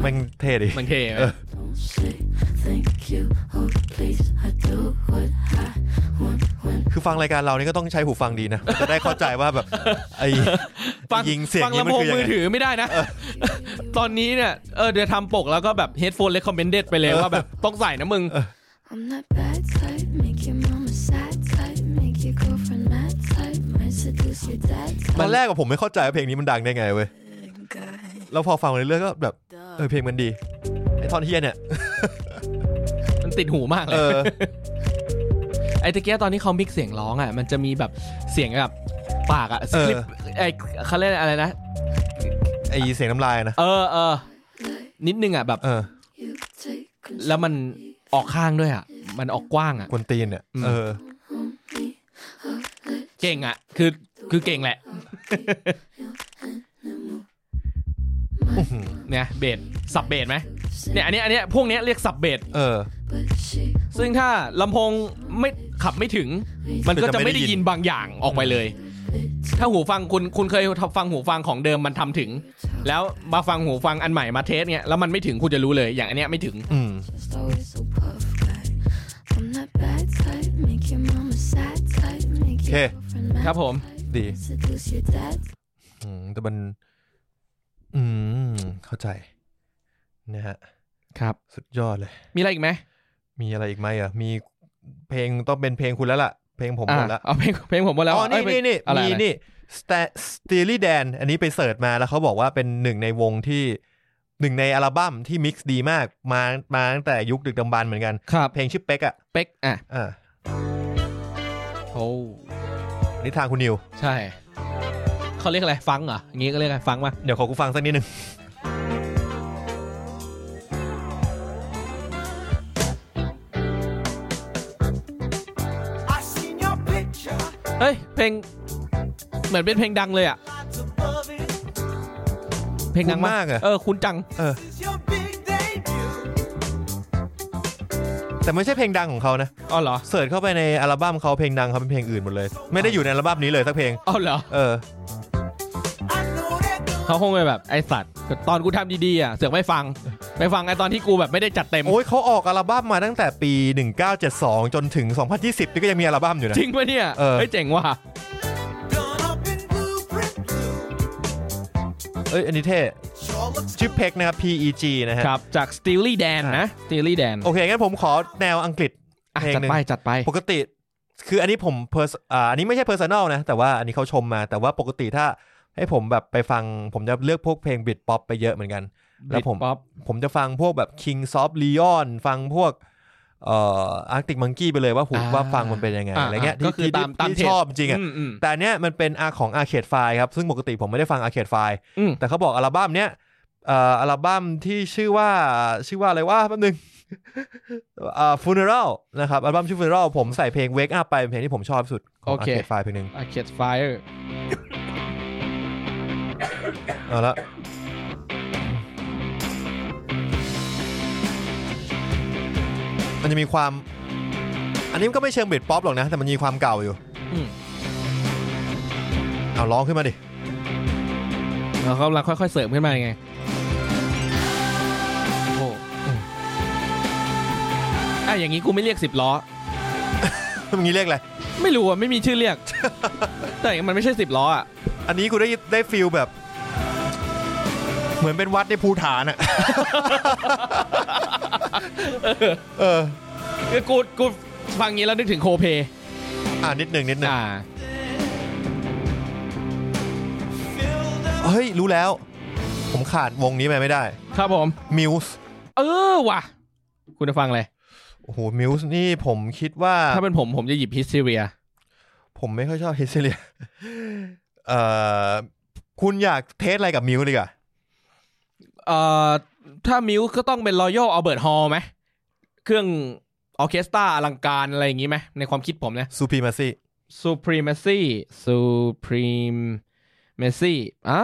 Speaker 1: แม่งเท่ดิ
Speaker 2: บางเทไหม
Speaker 1: เออ คือฟังรายการเรานี่ก็ต้องใช้หูฟังดีนะ จะได้เข้าใจว่าแบบไอ้
Speaker 2: ฟัง
Speaker 1: ยิงเสียง
Speaker 2: ฟัง
Speaker 1: นี้
Speaker 2: ลำ
Speaker 1: มัน
Speaker 2: โพง
Speaker 1: คือยัง
Speaker 2: มื
Speaker 1: ไง
Speaker 2: อถือไม่ได้นะ ตอนนี้เนี่ยเออเดี๋ยวทำปกแล้วก็แบบ headphone recommended ไปเลยว่าแบบต้องใส่นะมึง
Speaker 4: I'm that bad type, make your mama sad type, make your girlfriend mad type, might seduce your dad
Speaker 1: ต
Speaker 4: type.
Speaker 1: อนแรกกับผมไม่เข้าใจว่าเพลงนี้มันดังได้ไงเว้ย แล้วพอฟังไปเรื่อยๆก็แบบ เออเพลงมันดี ไอ้ท่อนเฮียเนี่ย
Speaker 2: มันติดหูมากเล
Speaker 1: เอย อ
Speaker 2: ไอ้ตะเกียบตอนที่เขามิกเสียงร้องอ่ะ มันจะมีแบบเสียงแบบปากอ่ะสคริป
Speaker 1: เอ
Speaker 2: ไอ้เขาเรียกอะไรนะ
Speaker 1: ไอ้เสียงน้ำลายนะ
Speaker 2: เออเออนิดนึงอ่ะแบบ
Speaker 1: เออ
Speaker 4: You take
Speaker 2: แล้วมันออกข้างด้วยอ่ะ มันออกกว้างอ่ะ
Speaker 1: กวนตีนเนี่ย
Speaker 2: อืม
Speaker 1: เออ
Speaker 2: เก่งอ่ะ คือคือเก่งแหละ เนี่ยเบสสับเบสไหมเนี่ยอันเนี้ยอันเนี้ยพวกเนี้ยเรียกสับเบส
Speaker 1: เออ
Speaker 2: ซึ่งถ้าลำโพงไม่ขับไม่ถึง มันก็จะไม่ได้ยินบางอย่างออกไปเลย ถ้าหูฟังคุณคุณเคยฟังหูฟังของเดิมมันทำถึง แล้วมาฟังหูฟังอันใหม่มาเทสเนี่ยแล้วมันไม่ถึงคุณจะรู้เลยอย่างอันเนี้ยไม่ถึง
Speaker 1: อืม
Speaker 4: just always so puff guy. I'm that bad type, make your mama sad type, make your
Speaker 1: Okay.
Speaker 4: girlfriend mad
Speaker 2: ครับผม
Speaker 4: type,
Speaker 1: ดี
Speaker 4: seduce your dad
Speaker 1: อืมแต่มัน อืม เข้าใจ นะฮะ
Speaker 2: ครับ
Speaker 1: สุดยอดเลย
Speaker 2: มีอะไรอีกไหม
Speaker 1: มีอะไรอีกไหมอ่ะ มีเพลงต้องเป็นเพลงคุณแล้วล่ะ เพลงผมหมด
Speaker 2: อ่ะ
Speaker 1: ละ
Speaker 2: เอาเพลงเพลงผมหมดแล้ว
Speaker 1: อ๋อ
Speaker 2: เอ้
Speaker 1: นี่
Speaker 2: ย
Speaker 1: นี่นี่
Speaker 2: อะไร
Speaker 1: มี
Speaker 2: อะไร
Speaker 1: นี่สตีลี่แดน อันนี้ไปเสิร์ชมาแล้วเขาบอกว่าเป็นหนึ่งในวงที่หนึ่งในอัลบั้มที่มิกซ์ดีมาก มา มาตั้งแต่ยุคดึกดำบรรพ์เหมือนกัน
Speaker 2: ครับ
Speaker 1: เพลงชื่อเป๊กอ่ะ
Speaker 2: เป๊กอ่ะ
Speaker 1: อ่า
Speaker 2: โอ้
Speaker 1: นิทางคุณนิว
Speaker 2: ใช่ เขาเรียกอะไรฟังเหรออย่างงี้ก็เรียกอะไรฟังมา
Speaker 1: เดี๋ยวขอกูฟังสักนิดนึง
Speaker 3: I seen your picture
Speaker 2: เอ้ย เพลง เหมือนเป็นเพลงดังเลยอ่ะ เพลงดัง
Speaker 1: คุ้นมากอะ
Speaker 2: เออ คุ้นจัง
Speaker 1: เออ แต่ไม่ใช่เพลงดังของเขานะ
Speaker 2: อ๋อเหรอ
Speaker 1: เสิร์ชเข้าไปในอัลบั้มเขาเพลงดังเขาเป็นเพลงอื่นหมดเลย ไม่ได้อยู่ในอัลบั้มนี้เลยสักเพลง
Speaker 2: อ๋อเหรอ
Speaker 1: เออ
Speaker 2: เขาคงไปแบบไอสัตว์ ตอนกูทำดีๆอ่ะ เสือกไม่ฟัง ไม่ฟังไอตอนที่กูแบบไม่ได้จัดเต็ม
Speaker 1: โอ้ยเขาออกอัลบั้มมาตั้งแต่ปี 1972 จนถึง 2020 นี่ก็ยังมีอัลบั้มอยู่นะ
Speaker 2: จริงปะเนี่ย
Speaker 1: เออ
Speaker 2: ยเจ๋งว่ะ
Speaker 1: เอ้ยอันนี้เท่ชื่อเพกนะครับ P E G นะฮะ
Speaker 2: ครับ จาก Steely Dan
Speaker 1: อ่ะ
Speaker 2: นะ Steely Dan
Speaker 1: โอเคงั้นผมขอแนวอังกฤษ
Speaker 2: อ่ะ
Speaker 1: เพลง
Speaker 2: จัด
Speaker 1: หนึ่ง
Speaker 2: ไป จัดไป
Speaker 1: ปกติ คืออันนี้ผม pers- อ่าอันนี้ไม่ใช่ personal นะ แต่ว่าอันนี้เขาชมมา แต่ว่าปกติถ้าให้ผมแบบไปฟัง ผมจะเลือกพวกเพลงบิดป๊อปไปเยอะเหมือนกัน แล้วผม
Speaker 2: Britpop
Speaker 1: ผมจะฟังพวกแบบ King of Leon ฟังพวกเอ่อ Arctic Monkey ไปเลยว่าหู
Speaker 2: อ่า
Speaker 1: ว่าฟังมันเป็นยังไง
Speaker 2: อ่า
Speaker 1: อะไรเงี้ย
Speaker 2: ก็คือ
Speaker 1: ที่ที่
Speaker 2: ตามตาม
Speaker 1: ที่
Speaker 2: เทป
Speaker 1: ชอบจริงอ่ะ
Speaker 2: มอืม
Speaker 1: แต่อันเนี้ยมันเป็นอาของ Arcade Fire ครับ ซึ่งปกติผมไม่ได้ฟัง Arcade Fire
Speaker 2: อืม
Speaker 1: แต่เขาบอกอัลบั้มเนี้ยเอ่ออัลบั้มที่ชื่อว่าชื่อว่าอะไรว่าแป๊บนึง เอ่อ Funeral นะครับ อัลบั้มชื่อ Funeral ผมใส่เพลง Wake Up ไปเป็นเพลงที่ผมชอบที่สุดของ Arcade Fire เพลงหนึ่ง
Speaker 2: อาเคียดไฟร์
Speaker 1: เอาละมันจะมีความ อันนี้มันก็ไม่เชิงเบสป๊อปหรอกนะ แต่มันมีความเก่าอยู่
Speaker 2: อืม
Speaker 1: เอาร้องขึ้นมาดิ
Speaker 2: เรากำลังค่อยๆ เสริมขึ้นมาไง โอ้โหอ่ะอย่างนี้กูไม่เรียกสิบล้อ
Speaker 1: มันงี้เรียกอะไร
Speaker 2: ไม่รู้อ่ะ ไม่มีชื่อเรียก แต่มันไม่ใช่สิบล้ออ่ะ
Speaker 1: อันนี้กูได้ได้ฟิลแบบ เหมือนเป็นวัดในภูฐานอะเออ
Speaker 2: คือกูกูฟังอย่างนี้แล้วนึกถึงโคเพ
Speaker 1: อ่านิดหนึ่งนิดหนึ่ง
Speaker 2: อ่า
Speaker 1: เฮ้ย รู้แล้ว ผมขาดวงนี้ไปไม่ได้
Speaker 2: ครับผม
Speaker 1: มิวส์
Speaker 2: เออว่ะ คุณจะฟังอะไร
Speaker 1: โอ้โหมิวส์นี่ผมคิดว่า
Speaker 2: ถ้าเป็นผมผมจะหยิบฮิสเ e เรีย
Speaker 1: ผมไม่ค่อยชอบเฮสเซเลียเอ่อคุณอยากเทสอะไรกับมิวส์ดีกว่า
Speaker 2: เอ่อ ถ้ามิวก็ต้องเป็นรอยัลอ l เบิร์ตฮอลไหม เครื่องออเคสตราอลังการอะไรอย่างนี้ไหม ในความคิดผมนะ
Speaker 1: ซูพีมาซี่
Speaker 2: supremacy supremacy อ่า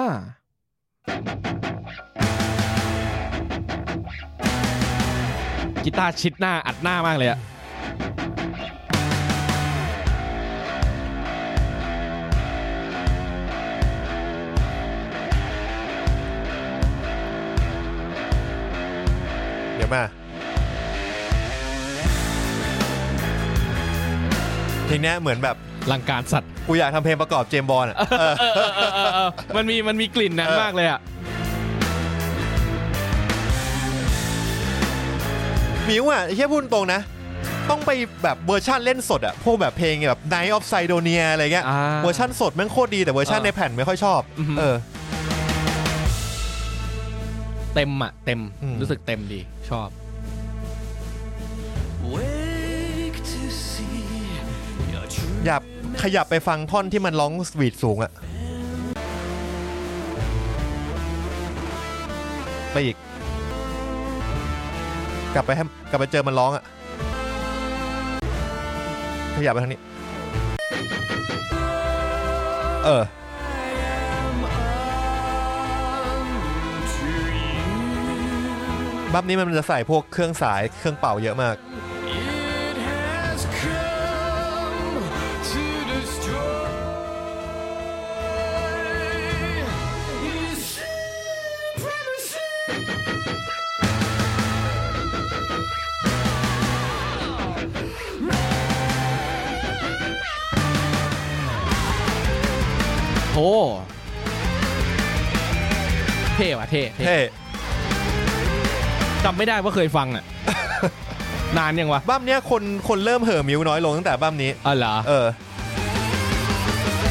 Speaker 2: กีตาร์ชิดหน้าอัดหน้ามากเลยอะ
Speaker 1: เดี๋ยวมาเพลงเนี้ยเหมือนแบบ
Speaker 2: ลังการสัตว์
Speaker 1: กูอยากทำเพลงประกอบเจมส์บอลอะ
Speaker 2: เออเออเออเออเออมันมีมันมีกลิ่นนั้นมากเลยอะ
Speaker 1: มิวอ่ะไอ้เฮียพูดตรงๆนะ ต้องไปแบบเวอร์ชันเล่นสดอ่ะ พวกแบบเพลงแบบ Night of Sidonia อะไรเงี้ย
Speaker 2: อ่า
Speaker 1: เวอร์ชันสดแม่งโคตรดีแต่เวอร์ชัน
Speaker 2: เออ
Speaker 1: ในแผ่นไม่ค่อยชอบ
Speaker 2: อือหือ
Speaker 1: เออ
Speaker 2: เต็มอะเต็ม
Speaker 1: อืม
Speaker 2: รู้สึกเต็มดี ชอบ
Speaker 1: อยากขยับไปฟังท่อนที่มันร้องสวีทสูงอ่ะ ไปอีก กลับไปให้กลับไปเจอมันร้องอ่ะ ขยับไปทางนี้ เออ บัมนี้มันจะใส่พวกเครื่องสายเครื่องเป่าเยอะมาก
Speaker 2: โอ้เท่ว่ะเท่เท่
Speaker 1: เท่
Speaker 2: จำไม่ได้ว่าเคยฟัง อะนานยังวะ
Speaker 1: บัมเนี้ยคนคนเริ่มเห่อมิวน้อยลงตั้งแต่บัมนี้
Speaker 2: อ๋อเหรอ
Speaker 1: เออ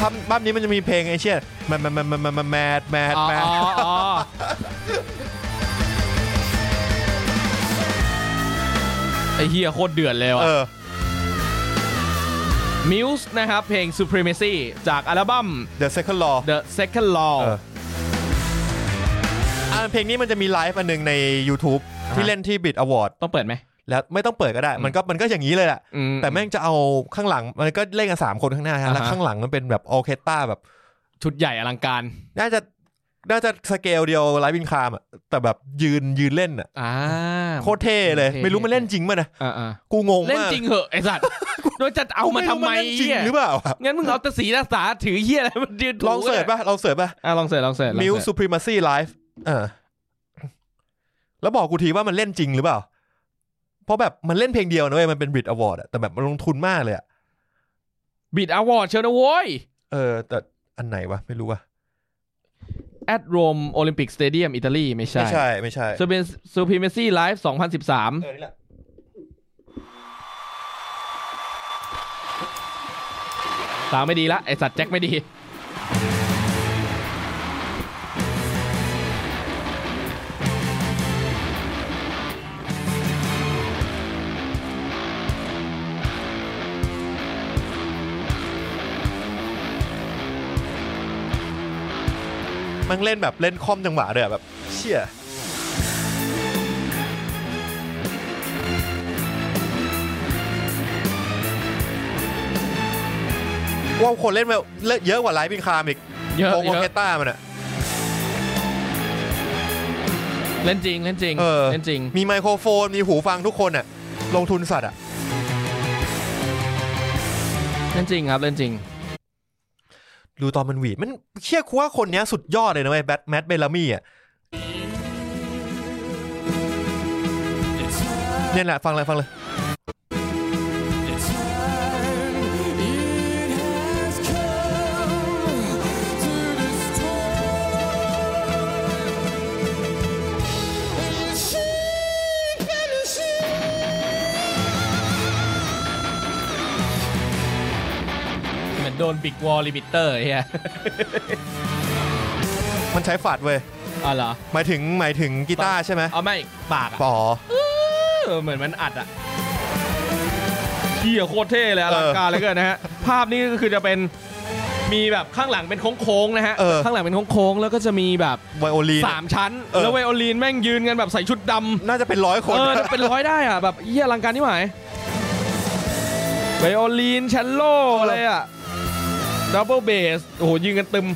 Speaker 1: ทำบัมนี้มันจะมีเพลงไอ้เชี่ยแมนแมนแมนแมนแมนแมนแมน
Speaker 2: อ๋อ
Speaker 1: แมน
Speaker 2: อ๋ออ๋อ ไอเฮียโคตรเดือดเลยว่ะ
Speaker 1: เออ
Speaker 2: Muse นะครับ เพลง Supremacy จากอัลบั้ม
Speaker 1: The Second Law
Speaker 2: The Second Law
Speaker 1: เอออ่าเพลงนี้มันจะมีไลฟ์อันหนึ่งใน YouTube ที่เล่นที่ Bit Award
Speaker 2: ต้องเปิดไหม
Speaker 1: แล้วไม่ต้องเปิดก็ได้ มันก็มันก็อย่างนี้เลยแหละ
Speaker 2: อื
Speaker 1: แต่แม่งจะเอาข้างหลังมันก็เล่นกันสามคนข้างหน้าฮะแล้ว
Speaker 2: อ่าฮะ
Speaker 1: ข้างหลังมันเป็นแบบออเคสตราแบบ
Speaker 2: ชุดใหญ่อลังการ
Speaker 1: น่าจะน่าจะสเกลเดียวไลฟ์บินคามอะแต่แบบยืนยืนเล่นอะ
Speaker 2: อ่า
Speaker 1: โคตรเท่เลย
Speaker 2: เท่
Speaker 1: ไม่รู้มันเล่นจริงมั้ยนะ
Speaker 2: อ่าอ่า
Speaker 1: กูงง
Speaker 2: เล่น
Speaker 1: มาก
Speaker 2: จริงเหอะไอ สัตว์โดยจะเอามาทำไม
Speaker 1: รู้นเล่นจริง
Speaker 2: เหี้ย
Speaker 1: หรือเปล่าอะ
Speaker 2: งั้นมึงเอาแตะสีรักษาถือเฮียอะไรมันยืนถู
Speaker 1: ลองเสิร์ชป่ะลองเสิร์ชป่ะ
Speaker 2: อ่ะลองเสิร์ชลองเสิร์ชลอง
Speaker 1: มิ
Speaker 2: เสิ
Speaker 1: ว
Speaker 2: ร์ช
Speaker 1: สุพรีมาซี่ไลฟ์เออแล้วบอกกูทีว่ามันเล่นจริงหรือเปล่า เพราะแบบมันเล่นเพลงเดียวนะเว้ย มันเป็นบริดอวอร์ดอะแต่แบบมันลงทุนมากเลยอะ
Speaker 2: บิดอวอร์ดเชียวนะโว้ย
Speaker 1: เออ แต่อันไหนวะ ไม่รู้วะ
Speaker 2: at Rome Olympic Stadium อิตาลีไม่ใช่
Speaker 1: ไม่ใช่ไม่ใช่
Speaker 2: ซูเปนซูพิเมซี่ไลฟ์2013
Speaker 1: เออ นี่แหละ
Speaker 2: สาวไม่ดีละไอสัตว์แจ็คไม่ดี
Speaker 1: มันเล่นแบบเล่นคอมจังหวะเลยอะแบบ เชี่ยว่าคนเล่นมาเล่นเยอะกว่าไลฟ์บินคามอีก
Speaker 2: เยอะ
Speaker 1: วง
Speaker 2: เย
Speaker 1: ออเค
Speaker 2: อะ
Speaker 1: สตรามันอะ
Speaker 2: เล่นจริง เล่นจริง
Speaker 1: เออ
Speaker 2: นจริง
Speaker 1: มีไมโครโฟน มีหูฟังทุกคนอะลงทุนสัตว์อะ
Speaker 2: เล่นจริงครับ เล่นจริง
Speaker 1: ดูตอนมันหวีดมันเชื่อคุว่าคนเนี้ยสุดยอดเลยนะเว้ยแบทแมทเบลลามี่อะเนี่ยแหละ ฟังเลยฟังเลย
Speaker 2: เหมือนโดนบิ๊กวอลลิมิเตอร์เฮีย
Speaker 1: มันใช้ฝาดเว้ย
Speaker 2: อ๋อเหรอ
Speaker 1: หมายถึงหมายถึงกีตาร์ใช่ไหม
Speaker 2: เอาไม่ปากอะ
Speaker 1: ป๋อ
Speaker 2: เออเหมือนมันอัดอะเฮียโคตรเท่เลยอลังการเหลยเกินนะฮะ ภาพนี้ก็คือจะเป็นมีแบบข้างหลังเป็นโค้งๆนะฮะ
Speaker 1: เออ
Speaker 2: ข้างหลังเป็นโค้งๆแล้วก็จะมีแบบ
Speaker 1: ไวโอลิน
Speaker 2: สามชั้น
Speaker 1: เออ
Speaker 2: แล้วไวโอลินแม่งยืนกันแบบใส่ชุดดำ
Speaker 1: น่าจะเป็นร้อยคน
Speaker 2: เออเป็นร้อยได้อ่ะ แบบเยี่ยอลังการนี่หมายไวโอลินชันโลอะไรอ่ะดับเบิลเบสโอ้โหยืนกันตึม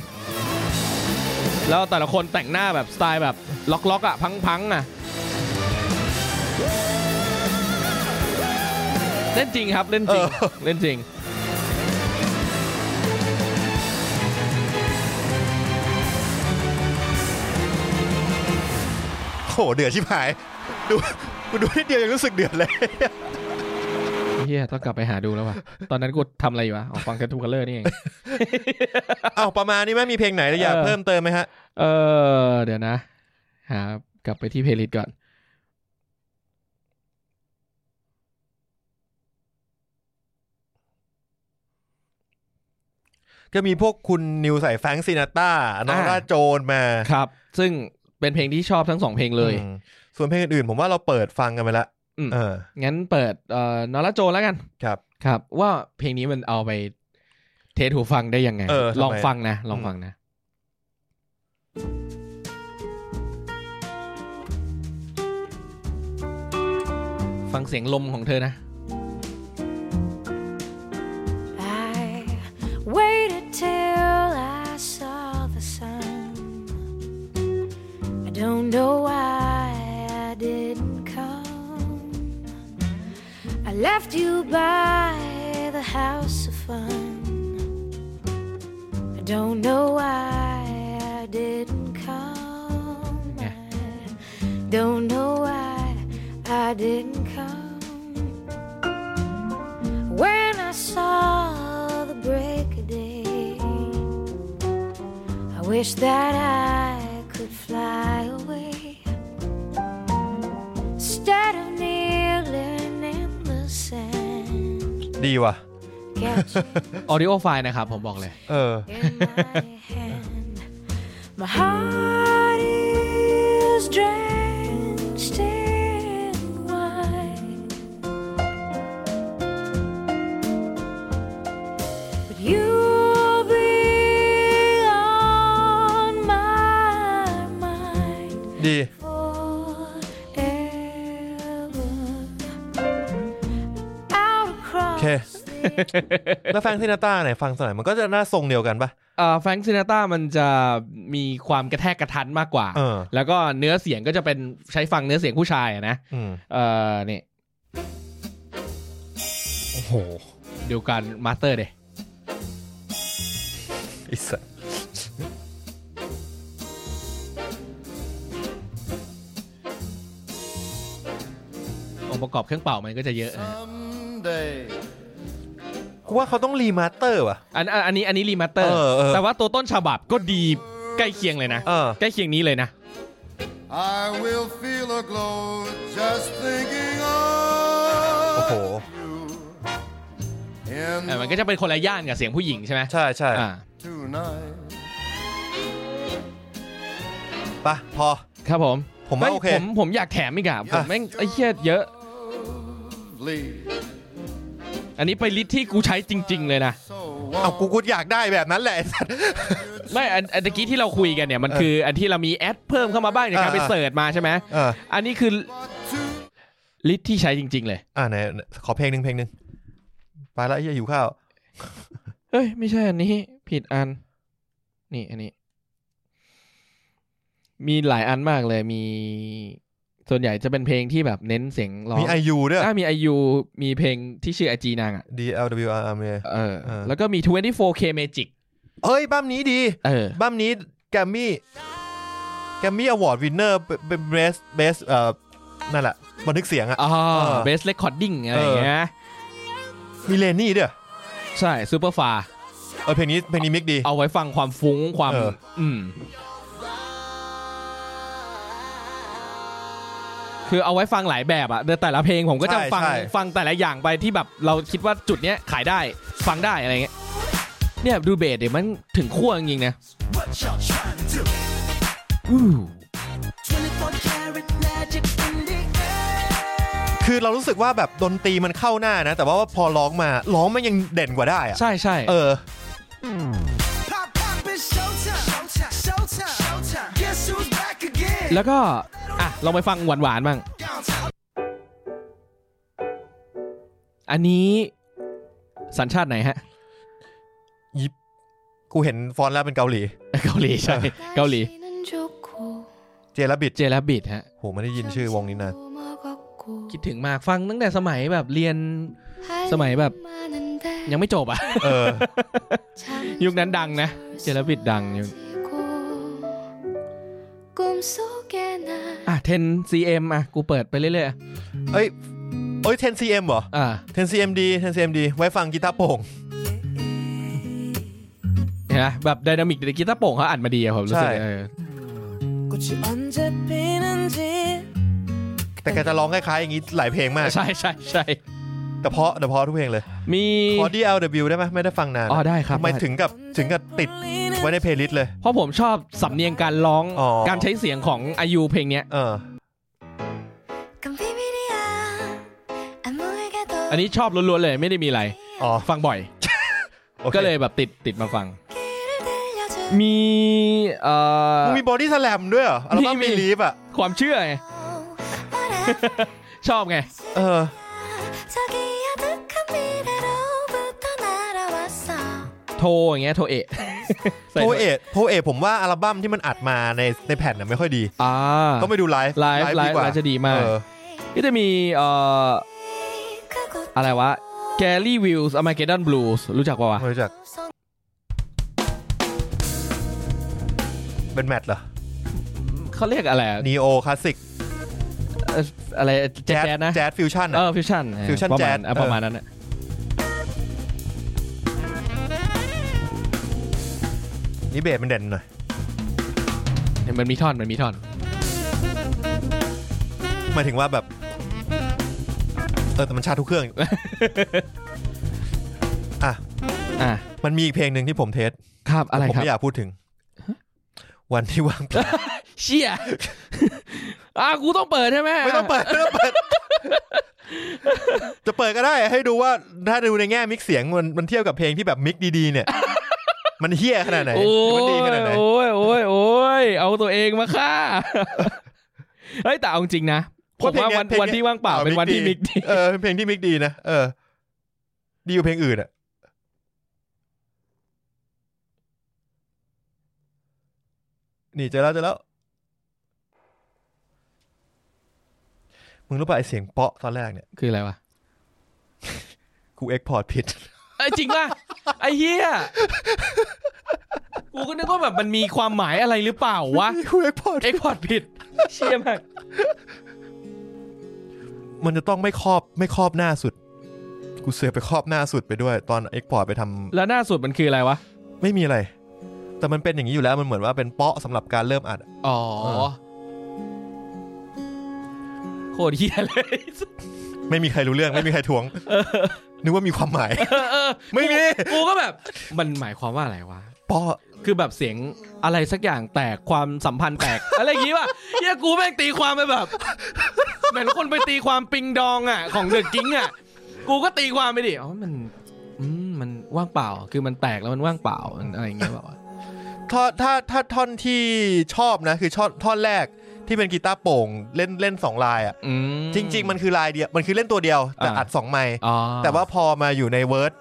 Speaker 2: แล้วแต่ละคนแต่งหน้าแบบสไตล์แบบล็อกๆอ่ะ พังๆอ่ะ เล่นจริงครับเล่นจริงเล่นจริง
Speaker 1: โอ้โหเดือดชิบหาย ดูกูดูนิดเดียวยังรู้สึกเดือดเลย
Speaker 2: เฮียต้องกลับไปหาดูแล้วว่ะ ตอนนั้นกูทำอะไรอยู่วะออกฟังกันทูคัลเลอร์นี่เอง
Speaker 1: อ้าวประมาณนี้ไหมมีเพลงไหนอยาก
Speaker 2: เออ
Speaker 1: เพิ่มเติมไหมฮะ
Speaker 2: เออเดี๋ยวนะหากลับไปที่เพลย์ลิสต์ก่อน
Speaker 1: ก็มีพวกคุณนิวใส่แฟรงค์ซินาต้าน้อง
Speaker 2: อ่า
Speaker 1: ราโจนมา
Speaker 2: ครับ ซึ่งเป็นเพลงที่ชอบทั้งสองเพลงเลย
Speaker 1: อืมส่วนเพลงอื่นๆผมว่าเราเปิดฟังกันไปละ
Speaker 2: อืม
Speaker 1: เออ
Speaker 2: งั้นเปิดเอ่อนอร่าโจนแล้วกัน
Speaker 1: ครับ
Speaker 2: ครับ ว่าเพลงนี้มันเอาไปเทสหูฟังได้ยังไง
Speaker 1: เออทำไม
Speaker 2: ลองฟังนะ ลองฟังนะ ฟังเสียงลมของเธอนะ
Speaker 4: I waited till I saw the sun. I don't know why I didn't come. I left you by the house of fun. I don't know why I didn't come.
Speaker 2: Yeah.
Speaker 4: I don't know why I didn't come. When I saw the break of day, I wish that I could fly away. Instead of kneeling in the sand,
Speaker 1: ดีว่ะ
Speaker 4: catch it
Speaker 2: ออดิโอไฟล์นะครับ ผมบอกเลย
Speaker 1: เออ
Speaker 4: in my hand. My heart is drenched in wine. But you'll be on my mind
Speaker 1: ดี
Speaker 4: forever.
Speaker 1: เค แล้วแฟรงค์ซินาต้าเนี่ยฟังสมัยมันก็จะหน้าทรงเดียวกันปะ
Speaker 2: เอ่อแฟรงซินาต้ามันจะมีความกระแทกกระทันมากกว่า
Speaker 1: เออ
Speaker 2: แล้วก็เนื้อเสียงก็จะเป็นใช้ฟังเนื้อเสียงผู้ชายอะนะ
Speaker 1: อืม
Speaker 2: เออนี่ โอ้โห เดียวกันมาสเตอร์เดย
Speaker 1: ไอ้สัส
Speaker 2: องค์ประกอบเครื่องเป่ามันก็จะเยอะนะ
Speaker 6: Someday.
Speaker 1: กูว่าเขาต้องรีมาสเตอร์ว่ะ
Speaker 2: อันอันอันนี้อันนี้รีมาสเตอร์
Speaker 1: เออเออ
Speaker 2: แต่ว่าตัวต้นฉบับก็ดีใกล้เคียงเลยนะ
Speaker 1: เออ
Speaker 2: ใกล้เคียงนี้เลยนะ
Speaker 6: I will feel a glow just thinking
Speaker 1: โอ้โห
Speaker 6: of you
Speaker 2: เออมัน
Speaker 6: in
Speaker 2: ก็จะเป็นคนละย่านกับเสียงผู้หญิงใช่ไหม
Speaker 1: ใช่ใช่
Speaker 2: อ่า
Speaker 6: tonight.
Speaker 1: ปะพอ
Speaker 2: ครับผม
Speaker 1: ผมว่า
Speaker 2: ฮ้ย
Speaker 1: โอเค
Speaker 2: ผมผมอยากแถมอีกอะผมแม่งไอ้เหี้ยเยอะ
Speaker 6: Leave.
Speaker 2: อันนี้ไปลิสต์ที่กูใช้จริง ๆ เลยนะ
Speaker 6: So
Speaker 1: เอากูกูอยากได้แบบนั้นแหละไอ้ สัส
Speaker 2: ไม่อันอันตะกี้ที่เราคุยกันเนี่ยมันคืออันที่เรามีแอดเพิ่มเข้ามาบ้างในการ
Speaker 1: อ่า
Speaker 2: ไปเสิร์ชมาใช่ไหม
Speaker 1: เออ
Speaker 2: อันนี้คือ
Speaker 6: to
Speaker 2: ลิสต์ที่ใช้จริง ๆ เลย
Speaker 1: อ่าไหนขอเพลงหนึ่งเพลงหนึ่งไปละไอ้เหี้ยอยู่ข้าว
Speaker 2: เฮ้ย ไม่ใช่อันนี้ ผิดอัน นี่อันนี้ มีหลายอันมากเลยมี ส่วนใหญ่จะเป็นเพลงที่แบบเน้นเสียงร้อง
Speaker 1: มีไอยูด้วย
Speaker 2: อ่ะมีไอยูมีเพลงที่ชื่อไอจีนางอ่ะ
Speaker 1: D L W R M
Speaker 2: เออ
Speaker 1: เออ
Speaker 2: แล้วก็มี 24K Magic
Speaker 1: เฮ้ยบั้มนี้ดี
Speaker 2: เออ
Speaker 1: บั้มนี้แกมมี่แกมมี่อวอร์ดวินเนอร์เป็นเบสเบสเอ่อนั่นแหละบันทึกเสียงอ่ะ
Speaker 2: อ๋อ
Speaker 1: เออ
Speaker 2: Best Recording อะไรอย่างเงี้ย
Speaker 1: มีเลนนี่ด้วย
Speaker 2: ใช่ Super Far
Speaker 1: เออเพลงนี้เพลงนี้มิกดี
Speaker 2: เอาไว้ฟังความฟุ้งความ
Speaker 1: เออ
Speaker 2: อืม คือเอาไว้ฟังหลายแบบอะแต่แต่ละเพลงผมก็จะ
Speaker 1: ใช่
Speaker 2: ฟัง
Speaker 1: ใช่
Speaker 2: ฟังแต่ละอย่างไปที่แบบเราคิดว่าจุดเนี้ยขายได้ฟังได้อะไรเงี้ย เนี่ยดูเบสเดี๋ยวมันถึงขั้วจริงๆนะ
Speaker 3: What y'all trying to do?
Speaker 2: อู้
Speaker 3: 24 karat magic in the air.
Speaker 1: คือเรารู้สึกว่าแบบดนตรีมันเข้าหน้านะ แต่ว่าพอร้องมาร้องมันยังเด่นกว่าได้อะ
Speaker 2: ใช่ใช่
Speaker 1: เออ
Speaker 3: Pop pop it's showtime. Showtime. Showtime. Showtime. Guess who's back again?
Speaker 2: แล้วก็อ่ะลองไปฟังหวานหวานๆบ้าง อันนี้สัญชาติไหนฮะ
Speaker 1: ยิบกูเห็นฟอนต์แล้วเป็นเกาหลี
Speaker 2: เกาหลีใช่ เกาหลี
Speaker 1: เจลบิด
Speaker 2: เจลาบิดฮะ
Speaker 1: โหไม่ได้ยินชื่อวงนี้นาน
Speaker 2: คิดถึงมากฟังตั้งแต่สมัยแบบเรียน สมัยแบบ ยังไม่จบอ่ะ
Speaker 1: เออ
Speaker 2: ยุคนั้นดังนะ เจลาบิดดังอยู่ อ่ะ 10 cm อ่ะ กูเปิดไปเรื่อยๆอ่ะ
Speaker 1: เอ้ยเอ้ย 10cm เหรอ
Speaker 2: อ่ะ
Speaker 1: 10cm ดี 10cm ดี ไว้ฟังกีตาร์โปร่ง
Speaker 2: เห็นไหมแบบไดนามิกกีตาร์โป่งเขาอัดมาดีอะผมรู้สึก
Speaker 1: ใช่
Speaker 2: เออ
Speaker 3: 꽃이 언제 피는지
Speaker 1: แต่แกจะร้องคล้ายๆอย่างนี้หลายเพลงมาก
Speaker 2: ใช่ใช่ใช่
Speaker 1: แต่เพราะแต่เพราะทุกเพลงเลย
Speaker 2: มี
Speaker 1: ขอ DLW ได้ไหมไม่ได้ฟังนาน
Speaker 2: อ๋อได้ครับ
Speaker 1: ทำไม
Speaker 2: ได้
Speaker 1: ถึงกับถึงกับติดไว้ในเพลย์ลิสต์เลย
Speaker 2: เพราะผมชอบสำเนียงการร้อง
Speaker 1: อ๋อ
Speaker 2: การใช้เสียงของอายุเพลงเนี้ย
Speaker 1: เออ
Speaker 2: อันนี้ชอบล้วนๆเลยไม่ได้มีอะไร
Speaker 1: อ๋อ
Speaker 2: ฟังบ่อย
Speaker 1: โอค
Speaker 2: ก็เลยแบบติดติดมาฟัง มีเอ่อ
Speaker 1: มึงมีบอดี้สแลมด้วยเหรออัลบั้มมี
Speaker 2: มีมี
Speaker 1: ลีฟอ่ะ
Speaker 2: ความเชื่อไง ชอบไง
Speaker 1: เออ
Speaker 2: โทรอย่างเงี้ยโทรเอะ ใส่
Speaker 1: โพเอทโพเอทผมว่าอัลบั้มที่มันอัดมาในในแผ่นน่ะไม่ค่อยดี
Speaker 2: อ่า
Speaker 1: ต้องไปดูไลฟ์
Speaker 2: ไลฟ์
Speaker 1: ดีกว่า
Speaker 2: ไลฟ์จะดีมาก
Speaker 1: เออ
Speaker 2: ก็จะมีเอ่ออะไรวะแกลลี่วิลส์อเมริกันบลูส์รู้จักปะวะ
Speaker 1: ไม่รู้จักเป็นแมทเหรอ
Speaker 2: เขาเรียกอะไรอะ
Speaker 1: น e โอคลาสสิก
Speaker 2: เอ่ออะไรแจ๊สนะ
Speaker 1: แจ๊สฟิวชั่น
Speaker 2: เออฟิวชั่น
Speaker 1: fusion
Speaker 2: ประมาณ
Speaker 1: jazz
Speaker 2: อ่ะ
Speaker 1: เออ
Speaker 2: ประมาณนั้นน่ะ
Speaker 1: นี่เบสมันเด่นหน่อย
Speaker 2: เนี่ยมันมีท่อนมันมีท่อน
Speaker 1: หมายถึงว่าแบบ เออแต่มันชาทุกเครื่อง อ่ะ
Speaker 2: อ่ะ
Speaker 1: มันมีอีกเพลงหนึ่งที่ผมเทส
Speaker 2: ครับอะไร
Speaker 1: ผม
Speaker 2: ครับ
Speaker 1: ไม่อยากพูดถึง วันที่ว่างเปล่า
Speaker 2: เชี่ย อ่ะกูต้องเปิดใช่ไหม
Speaker 1: ไม่ต้องเปิดไม่ต้องเปิด จะเปิดก็ได้ ให้ดูว่าถ้าดูในแง่มิกเสียงมันมันเทียบกับเพลงที่แบบมิกดีๆเนี่ย มันเฮี้ยขนาดไหน
Speaker 2: โอ้
Speaker 1: หรือย มันดีขนาดไหน
Speaker 2: โอ้ยโอ้ยโอ้ยเอาตัวเองมา ฆ่า เฮ้ยแต่เอาจริงนะผมว่าวัน
Speaker 1: เพลงเย
Speaker 2: วันที่ว่างเปล่า
Speaker 1: อ อ
Speaker 2: เป็นวันที่มิกดี
Speaker 1: เออเป็นเพลงที่มิกดีนะเออ ดีกว่าเพลงอื่นอะนี่เจอแล้วเจอแล้ว มึงรู้ป่ะไอเสียงเปาะตอนแรกเนี่ย
Speaker 2: คืออะไรวะ
Speaker 1: กูเอ็กพอร์ตผิด
Speaker 2: ไอ้ยจริงป่ะ ไอ้เหี้ยกูก็นึกว่าแบบมันมีความหมายอะไรหรือเปล่าวะ
Speaker 1: กูเอ็กพอร์ต
Speaker 2: เอ็กพอร์ตผิด เชี่ยมาก
Speaker 1: มันจะต้องไม่ครอบไม่ครอบหน้าสุด กูเสือกไปครอบหน้าสุดไปด้วย ตอนเอ็กพอร์ตไปทำ
Speaker 2: แล้วหน้าสุดมันคืออะไรวะ
Speaker 1: ไม่มีอะไร แต่มันเป็นอย่างนี้อยู่แล้วมันเหมือนว่าเป็นเปาะสำหรับการเริ่มอัดอะ
Speaker 2: อ๋อ
Speaker 1: เออ
Speaker 2: โคตรเหี้ยเลย
Speaker 1: ไม่มีใครรู้เรื่องไม่มีใครทวงนึกว่ามีความหมาย ไม่มี
Speaker 2: กูก็แบบ มันหมายความว่าอะไรวะ
Speaker 1: เปาะ
Speaker 2: คือแบบเสียงอะไรสักอย่างแตกความสัมพันธ์แตก อะไรอย่างงี้ป่ะเฮียกูแม่งตีความไปแบบเหมือนคนไปตีความปิงดองอ่ะ ของเดอะกิ้งอ่ะ กูก็ตีความไปดิอ๋อมันอืมมันว่างเปล่า คือมันแตกแล้วมันว่างเปล่ามันอะไรอย่างเงี้ยแบบว่า
Speaker 1: ท่อนถ้าถ้าท่อนที่ชอบนะ คือท่อนท่อนแรกที่เป็นกีตาร์โปร่งเล่นเล่นสองลายอ่ะ
Speaker 2: อืม
Speaker 1: จริง ๆ มันคือลายเดียวมันคือเล่นตัวเดียว แต่
Speaker 2: อ่า
Speaker 1: อัดสองไมค์
Speaker 2: อ๋อ
Speaker 1: แต่ว่าพอมาอยู่ในเวิร์ด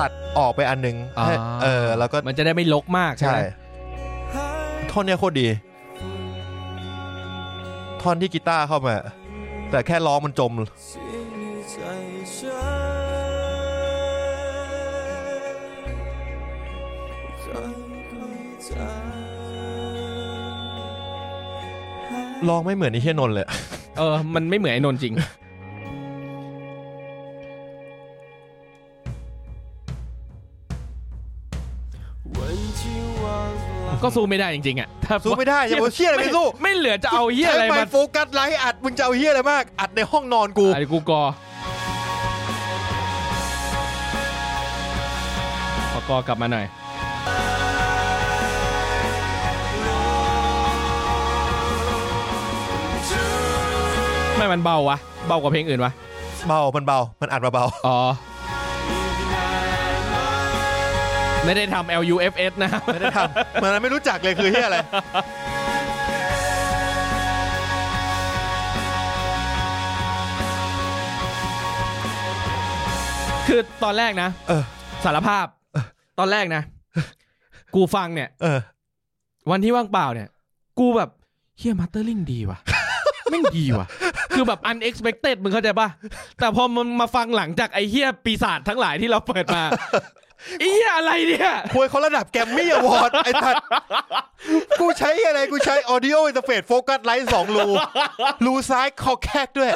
Speaker 1: ตัดออกไปอันหนึง
Speaker 2: อ๋อ
Speaker 1: ให้เออ แล้วก็
Speaker 2: มันจะได้ไม่ลกมากใช่
Speaker 1: ใช่
Speaker 2: ไหม
Speaker 1: ท่อนเนี้ยโคตรดี ท่อนที่กีตาร์เข้ามา แต่แค่ร้องมันจม
Speaker 3: สิ่งในใจฉันค่อยๆจางหาย
Speaker 1: ร้องไม่เหมือนไอ้เฮียนนท์เลย
Speaker 2: เออ มันไม่เหมือนไอ้นนท์จริง
Speaker 3: วันที่ว่างเปล่า
Speaker 2: ก็สู้ไม่ได้จริงๆอ่ะถ้า
Speaker 1: สู้ไม่ได้อย่าบอกเชี่ยอะไรไม่สู้
Speaker 2: ไม่เหลือจะเอาเฮียอะไร
Speaker 1: ใช้
Speaker 2: มา
Speaker 1: ไมค์โฟกัสไลท์อัดมึงจะเอาเฮียอะไรมาก อัดในห้องนอนกู
Speaker 2: อะไรกูกอขอกอกลับมาหน่อย ไม่มันเบาวะ เบากว่าเพลงอื่นวะ
Speaker 1: เบามันเบา มันอัดมาเบา
Speaker 2: อ๋อ ไม่ได้ทำ LUFS นะ
Speaker 1: ไม่ได้ทำ มันไม่รู้จักเลยคือเฮียอะไร
Speaker 2: คือตอนแรกนะ
Speaker 1: เออ
Speaker 2: สารภาพ ตอนแรกนะ กูฟังเนี่ย
Speaker 1: เออ
Speaker 2: วันที่ว่างเปล่าเนี่ย กูแบบเฮียมาสเตอร์ลิงดีว่ะ แม่งดีว่ะ คือแบบ unexpected มึงเข้าใจป่ะ แต่พอมันมาฟังหลังจากไอเฮียปีศาจทั้งหลายที่เราเปิด มาไอ้เฮียอะไรเนี่ย
Speaker 1: ควยเขาระดับแกรมมี่อวอร์ดไอ้ทัดกูใช้อะไรกูใช้ audio interface focus light สองรูรูซ้ายคอแคกด้วย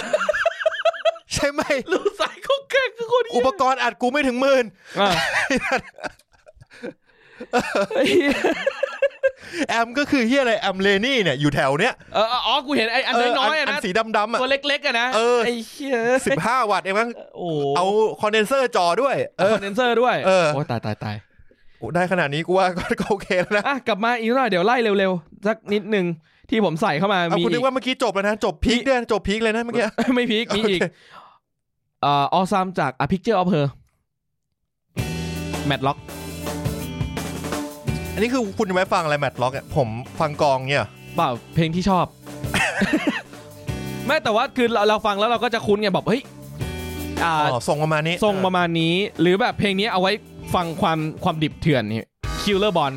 Speaker 1: ใช่ไหม
Speaker 2: รู้สายเขาแกล้งคือคนเหี้ย
Speaker 1: อุปกรณ์อัดกูไม่ถึงหมื่น
Speaker 2: อ่ะไอ้เหี้ย
Speaker 1: แอมก็คือเฮียอะไร แอมเลนี่เนี่ย อยู่แถวเนี้ย
Speaker 2: เอออ๋อ กูเห็นไออันน้อยๆอะ
Speaker 1: เอัน
Speaker 2: นะ
Speaker 1: สีดำๆอ่ะ
Speaker 2: ตัวเล็กๆอะนะ
Speaker 1: เออ
Speaker 2: ไอเฮีย
Speaker 1: สิบห้าวัตต์เองมั้ง
Speaker 2: โอ้โห
Speaker 1: เอาคอนเดนเซอร์จอด้วย เอ
Speaker 2: ค
Speaker 1: อ
Speaker 2: อนเดนเซอร์ด้วย
Speaker 1: เออ
Speaker 2: โอ้ยตายตายตาย
Speaker 1: กูได้ขนาดนี้กูว่า ก็ก็โอเคแล้วนะ
Speaker 2: อ่ะกลับมาอีกหน่อยเดี๋ยวไล่เร็วๆสักนิดหนึ่งที่ผมใส่เข้ามา
Speaker 1: เอา
Speaker 2: มี
Speaker 1: กู
Speaker 2: อี
Speaker 1: นึกว่าเมื่อกี้จบแล้วนะ จบพีคด้วยนะจบพีคเลยนะเมื่อกี้
Speaker 2: ก ไม่พีคมีอีก
Speaker 1: โอเค
Speaker 2: เอ่อออซามจากอพิกเจอร์ออฟเฮอร์แมทล็อก
Speaker 1: อันนี้คือคุณไว้ฟังอะไรแมทล็อกอ่ะผมฟังกองเนี่ย
Speaker 2: เปล่าเพลงที่ชอบ ไม่แต่ว่าคือเราเราฟังแล้วเราก็จะคุ้นไงแบบเฮ้ยอ่า
Speaker 1: อ๋อส่งประมาณนี้
Speaker 2: ทรงประมาณนี้ หรือแบบเพลงนี้เอาไว้ฟังความความดิบเถื่อนนี่คิลเลอร์บอล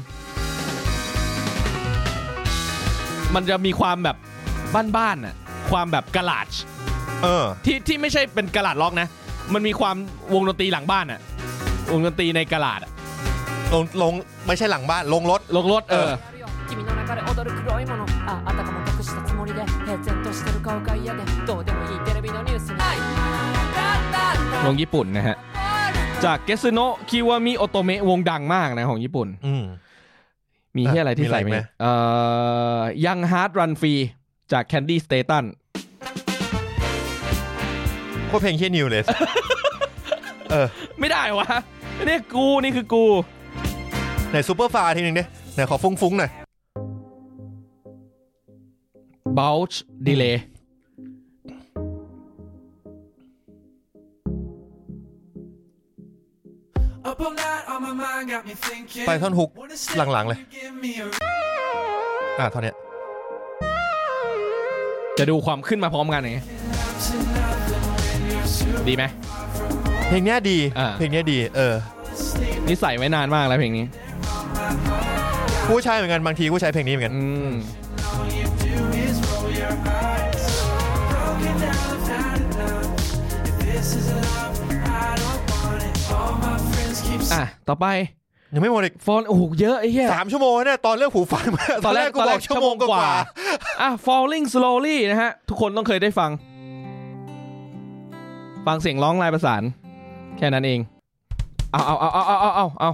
Speaker 2: มันจะมีความแบบบ้านๆน่ะความแบบกะลาช
Speaker 1: เออ
Speaker 2: ที่ที่ไม่ใช่เป็นกะลาดล็อกนะ มันมีความวงดนตรีหลังบ้านอะวงดนตรีในกะลาดอะ
Speaker 1: ลงลงไม่ใช่หลังบ้านลงรถ
Speaker 2: ลงรถเออ
Speaker 8: 君の中で踊る黒いものああたかも隠したつもりで平然としてる顔が嫌でどうでもいいテレビのニュースにはい
Speaker 2: วงญี่ปุ่นนะฮะ จากเกซึโนะคิวามิโอโตเมะวงดังมากนะของญี่ปุ่น
Speaker 1: อืม
Speaker 2: มีที่อะไรที่
Speaker 1: มีอะไร
Speaker 2: ใส่ไหม
Speaker 1: ไหม
Speaker 2: เอ่อยังฮาร์ดรันฟรีจากแคนดี้สเตตัน
Speaker 1: โคตรเพลงเฮียนิวเลย เออ
Speaker 2: ไม่ได้วะนี่กูนี่คือกู
Speaker 1: ไหนซูเปอร์ฟาทีหนึ่งดิไหนขอฟุ้งๆหน่อย
Speaker 2: บ u ชดีเลย์
Speaker 1: ไปท่อนฮุกหลังๆเลย อ่ะท่อนเนี้ย
Speaker 2: จะดูความขึ้นมาพร้อมกันไงดีไหม
Speaker 1: เพลงเนี้ยดี
Speaker 2: อ่า
Speaker 1: เพลงเนี้ยดีเออ
Speaker 2: นี่ใส่ไว้นานมากแล้วเพลงนี้
Speaker 1: กูใช้เหมือนกันบางทีกูใช้เพลงนี้เหมือนกัน
Speaker 2: อืม อ่ะ ต่อไป
Speaker 1: ยังไม่หมดอีก
Speaker 2: โฟนโอ้โหเยอะไอ้เหี้ย
Speaker 1: สามชั่วโมงเนี่ยตอนเรื่องหูฟังมาตอนแรกกู
Speaker 2: ตอน
Speaker 1: บ
Speaker 2: แร
Speaker 1: อก กชั่วโมงก
Speaker 2: ชั่วโมงก
Speaker 1: ว่า
Speaker 2: ว่า อ่ะ falling slowly นะฮะ ทุกคนต้องเคยได้ฟัง ฟังเสียงร้องลายประสาน แค่นั้นเอง เอาเอาเอาเอาเอาเอาเอา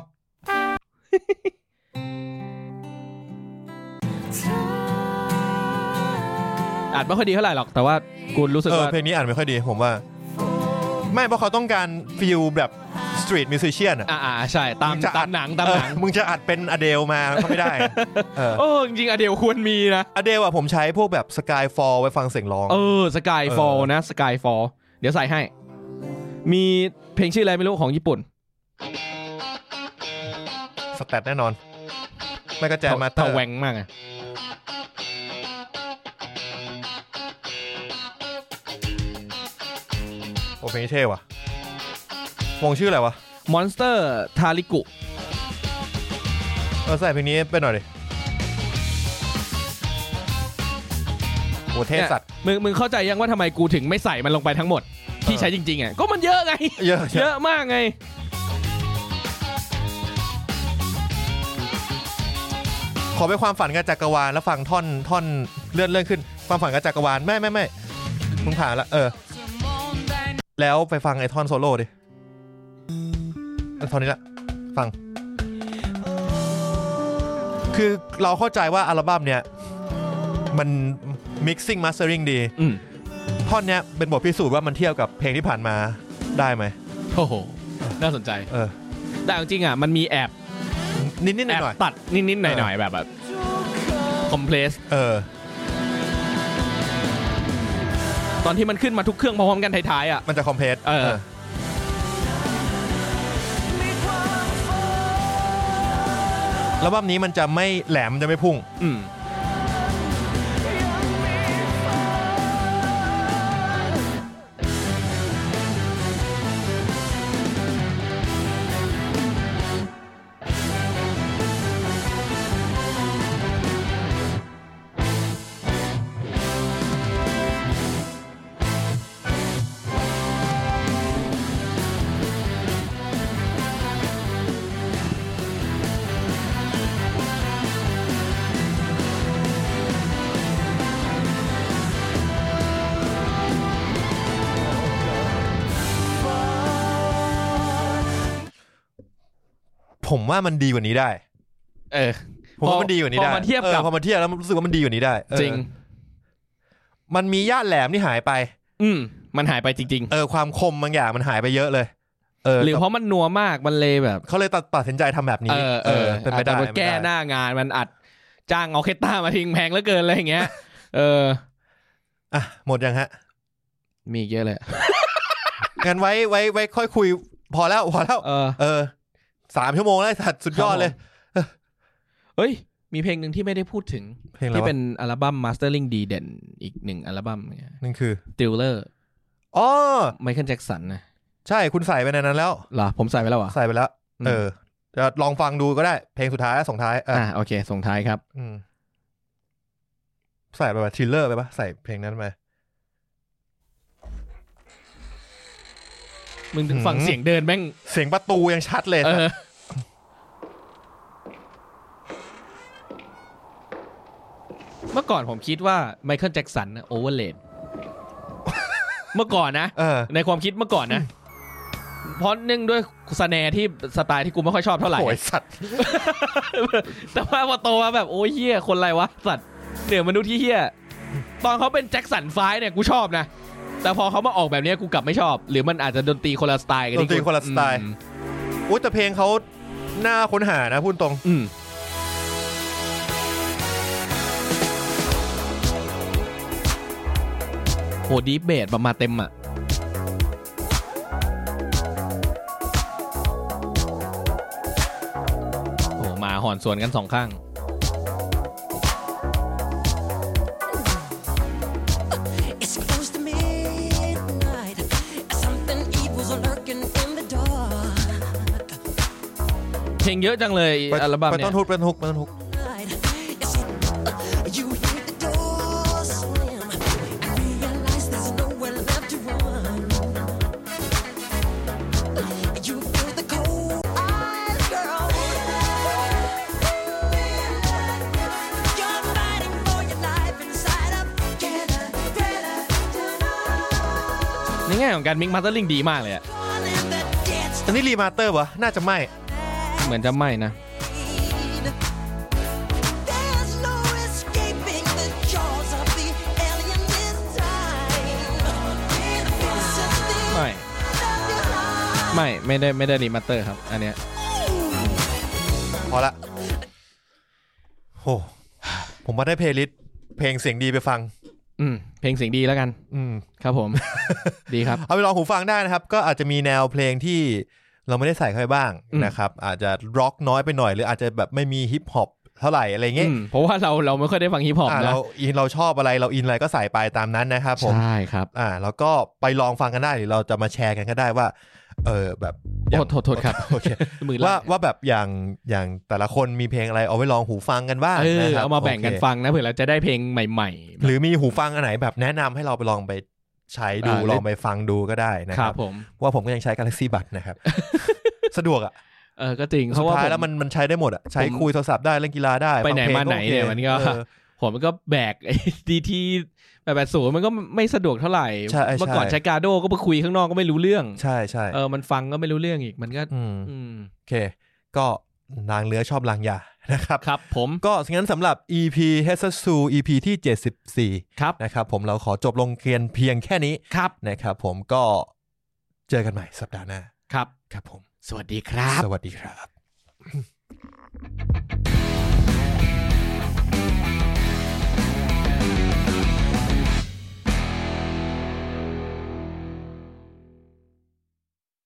Speaker 2: อาจไม่ค่อยดีเท่าไหร่หรอก แต่ว่ากูรู้สึก
Speaker 1: เออ
Speaker 2: ว่า
Speaker 1: เพลงนี้อ่านไม่ค่อยดีผมว่า ไม่เพราะเขาต้องการฟิลแบบสตรีทมิวสิชเชียนอ่ะ
Speaker 2: อ่าอ่าใช่ ตาม
Speaker 1: มึงจะอัด
Speaker 2: ตามหนังตาม
Speaker 1: เอ
Speaker 2: ห
Speaker 1: อ
Speaker 2: นัง
Speaker 1: มึงจะอัดเป็นอเดลมาก็ ไม่ได้เออ
Speaker 2: โอ้จริงๆอะเดียวควรมีนะ
Speaker 1: อเดลอ่ะผมใช้พวกแบบสกายฟอลไว้ฟังเสียงร้อง
Speaker 2: เออสกายฟอล
Speaker 1: เออ
Speaker 2: นะสกายฟอลเดี๋ยวใส่ให้ มีเพลงชื่ออะไรไม่รู้ของญี่ปุ่น
Speaker 1: สแตทแน่นอน ไม่ก็แจมมาเตอ
Speaker 2: เต่า
Speaker 1: ร์
Speaker 2: แหวงมากอะ
Speaker 1: โอ้เพลงนี้เท่ว่ะวงชื่ออะไรวะ
Speaker 2: มอนสเตอร์ทาริกุ
Speaker 1: เออใส่เพลงนี้ไปหน่อยดิโอ้เท่สัตว์
Speaker 2: มึงมึงเข้าใจยังว่าทำไมกูถึงไม่ใส่มันลงไปทั้งหมด ที่ใช้จริงๆอ่ะก็มันเยอะ ไง
Speaker 1: เยอะเย
Speaker 2: เย
Speaker 1: อะ
Speaker 2: อะมากไง
Speaker 1: ขอไปความฝันกับจักรวาลแล้วฟังท่อนท่อนเลื่อนเลื่อนขึ้น ความฝันกับจักรวาลไม่ไม่ไม่มึงผ่านละเออ แล้วไปฟังไอ้ท่อนโซโล่ดิเอาท่อนนี้ละ ฟัง คือเราเข้าใจว่าอัลบั้มเนี่ย มัน mixing mastering ดี
Speaker 2: อืม
Speaker 1: ท่อนเนี้ยเป็นบทพิสูจน์ว่ามันเทียบกับเพลงที่ผ่านมาได้ไหม
Speaker 2: โอ้โห น่าสนใจ
Speaker 1: เออ
Speaker 2: แต่เอาจริงๆอ่ะมันมีแอบ
Speaker 1: นิดนิดห
Speaker 2: แอ
Speaker 1: น่อยหน่อ
Speaker 2: บ
Speaker 1: ย
Speaker 2: ตัดนิดๆหน่อยๆแบบแบบคอมเพลส
Speaker 1: เออ
Speaker 2: ตอนที่มันขึ้นมาทุกเครื่องพร้อมๆกันท้ายๆอ่ะ
Speaker 1: มันจะคอมเพลส
Speaker 2: เออ
Speaker 1: แล้วบัมนี้มันจะไม่แหลมมันจะไม่พุ่ง
Speaker 2: อืม
Speaker 1: ผมว่ามันดีกว่านี้ได้
Speaker 2: เออ
Speaker 1: ผมว่ามันดีกว่านี้ได้
Speaker 2: พอมาเทียบกับ
Speaker 1: ออพอมาเทียบแล้วรู้สึกว่ามันดีกว่านี้ได้เออ
Speaker 2: จริง
Speaker 1: มันมีย่านแหลมที่หายไป
Speaker 2: อืมมันหายไปจริง
Speaker 1: เออความคมบางอย่างมันหายไปเยอะเลย เออ
Speaker 2: ๆ หรือเพราะมันนัวมากมันเลยแบบ
Speaker 1: เขาเลยตัดตัดสินใจทำแบบนี้
Speaker 2: เออเออ
Speaker 1: เป็นไปได้
Speaker 2: อา
Speaker 1: เป็
Speaker 2: จจะมาน
Speaker 1: ไป
Speaker 2: แก้ห
Speaker 1: ได้
Speaker 2: น้างานมันอัดจ้างออเคสตรา มาทิ้งแพงเหลือเกินอะไรอย่างเงี้ย เออ
Speaker 1: อ่ะหมดยังฮะ
Speaker 2: มีอีกเยอะเลย
Speaker 1: งั้นไว้ไว้ไว้ค่อยคุย พอแล้วพอแล้ว
Speaker 2: เออ
Speaker 1: เออสามชั่วโมงแล้วสัตว์สุดยอดเลย
Speaker 2: เอ้ย มีเพลงหนึ่งที่ไม่ได้พูดถึง
Speaker 1: เพลงอะไร
Speaker 2: ที่
Speaker 1: วะ
Speaker 2: เป็นอัลบั้ม Mastering ดีเด่นอีกหนึ่งอัลบั้มเนี่ย
Speaker 1: นั่นคือ
Speaker 2: Thriller
Speaker 1: อ๋อ
Speaker 2: Michael Jackson นะ
Speaker 1: ใช่คุณใส่ไปในนั้นแล้ว
Speaker 2: เหรอ ผมใส่ไปแล้วเหรอ
Speaker 1: ใส่ไปแล้ว
Speaker 2: อืม
Speaker 1: เออจะลองฟังดูก็ได้ เพลงสุดท้ายและส่งท้ายอ่ะ
Speaker 2: อ่าโอเค ส่งท้ายครับ
Speaker 1: อืมใส่ไปป่ะทิลเลอร์ไปป่ะ ใส่เพลงนั้นไป
Speaker 2: มึงถึงฟัง
Speaker 1: อืม
Speaker 2: เสียงเดินแม่ง
Speaker 1: เสียงประตูยังชัดเลย
Speaker 2: เออ เมื่อก่อนผมคิดว่าไมเคิลแจ็กสันโอเวอร์เลดเมื่อก่อนนะ
Speaker 1: เออ
Speaker 2: ในความคิดเมื่อก่อนนะ เพราะเนื่องด้วยสแนร์ที่สไตล์ที่กูไม่ค่อยชอบเท่าไหร่
Speaker 1: โหยสัตว์
Speaker 2: แต่ว่าพอโตมาแบบโอ้ยเฮียคนไรวะ สัตว์เหนือมนุษย์ที่เฮียตอนเขาเป็นแจ็คสันไฟว์เนี่ยกูชอบนะ แต่พอเขามาออกแบบเนี้ยกูกลับไม่ชอบ หรือมันอาจจะดนตรีคนละสไตล์กันที่
Speaker 1: ดนตรีคนละสไตล์
Speaker 2: อืม
Speaker 1: อุ้ยแต่เพลงเขาหน้าค้นหานะพูดตรง
Speaker 2: อืมโหดีเบตมาเต็มอ่ะ โอ้หมาหอนสวนกันสองข้าง
Speaker 3: It's close to midnight. Something evil's lurking in the dark.
Speaker 2: เพลงเยอะจังเลยอัลบั้ม
Speaker 1: ไป
Speaker 2: เนี่
Speaker 1: ต้
Speaker 2: ย
Speaker 1: นทุกไปต้นทุกไปต้นทุก
Speaker 3: night. It's hit. uh, You hear the door slam. You realize there's nowhere left to run. You feel the cold eyes, girl. You're fighting for your life inside a killer, killer tonight.
Speaker 2: ในแง่ของการมิกมาสเตอร์ลิงดีมากเลยอะ
Speaker 3: Calling the dead
Speaker 1: อันนี้รีมาสเตอร์วะน่าจะไม่
Speaker 2: เหมือนจะไม่นะ
Speaker 3: There's no escaping the jaws of the alien this time. It's a thing
Speaker 2: ไม่
Speaker 3: left behind.
Speaker 2: ไม่ไม่ได้ไม่ได้รีมาสเตอร์ครับ อันเนี้ย
Speaker 1: พอละโหผมมาได้เพลย์ลิสต์เพลงเสียงดีไปฟัง
Speaker 2: อืมเพลงเสียงดีแล้วกัน
Speaker 1: อืม
Speaker 2: ครับผม ดีครับ
Speaker 1: เอาไปลองหูฟังได้นะครับ ก็อาจจะมีแนวเพลงที่เราไม่ได้ใส่เข้าไปบ้าง
Speaker 2: อืม
Speaker 1: นะครับ อาจจะร็อกน้อยไปหน่อย หรืออาจจะแบบไม่มีฮิปฮอปเท่าไหร่อะไรเงี้ย
Speaker 2: อืมเพราะว่าเราเราไม่ค่อยได้ฟังฮิปฮอป
Speaker 1: อ่า
Speaker 2: นะ
Speaker 1: เราอินเราชอบอะไรเราอินอะไรก็ใส่ไปตามนั้นนะครับผม
Speaker 2: ใช่ครับ
Speaker 1: อ่า แล้วก็ไปลองฟังกันได้หรือเราจะมาแชร์กันก็ได้ว่า เออแบบ อย่าง
Speaker 2: โทษโทษโทษครับ
Speaker 1: โอเค
Speaker 2: มือ
Speaker 1: ว่า
Speaker 2: ลั่น
Speaker 1: ว่าแบบอย่างอย่างแต่ละคนมีเพลงอะไรเอาไว้ลองหูฟังกันบ้าง
Speaker 2: เออ
Speaker 1: นะครั
Speaker 2: เอามาแบ่งกัน
Speaker 1: โอเค
Speaker 2: ฟังนะเผื่อเราจะได้เพลงใหม่ๆ
Speaker 1: หรือมีหูฟังอันไหนแบบแนะนำให้เราไปลองไปใช้ดู ลองไปฟังดูก็ได้นะ
Speaker 2: ค
Speaker 1: ค
Speaker 2: รั
Speaker 1: รั
Speaker 2: บบ ผม
Speaker 1: ว่าผมก็ยังใช้ Galaxy Buds นะครับ สะดวกอ่ะ
Speaker 2: เออก็จริงเพ
Speaker 1: สุด
Speaker 2: ราะว่า
Speaker 1: ท้าย
Speaker 2: ผม
Speaker 1: แล้วมันมันใช้ได้หมดอ่ะ ใช้
Speaker 2: ผม
Speaker 1: คุยโทรศัพท์ได้ เล่นกีฬาได้
Speaker 2: ไปไหน
Speaker 1: ฟังพลง
Speaker 2: มาไหน
Speaker 1: โอค
Speaker 2: เนี่ยมันก็
Speaker 1: เออ
Speaker 2: ผมก็แบก ไอ้ดีทีแบบแปดศูนย์มันก็ไม่สะดวกเท่าไหร่
Speaker 1: ใช่ใช่
Speaker 2: เมื่อก่อนใช้กาโดก็ไปคุยข้างนอกก็ไม่รู้เรื่อง
Speaker 1: ใช่ใช่
Speaker 2: เออมันฟังก็ไม่รู้เรื่องอีกมันก็
Speaker 1: ม
Speaker 2: อืม
Speaker 1: โอเค ก็ลางเนื้อชอบลางยานะครับ
Speaker 2: ครับผม
Speaker 1: ก็งั้นสำหรับ EP h e s s u EP ที่ 74
Speaker 2: ครับ
Speaker 1: นะครับผมเราขอจบลงเพียงเพียงแค่นี้
Speaker 2: ครับ
Speaker 1: นะครับผมก็เจอกันใหม่สัปดาห์หน้า
Speaker 2: ครับ
Speaker 1: ครับผม
Speaker 2: สวัสดีครับ
Speaker 1: สวัสดีครับ